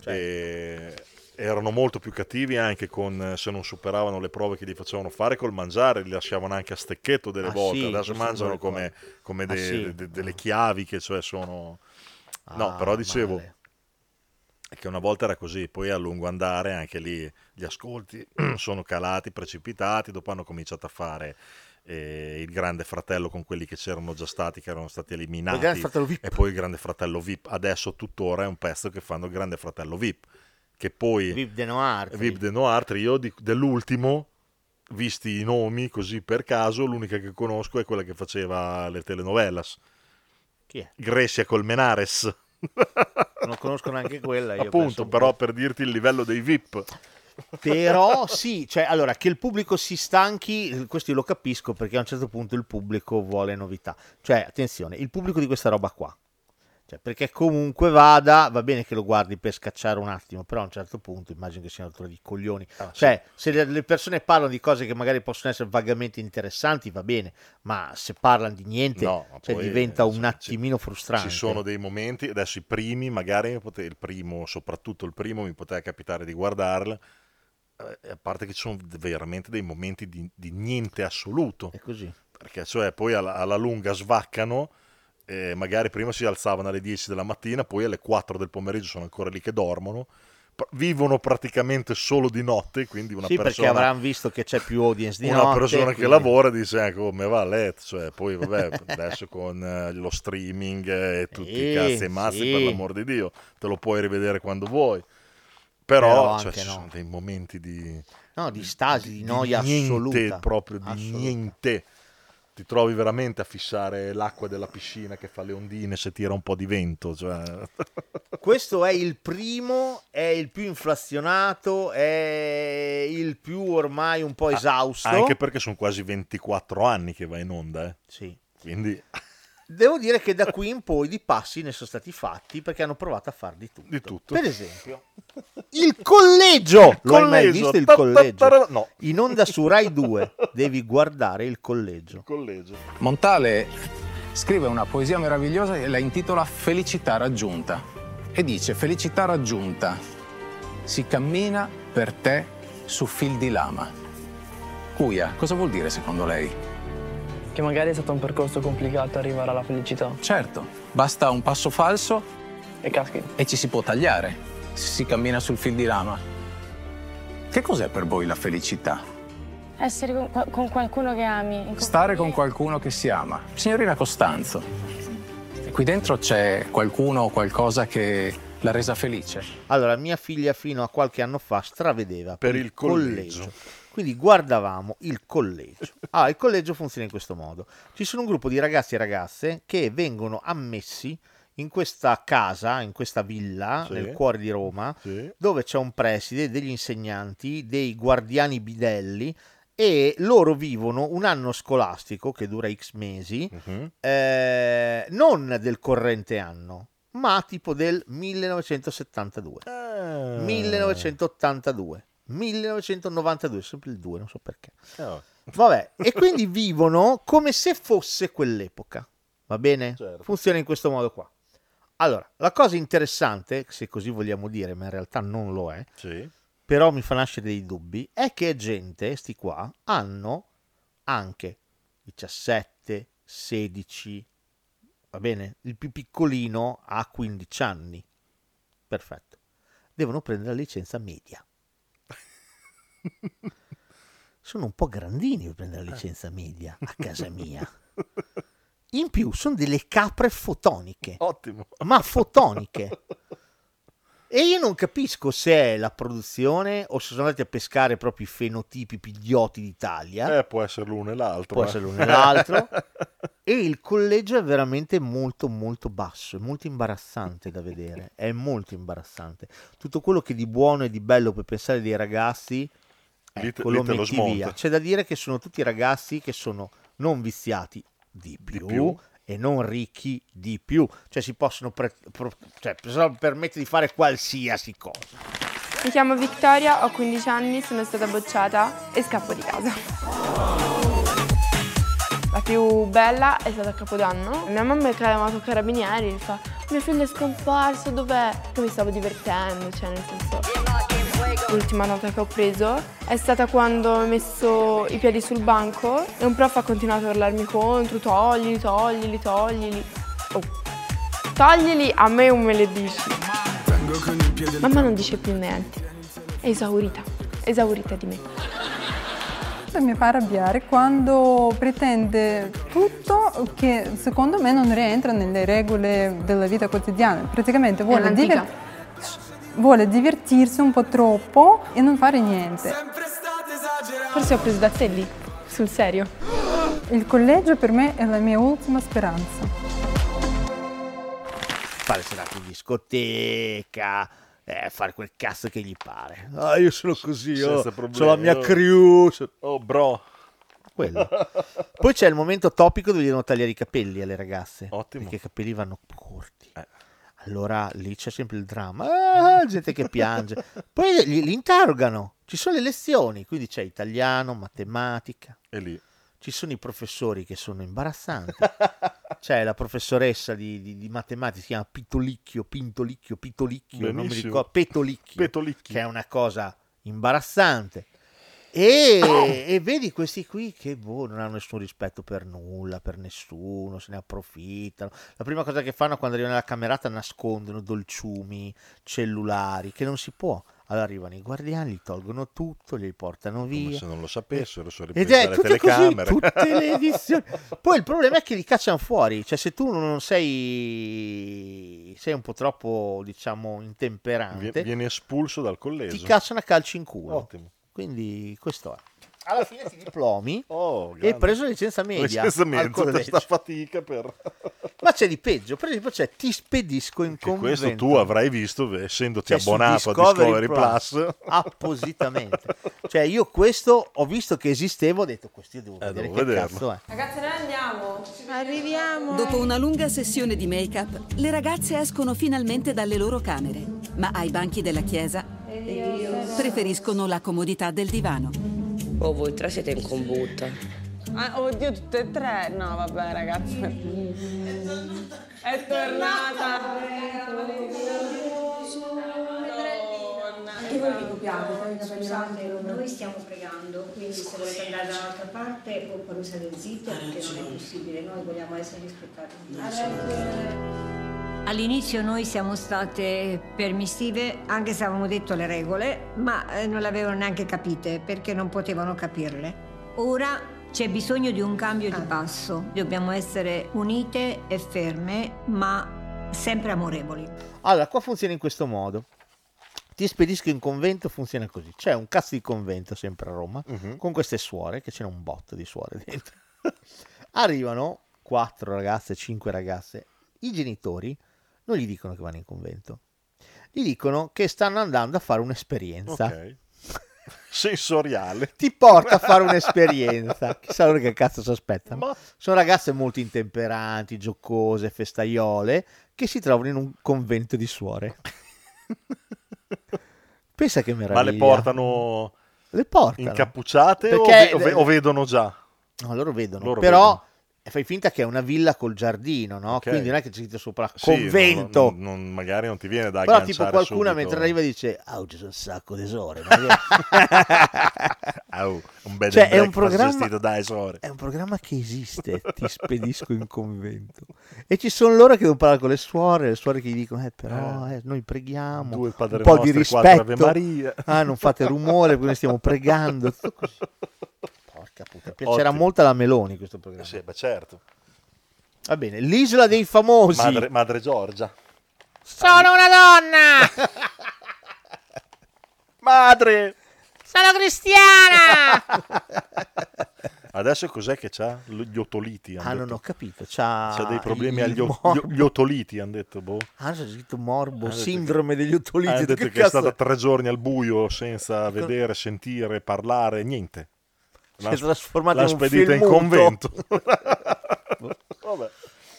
Cioè.
E erano molto più cattivi anche con se non superavano le prove che gli facevano fare col mangiare, li lasciavano anche a stecchetto delle
Ah,
volte.
sì,
Adesso
questo me lo
mangiano
ricordo.
come, come
Ah,
de-
sì. Ah,
de- delle chiavi che cioè sono... No, però dicevo che una volta era così, poi a lungo andare anche lì gli ascolti [CLEARS THROAT] sono calati, precipitati, dopo hanno cominciato a fare eh, il Grande Fratello con quelli che c'erano già stati, che erano stati eliminati,
Il Grande Fratello VIP.
e poi il Grande Fratello VIP. Adesso tuttora è un pezzo che fanno il Grande Fratello VIP, che poi
Vip de Noir.
VIP de Noir, io di- dell'ultimo, visti i nomi così per caso, l'unica che conosco è quella che faceva le telenovelas.
Chi è?
Grecia Colmenares.
Non conosco neanche quella. Io penso
Appunto,
un
però per dirti il livello dei VIP. [LAUGHS]
Però sì, cioè, allora che il pubblico si stanchi, questo io lo capisco perché a un certo punto il pubblico vuole novità. Cioè, attenzione, il pubblico di questa roba qua. Cioè, perché comunque vada, va bene che lo guardi per scacciare un attimo, però a un certo punto immagino che siano altro di coglioni.
Ah,
cioè, se le, le persone parlano di cose che magari possono essere vagamente interessanti, va bene, ma se parlano di niente,
No, ma
cioè,
poi, eh,
diventa un attimino frustrante.
Ci sono dei momenti, adesso i primi, magari mi pote- il primo, soprattutto il primo, mi poteva capitare di guardarlo. eh, A parte che ci sono veramente dei momenti di, di niente assoluto. È
così.
Perché cioè poi alla, alla lunga svaccano, eh, magari prima si alzavano alle 10 della mattina, poi alle 4 del pomeriggio sono ancora lì che dormono. Pr- vivono praticamente solo di notte, quindi una
sì, perché
persona...
avranno visto che c'è più audience di
una
notte,
persona che
quindi-
lavora dice anche come va a letto cioè, poi
[LAUGHS]
vabbè adesso con eh, lo streaming eh, e tutti
Sì,
i cazzi e mazzi
sì.
per l'amor di Dio te lo puoi rivedere quando vuoi
Però
però, cioè,
anche
ci
no.
sono dei momenti di
No, di stasi, di,
di
noia
niente,
assoluta.
proprio di
Assoluta.
niente ti trovi veramente a fissare l'acqua della piscina che fa le ondine se tira un po' di vento cioè.
Questo è il primo, è il più inflazionato, è il più ormai un po' [LAUGHS] esausto.
Ah, anche perché sono quasi 24 anni che va in onda eh.
sì.
quindi
Devo dire che da qui in poi di passi ne sono stati fatti perché hanno provato a far di tutto.
di tutto
Per esempio, [LAUGHS] il collegio! Lo hai mai
Collegio,
visto il
ta- ta-
collegio?
ta- no.
In onda su Rai 2 devi guardare il collegio.
collegio
Montale scrive una poesia meravigliosa e la intitola Felicità raggiunta. E dice: Felicità raggiunta, si cammina per te su fil di lama. Cuia, cosa vuol dire secondo lei?
Che magari è stato un percorso complicato arrivare alla felicità.
Certo, basta un passo falso e ci si può tagliare. Si cammina sul fil di lama. Che cos'è per voi la felicità?
Essere con, qua- con qualcuno che ami. in compagnia.
Stare con qualcuno che si ama. Signorina Costanzo, qui dentro c'è qualcuno o qualcosa che l'ha resa felice?
Allora, mia figlia fino a qualche anno fa stravedeva per,
Per il collegio.
Quindi guardavamo il collegio. Ah, il collegio funziona in questo modo. Ci sono un gruppo di ragazzi e ragazze che vengono ammessi in questa casa, in questa villa,
Sì.
nel cuore di Roma, dove c'è un preside, degli insegnanti, dei guardiani bidelli e loro vivono un anno scolastico che dura x mesi, eh, non del corrente anno, ma tipo del 1972. 1982, 1992, sempre il 2, non so perché.
Oh.
Vabbè, e quindi vivono come se fosse quell'epoca. Va bene? Funziona in questo modo qua. Allora, la cosa interessante, se così vogliamo dire, ma in realtà non lo è, però mi fa nascere dei dubbi, è che gente, sti qua, hanno anche 17, 16, va bene? Il più piccolino ha 15 anni. Perfetto. Devono prendere la
[LAUGHS]
licenza media. sono un po' grandini per prendere la licenza media a
[LAUGHS]
casa mia. In più sono delle capre fotoniche.
Ottimo.
Ma fotoniche. E io non capisco se è la produzione o se sono andati a pescare proprio i fenotipi più idioti d'Italia.
Eh, può essere l'uno e l'altro
Può
eh.
essere l'uno e l'altro. e il collegio è veramente molto molto basso, è molto imbarazzante da vedere, è molto imbarazzante. Tutto quello che di buono e di bello puoi pensare dei ragazzi,
Lì te-
ecco,
lì
lo
te lo
metti
smonta.
via. C'è da dire che sono tutti ragazzi che sono non viziati di più,
più.
e non ricchi di più. Cioè si possono pre- pro- cioè, possono permettere di fare qualsiasi cosa.
Mi chiamo Vittoria, ho 15 anni, sono stata bocciata e scappo di casa. La più bella è stata a Capodanno. Mia mamma che ha chiamato i carabinieri e fa mio figlio è scomparso, dov'è? Che mi stavo divertendo, cioè nel senso... L'ultima nota che ho preso è stata quando ho messo i piedi sul banco e un prof ha continuato a urlarmi contro, toglili, toglili, toglili. Oh. Toglili, a me non me le dici. Mamma non dice più niente. È esaurita, esaurita di me.
Mi fa arrabbiare quando pretende tutto che secondo me non rientra nelle regole della vita quotidiana. Praticamente vuole,
l'antica.
diver- vuole divertirsi un po' troppo e non fare niente.
Forse ho preso da te lì, sul serio.
Il collegio per me è la mia ultima speranza.
Fare serate in discoteca, eh, fare quel cazzo che gli pare. Ah, io sono così, io
Senza
ho
problemi,
la mia
oh.
crew.
Oh, bro. [LAUGHS]
Quello. Poi c'è il momento topico dove devono tagliare i capelli alle ragazze.
Ottimo. Eh.
Perché i capelli vanno corti. Allora lì c'è sempre il dramma. Ah, gente
[LAUGHS]
che piange. Poi li, li interrogano. Ci sono le lezioni, quindi c'è italiano, matematica.
E lì.
Ci sono i professori che sono imbarazzanti. C'è la professoressa di, di- di matematica, si chiama Pitolicchio, Pintolicchio, Pitolicchio, non mi
Benissimo.
ricordo, Petolicchio, che è una cosa imbarazzante. [COUGHS] E, e vedi questi qui che boh, non hanno nessun rispetto per nulla, per nessuno, se ne approfittano. La prima cosa che fanno quando arrivano nella camerata nascondono dolciumi, cellulari, che non si può. Allora arrivano i guardiani, li tolgono tutto, li portano via. Eh,
se non lo sapessero, sono
Ed
riprese
è
le
tutto così,
telecamere. [LAUGHS]
tutte le edizioni. Poi il problema è che li cacciano fuori, cioè se tu non sei, sei un po' troppo, diciamo,
Vi-
intemperante,
Viene espulso dal collegio.
ti cacciano a calci in culo.
Ottimo.
Quindi questo è. Alla fine ti diplomi e
Oh, grande.
hai preso la licenza media.
Licenziamento,
al collegio.
tutta sta fatica per...
Ma c'è di peggio, per esempio c'è ti spedisco in convento.
[LAUGHS] Questo tu avrai visto, eh, essendoti
Cioè, su
abbonato a Discovery Plus.
appositamente cioè io questo ho visto che esistevo ho detto questo io devo vedere
Eh, devo
che
vederlo."
cazzo è
Ragazze, noi andiamo. Arriviamo.
Dopo una lunga sessione di make-up, le ragazze escono finalmente dalle loro camere, ma ai banchi della chiesa preferiscono la comodità del divano.
Oh, voi tre siete in combutta.
Ah, oddio, tutte e tre. No, vabbè, ragazzi. È tornata.
Io volevo piano, scusate, noi stiamo pregando, quindi se volete andare da un'altra parte o poi state zitti perché non è possibile, noi vogliamo essere rispettati. All'inizio noi siamo state permissive, anche se avevamo detto le regole, ma eh, non le avevano neanche capite perché non potevano capirle. Ora c'è bisogno di un cambio di passo, dobbiamo essere unite e ferme, ma sempre amorevoli.
allora qua funziona in questo modo ti spedisco in convento funziona così c'è un cazzo di convento sempre a Roma con queste suore che c'era un botto di suore [LAUGHS] dentro arrivano quattro ragazze cinque ragazze i genitori non gli dicono che vanno in convento gli dicono che stanno andando a fare un'esperienza
Ok. Sensoriale.
ti porta a fare
[LAUGHS]
un'esperienza. Chissà loro che cazzo si aspettano. Sono ragazze molto intemperanti, giocose, festaiole, che si trovano in un convento
[LAUGHS]
di suore. Pensa che meraviglia.
Ma le portano...
Le portano.
Incappucciate o ve-
Perché-
o ve- o vedono già?
No, loro vedono.
Loro
però eh,
vedono.
fai finta che è una villa col giardino, no?
Ok.
Quindi non è che c'è scritto sopra
Sì,
convento.
non- non- magari non ti viene da
Però
agganciare
tipo qualcuna
subito.
mentre arriva dice "Ah, oggi sono un sacco tesore.
[LAUGHS] Au, un bel
Cioè,
and
è un
breakfast
programma-
gestito da esore.
È un programma che esiste, ti spedisco in convento. E ci sono loro che devono parlare con le suore, le suore che gli dicono, eh però eh, noi preghiamo,
Due Padre
un po' di
Nostri, quattro
rispetto,
Ave Maria.
[LAUGHS] ah non fate rumore perché noi stiamo
[LAUGHS]
pregando, tutto così. Porca puttana, piacerà
Ottimo.
molto alla Meloni questo programma.
Sì, beh, certo.
Va bene, l'isola dei famosi.
Madre, madre Giorgia.
Sono una donna! [LAUGHS] Madre!
Sono cristiana!
Adesso cos'è che c'ha? L- Gli otoliti.
Ah, non ho capito, c'ha,
C'ha dei problemi
il
agli o-
morbo.
gli- gli otoliti, hanno detto, boh.
Ah, c'è scritto morbo,
Ah, detto
sindrome
che-
degli otoliti.
Ah,
ho
detto
detto,
che,
"Che
è
cazzo
stata
è?"
tre giorni al buio senza vedere, sentire, parlare, niente.
[LAUGHS] si è trasformato
l'ha
in un
spedita in
film muto.
convento.
[LAUGHS] Vabbè.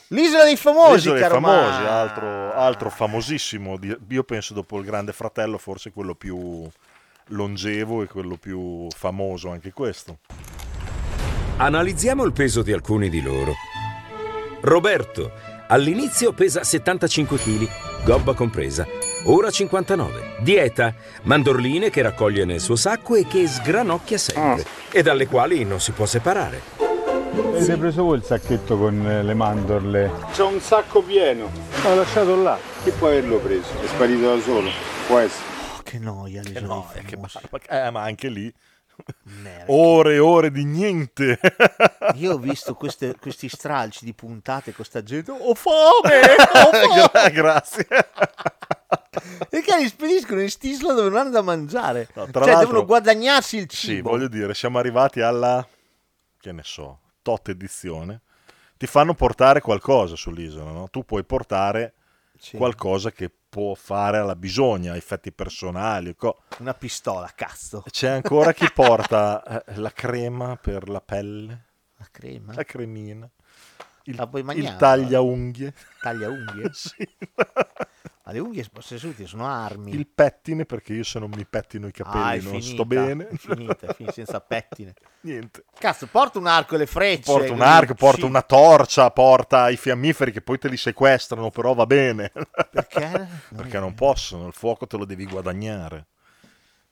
L'isola dei famosi,
L'isola dei
caro
famosi,
Marco.
altro, altro famosissimo, di- io penso dopo il Grande Fratello, forse quello più longevo e quello più famoso anche questo.
Analizziamo il peso di alcuni di loro. Roberto, all'inizio pesa 75 kg, gobba compresa, ora 59. Dieta, mandorline che raccoglie nel suo sacco e che sgranocchia sempre, e dalle quali non si può separare.
Avete preso voi il sacchetto con le mandorle?
C'è un sacco pieno. L'ho lasciato là. Chi può averlo preso? È sparito da solo. Può essere.
Oh, che noia, l'isola dei famosi.
Eh, ma anche lì ore e ore di niente.
[LAUGHS] Io ho visto queste- questi stralci di puntate con sta gente. Oh, Ho
[LAUGHS]
fame! [LAUGHS] Ho fame!
Grazie.
E che li spediscono in st'isola dove non hanno da mangiare.
Tra
cioè,
l'altro-
devono guadagnarsi il
Sì,
cibo.
voglio dire, siamo arrivati alla che ne so, tot edizione. Ti fanno portare qualcosa sull'isola, no? Tu puoi portare qualcosa che può fare alla bisogna, effetti personali.
Una pistola, cazzo. Eh?
C'è ancora chi
[LAUGHS]
porta eh, la crema per la pelle.
La crema?
La cremina. Il,
La puoi
il
mangiare.
taglia unghie.
Taglia
[LAUGHS]
unghie? Ma le unghie posseduti sono armi.
Il pettine perché io se non mi pettino i capelli
Ah, è
non
finita,
sto bene.
è finita, è finita, senza pettine.
[LAUGHS] Niente.
Cazzo, porta un arco e le frecce.
Porta un arco, porta
Sì,
una torcia, porta i fiammiferi che poi te li sequestrano, però va bene.
Perché?
[LAUGHS] Perché non possono, il fuoco te lo devi guadagnare.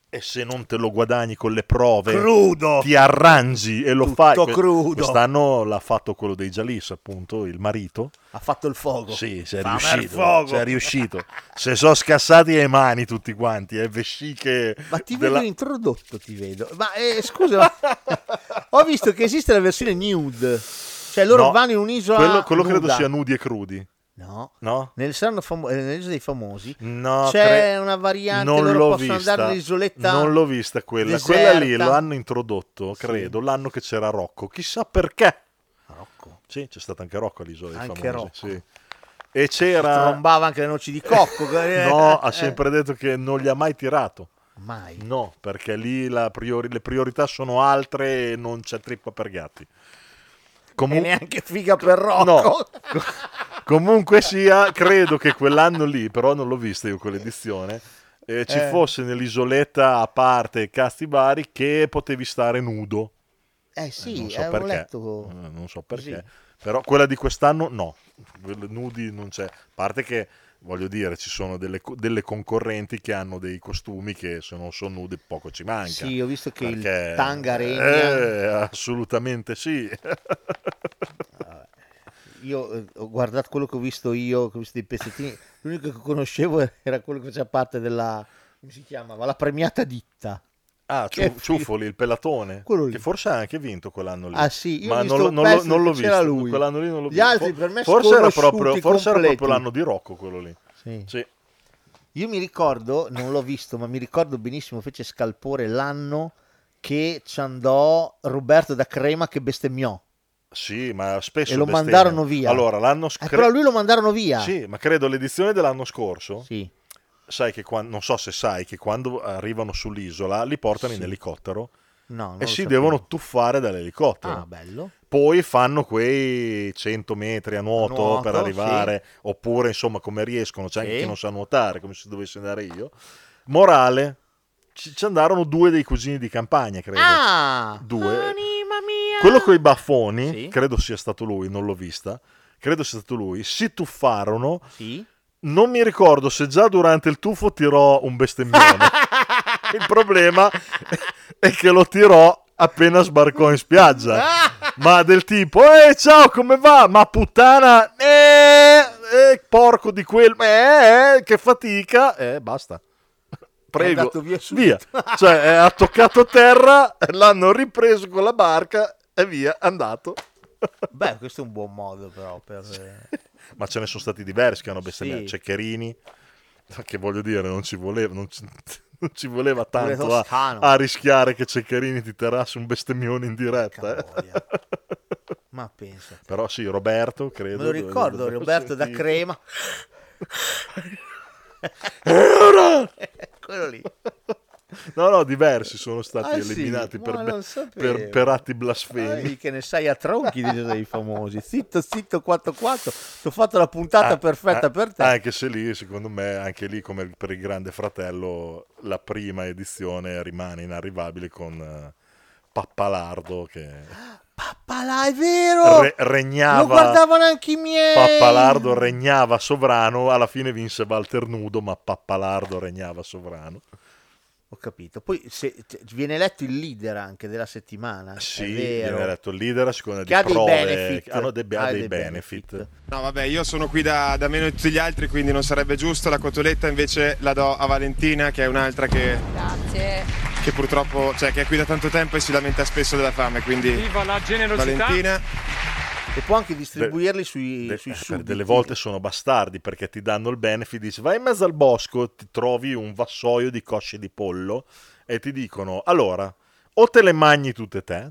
E se non te lo guadagni con le prove,
Crudo!
ti arrangi e lo
Tutto
fai.
crudo.
Quest'anno l'ha fatto quello dei Jalis, appunto, il marito.
Ha fatto il fuoco.
Sì, si è
Fame al
riuscito.
fuoco.
Si è riuscito. Se sono scassati ai mani tutti quanti, e vesciche.
Ma ti
della-
vedo introdotto, ti vedo. Ma eh, scusa, ma- [LAUGHS] ho visto che esiste la versione nude. Cioè loro
No,
vanno in un'isola
Quello, quello credo
nuda.
sia nudi e crudi.
No.
No?
Nel saranno famo- eh, nell'isola dei famosi
No,
c'è
cre-
una variante,
non
loro
l'ho
possono
vista.
andare nell'isoletta
Non l'ho vista quella. Quella lì
deserta.
l'hanno introdotto, credo, l'anno che c'era Rocco. Chissà perché. Rocco? Sì, c'è stato anche Rocco all'isola dei
Anche
famosi.
Rocco.
sì. E c'era...
Trombava anche le noci di
[LAUGHS]
cocco. che-
no, ha
eh,
sempre detto che non li ha mai tirato.
Mai.
No, perché lì la priori- le priorità sono altre e non c'è trippa per gatti.
E
Comunque...
neanche figa per Rocco.
No. [LAUGHS] Comunque sia, credo che quell'anno lì, però non l'ho vista io quell'edizione, eh, ci
Eh.
fosse nell'isoletta a parte Casti Bari che potevi stare nudo.
Eh sì,
non so
avevo
perché.
letto.
Eh, Non so perché. Però quella di quest'anno no, Quelle nudi non c'è. A parte che, voglio dire, ci sono delle, co- delle concorrenti che hanno dei costumi che se non sono nude poco ci manca.
Sì, ho visto che il
Perché-
tanga regna.
Eh, assolutamente sì.
Io eh, ho guardato quello che ho visto io, che ho visto dei pezzettini. L'unico che conoscevo era quello che faceva parte della. come si chiamava? La premiata ditta.
Ah,
Che
Ciu- Ciuffoli, il pelatone,
Quello lì.
che forse ha anche vinto quell'anno lì.
Ah, sì, io ho
ma
visto
non, lo-
un
non lo-
pezzo
non l'ho
che c'era
visto.
lui.
Quell'anno lì non l'ho
Gli
visto.
altri per me
forse era
sconosciuti
proprio, forse era
completi.
proprio l'anno di Rocco quello lì.
Sì.
Sì.
Io mi ricordo, non l'ho visto, ma mi ricordo benissimo, fece scalpore l'anno che ci andò Roberto da Crema che bestemmiò.
Sì, ma spesso
E lo
bestemmia.
mandarono via.
Allora, l'anno
Eh,
scorso
però lui lo mandarono via.
Sì, ma credo l'edizione dell'anno scorso. Sai che quan- non so se sai che quando arrivano sull'isola li portano in elicottero
No, non
e
lo
si
sapevo.
Eh devono tuffare dall'elicottero.
Ah, bello.
Poi fanno quei 100 metri a nuoto,
nuoto,
per arrivare, oppure insomma come riescono, c'è anche
Sì.
chi non sa nuotare, come se dovessi andare io. Morale, ci, ci andarono due dei cugini di campagna, credo.
Ah!
Due. Quello con i baffoni, credo sia stato lui, non l'ho vista, credo sia stato lui, si tuffarono. Non mi ricordo se già durante il tuffo tirò un bestemmione. il problema è che lo tirò appena sbarcò in spiaggia. Ma del tipo, eh ciao, come va? Ma puttana, eh, eh, porco di quel, eh, eh, che fatica. Eh, basta. Prego,
È andato via
via. Cioè, eh, ha toccato terra, l'hanno ripreso con la barca e via, è andato.
Beh, questo è un buon modo però per...
Ma ce ne sono stati diversi che hanno bestemmiato.
Sì.
Ceccherini, che voglio dire, non ci voleva, non ci, non ci voleva
Pure
tanto a,
Toscano.
a rischiare che Ceccherini ti tirasse un bestemmione in diretta. eh.
Ma pensa.
Però sì, Roberto, credo.
Me lo
[LAUGHS]
ricordo,
l'avevo
Roberto da
Eh, sentito.
Crema.
E ora?
Ecco. Quello lì.
No, no, diversi sono stati
Ah, sì?
eliminati per,
Ma
be-
non sapevo.
per, per atti blasfemi.
Dai, che ne sai a tronchi di- dei famosi. Zitto, zitto, 4-4. Ti ho fatto la puntata
Ah,
perfetta
ah,
per te.
Anche se lì, secondo me, anche lì, come per il Grande Fratello, la prima edizione rimane inarrivabile con eh, Pappalardo che
Papalà, è vero!
Re- regnava.
Lo guardavano anche i miei.
Pappalardo regnava sovrano, alla fine vinse Walter Nudo, ma Pappalardo regnava sovrano.
Ho capito. Poi se, te- viene eletto il leader anche della settimana.
Sì,
è vero.
viene eletto il leader a seconda
Che
di
ha dei
prove,
benefit.
hanno dei, ha
Ha
dei
dei
benefit.
No, vabbè, io sono qui da, da meno di tutti gli altri, quindi non sarebbe giusto. La cotoletta invece la do a Valentina, che è un'altra che,
Grazie.
che purtroppo, cioè, che è qui da tanto tempo e si lamenta spesso della fame. Quindi,
Viva la generosità.
Valentina.
E può anche distribuirli sui,
De-
sui
eh, per
sudditi.
delle volte sono bastardi perché ti danno il benefit, dici vai in mezzo al bosco, ti trovi un vassoio di cosce di pollo e ti dicono allora o te le mangi tutte te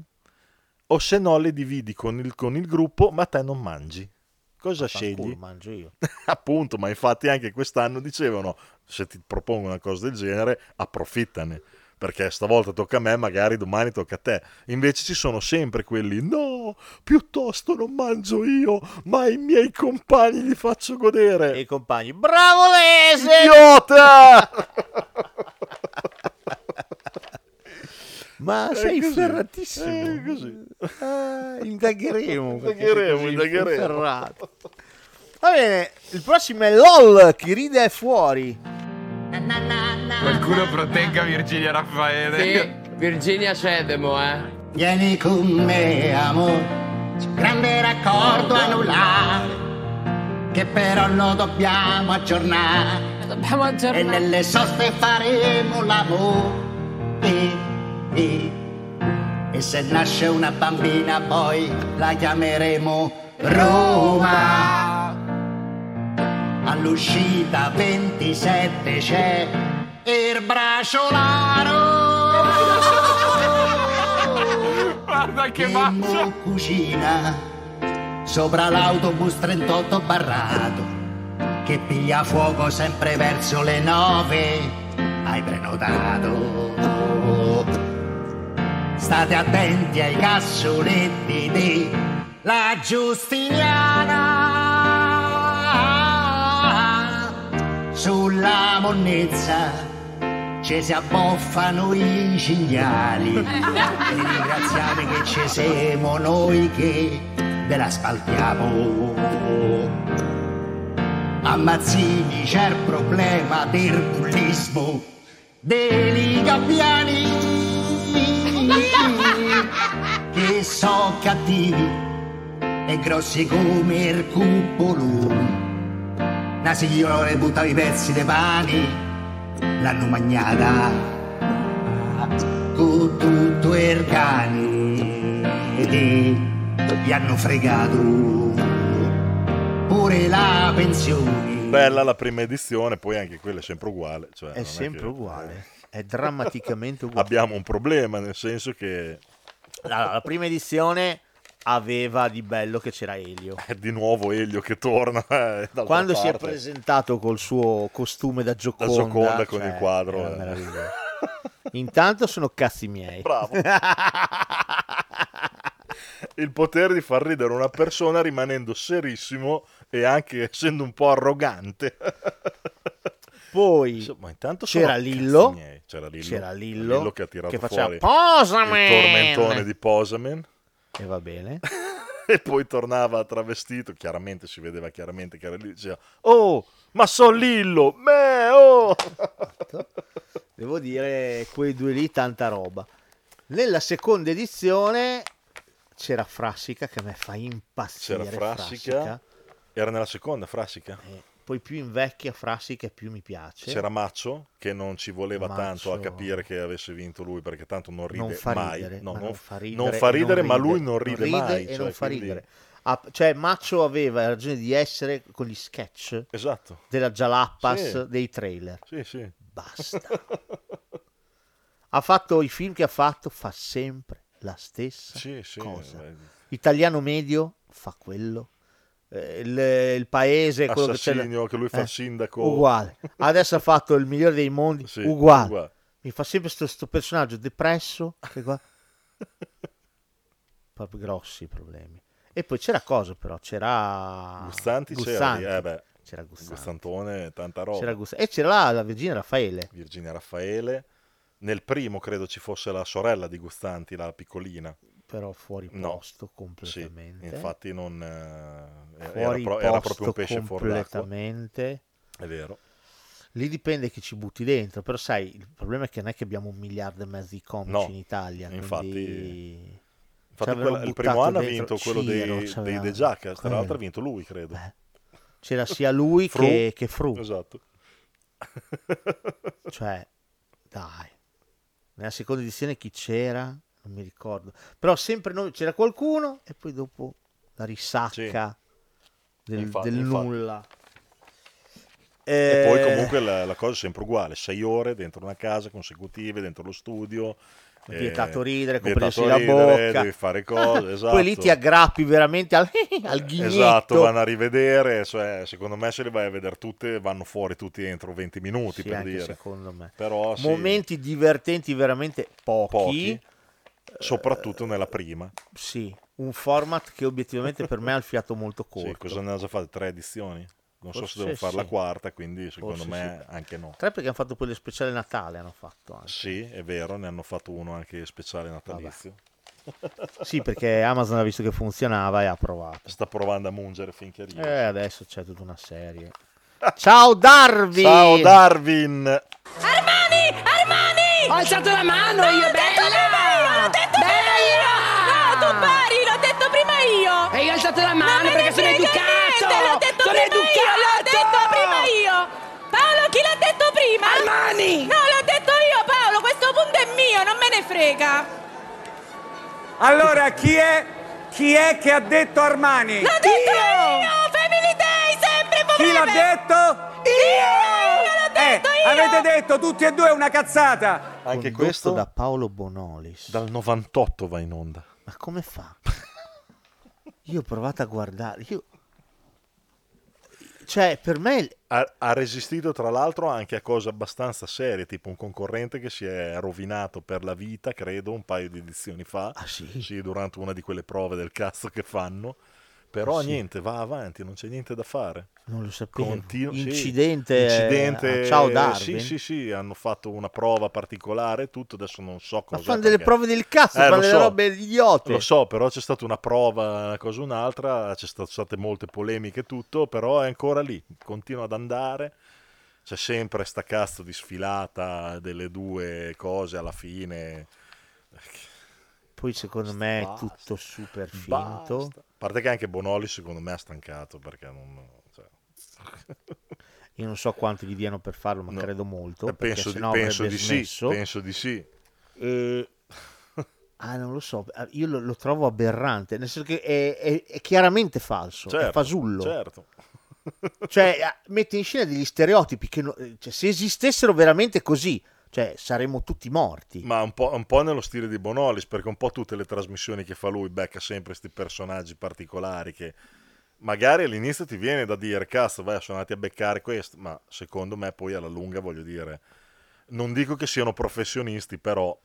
o se no le dividi con il, con il gruppo ma te non mangi. Cosa scegli?
Culo, mangio io.
[LAUGHS] Appunto, ma infatti anche quest'anno dicevano se ti propongo una cosa del genere approfittane perché stavolta tocca a me, magari domani tocca a te. Invece ci sono sempre quelli no, piuttosto non mangio io, ma i miei compagni li faccio godere. E
i compagni, bravo Lese!
Idiota!
[LAUGHS] Ma
È
sei
così.
ferratissimo.
È così.
Ah, indagheremo. perché
Indagheremo,
sei così
indagheremo.
ferrato. Va bene, il prossimo è LOL, chi ride è fuori.
Qualcuno protegga Virginia Raffaele.
Sì, Virginia Cedemo, eh.
Vieni con me, amore, c'è un grande raccordo anulare, che però lo dobbiamo aggiornare.
Dobbiamo aggiornare.
E nelle soste faremo l'amore. E, e, e se nasce una bambina poi la chiameremo Roma. All'uscita 27 c'è il braciolaro. [LAUGHS] Guarda che faccia! cucina sopra l'autobus 38 barrato che piglia fuoco sempre verso le 9. Hai prenotato. State attenti ai cassoletti di la Giustiniana. Sulla monnezza ci si abboffano i cinghiali. E ringraziate che ci siamo noi che ve la spaltiamo. Ammazzini c'è il problema del bullismo dei gabbiani che so cattivi e grossi come il cupolone. La signora le buttava i pezzi dei pani, l'hanno magnata con tutto il cane e gli hanno fregato pure la pensione.
Bella la prima edizione, poi anche quella è sempre uguale. cioè,
È
non
sempre
che-
uguale, è drammaticamente uguale.
Abbiamo un problema, nel senso che
Allora, la prima edizione aveva di bello che c'era Elio.
è Eh, di nuovo Elio che torna. eh, dall'altra
Quando si è
parte.
presentato col suo costume da Gioconda,
Gioconda con
cioè,
il quadro,
era
eh.
meraviglioso. Intanto sono cazzi miei.
Bravo.
[LAUGHS]
il potere di far ridere una persona rimanendo serissimo e anche essendo un po' arrogante.
[LAUGHS] Poi
Insomma, intanto sono
c'era
cazzi
Lillo,
miei. c'era Lillo,
c'era Lillo
che ha tirato
che faceva
fuori
Posamen!
il tormentone di Posamen
e va bene.
[LAUGHS] e poi tornava travestito, chiaramente si vedeva chiaramente che era lì, diceva "Oh, ma sono Lillo, me oh!"
Esatto. Devo dire, quei due lì, tanta roba. Nella seconda edizione c'era Frassica che a me fa impazzire.
C'era Frassica. Era nella seconda Frassica?
Poi più invecchia Frassica e più mi piace.
C'era Maccio che non ci voleva
Maccio.
tanto a capire che avesse vinto lui perché tanto non ride
non fa
mai.
ridere,
No,
ma
non,
non fa ridere,
non fa
e
ridere, ma lui non ride,
ride
mai.
e
cioè,
non fa
quindi-
ridere. Ah, cioè Maccio aveva ragione di essere con gli sketch
Esatto.
della Jalapas
Sì.
dei trailer.
Sì, sì.
Basta. ha fatto i film che ha fatto, fa sempre la stessa cosa.
eh.
Italiano medio fa quello. Eh, Il, il paese, quello che, c'è Eh, là-
Assassinio, che lui fa il sindaco.
Uguale. Adesso ha fatto il migliore dei mondi,
Sì,
uguale.
uguale.
Mi fa sempre sto, sto personaggio depresso. Che qua... Proprio grossi problemi. E poi c'era cosa però, c'era...
[LAUGHS] Gustanti,
Gustanti.
c'era. Eh beh,
c'era Gustanti.
Gustantone, tanta roba.
C'era Gust- e c'era la, la Virginia Raffaele.
Virginia Raffaele. Nel primo credo ci fosse la sorella di Gustanti, la piccolina.
Però fuori posto completamente.
Sì, infatti non... eh, era
Fuori
pro- era,
posto
proprio un pesce fuori d'acqua.
completamente.
È vero.
Lì dipende che ci butti dentro, però sai, il problema è che non è che abbiamo un miliardo e mezzo di comici
No,
in Italia.
infatti-
quindi ci
Infatti
avevano
quella- il
buttato
primo anno ha
dentro
vinto quello
Ciro,
dei,
ci
dei
avevano- Eh.
De Jacques, tra
quello.
l'altro ha vinto lui, credo.
C'era sia lui
Fru.
che, che Fru.
Esatto.
[LAUGHS] Cioè, dai. Nella seconda edizione chi c'era? Non mi ricordo. Però sempre noi, c'era qualcuno e poi dopo la risacca del,
Infatti,
del
infatti.
nulla.
E poi
Eh,
comunque la, la cosa è sempre uguale, sei ore dentro una casa consecutive, dentro lo studio. eh,
Vietato ridere,
vietato
coprirsi la
ridere,
bocca.
Devi fare cose, esatto.
[LAUGHS] Poi lì ti aggrappi veramente al, [LAUGHS] al ghignetto.
Esatto, vanno a rivedere, cioè, secondo me se le vai a vedere tutte vanno fuori tutti entro 20 minuti
Sì,
per
anche
dire.
secondo me.
Però sì,
Momenti divertenti veramente pochi.
pochi, soprattutto nella prima.
Sì, un format che obiettivamente per me ha il fiato molto corto.
Sì, cosa ne hanno già fatte? Tre edizioni? Non so
Forse
se devo fare la
sì.
quarta, quindi secondo
Forse
me eh.
sì.
anche no.
Tre perché hanno fatto poi le speciali Natale, hanno fatto anche.
Sì, è vero, ne hanno fatto uno anche speciale natalizio.
Sì, perché Amazon ha visto che funzionava e ha provato.
Sta provando a mungere finché arriva.
E
[LAUGHS]
Eh, adesso c'è tutta una serie. Ciao Darwin!
Ciao Darwin!
Armani! Armani! Ho alzato la mano io, bella! L'ho detto bella! No, tu pari, l'ho detto prima io! E io ho alzato la mano perché sono educato! l'ho detto prima io! L'ho detto prima io! Paolo, chi l'ha detto prima? Armani! No, l'ho detto io, Paolo, questo punto è mio, non me ne frega!
Allora, chi è, chi è che ha detto Armani?
L'ho detto io! Family Day, sempre
Chi l'ha
voleva!
detto?
Io! Io l'ho
Eh,
detto io!
avete detto tutti e due una cazzata.
Anche
Condotto
questo
da Paolo Bonolis.
Dal 98 va in onda.
Ma come fa? Io ho provato a guardare. Io... Cioè, per me
Ha, ha resistito tra l'altro anche a cose abbastanza serie, tipo un concorrente che si è rovinato per la vita, credo, un paio di edizioni fa.
Ah, sì?
durante una di quelle prove del cazzo che fanno. Però
Ah, sì?
niente, va avanti, non c'è niente da fare.
non lo sapevo.
Continu- sì.
Incidente.
Incidente- eh,
a Ciao Darwin.
Sì, sì, sì, hanno fatto una prova particolare e tutto, adesso non so cosa. Eh,
fanno delle prove del cazzo, fanno
lo
delle robe idiote.
Lo so, però c'è stata una prova, una cosa o un'altra, c'è state state molte polemiche e tutto, però è ancora lì, continua ad andare. C'è sempre sta cazzo di sfilata delle due cose alla fine.
Poi secondo me è
Basta.
tutto super finto.
Basta. A parte che anche Bonoli secondo me ha stancato perché non... cioè,
Io non so quanto gli diano per farlo, ma credo molto. Perché
Eh, penso di,
sennò
penso
avrebbe
di sì,
smesso. Eh,
penso di sì.
[LAUGHS] Ah, non lo so, ah, io lo, lo trovo aberrante, nel senso che è, è- è chiaramente falso, è
Certo,
fasullo.
Certo.
[LAUGHS] Cioè, ah, mette in scena degli stereotipi che no- eh, cioè, se esistessero veramente così, cioè, saremmo tutti morti.
Ma un po', un po' nello stile di Bonolis, perché un po' tutte le trasmissioni che fa lui becca sempre questi personaggi particolari che magari all'inizio ti viene da dire cazzo, vai, sono andati a beccare questo, ma secondo me poi alla lunga voglio dire, non dico che siano professionisti, però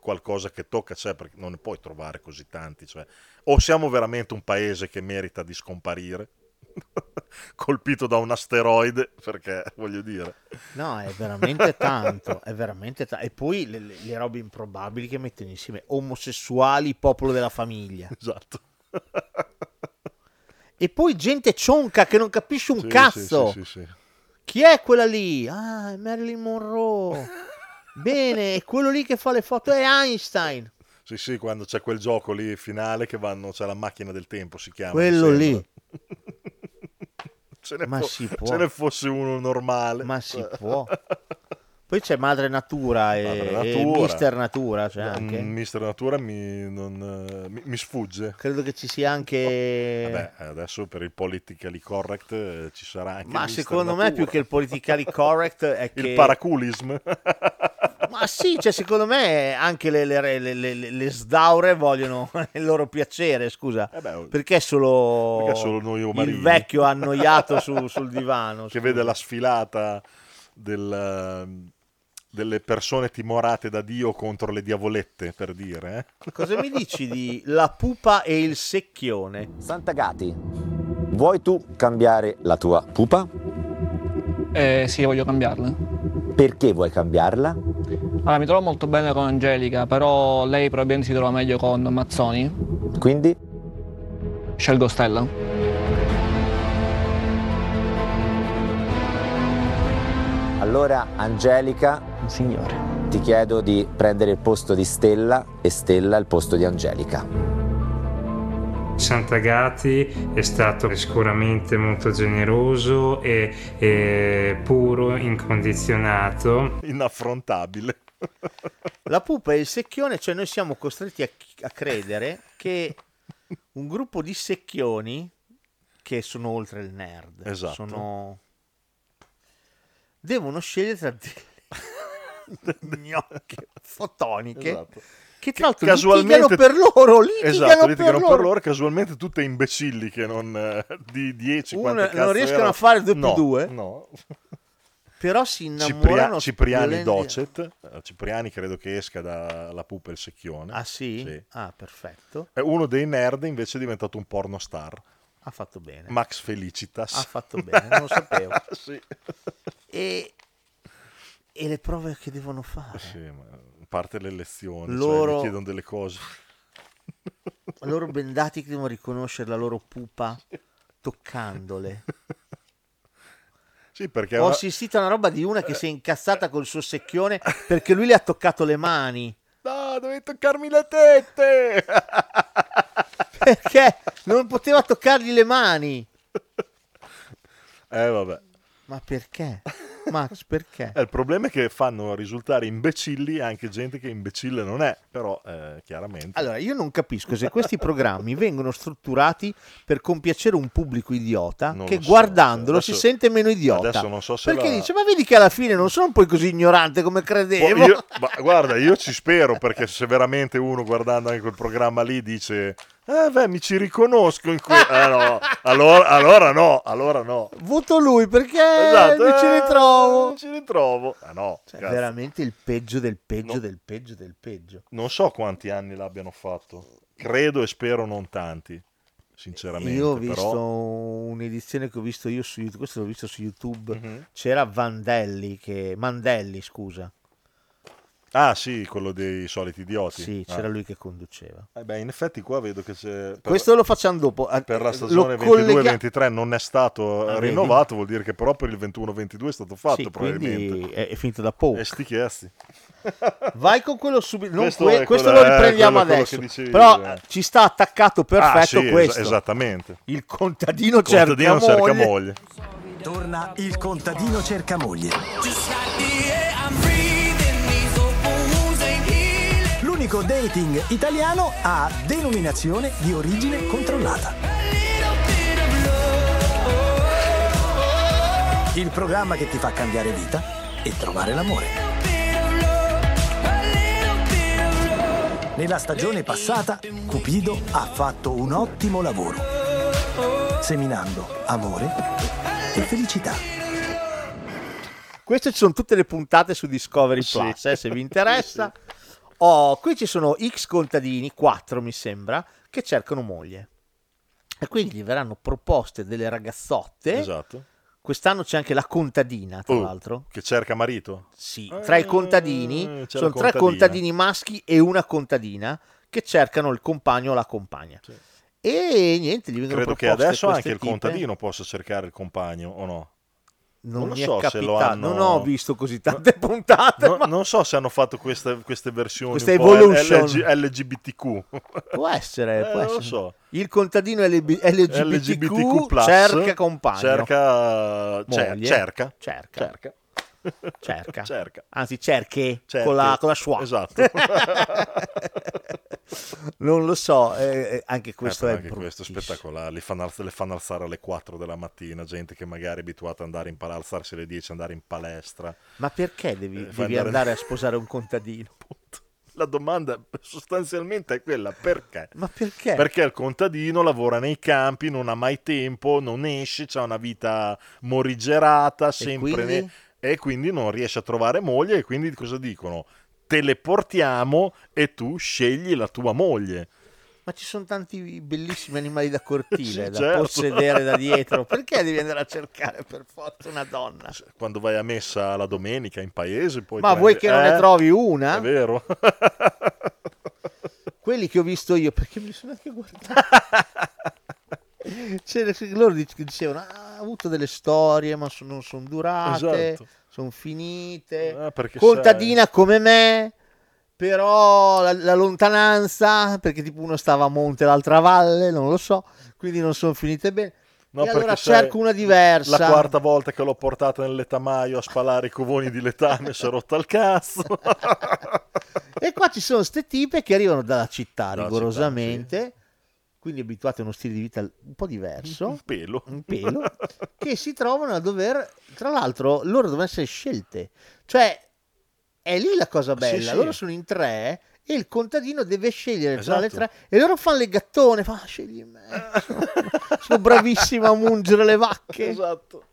qualcosa che tocca c'è, perché non ne puoi trovare così tanti, cioè, o siamo veramente un paese che merita di scomparire, [LAUGHS] colpito da un asteroide, perché voglio dire...
No, è veramente tanto, è veramente ta- E poi le, le- le robe improbabili che mettono insieme, omosessuali, popolo della famiglia.
Esatto.
E poi gente cionca che non capisce un
Sì, sì,
cazzo.
sì, sì, sì.
Chi è quella lì? Ah, è Marilyn Monroe. Bene, è quello lì che fa le foto è Einstein.
Sì, sì, quando c'è quel gioco lì finale che vanno, c'è la macchina del tempo, si chiama.
Quello
mi sembra.
lì.
Ce ne,
Ma
fo- [LAUGHS]
si può.
ce ne fosse uno normale.
Ma si può. Poi c'è Madre Natura e,
Madre
e
Eh, Natura.
Mister Natura. C'è anche.
Mm, Mister Natura mi, non, eh, mi- mi sfugge.
Credo che ci sia anche.
Vabbè, adesso per il politically correct eh, ci sarà anche.
Ma
Mister
secondo me
Natura.
più che il politically correct è che...
Il paraculism.
Ma sì, cioè, secondo me anche le, le- le- le- le- le sdaure vogliono [LAUGHS] il loro piacere, scusa. perché solo,
Eh oh. perché solo noi omarini?
il
[LAUGHS]
vecchio annoiato su- sul divano?
che vede la sfilata del, eh, delle persone timorate da Dio contro le diavolette, per dire. eh.
Cosa mi dici di La pupa e il secchione?
Santa Gati, vuoi tu cambiare la tua pupa?
Eh sì, voglio cambiarla.
Perché vuoi cambiarla?
Allora, mi trovo molto bene con Angelica, però lei probabilmente si trova meglio con Mazzoni.
Quindi?
Scelgo Stella.
Allora, Angelica.
Signore.
Ti chiedo di prendere il posto di Stella e Stella il posto di Angelica.
Sant'Agati è stato sicuramente molto generoso e, e puro, incondizionato.
Inaffrontabile.
[LAUGHS] La pupa e il secchione, cioè noi siamo costretti a, a credere che un gruppo di secchioni che sono oltre il nerd,
Esatto.
sono... devono scegliere tra
[LAUGHS]
delle gnocche fotoniche
Esatto.
che tra l'altro litigano per loro, litigano
esatto,
per
litigano per
loro.
loro, casualmente tutte imbecilli che non eh, di 10
Uno-
quante
non
cazzo
riescono
erano.
a fare due più
No,
due.
No.
Però si
Cipria-
innamorano
Cipriani
splendi-
Docet, Eh, Cipriani credo che esca dalla pupa e il secchione.
Ah sì? Ah perfetto.
È uno dei nerd invece è diventato un porno star.
Ha fatto bene.
Max Felicitas.
Ha fatto bene, non
[LAUGHS]
lo sapevo.
[LAUGHS] Sì.
E... e le prove che devono fare?
Eh Sì, ma a parte le lezioni, loro
Loro-
chiedono delle cose.
loro bendati che devono riconoscere la loro pupa toccandole.
Sì, perché Eh. è
Ho
una-
assistito a una roba di una che si è incazzata col suo secchione perché lui le ha toccato le mani.
No, devi toccarmi le tette!
[LAUGHS] Perché non poteva toccargli le mani.
Eh vabbè.
Ma perché? Max, perché?
Eh, il problema è che fanno risultare imbecilli anche gente che imbecille non è, però eh, chiaramente.
Allora, io non capisco se questi programmi vengono strutturati per compiacere un pubblico idiota che
lo so,
guardandolo si
adesso-
sente meno idiota.
adesso non so se
perché
la-
dice, ma vedi che alla fine non sono poi così ignorante come credevo.
Poi io- ma guarda, io ci spero perché se veramente uno guardando anche quel programma lì dice Eh beh, mi ci riconosco in que- Eh, no, allora, allora no, allora no.
Voto lui perché
Esatto,
mi ci
eh,
ritrovo. Cioè,
mi ci ritrovo. Ah, no, cazzo.
veramente il peggio del peggio del peggio del peggio.
Non so quanti anni l'abbiano fatto. Credo e spero non tanti, sinceramente.
Io ho visto
però-
un'edizione che ho visto io su YouTube, questo l'ho visto su YouTube,
Mhm.
c'era Vandelli che Mandelli, scusa.
Ah sì, quello dei soliti idioti.
Sì,
Ah.
c'era lui che conduceva.
Eh beh, in effetti qua vedo che c'è... per-
Questo lo facciamo dopo. eh,
per
lo
la stagione
colleghiamo-
22-23 non è stato
Ah, vedi?
rinnovato, vuol dire che però per il 21-22 è stato fatto
Sì,
probabilmente.
quindi è, è finito da poco.
E sti chiesti.
Vai con quello subito, non que-
Questo
questo,
è quello-
lo
eh,
riprendiamo
quello- quello
adesso.
che dicevi,
Però
eh.
eh, ci sta attaccato perfetto
Ah, sì, es-
questo.
esattamente.
Il contadino,
Contadino
cerca,
cerca
moglie.
moglie.
Torna il contadino cerca moglie. L'unico dating italiano a denominazione di origine controllata. Il programma che ti fa cambiare vita e trovare l'amore. Nella stagione passata, Cupido ha fatto un ottimo lavoro, seminando amore e felicità.
Queste ci sono tutte le puntate su Discovery Plus, eh,
[LAUGHS]
se vi interessa. Oh, qui ci sono X contadini, 4 mi sembra, che cercano moglie. E quindi gli verranno proposte delle ragazzotte.
Esatto.
Quest'anno c'è anche la contadina, tra
Oh,
l'altro.
Che cerca marito? Eh,
Sì. Tra i contadini sono tre contadini maschi e una contadina che cercano il compagno o la compagna. E niente, gli vengono
Credo che
proposte
adesso anche
queste
il
tipe.
contadino possa cercare il compagno o no?
Non,
lo
mi è
so se
capitato,
lo hanno...
non ho visto così tante puntate.
No, Non so se hanno fatto queste, queste versioni
Questa
un po'
evolution.
LG LGBTQ.
Può essere,
Eh,
può
non lo
essere.
so.
Il contadino LB- LGBTQ,
LGBTQ+,
cerca compagno.
cerca- cer-
Moglie.
cerca.
Cerca.
Cerca.
Cerca.
[LAUGHS] Cerca.
Anzi, cerchi
Cerchi.
con la, con la schwa.
Esatto.
[LAUGHS] non lo so, eh, eh, anche questo
Eh, però
è
anche questo è
bruttissimo.
spettacolare. Li fanno alz- le fanno alzare alle 4 della mattina. Gente che magari è abituata ad andare in palestra, alzarsi alle 10, andare in palestra.
Ma perché devi,
Eh,
devi
fai andare-
andare a sposare un contadino?
La domanda sostanzialmente è quella: perché?
Ma perché?
Perché il contadino lavora nei campi, non ha mai tempo, non esce, ha una vita morigerata, sempre
quindi?
ne- e quindi non riesce a trovare moglie e quindi cosa dicono? Teleportiamo e tu scegli la tua moglie.
Ma ci sono tanti bellissimi animali da
[LAUGHS]
cortile
Sì,
da
certo.
possedere da dietro. Perché devi andare a cercare per forza una donna?
[LAUGHS] Quando vai a messa la domenica in paese poi... eh?
Ma vuoi che non ne trovi una?
È vero.
[LAUGHS] Quelli che ho visto io, perché mi sono
[LAUGHS]
anche guardato. C'era- loro dic- dicevano, "Ah, ha avuto delle storie, ma so- non sono durate,
Esatto. Ah,
sono finite.
perché
Contadina come me, però la, la lontananza, perché tipo uno stava a monte, l'altra a valle, non lo so, quindi non sono finite bene.
No,
e
perché
allora
sai,
cerco una diversa.
La quarta volta che l'ho portata nel letamaio a spalare i covoni di letame si è rotta il cazzo.
E qua ci sono ste tipe che arrivano dalla città rigorosamente, quindi abituate a uno stile di vita un po' diverso. Un
pelo.
che si trovano a dover, tra l'altro, loro devono essere scelte. Cioè, è lì la cosa bella.
sì.
Loro sono in tre e il contadino deve scegliere tra le
Esatto.
tre e loro fanno le gattone, fa "Ah, scegli me.
[LAUGHS]
Sono, sono bravissima a mungere le vacche.
Esatto.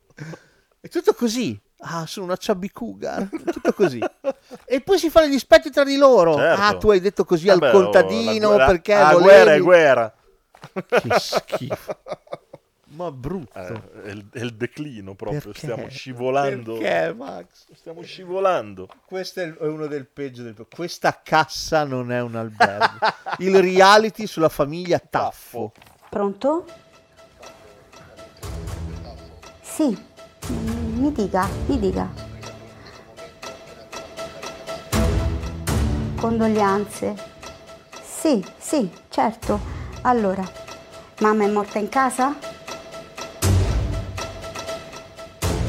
È tutto così. Ah, sono una chubby cougar, tutto così. E poi si fanno gli dispetti tra di loro.
Certo.
Ah, tu hai detto così
Vabbè,
al
oh, la
contadino
guerra-
perché
ah,
volevi-
guerra è guerra.
Che schifo. [LAUGHS] Ma brutto.
Eh, è, il, è il declino proprio,
Perché?
stiamo scivolando.
Perché, Max?
Stiamo scivolando.
Questo è il- è uno del peggio del Questa cassa non è un albergo.
[LAUGHS]
Il reality sulla famiglia Taffo.
Pronto? Sì, mm, mi dica, mi dica. Condoglianze. Sì, sì, certo. Allora, mamma è morta in casa?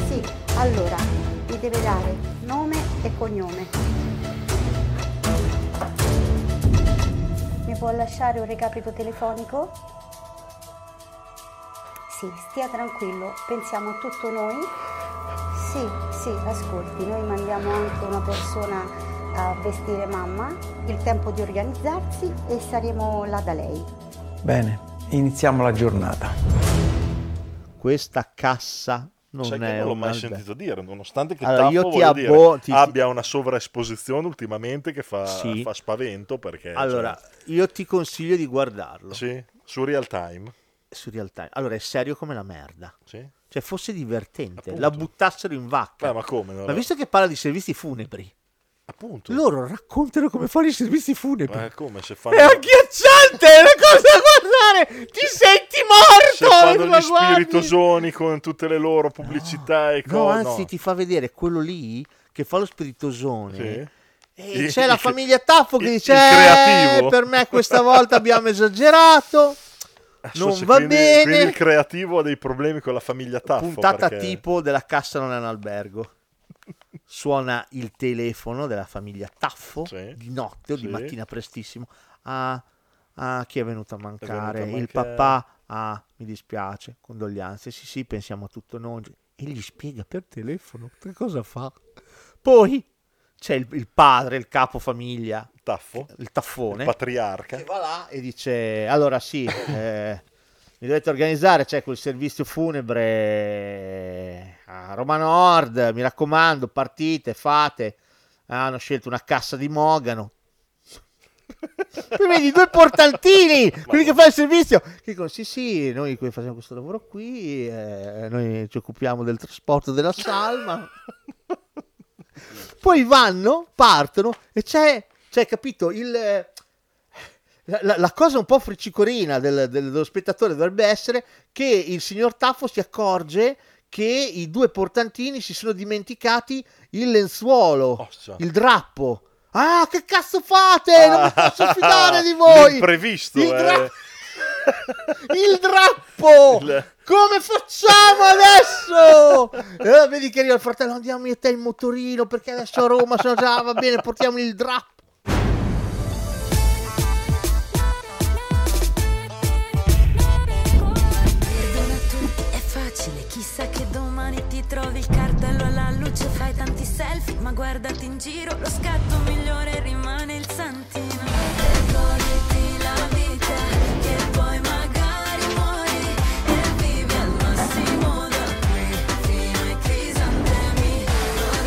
Sì, allora, mi deve dare nome e cognome. Mi può lasciare un recapito telefonico? Sì, stia tranquillo, pensiamo a tutto noi. Sì, sì, ascolti, noi mandiamo anche una persona a vestire mamma, il tempo di organizzarsi e saremo là da lei.
Bene, iniziamo la giornata.
Questa cassa non
Sai
è
che non l'ho
un
mai
albergo.
sentito dire, nonostante che
Allora,
Taffo,
io ti
voglio dire,
abbo- ti-
abbia una sovraesposizione ultimamente che fa,
Sì.
fa spavento perché...
Allora,
cioè,
io ti consiglio di guardarlo.
Sì, su real time.
Su real time. Allora, è serio come la merda.
Sì.
Cioè, fosse divertente. La buttassero in vacca.
Beh, ma come?
Ma
Allora,
visto che parla di servizi funebri, loro raccontano come fanno i servizi funebri.
ma è come se fanno...
È agghiacciante, è una cosa da guardare. Ti senti
Se
morto.
fanno
ma
gli
guardi.
spiritosoni con tutte le loro pubblicità e cose.
No, anzi, ti fa vedere quello lì che fa lo spiritosone.
Sì.
E
Il-
Eh, c'è la
il-
famiglia Taffo che
il-
dice:
il
"Eh,
creativo."
Per me questa volta abbiamo esagerato.
[LAUGHS] Adesso
Non
se
va
Eh, quindi-
bene.
Quindi il creativo ha dei problemi con la famiglia Taffo.
puntata
perché-
tipo della cassa non è
[LAUGHS]
un albergo. Suona il telefono della famiglia Taffo di notte o di
sì.
mattina prestissimo. Ah, ah, chi è venuto a mancare?
venuto a
Il
mancare.
papà. Ah, mi dispiace, condoglianze. Sì, sì, pensiamo a tutto noi. E gli spiega per telefono che cosa fa. Poi c'è il, il padre, il capo famiglia.
Taffo.
Il taffone.
Il patriarca.
Che va là e dice, allora sì, eh, mi dovete organizzare, c'è quel servizio funebre a Roma Nord, mi raccomando, partite, fate. Ah, hanno scelto una cassa di Mogano. Poi vedi
[LAUGHS]
due portantini, quelli che fanno il servizio, che dicono sì sì, noi qui facciamo questo lavoro qui, eh, noi ci occupiamo del trasporto della salma. Poi vanno, partono e c'è, c'è capito, il, eh, la, la- la cosa un po' friccicorina del- del- dello spettatore dovrebbe essere che il signor Taffo si accorge che i due portantini si sono dimenticati il lenzuolo, il drappo. Ah, che cazzo fate? Non mi posso
[LAUGHS]
fidare di voi!
Ah. L'imprevisto,
Il,
eh.
dra- il drappo! Come facciamo adesso? E allora vedi che arriva il fratello, andiamo io e te in motorino perché adesso a Roma sono già, va bene, portiamo il drappo.
Perdona tu, è facile, chissà che domani ti trovi il cartello alla luce, fai tanti selfie, ma guardati in giro, lo scatto migliore rimane il santino. E goditi la vita, che poi magari muori, e vivi al massimo da qui, fino ai crisantemi. Lo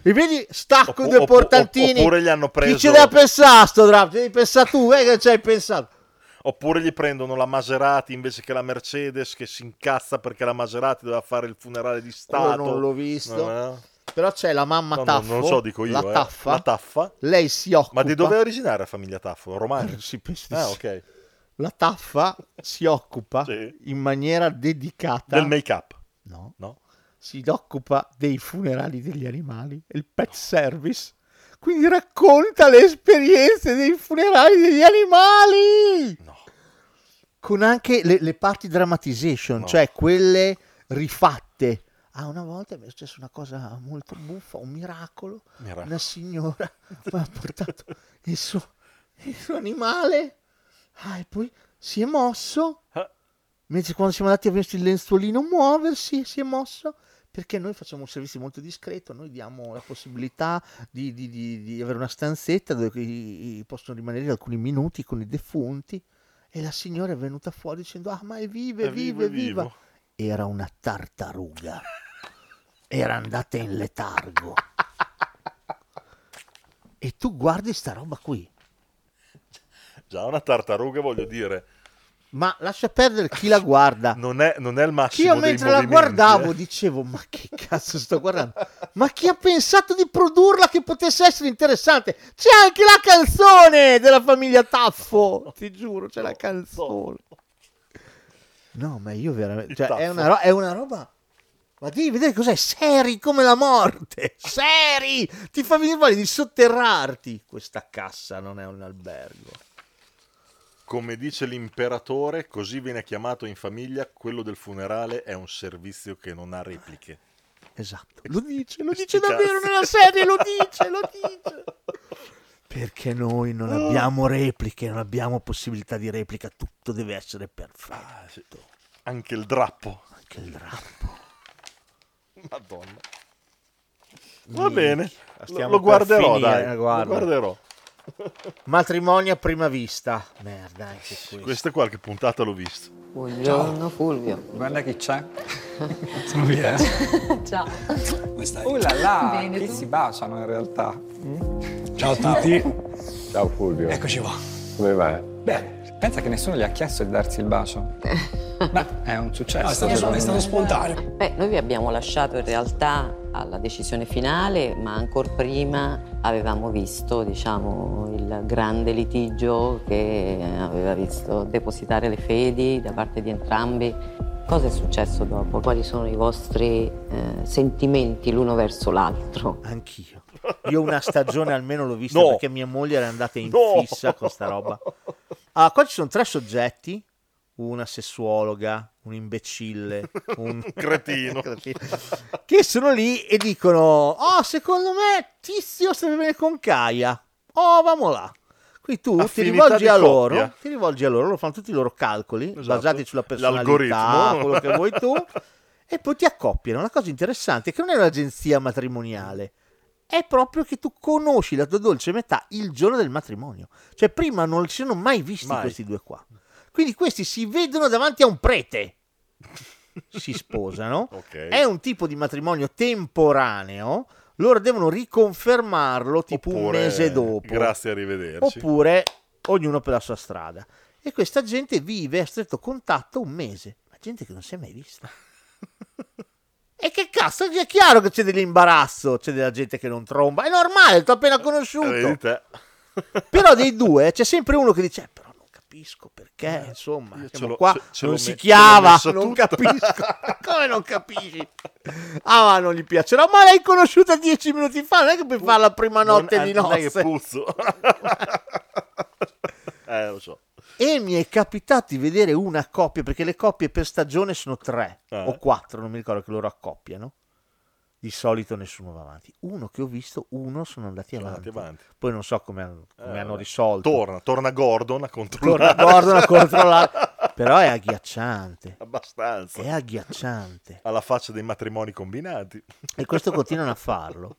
E vedi, stacco
Oppo-
due
oppo-
portantini.
oppure gli hanno preso-
Chi ce l'ha pensato sto draft? Devi pensare tu, eh, che ci hai pensato.
Oppure gli prendono la Maserati invece che la Mercedes che si incazza perché la Maserati doveva fare il funerale di Stato.
Quello Oh, non l'ho visto.
Eh.
Però c'è la mamma
No, no,
Taffo.
non lo so, dico io,
La
eh.
taffa.
La Taffa.
Lei si occupa.
Ma di dove è originaria la famiglia Taffo? Romani?
[LAUGHS] Sì,
Ah, ok.
La taffa si occupa in maniera dedicata
Del make-up.
No.
No?
Si occupa dei funerali degli animali, il pet service. Quindi racconta le esperienze dei funerali degli animali. Con anche le, le parti dramatization, cioè quelle rifatte. Ah, una volta mi è successa una cosa molto buffa, un miracolo.
Miracolo.
Una signora [LAUGHS] mi ha portato il suo, il suo animale. Ah, e poi si è mosso.
Ah.
Mentre quando siamo andati a vedere il lenzuolino muoversi, si è mosso. Perché noi facciamo un servizio molto discreto, noi diamo la possibilità di, di- di- di avere una stanzetta dove i- i- possono rimanere alcuni minuti con i defunti. E la signora è venuta fuori dicendo: Ah, ma è viva, è
È vivo,
viva, è
è vivo."
viva. Era una tartaruga. Era andata in letargo. e tu guardi sta roba qui.
Già una tartaruga, voglio dire.
Ma lascia perdere chi la guarda.
Non è, non è il
Che
massimo
io
dei
mentre la
movimenti,
guardavo
eh.
dicevo ma che cazzo sto guardando ma chi ha pensato di produrla che potesse essere interessante c'è anche la canzone della famiglia Taffo ti giuro c'è la canzone no ma io veramente cioè, è,
Taffo.
una ro- è una roba ma devi vedere cos'è seri come la morte seri ti fa venire voglia di sotterrarti questa cassa non è un albergo
Come dice l'imperatore, così viene chiamato in famiglia, quello del funerale è un servizio che non ha repliche.
Esatto. Lo dice, lo
Sti
dice davvero
cazzi.
nella serie, lo dice, lo dice.
perché noi
Ah.
non
Oh.
abbiamo repliche non abbiamo possibilità di replica tutto deve essere perfetto
Ah, Anche il drappo.
Anche il drappo.
Madonna.
Minchia,
Va bene, lo, lo
stiamo per
guarderò,
finire,
dai.
guarda.
Lo guarderò.
Matrimonio a prima vista. Merda, anche questo.
Questa qualche puntata l'ho vista.
Buongiorno Fulvio. Guarda che c'è.
Sono via.
[LAUGHS] Ciao. Come stai? Oh là là, Bene, che tu? si baciano in realtà. Ciao a tutti. Ciao Fulvio. Eccoci qua. Come va? Beh, pensa che nessuno gli ha chiesto di darsi il [LAUGHS] bacio. Ma è un successo. No, Ah, è stato- secondo è stato me. spontaneo.
Beh, noi vi abbiamo lasciato in realtà alla decisione finale, ma ancora prima avevamo visto, diciamo, il grande litigio che aveva visto depositare le fedi da parte di entrambi. Cosa è successo dopo? Quali sono i vostri eh, sentimenti l'uno verso l'altro?
Anch'io. Io una stagione almeno l'ho vista
No.
perché mia moglie era andata in
No.
fissa con sta roba. Ah, qua ci sono tre soggetti, una sessuologa, un imbecille,
[LAUGHS]
un
Cretino.
che sono lì e dicono "Oh, secondo me Tizio sta bene con Caia. Oh, vamo là". Qui tu ti
Affinità
rivolgi
di
a
coppia. Esatto.
loro, ti rivolgi a loro, loro fanno tutti i loro calcoli basati sulla personalità,
L'algoritmo.
quello che vuoi tu e poi ti accoppiano. La cosa interessante è che non è un'agenzia matrimoniale, è proprio che tu conosci la tua dolce metà il giorno del matrimonio. Cioè, prima non si sono mai visti
Mai.
questi due qua. Quindi questi si vedono davanti a un prete,
[LAUGHS]
si sposano. È un tipo di matrimonio temporaneo. Loro devono riconfermarlo tipo
Oppure,
un mese dopo.
Grazie, arrivederci.
Oppure ognuno per la sua strada. E questa gente vive a stretto contatto un mese. Ma gente che non si è mai vista. e che cazzo, è chiaro che c'è dell'imbarazzo, c'è della gente che non tromba. È normale, t'ho appena conosciuto. però
[LAUGHS]
dei due c'è sempre uno che dice... "Eh, Però non capisco
Eh.
perché, insomma, siamo
l'ho-
qua
ce- ce l'ho me-
non si
ce l'ho
chiama,
messo
non
tutta." [LAUGHS]
capisco. Come non capisci? Ah, ma non gli piacerà. Ma l'hai conosciuta dieci minuti fa, non è che puoi farla prima notte
non,
di
non è che
nozze.
puzzo. eh, lo so.
E mi è capitato di vedere una coppia, perché le coppie per stagione sono tre
Eh.
o quattro, non mi ricordo che loro accoppiano. Di solito nessuno va avanti. Uno che ho visto, uno sono andati avanti.
andati avanti.
Poi non so come hanno, come
Eh,
hanno
vabbè.
risolto.
Torna, torna Gordon a controllare.
Torna Gordon a
[LAUGHS]
controllare. Però è agghiacciante.
Abbastanza.
È agghiacciante.
Alla faccia dei matrimoni combinati.
E questo continuano a farlo.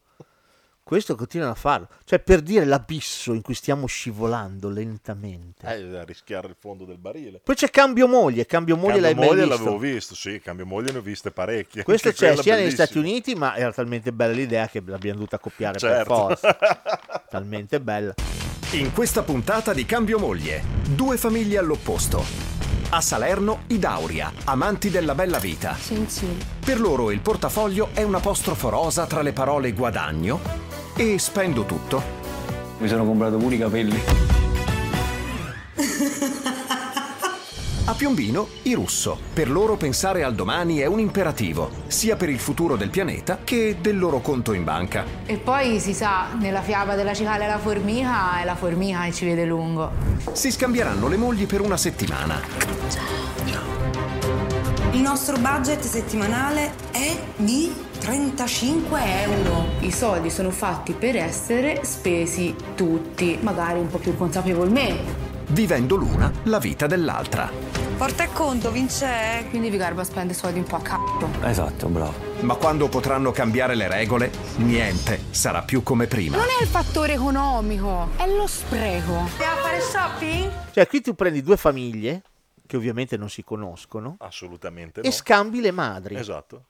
Questo continuano a farlo. Cioè, per dire l'abisso in cui stiamo scivolando lentamente.
Eh, a rischiare il fondo del barile.
Poi c'è Cambio Moglie. Cambio Moglie
Cambio
l'hai
moglie
mai
l'avevo
visto?
visto, sì, cambio moglie ne ho viste parecchie. [LAUGHS]
Questo
Anche
c'è
quella
sia negli
bellissima.
Stati Uniti, ma era talmente bella l'idea che l'abbiamo dovuta copiare
Certo.
per
[LAUGHS]
forza. talmente bella.
In questa puntata di Cambio Moglie, due famiglie all'opposto. A Salerno, i Dauria, amanti della bella vita. Per loro il portafoglio è un apostrofo rosa tra le parole guadagno e spendo tutto. Mi sono comprato pure i capelli. A Piombino, i russo. Per loro pensare al domani è un imperativo, sia per il futuro del pianeta che del loro conto in banca.
E poi si sa, nella fiaba della cicala e la formica, è la formica che ci vede lungo.
Si scambieranno le mogli per una settimana.
Il nostro budget settimanale è di 35 euro.
I soldi sono fatti per essere spesi tutti, magari un po' più consapevolmente.
vivendo l'una la vita dell'altra.
Porta a conto, vince. Quindi Vigarba spende soldi un po' a c***o.
Esatto, bravo. Ma quando potranno cambiare le regole, niente sarà più come prima.
Non è il fattore economico, è lo spreco. Andiamo a fare shopping?
Cioè, qui tu prendi due famiglie, che ovviamente non si conoscono,
Assolutamente
e
no.
scambi le madri.
Esatto.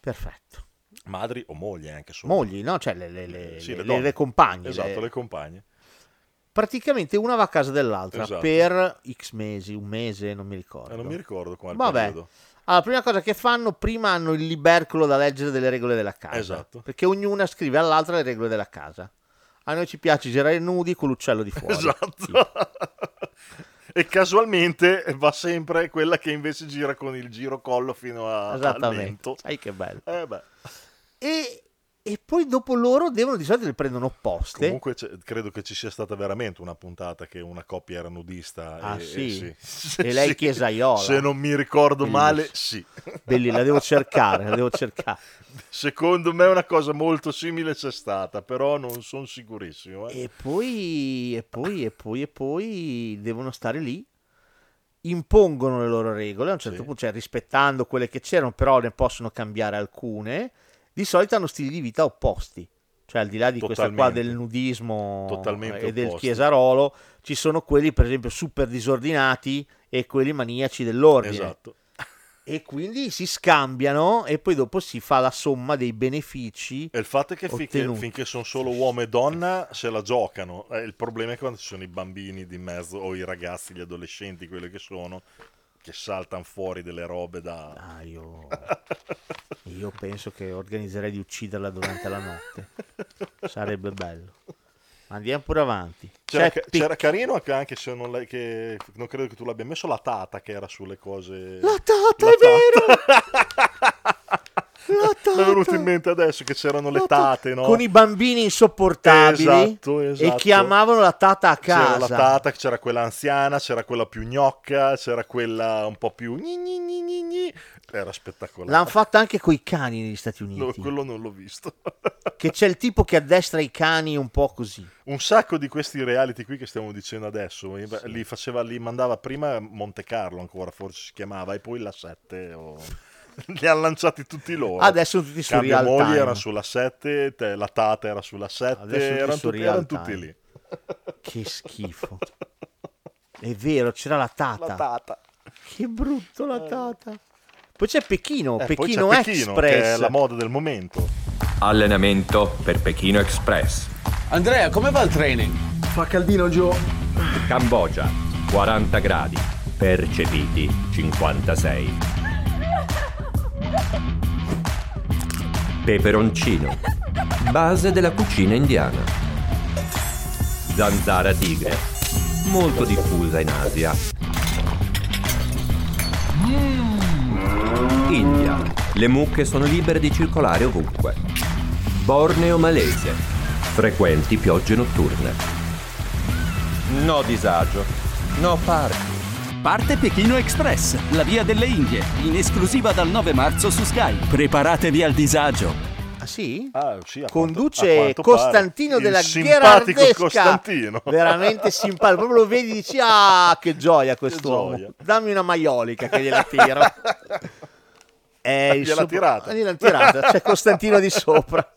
Perfetto.
Madri o moglie anche solo.
Mogli, no? Cioè, le, le, le,
Eh, Sì,
le-
donne.
le compagne.
Esatto,
le-
le compagne.
Praticamente una va a casa dell'altra
Esatto.
per x mesi, un mese, non mi ricordo.
Eh, non mi ricordo quale
Vabbè.
periodo.
Allora, prima cosa che fanno, prima hanno il libercolo da leggere delle regole della casa.
Esatto.
Perché ognuna scrive all'altra le regole della casa. A noi ci piace girare nudi con l'uccello di
[LAUGHS]
fuori.
Esatto. E casualmente va sempre quella che invece gira con il giro collo fino a, al
Esattamente.
mento.
Sai che bello.
Eh beh.
E, e poi dopo loro devono di solito le prendono opposte.
Comunque c'è- credo che ci sia stata veramente una puntata che una coppia era nudista.
Ah,
e,
sì?
E,
E lei
eh, [LAUGHS] Sì.
chiesaiola.
Se non mi ricordo
Bellissimo.
male, sì.
Bellissimo, la devo cercare, la devo cercare.
Secondo me una cosa molto simile c'è stata, però non sono sicurissimo. eh.
E poi, e poi, e poi, e poi devono stare lì, impongono le loro regole, a un certo punto, cioè rispettando quelle che c'erano, però ne possono cambiare alcune. Di solito hanno stili di vita opposti, cioè al di là di questa qua
Totalmente.
del nudismo
Totalmente
e del
opposti.
chiesarolo, ci sono quelli per esempio super disordinati e quelli maniaci dell'ordine.
Esatto.
E quindi si scambiano e poi dopo si fa la somma dei benefici.
E il fatto è che finché,
ottenuti.
finché sono solo uomo e donna se la giocano. Eh, il problema è quando ci sono i bambini di mezzo o i ragazzi, gli adolescenti, quelli che sono, che saltano fuori delle robe da... Ah,
io... Io penso che organizzerei di ucciderla durante
[LAUGHS]
la notte. Sarebbe bello. Ma Andiamo pure avanti.
C'era,
C'è
ca- c'era carino anche- anche se non, l'hai- che- non credo che tu l'abbia messo la tata che era sulle cose... La
tata
è vero! Mi è venuto in mente adesso che c'erano le tate, no?
Con i bambini insopportabili
Esatto, esatto.
e chiamavano la tata a casa.
C'era la tata, c'era quella anziana, c'era quella più gnocca, c'era quella un po' più... gni gni gni gni gni. Era spettacolare.
L'hanno fatta anche coi cani negli Stati
[LAUGHS]
Uniti.
No, quello non l'ho visto.
Che c'è il tipo che addestra i cani un po' così.
Un sacco di questi reality qui che stiamo dicendo adesso, eh, beh, li, faceva, li mandava prima a Monte Carlo ancora, forse si chiamava, e poi la 7. o- [LAUGHS] Li hanno lanciati tutti loro.
Adesso sono tutti su
Cambio
Real
moglie
Time.
era sulla 7, te- la Tata era sulla 7,
Adesso sono tutti
erano,
su
tutti,
Real
erano tutti
Time.
lì.
Che
[LAUGHS]
schifo. È vero, c'era la tata.
La Tata.
[LAUGHS] Che brutto la tata. Poi c'è Pechino,
Eh, poi
Pechino
c'è
Express.
Pechino, che è la moda del momento.
Allenamento per Pechino Express.
Andrea, come va il training?
Fa caldino giù. Cambogia, 40 gradi. Percepiti, 56. Peperoncino, base della cucina indiana. Zanzara tigre, molto diffusa in Asia. Mm. India, le mucche sono libere di circolare ovunque. Borneo malese, frequenti piogge notturne. No disagio. No parchi.
Parte Pechino Express, la via delle Indie, in esclusiva dal 9 marzo su Sky. Preparatevi al disagio.
Ah sì?
sì, a
Conduce
quanto- a quanto
Costantino
pare.
della
Il simpatico
Gherardesca.
Costantino.
[LAUGHS] Veramente simpatico. Proprio lo vedi e dici, ah, che gioia quest'uomo.
gioia. [LAUGHS]
Dammi una maiolica che gliela tiro. È Eh, il
Gliel'ha
sopra-
tirata.
Gliel'ha tirata,
[LAUGHS]
c'è Costantino di sopra.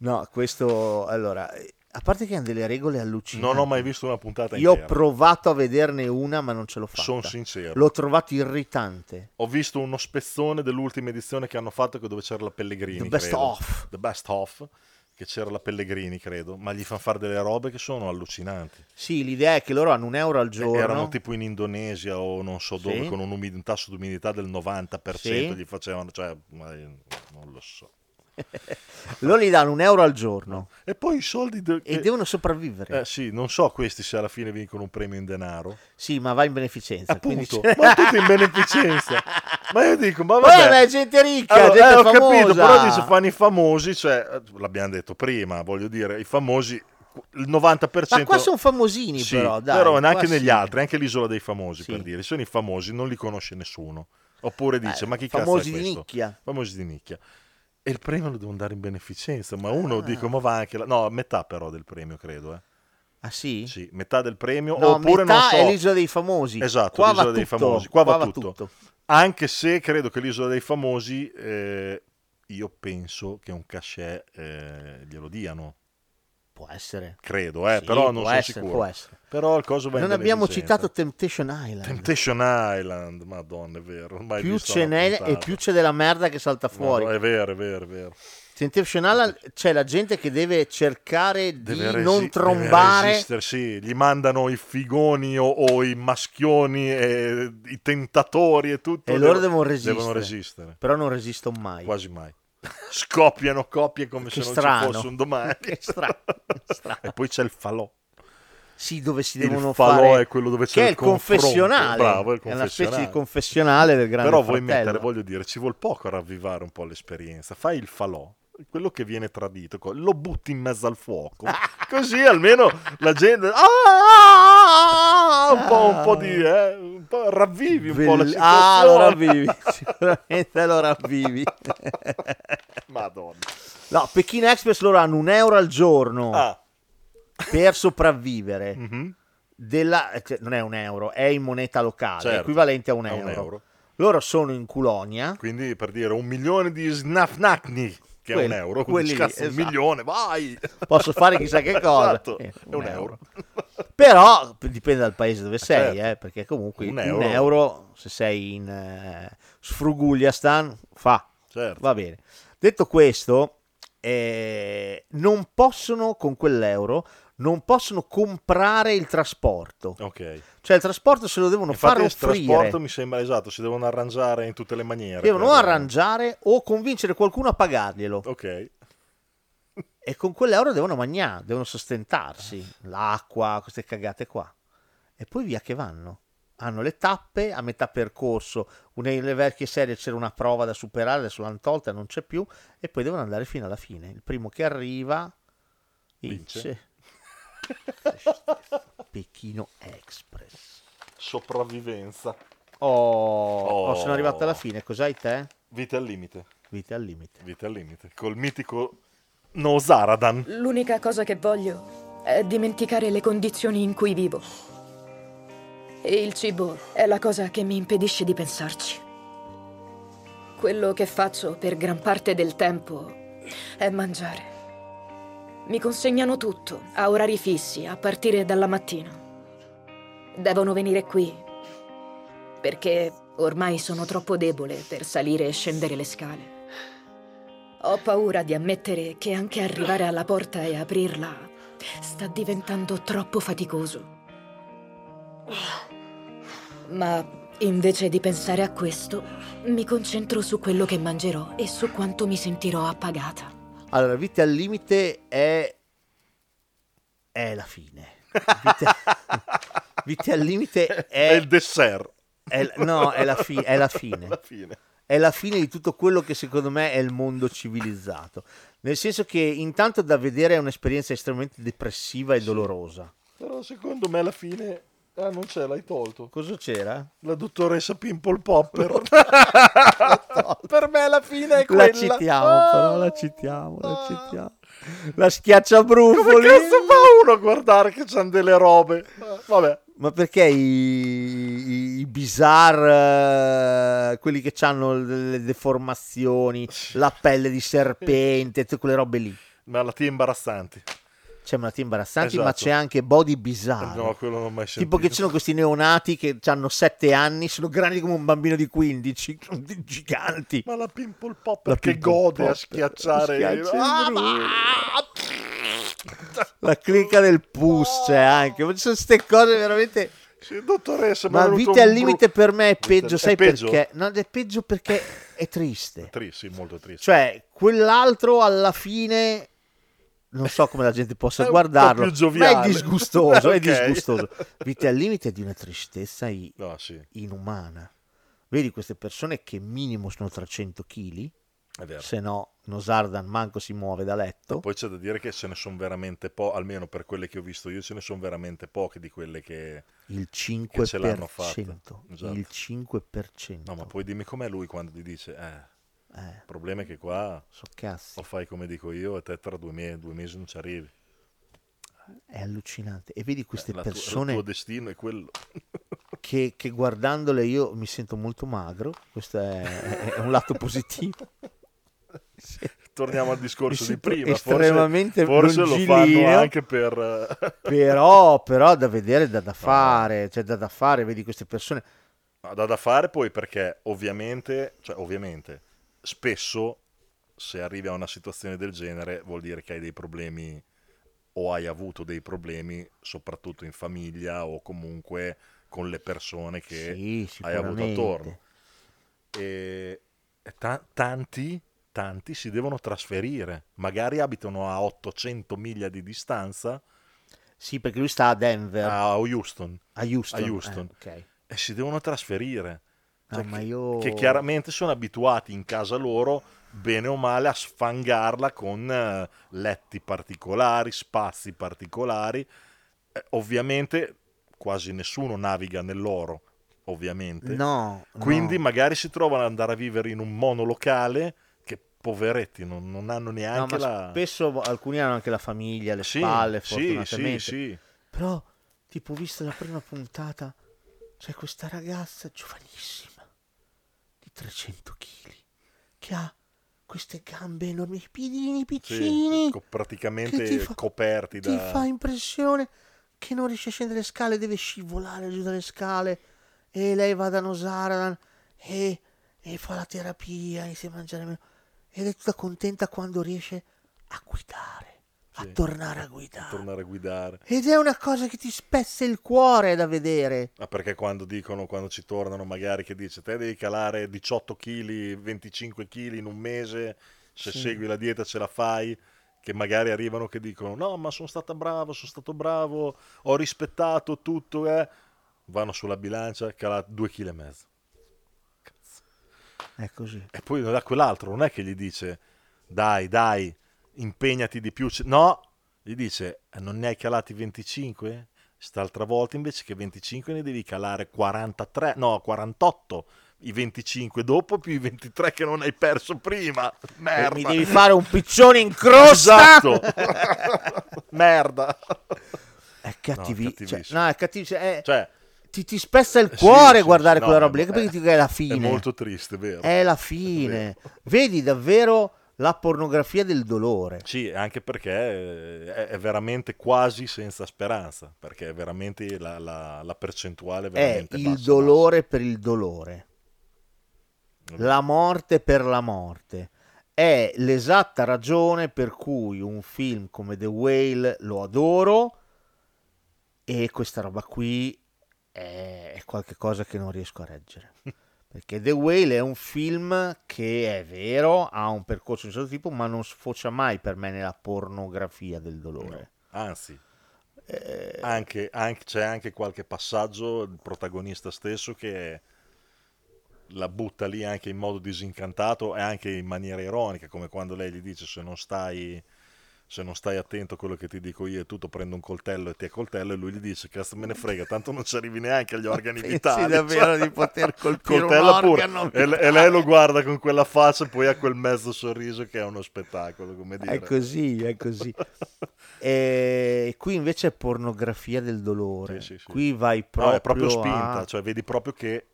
No, questo allora, a parte che hanno delle regole allucinanti.
Non ho mai visto una puntata
Io ho
intera.
provato a vederne una, ma non ce l'ho fatta.
Sono sincero.
L'ho trovato irritante.
Ho visto uno spezzone dell'ultima edizione che hanno fatto che dove c'era la Pellegrini.
The best
credo.
of.
The best of. Che c'era la Pellegrini, credo. Ma gli fanno fare delle robe che sono allucinanti.
Sì, l'idea è che loro hanno un euro al giorno.
Eh, Erano tipo in Indonesia o non so dove,
Sì.
con un, un tasso di umidità del 90%.
Sì.
Gli facevano, cioè, ma io non lo so.
[LAUGHS] Loro gli danno un euro al giorno.
E poi i soldi.
E devono sopravvivere.
Eh sì, non so questi se alla fine vincono un premio in denaro.
Sì, ma va in beneficenza.
Appunto,
quindi-
ma tutto in
[LAUGHS]
beneficenza. Ma io dico, [LAUGHS] ma
Ma
vabbè.
è gente ricca,
Allora,
gente
eh, ho
famosa.
capito, però dice fanno i famosi, cioè, eh, l'abbiamo detto prima, voglio dire, i famosi, il 90%...
Ma qua sono famosini
Sì,
però, dai. qua
neanche
sì.
negli altri, anche l'isola dei famosi, per dire, sono i famosi, non li conosce nessuno. Oppure dice, ma chi cazzo è
Eh, famosi
questo?
di nicchia.
Famosi di nicchia. E il premio lo devono dare in beneficenza, ma uno dico, ma va anche... La... No, metà però del premio, credo, eh.
Ah sì?
Sì, metà del premio,
No,
oppure
metà
non so...
è l'isola dei famosi.
Esatto,
Qua va
l'isola dei
tutto,
famosi. Qua,
qua
va,
va
tutto.
tutto.
Anche se credo che l'isola dei famosi, eh, io penso che un cachet eh, glielo diano.
Può essere.
Credo, eh,
Sì,
però non
può
sono
essere,
sicuro.
può essere.
Però il coso va in
Non abbiamo
beneficenza.
citato Temptation Island.
Temptation Island, madonna, è vero. ormai
più
visto
ce
una
n'è
puntata.
e più c'è della merda che salta fuori.
Madonna, è vero, è vero, è vero.
Temptation Island c'è la gente che deve cercare di
Deve resi-
non
deve
trombare.
resistere, sì. Gli mandano i figoni o, o i maschioni, e i tentatori e tutto.
E loro
Devo-
devono resistere.
Devono resistere.
Però non resistono mai. Quasi
mai. Scoppiano coppie come se
Che strano.
non ci fosse un domani.
[LAUGHS] Che [LAUGHS] strano,
E poi c'è il falò.
Sì, dove si
Il
devono
falò
fare.
è quello dove c'è
che
il
è il confessionale.
confronto. Bravo, il
È una specie di
confessionale.
confessionale del grande
Però vuoi
fratello.
mettere, voglio dire, ci vuol poco a ravvivare un po' l'esperienza. Fai il falò, quello che viene tradito, co- lo butti in mezzo al
[LAUGHS]
fuoco. Così almeno la gente... Ah, un, po', un po' di... eh, un po' ravvivi un po' la
Bell-
situazione.
Ah, lo
[LAUGHS]
ravvivi. [LAUGHS] Sicuramente lo ravvivi.
Madonna.
No, Pechino Express loro hanno un euro al giorno
Ah. Mhm. [LAUGHS]
per sopravvivere. Della- eh, cioè, non è un euro, è in moneta locale,
Certo.
equivalente a un
A
euro.
un euro.
Loro sono in colonia.
Quindi per dire un milione di snafnacni, che è
Quelli-
un euro,
quelli
quindi
lì,
cazzo, un
esatto.
milione, vai!
Posso fare chissà
[LAUGHS]
che cosa.
Esatto,
Eh,
è un euro.
Però p- dipende dal paese dove sei, eh, perché comunque
Certo. Un
un
euro.
euro, se sei in eh, Sfrugugliastan, fa.
Certo.
Va bene. Detto questo, eh, non possono con quell'euro, non possono comprare il trasporto.
Ok.
Cioè il trasporto se lo devono
Infatti
fare
il trasporto
offrire.
mi sembra esatto, si devono arrangiare in tutte le maniere.
Devono
credo.
arrangiare o convincere qualcuno a pagarglielo.
Ok.
E con quell'euro devono mangiare, devono sostentarsi. L'acqua, queste cagate qua. E poi via che vanno. Hanno le tappe a metà percorso. Una- Nelle vecchie serie c'era una prova da superare, adesso l'hanno tolta, non c'è più. E poi devono andare fino alla fine. Il primo che arriva vince. Pechino Express.
Sopravvivenza.
Oh, oh, sono arrivato alla fine. Cos'hai te?
Vita al limite.
Vita al limite.
Vita al limite. Col mitico Nosaradan.
L'unica cosa che voglio è dimenticare le condizioni in cui vivo. E il cibo è la cosa che mi impedisce di pensarci. Quello che faccio per gran parte del tempo è mangiare. Mi consegnano tutto, a orari fissi, a partire dalla mattina. Devono venire qui, perché ormai sono troppo debole per salire e scendere le scale. Ho paura di ammettere che anche arrivare alla porta e aprirla sta diventando troppo faticoso. Ma invece di pensare a questo, mi concentro su quello che mangerò e su quanto mi sentirò appagata.
Allora, Vita al limite è... è la fine.
[LAUGHS]
Vita, Vita Eh, al limite è...
È il dessert.
è l- no, è la, fi- è la fine.
[LAUGHS] La fine.
È la fine di tutto quello che secondo me è il mondo civilizzato. Nel senso che intanto da vedere è un'esperienza estremamente depressiva e dolorosa.
Però secondo me alla fine Ah, non c'è, l'hai tolto.
Cosa c'era?
La dottoressa Pimple
[LAUGHS]
Popper.
per me la fine è
quella. Ah,
La citiamo, però la citiamo, la citiamo. La schiacciabrufoli.
Come cazzo fa uno a guardare che c'hanno delle robe? Vabbè.
Ma perché i, i, i bizarre, eh, quelli che hanno le deformazioni, la pelle di serpente, tutte quelle robe lì?
Malattie imbarazzanti.
C'è malattie imbarazzanti, ma
Esatto.
c'è anche body bizarre.
No, quello non ho mai sentito.
tipo che ci sono questi neonati che hanno 7 anni, sono grandi come un bambino di 15, [LAUGHS] sono dei giganti.
Ma la Pimple
La
Popper che
Pimple
gode a
Popper.
schiacciare.
Schiaccia
Ah,
il
ma-
La clicca del pus c'è anche, ma ci sono queste cose veramente...
Ah. Sì, dottoressa, mi è
Ma
venuto
vita
un
al limite per me è peggio,
È
sai
peggio?
perché? No, è peggio perché è triste.
Tri- sì, molto triste.
Cioè, quell'altro alla fine non so come la gente possa
È un po'
guardarlo,
più gioviale.
ma è disgustoso, è
[LAUGHS] Ok.
disgustoso. Vita al limite è di una tristezza i- inumana. Vedi queste persone che minimo sono 300 kg,
È vero.
se no Nosardan manco si muove da letto.
Poi c'è da dire che ce ne sono veramente poche, almeno per quelle che ho visto io, ce ne sono veramente poche di quelle che,
Il
che ce l'hanno fatta.
5%,
Esatto.
il 5%.
No, ma poi dimmi com'è lui quando ti dice, eh, il problema è che qua
cazzi.
o fai come dico io e te tra due, me- due mesi non ci arrivi.
È allucinante. E vedi queste
Eh, la tua-
persone
[LAUGHS] il tuo destino è quello.
che, che guardandole io mi sento molto magro. Questo è, è- è un lato
[LAUGHS]
positivo.
Torniamo al discorso
[LAUGHS] Mi
di
sento
prima. forse-
Esatto, estremamente
forse, lo fanno
longilineo.
anche per... eh,
Però, però da vedere,
Ah.
da, da fare, cioè da, da fare, vedi queste persone.
No, da, da fare poi perché ovviamente, cioè ovviamente, spesso se arrivi a una situazione del genere vuol dire che hai dei problemi o hai avuto dei problemi soprattutto in famiglia o comunque con le persone che hai avuto
sicuramente.
attorno. E e ta- tanti, tanti si devono trasferire, magari abitano a 800 miglia di distanza.
Sì, perché lui sta a Denver.
A Houston.
A Houston,
A Houston.
eh, ok.
E si devono trasferire.
No, ma
che,
io-
che chiaramente sono abituati in casa loro, bene o male, a sfangarla con eh, letti particolari, spazi particolari. Eh, ovviamente quasi nessuno naviga nell'oro, ovviamente.
No,
Quindi
no.
magari si trovano ad andare a vivere in un monolocale che poveretti non, non hanno
No,
neanche
ma
la...
Spesso alcuni hanno anche la famiglia, le
Sì,
spalle,
sì,
fortunatamente.
sì, sì.
Però, tipo, vista la prima puntata, c'è questa ragazza giovanissima di 300 kg che ha queste gambe enormi, i piedini piccini.
Sì, co- praticamente
che ti fa-
coperti
ti
da...
fa impressione che non riesce a scendere le scale, deve scivolare giù dalle scale e lei va da Nosaradan e, e fa la terapia, inizia a mangiare meno ed è tutta contenta quando riesce a
Sì.
tornare a guidare.
tornare a guidare.
Ed è una cosa che ti spezza il cuore da vedere.
Ma perché quando dicono, quando ci tornano, magari che dice te devi calare 18 kg, 25 kg in un mese, se
Sì.
segui la dieta ce la fai, che magari arrivano che dicono no, ma sono stata brava, sono stato bravo, ho rispettato tutto, eh. vanno sulla bilancia, cala 2 kg e mezzo.
È così.
E poi da quell'altro non è che gli dice dai, dai, impegnati di più. c- No, gli dice "Eh, non ne hai calati 25? St'altra volta invece che 25 ne devi calare 43, no 48. I 25 dopo più i 23 che non hai perso prima. Merda.
Eh, Mi devi fare un piccione in crosta.
Esatto.
[LAUGHS]
Merda.
È
No,
cattivi-
cattivissimo.
cioè, no, è cattivi- cioè, è-
Cioè,
ti, ti spezza il
Sì,
cuore
sì,
guardare
sì,
quella
no,
roba lì,
è-
anche perché è la
è
fine.
molto triste, vero?
È la fine. Vedi davvero la pornografia del dolore.
Sì, anche perché eh, è, è veramente quasi senza speranza, perché è veramente la, la- la percentuale è
È
veramente
il
bassa.
dolore per il dolore.
Mm.
La morte per la morte. È l'esatta ragione per cui un film come The Whale lo adoro e questa roba qui è, è qualcosa che non riesco
[LAUGHS]
a reggere. Perché The Whale è un film che è vero, ha un percorso di un certo tipo, ma non sfocia mai per me nella pornografia del dolore.
Anzi,
Eh,
anche- anche- c'è anche qualche passaggio, il protagonista stesso che la butta lì anche in modo disincantato e anche in maniera ironica, come quando lei gli dice se non stai se non stai attento a quello che ti dico io e tutto prendo un coltello e ti accoltello e lui gli dice cazzo me ne frega tanto non ci arrivi neanche agli
[LAUGHS]
organi
Pensi
vitali
davvero di
[LAUGHS]
poter colpire un
pure.
organo
e,
vitale?
e lei lo guarda con quella faccia e poi ha quel mezzo sorriso che è uno spettacolo come dire
È così,
[LAUGHS]
è così. e qui invece è pornografia del dolore. Qui vai proprio.
No, è proprio spinta
a-
cioè vedi proprio che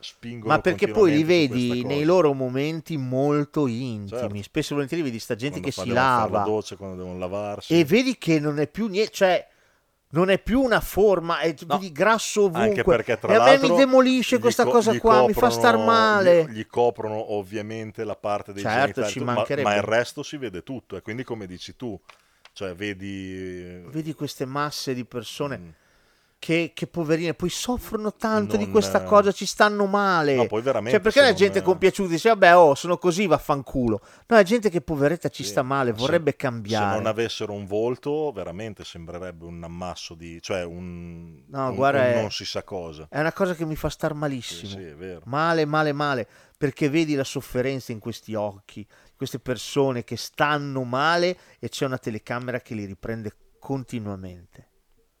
spingono
Ma perché poi li
continuamente su
vedi
questa
nei
cosa.
loro momenti molto intimi.
Certo.
Spesso e volentieri vedi sta gente
Quando
che
fa-
si
devono fare
lava
la doccia Cioè, quando devono lavarsi
e vedi che non è più niente, cioè non è più una forma, è vedi grasso ovunque.
Anche perché tra
e a me mi
l'altro
demolisce
gli
questa
co-
cosa
gli
qua, mi fa
coprono-
star male.
Gli, gli coprono ovviamente la parte dei
Certo,
genitali,
ci
tutto, ma-
mancherebbe.
Ma, il resto si vede tutto e quindi come dici tu, cioè vedi
Vedi queste masse di persone
Mm.
che, che poverine poi soffrono tanto di
Non,
questa
eh,
cosa, ci stanno male.
no, poi veramente
cioè, perché la
se non,
gente
eh,
compiaciuta dice vabbè, oh, sono così, vaffanculo. No, la gente che poveretta ci sta male, vorrebbe cambiare.
se non avessero un volto, veramente sembrerebbe un ammasso di cioè un,
No,
un-
guarda,
un
è-
non si sa cosa.
È una cosa che mi fa star malissimo.
Sì, sì, è vero.
Male, male, male. Perché vedi la sofferenza in questi occhi, queste persone che stanno male e c'è una telecamera che li riprende continuamente.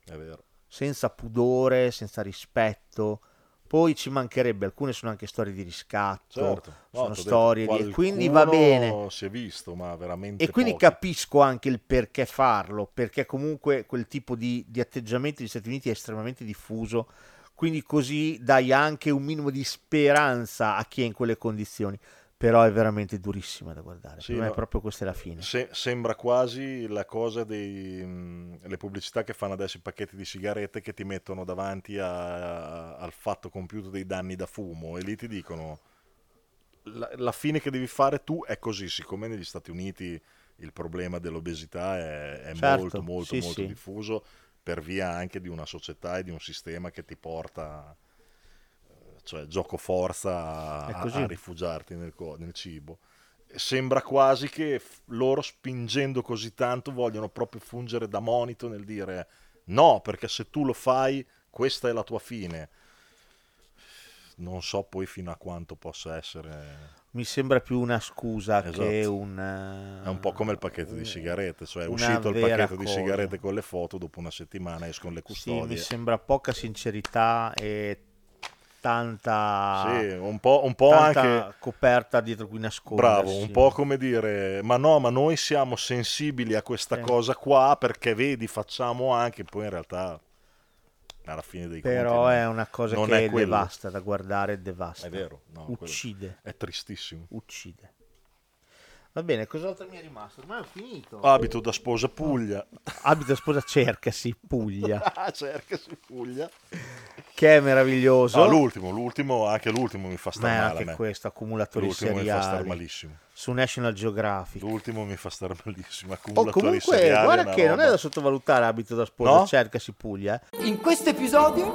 È vero.
Senza pudore, senza rispetto. Poi ci mancherebbe, alcune sono anche storie di riscatto,
Certo. No, t'ho
sono
detto,
storie di...
qualcuno
Quindi va bene.
Si è visto, ma veramente
E quindi
pochi.
capisco anche il perché farlo, perché comunque quel tipo di, di atteggiamento negli Stati Uniti è estremamente diffuso, quindi così dai anche un minimo di speranza a chi è in quelle condizioni, però è veramente durissima da guardare,
Sì,
per me
no.
proprio questa è la fine.
Se- sembra quasi la cosa dei mh, le pubblicità che fanno adesso i pacchetti di sigarette che ti mettono davanti a- al fatto compiuto dei danni da fumo e lì ti dicono la, la fine che devi fare tu è così, siccome negli Stati Uniti il problema dell'obesità è, è
Certo,
molto molto
sì,
molto
sì.
diffuso per via anche di una società e di un sistema che ti porta eh, cioè gioco forza
È
a,
così.
a rifugiarti nel, co- nel cibo sembra quasi che f- loro spingendo così tanto vogliono proprio fungere da monito nel dire no, perché se tu lo fai questa è la tua fine. Non so poi fino a quanto possa essere...
Mi sembra più una scusa che
Esatto.
un... eh,
È un po' come il pacchetto di sigarette, cioè è
Ah, una
uscito il
vera
pacchetto di
cosa.
sigarette con le foto, dopo una settimana escono le
Sì, mi
custodie.
sembra poca sincerità e tanta...
Sì, un po'- un po'
tanta
anche-
coperta dietro cui nascondersi.
Bravo, un po' come dire, ma no, ma noi siamo sensibili a questa
Sì.
cosa qua perché vedi, facciamo anche, poi in realtà alla fine dei
Però
conti
è una cosa
non
che
è quello.
devasta da guardare, devasta.
È vero, no, quello-
uccide.
È tristissimo.
Uccide. Va bene, cos'altro mi è rimasto? Ormai ho finito.
Abito da sposa Puglia.
Abito da sposa cercasi
[LAUGHS]
Puglia,
cerca si Puglia.
che è meraviglioso.
No, l'ultimo, l'ultimo, anche l'ultimo mi fa
Ma
star
è
male. a
anche
me.
questo, accumulatori
L'ultimo mi fa star
seriali.
malissimo.
Su National Geographic.
L'ultimo mi fa star malissimo.
Oh,
Accumulatori
comunque,
seriali
guarda
una
che non è
roba-
da sottovalutare abito da sposa
No?
cercasi Puglia. eh.
In questo episodio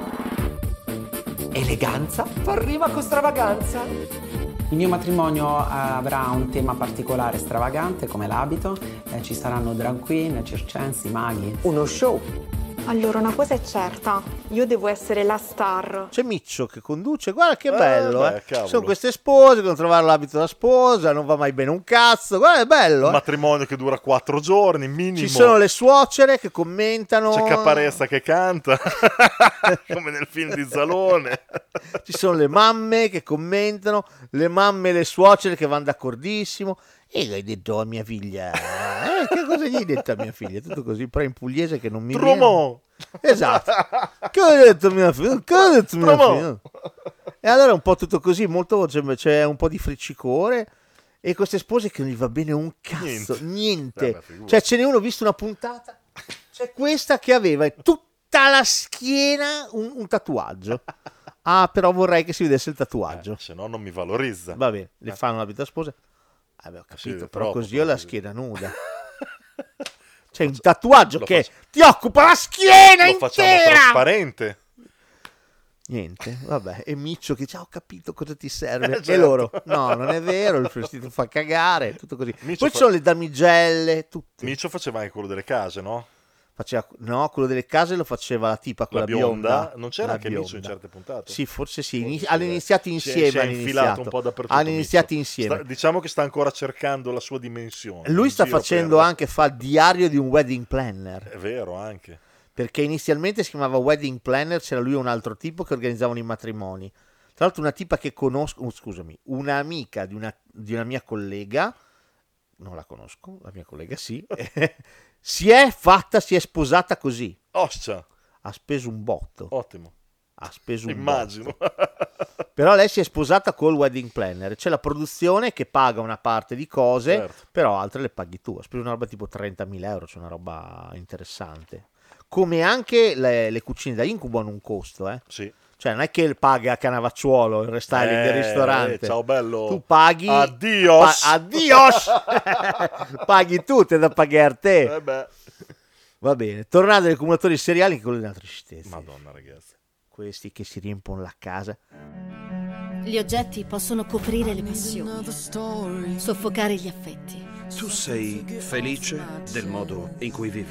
eleganza fa rima con stravaganza.
Il mio matrimonio avrà un tema particolare stravagante come l'abito, Eh, ci saranno drag queen, circensi, maghi. Uno show.
Allora, una cosa è certa, io devo essere la star.
C'è Miccio che conduce, guarda che
Eh,
bello,
beh,
eh.
cavolo.
Sono queste spose, devono trovare l'abito da sposa, non va mai bene un cazzo, guarda è bello.
Un
eh.
matrimonio che dura quattro giorni, minimo.
Ci sono le suocere che commentano.
C'è Caparezza che
[LAUGHS]
canta, come nel film di Zalone.
Ci sono le mamme che commentano, le mamme e le suocere che vanno d'accordissimo. E l'hai detto a mia figlia. eh, che cosa gli hai detto a mia figlia? Tutto così, però in pugliese che non mi viene.
Trumò!
Esatto. Che ho detto a mia figlia? Che ho detto a mia
Trumò!
figlia? E allora è un po' tutto così, molto, c'è, c'è un po' di friccicore. E queste spose che non gli va bene un cazzo, niente.
Vabbè, Eh, figurati.
cioè ce n'è uno, ho visto una puntata, c'è questa che aveva tutta la schiena un, un tatuaggio. Ah, però vorrei che si vedesse il tatuaggio.
Eh, Se no non mi valorizza. Eh.
Va bene, le fanno la vita sposa. Vabbè, ho
Sì,
capito, però
troppo,
così ho
però
la
così. [LAUGHS]
schiena nuda. C'è un tatuaggio
lo
che
faccio-
ti occupa la schiena
Lo facciamo
intera!
trasparente.
Niente, vabbè. E Miccio che dice, "Ah, ho capito cosa ti serve.
[LAUGHS] Eh,
E
certo.
loro, no, non è vero, il vestito fa cagare, tutto così. Poi
fa-
ci sono le damigelle, tutto.
Miccio faceva anche quello delle case, no?
Faceva, no, quello delle case lo faceva la tipa quella
La
bionda.
bionda. Non c'era
la
anche Micio in
bionda.
certe puntate?
Sì, forse sì. ini- hanno iniziato insieme.
eh. si è
hanno
infilato
iniziato.
un po' dappertutto.
Hanno iniziato
Micio.
insieme.
Sta- diciamo che sta ancora cercando la sua dimensione.
Lui
in
sta
giro
facendo
per-
anche, fa il diario di un wedding planner.
È vero, anche.
Perché inizialmente si chiamava wedding planner, c'era lui e un altro tipo che organizzavano i matrimoni. Tra l'altro una tipa che conosco, oh, scusami, un'amica di una, di una mia collega, non la conosco, la mia collega
[LAUGHS]
sì, [LAUGHS] si è fatta, si è sposata così.
Ostia!
Ha speso un botto.
Ottimo.
Ha speso un
Immagino.
botto. Però lei si è sposata col wedding planner. C'è la produzione che paga una parte di cose,
Certo.
però altre le paghi tu. Ha speso una roba tipo 30.000 euro, c'è una roba interessante. Come anche le, le cucine da incubo hanno un costo, eh?
Sì.
Cioè, non è che paga Canavacciuolo il restyling del
Eh,
ristorante.
eh, ciao, bello.
Tu paghi.
Addios. [LAUGHS]
pa- addios. paghi tu, te da pagare te.
Eh beh.
Va bene, tornate agli accumulatori seriali, che quello è un'altra tristezza.
Madonna, ragazzi.
Questi che si riempono la casa.
Gli oggetti possono coprire le passioni, soffocare gli affetti,
Tu sei felice del modo in cui vivi?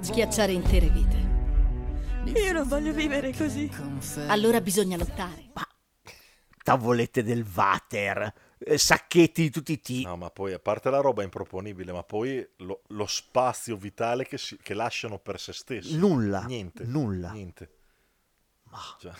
schiacciare intere vite.
Io non voglio vivere così.
Allora bisogna lottare.
Tavolette del water, eh, sacchetti di tutti i tipi.
No, ma poi a parte la roba improponibile, ma poi lo, lo spazio vitale che, si- che lasciano per se stessi.
Nulla.
Niente.
Nulla.
Niente.
Ma.
Cioè,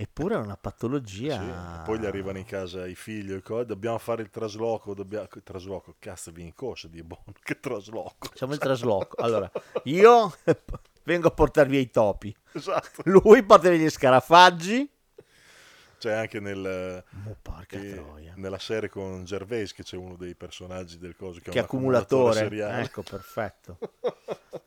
Eppure è una patologia.
sì, Poi gli arrivano in casa i figli, e co- dobbiamo fare il trasloco, dobbiamo... il Trasloco, cazzo, vi in corso di [LAUGHS] buono, che trasloco.
[LAUGHS] Facciamo il trasloco.
[LAUGHS]
Allora, io [LAUGHS] vengo a portar via i topi.
Esatto.
Lui porta via gli scarafaggi.
C'è anche nel, eh, nella serie con Gervais che c'è uno dei personaggi del coso che,
che
è un accumulatore.
accumulatore.
seriale. [LAUGHS]
Ecco, perfetto.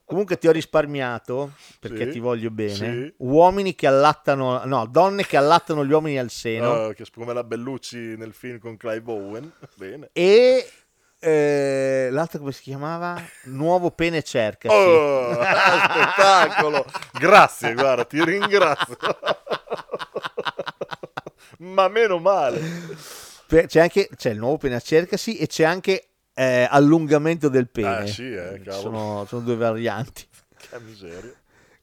Comunque ti ho risparmiato perché
Sì,
ti voglio bene.
sì.
Uomini che allattano, no, donne che allattano gli uomini al seno.
Ah, che, come la Bellucci nel film con Clive Owen. Bene.
E eh, l'altro come si chiamava? Nuovo pene cerca. sì.
Oh, spettacolo! Grazie, guarda, ti ringrazio. Ma meno male.
Pe- C'è anche c'è il nuovo pene cercasi e c'è anche eh, allungamento del pene.
Ah, sì, eh, cavolo.
sono, sono due varianti.
Che miseria.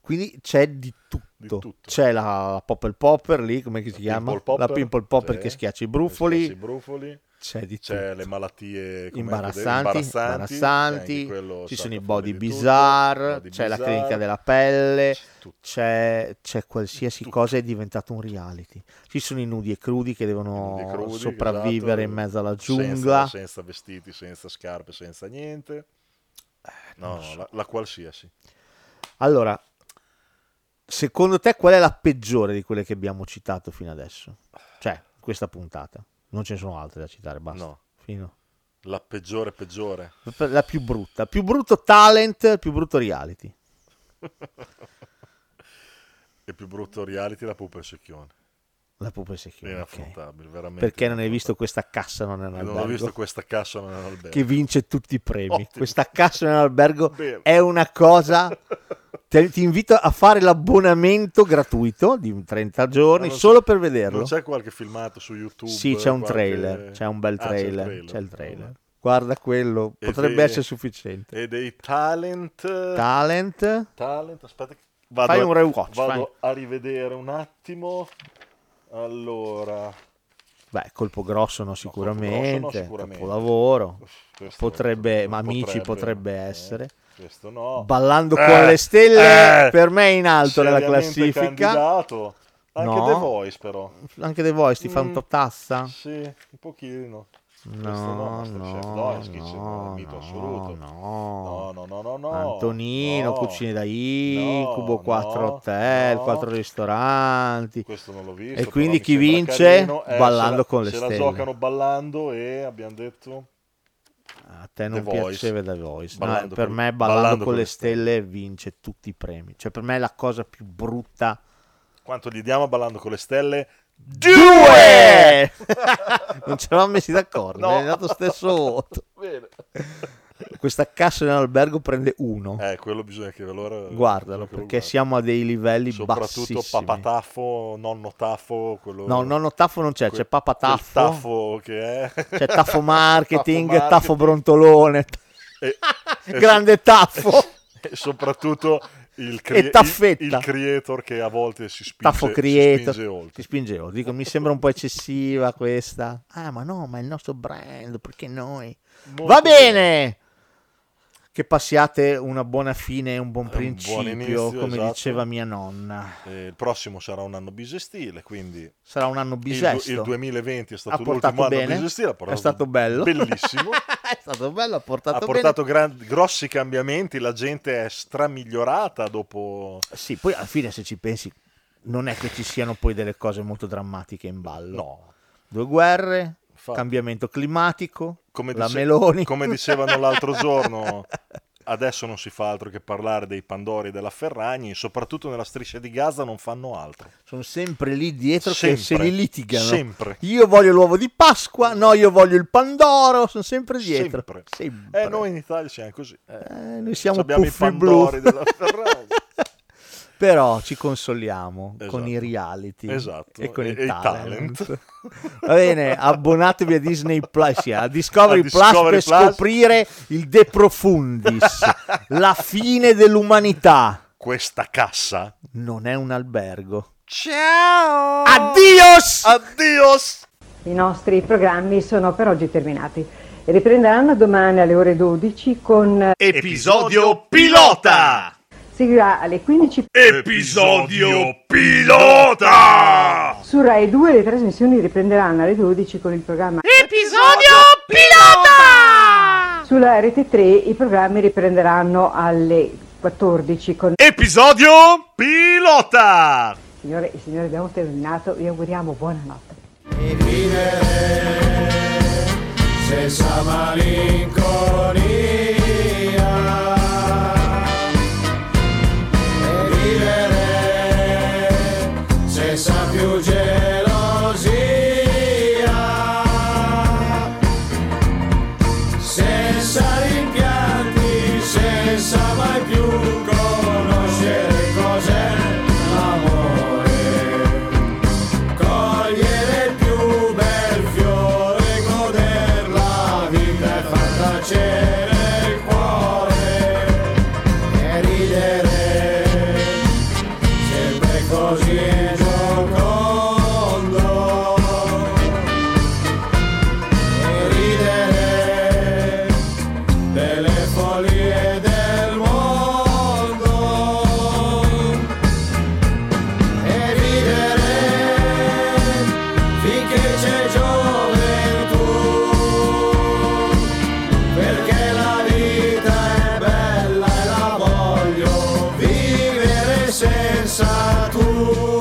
Quindi c'è di tutto. C'è la, la Popper Popper lì, come si chiama?
Pimple popper,
la Pimple Popper
sì.
che schiaccia i brufoli.
Schiaccia i brufoli.
C'è di
C'è le malattie come
Imbarazzanti,
poter- imbarazzanti,
imbarazzanti,
anche quello
ci
salta
sono i
fuori
body
di tutto,
bizarre,
body
c'è la
bizarre.
clinica della pelle, c'è, c'è qualsiasi cosa è diventato un reality. Ci sono i nudi e crudi che devono
Nudi crudi, esatto,
sopravvivere in mezzo alla
senza-
giungla.
senza, vestiti, senza scarpe, senza niente.
Eh,
No, no, la, la qualsiasi.
Allora, secondo te qual è la peggiore di quelle che abbiamo citato fino adesso? Cioè, questa puntata. Non ce ne sono altre da citare, basta.
No.
Fino.
La peggiore
[LAUGHS]
peggiore.
La più brutta. Più brutto talent, più brutto reality.
Il più brutto reality la pupa e il secchione.
La pupa e il secchione, ok.
Inaffrontabile, veramente.
Perché non hai visto questa cassa non è un
Non
albergo?
ho visto questa cassa nell'albergo.
Che vince tutti i premi.
Ottimo.
Questa cassa non è un albergo
Bene.
è
[LAUGHS]
una cosa... Te- ti invito a fare l'abbonamento gratuito di 30
Ma
giorni
non
solo
c'è-
per vederlo.
Non c'è qualche filmato su YouTube?
Sì, c'è un
qualche-
trailer, c'è un bel
Ah, c'è il
trailer, c'è il trailer. Guarda quello,
E
potrebbe
dei-
essere sufficiente.
E dei talent.
Talent.
Talent, aspetta. che-
Fai un rewatch,
Vado a rivedere un attimo. Allora,
Beh, colpo grosso no sicuramente,
grosso no, sicuramente.
capolavoro.
Questo
Potrebbe, ma
potrebbe,
amici
eh.
potrebbe essere.
questo no.
Ballando
Eh,
con le stelle
eh,
per me è in alto nella
seriamente
classifica.
candidato. Anche
No.
The Voice però.
Anche The Voice ti fa un
Mm.
tazza?
Sì, un pochino. Questo
No, no,
Masterchef.
no,
è schifo, è un mito
no,
assoluto.
no,
no, no, no, no.
Antonino,
no.
cucine da incubo,
no,
4 hotel,
no.
4 ristoranti.
Questo non l'ho visto.
E
però
quindi
mi
chi
sembra
vince?
carino. Eh,
Ballando
se la-
con le
Se
stelle.
la giocano ballando e abbiamo detto...
A te non
The Voice.
piaceva The Voice. No,
Ballando
per
con-
me ballando, con le stelle, vince tutti i premi. Cioè per me è la cosa più brutta.
Quanto gli diamo a ballando con le stelle?
Due! non ci eravamo messi d'accordo,
[LAUGHS] No.
è dato
[LAUGHS]
stesso voto.
Bene.
Questa cassa nell'albergo prende uno.
Eh, quello bisogna che allora...
Guardalo
bisogna che Eh, lo
perché siamo a dei livelli
Soprattutto
bassissimi.
papà Taffo, nonno Taffo, quello...
No, nonno Taffo non c'è,
quel-
c'è Papa
quel
Taffo,
[LAUGHS] Taffo che è...
c'è Taffo Cioè, Marketing,
Taffo
Taffo Brontolone, Grande taffo.
[LAUGHS] E soprattutto il,
E taffetta.
il- il creator che a volte si spinge,
Taffo
si
creator.
spinge oltre.
Ti spingevo. Dico, mi sembra un po' eccessiva questa. Ah, ma no, ma è il nostro brand, perché noi... Va bene! Che passiate una buona fine e un buon
buon
principio,
inizio,
come
esatto.
diceva mia nonna.
Eh, il prossimo sarà un anno bisestile, quindi
Sarà un anno bisesto.
Il, du- il 2020 è
Ha
stato
portato
l'ultimo anno
bene.
bisestile, ha portato
È stato bello.
bellissimo.
[LAUGHS] è stato bello, ha portato,
ha portato gran- grossi cambiamenti, la gente è stramigliorata dopo...
bene. Sì, poi alla fine se ci pensi non è che ci siano poi delle cose molto drammatiche in ballo.
No.
Due guerre, cambiamento climatico, la
dice-
Meloni.
come dicevano l'altro
[LAUGHS]
giorno, adesso non si fa altro che parlare dei Pandori e della Ferragni, soprattutto nella striscia di Gaza non fanno altro.
Sono sempre lì dietro
Sempre.
che se li litigano.
Sempre.
Io voglio l'uovo di Pasqua, no, io voglio il Pandoro, sono sempre dietro.
Sempre.
Sempre.
Eh, noi in Italia siamo così. Eh,
Eh, noi siamo
abbiamo i
puffi blu.
Pandori della Ferragni.
[LAUGHS] Però ci consoliamo
Esatto.
con i reality
Esatto,
e con
e-
il
e i
talent.
talent.
[LAUGHS] Va bene, abbonatevi a Disney Plus, sì, a Discovery,
A Discovery
Plus per
Plus.
scoprire il De
[LAUGHS]
Profundis, la fine dell'umanità.
Questa cassa
Non è un albergo.
Ciao!
Addios!
Addios!
I nostri programmi sono per oggi terminati e riprenderanno domani alle ore 12 con... eh,
Episodio pilota!
Seguirà alle 15
Episodio pilota!
su Rai 2 le trasmissioni riprenderanno alle 12 con il programma...
Episodio pilota!
Ah.
Sulla rete 3 i programmi riprenderanno alle 14 con...
Episodio pilota!
Signore e signori abbiamo terminato, vi auguriamo buonanotte.
senza malinconia e vivere senza più gelosia senza rimpianti senza mai più conoscere cos'è l'amore cogliere il più bel fiore, goder la vita e far tacere il cuore e ridere, sempre così giocondo e ridere delle folie del mondo e ridere finché c'è gioventù perché la vita è bella e la voglio vivere senza tu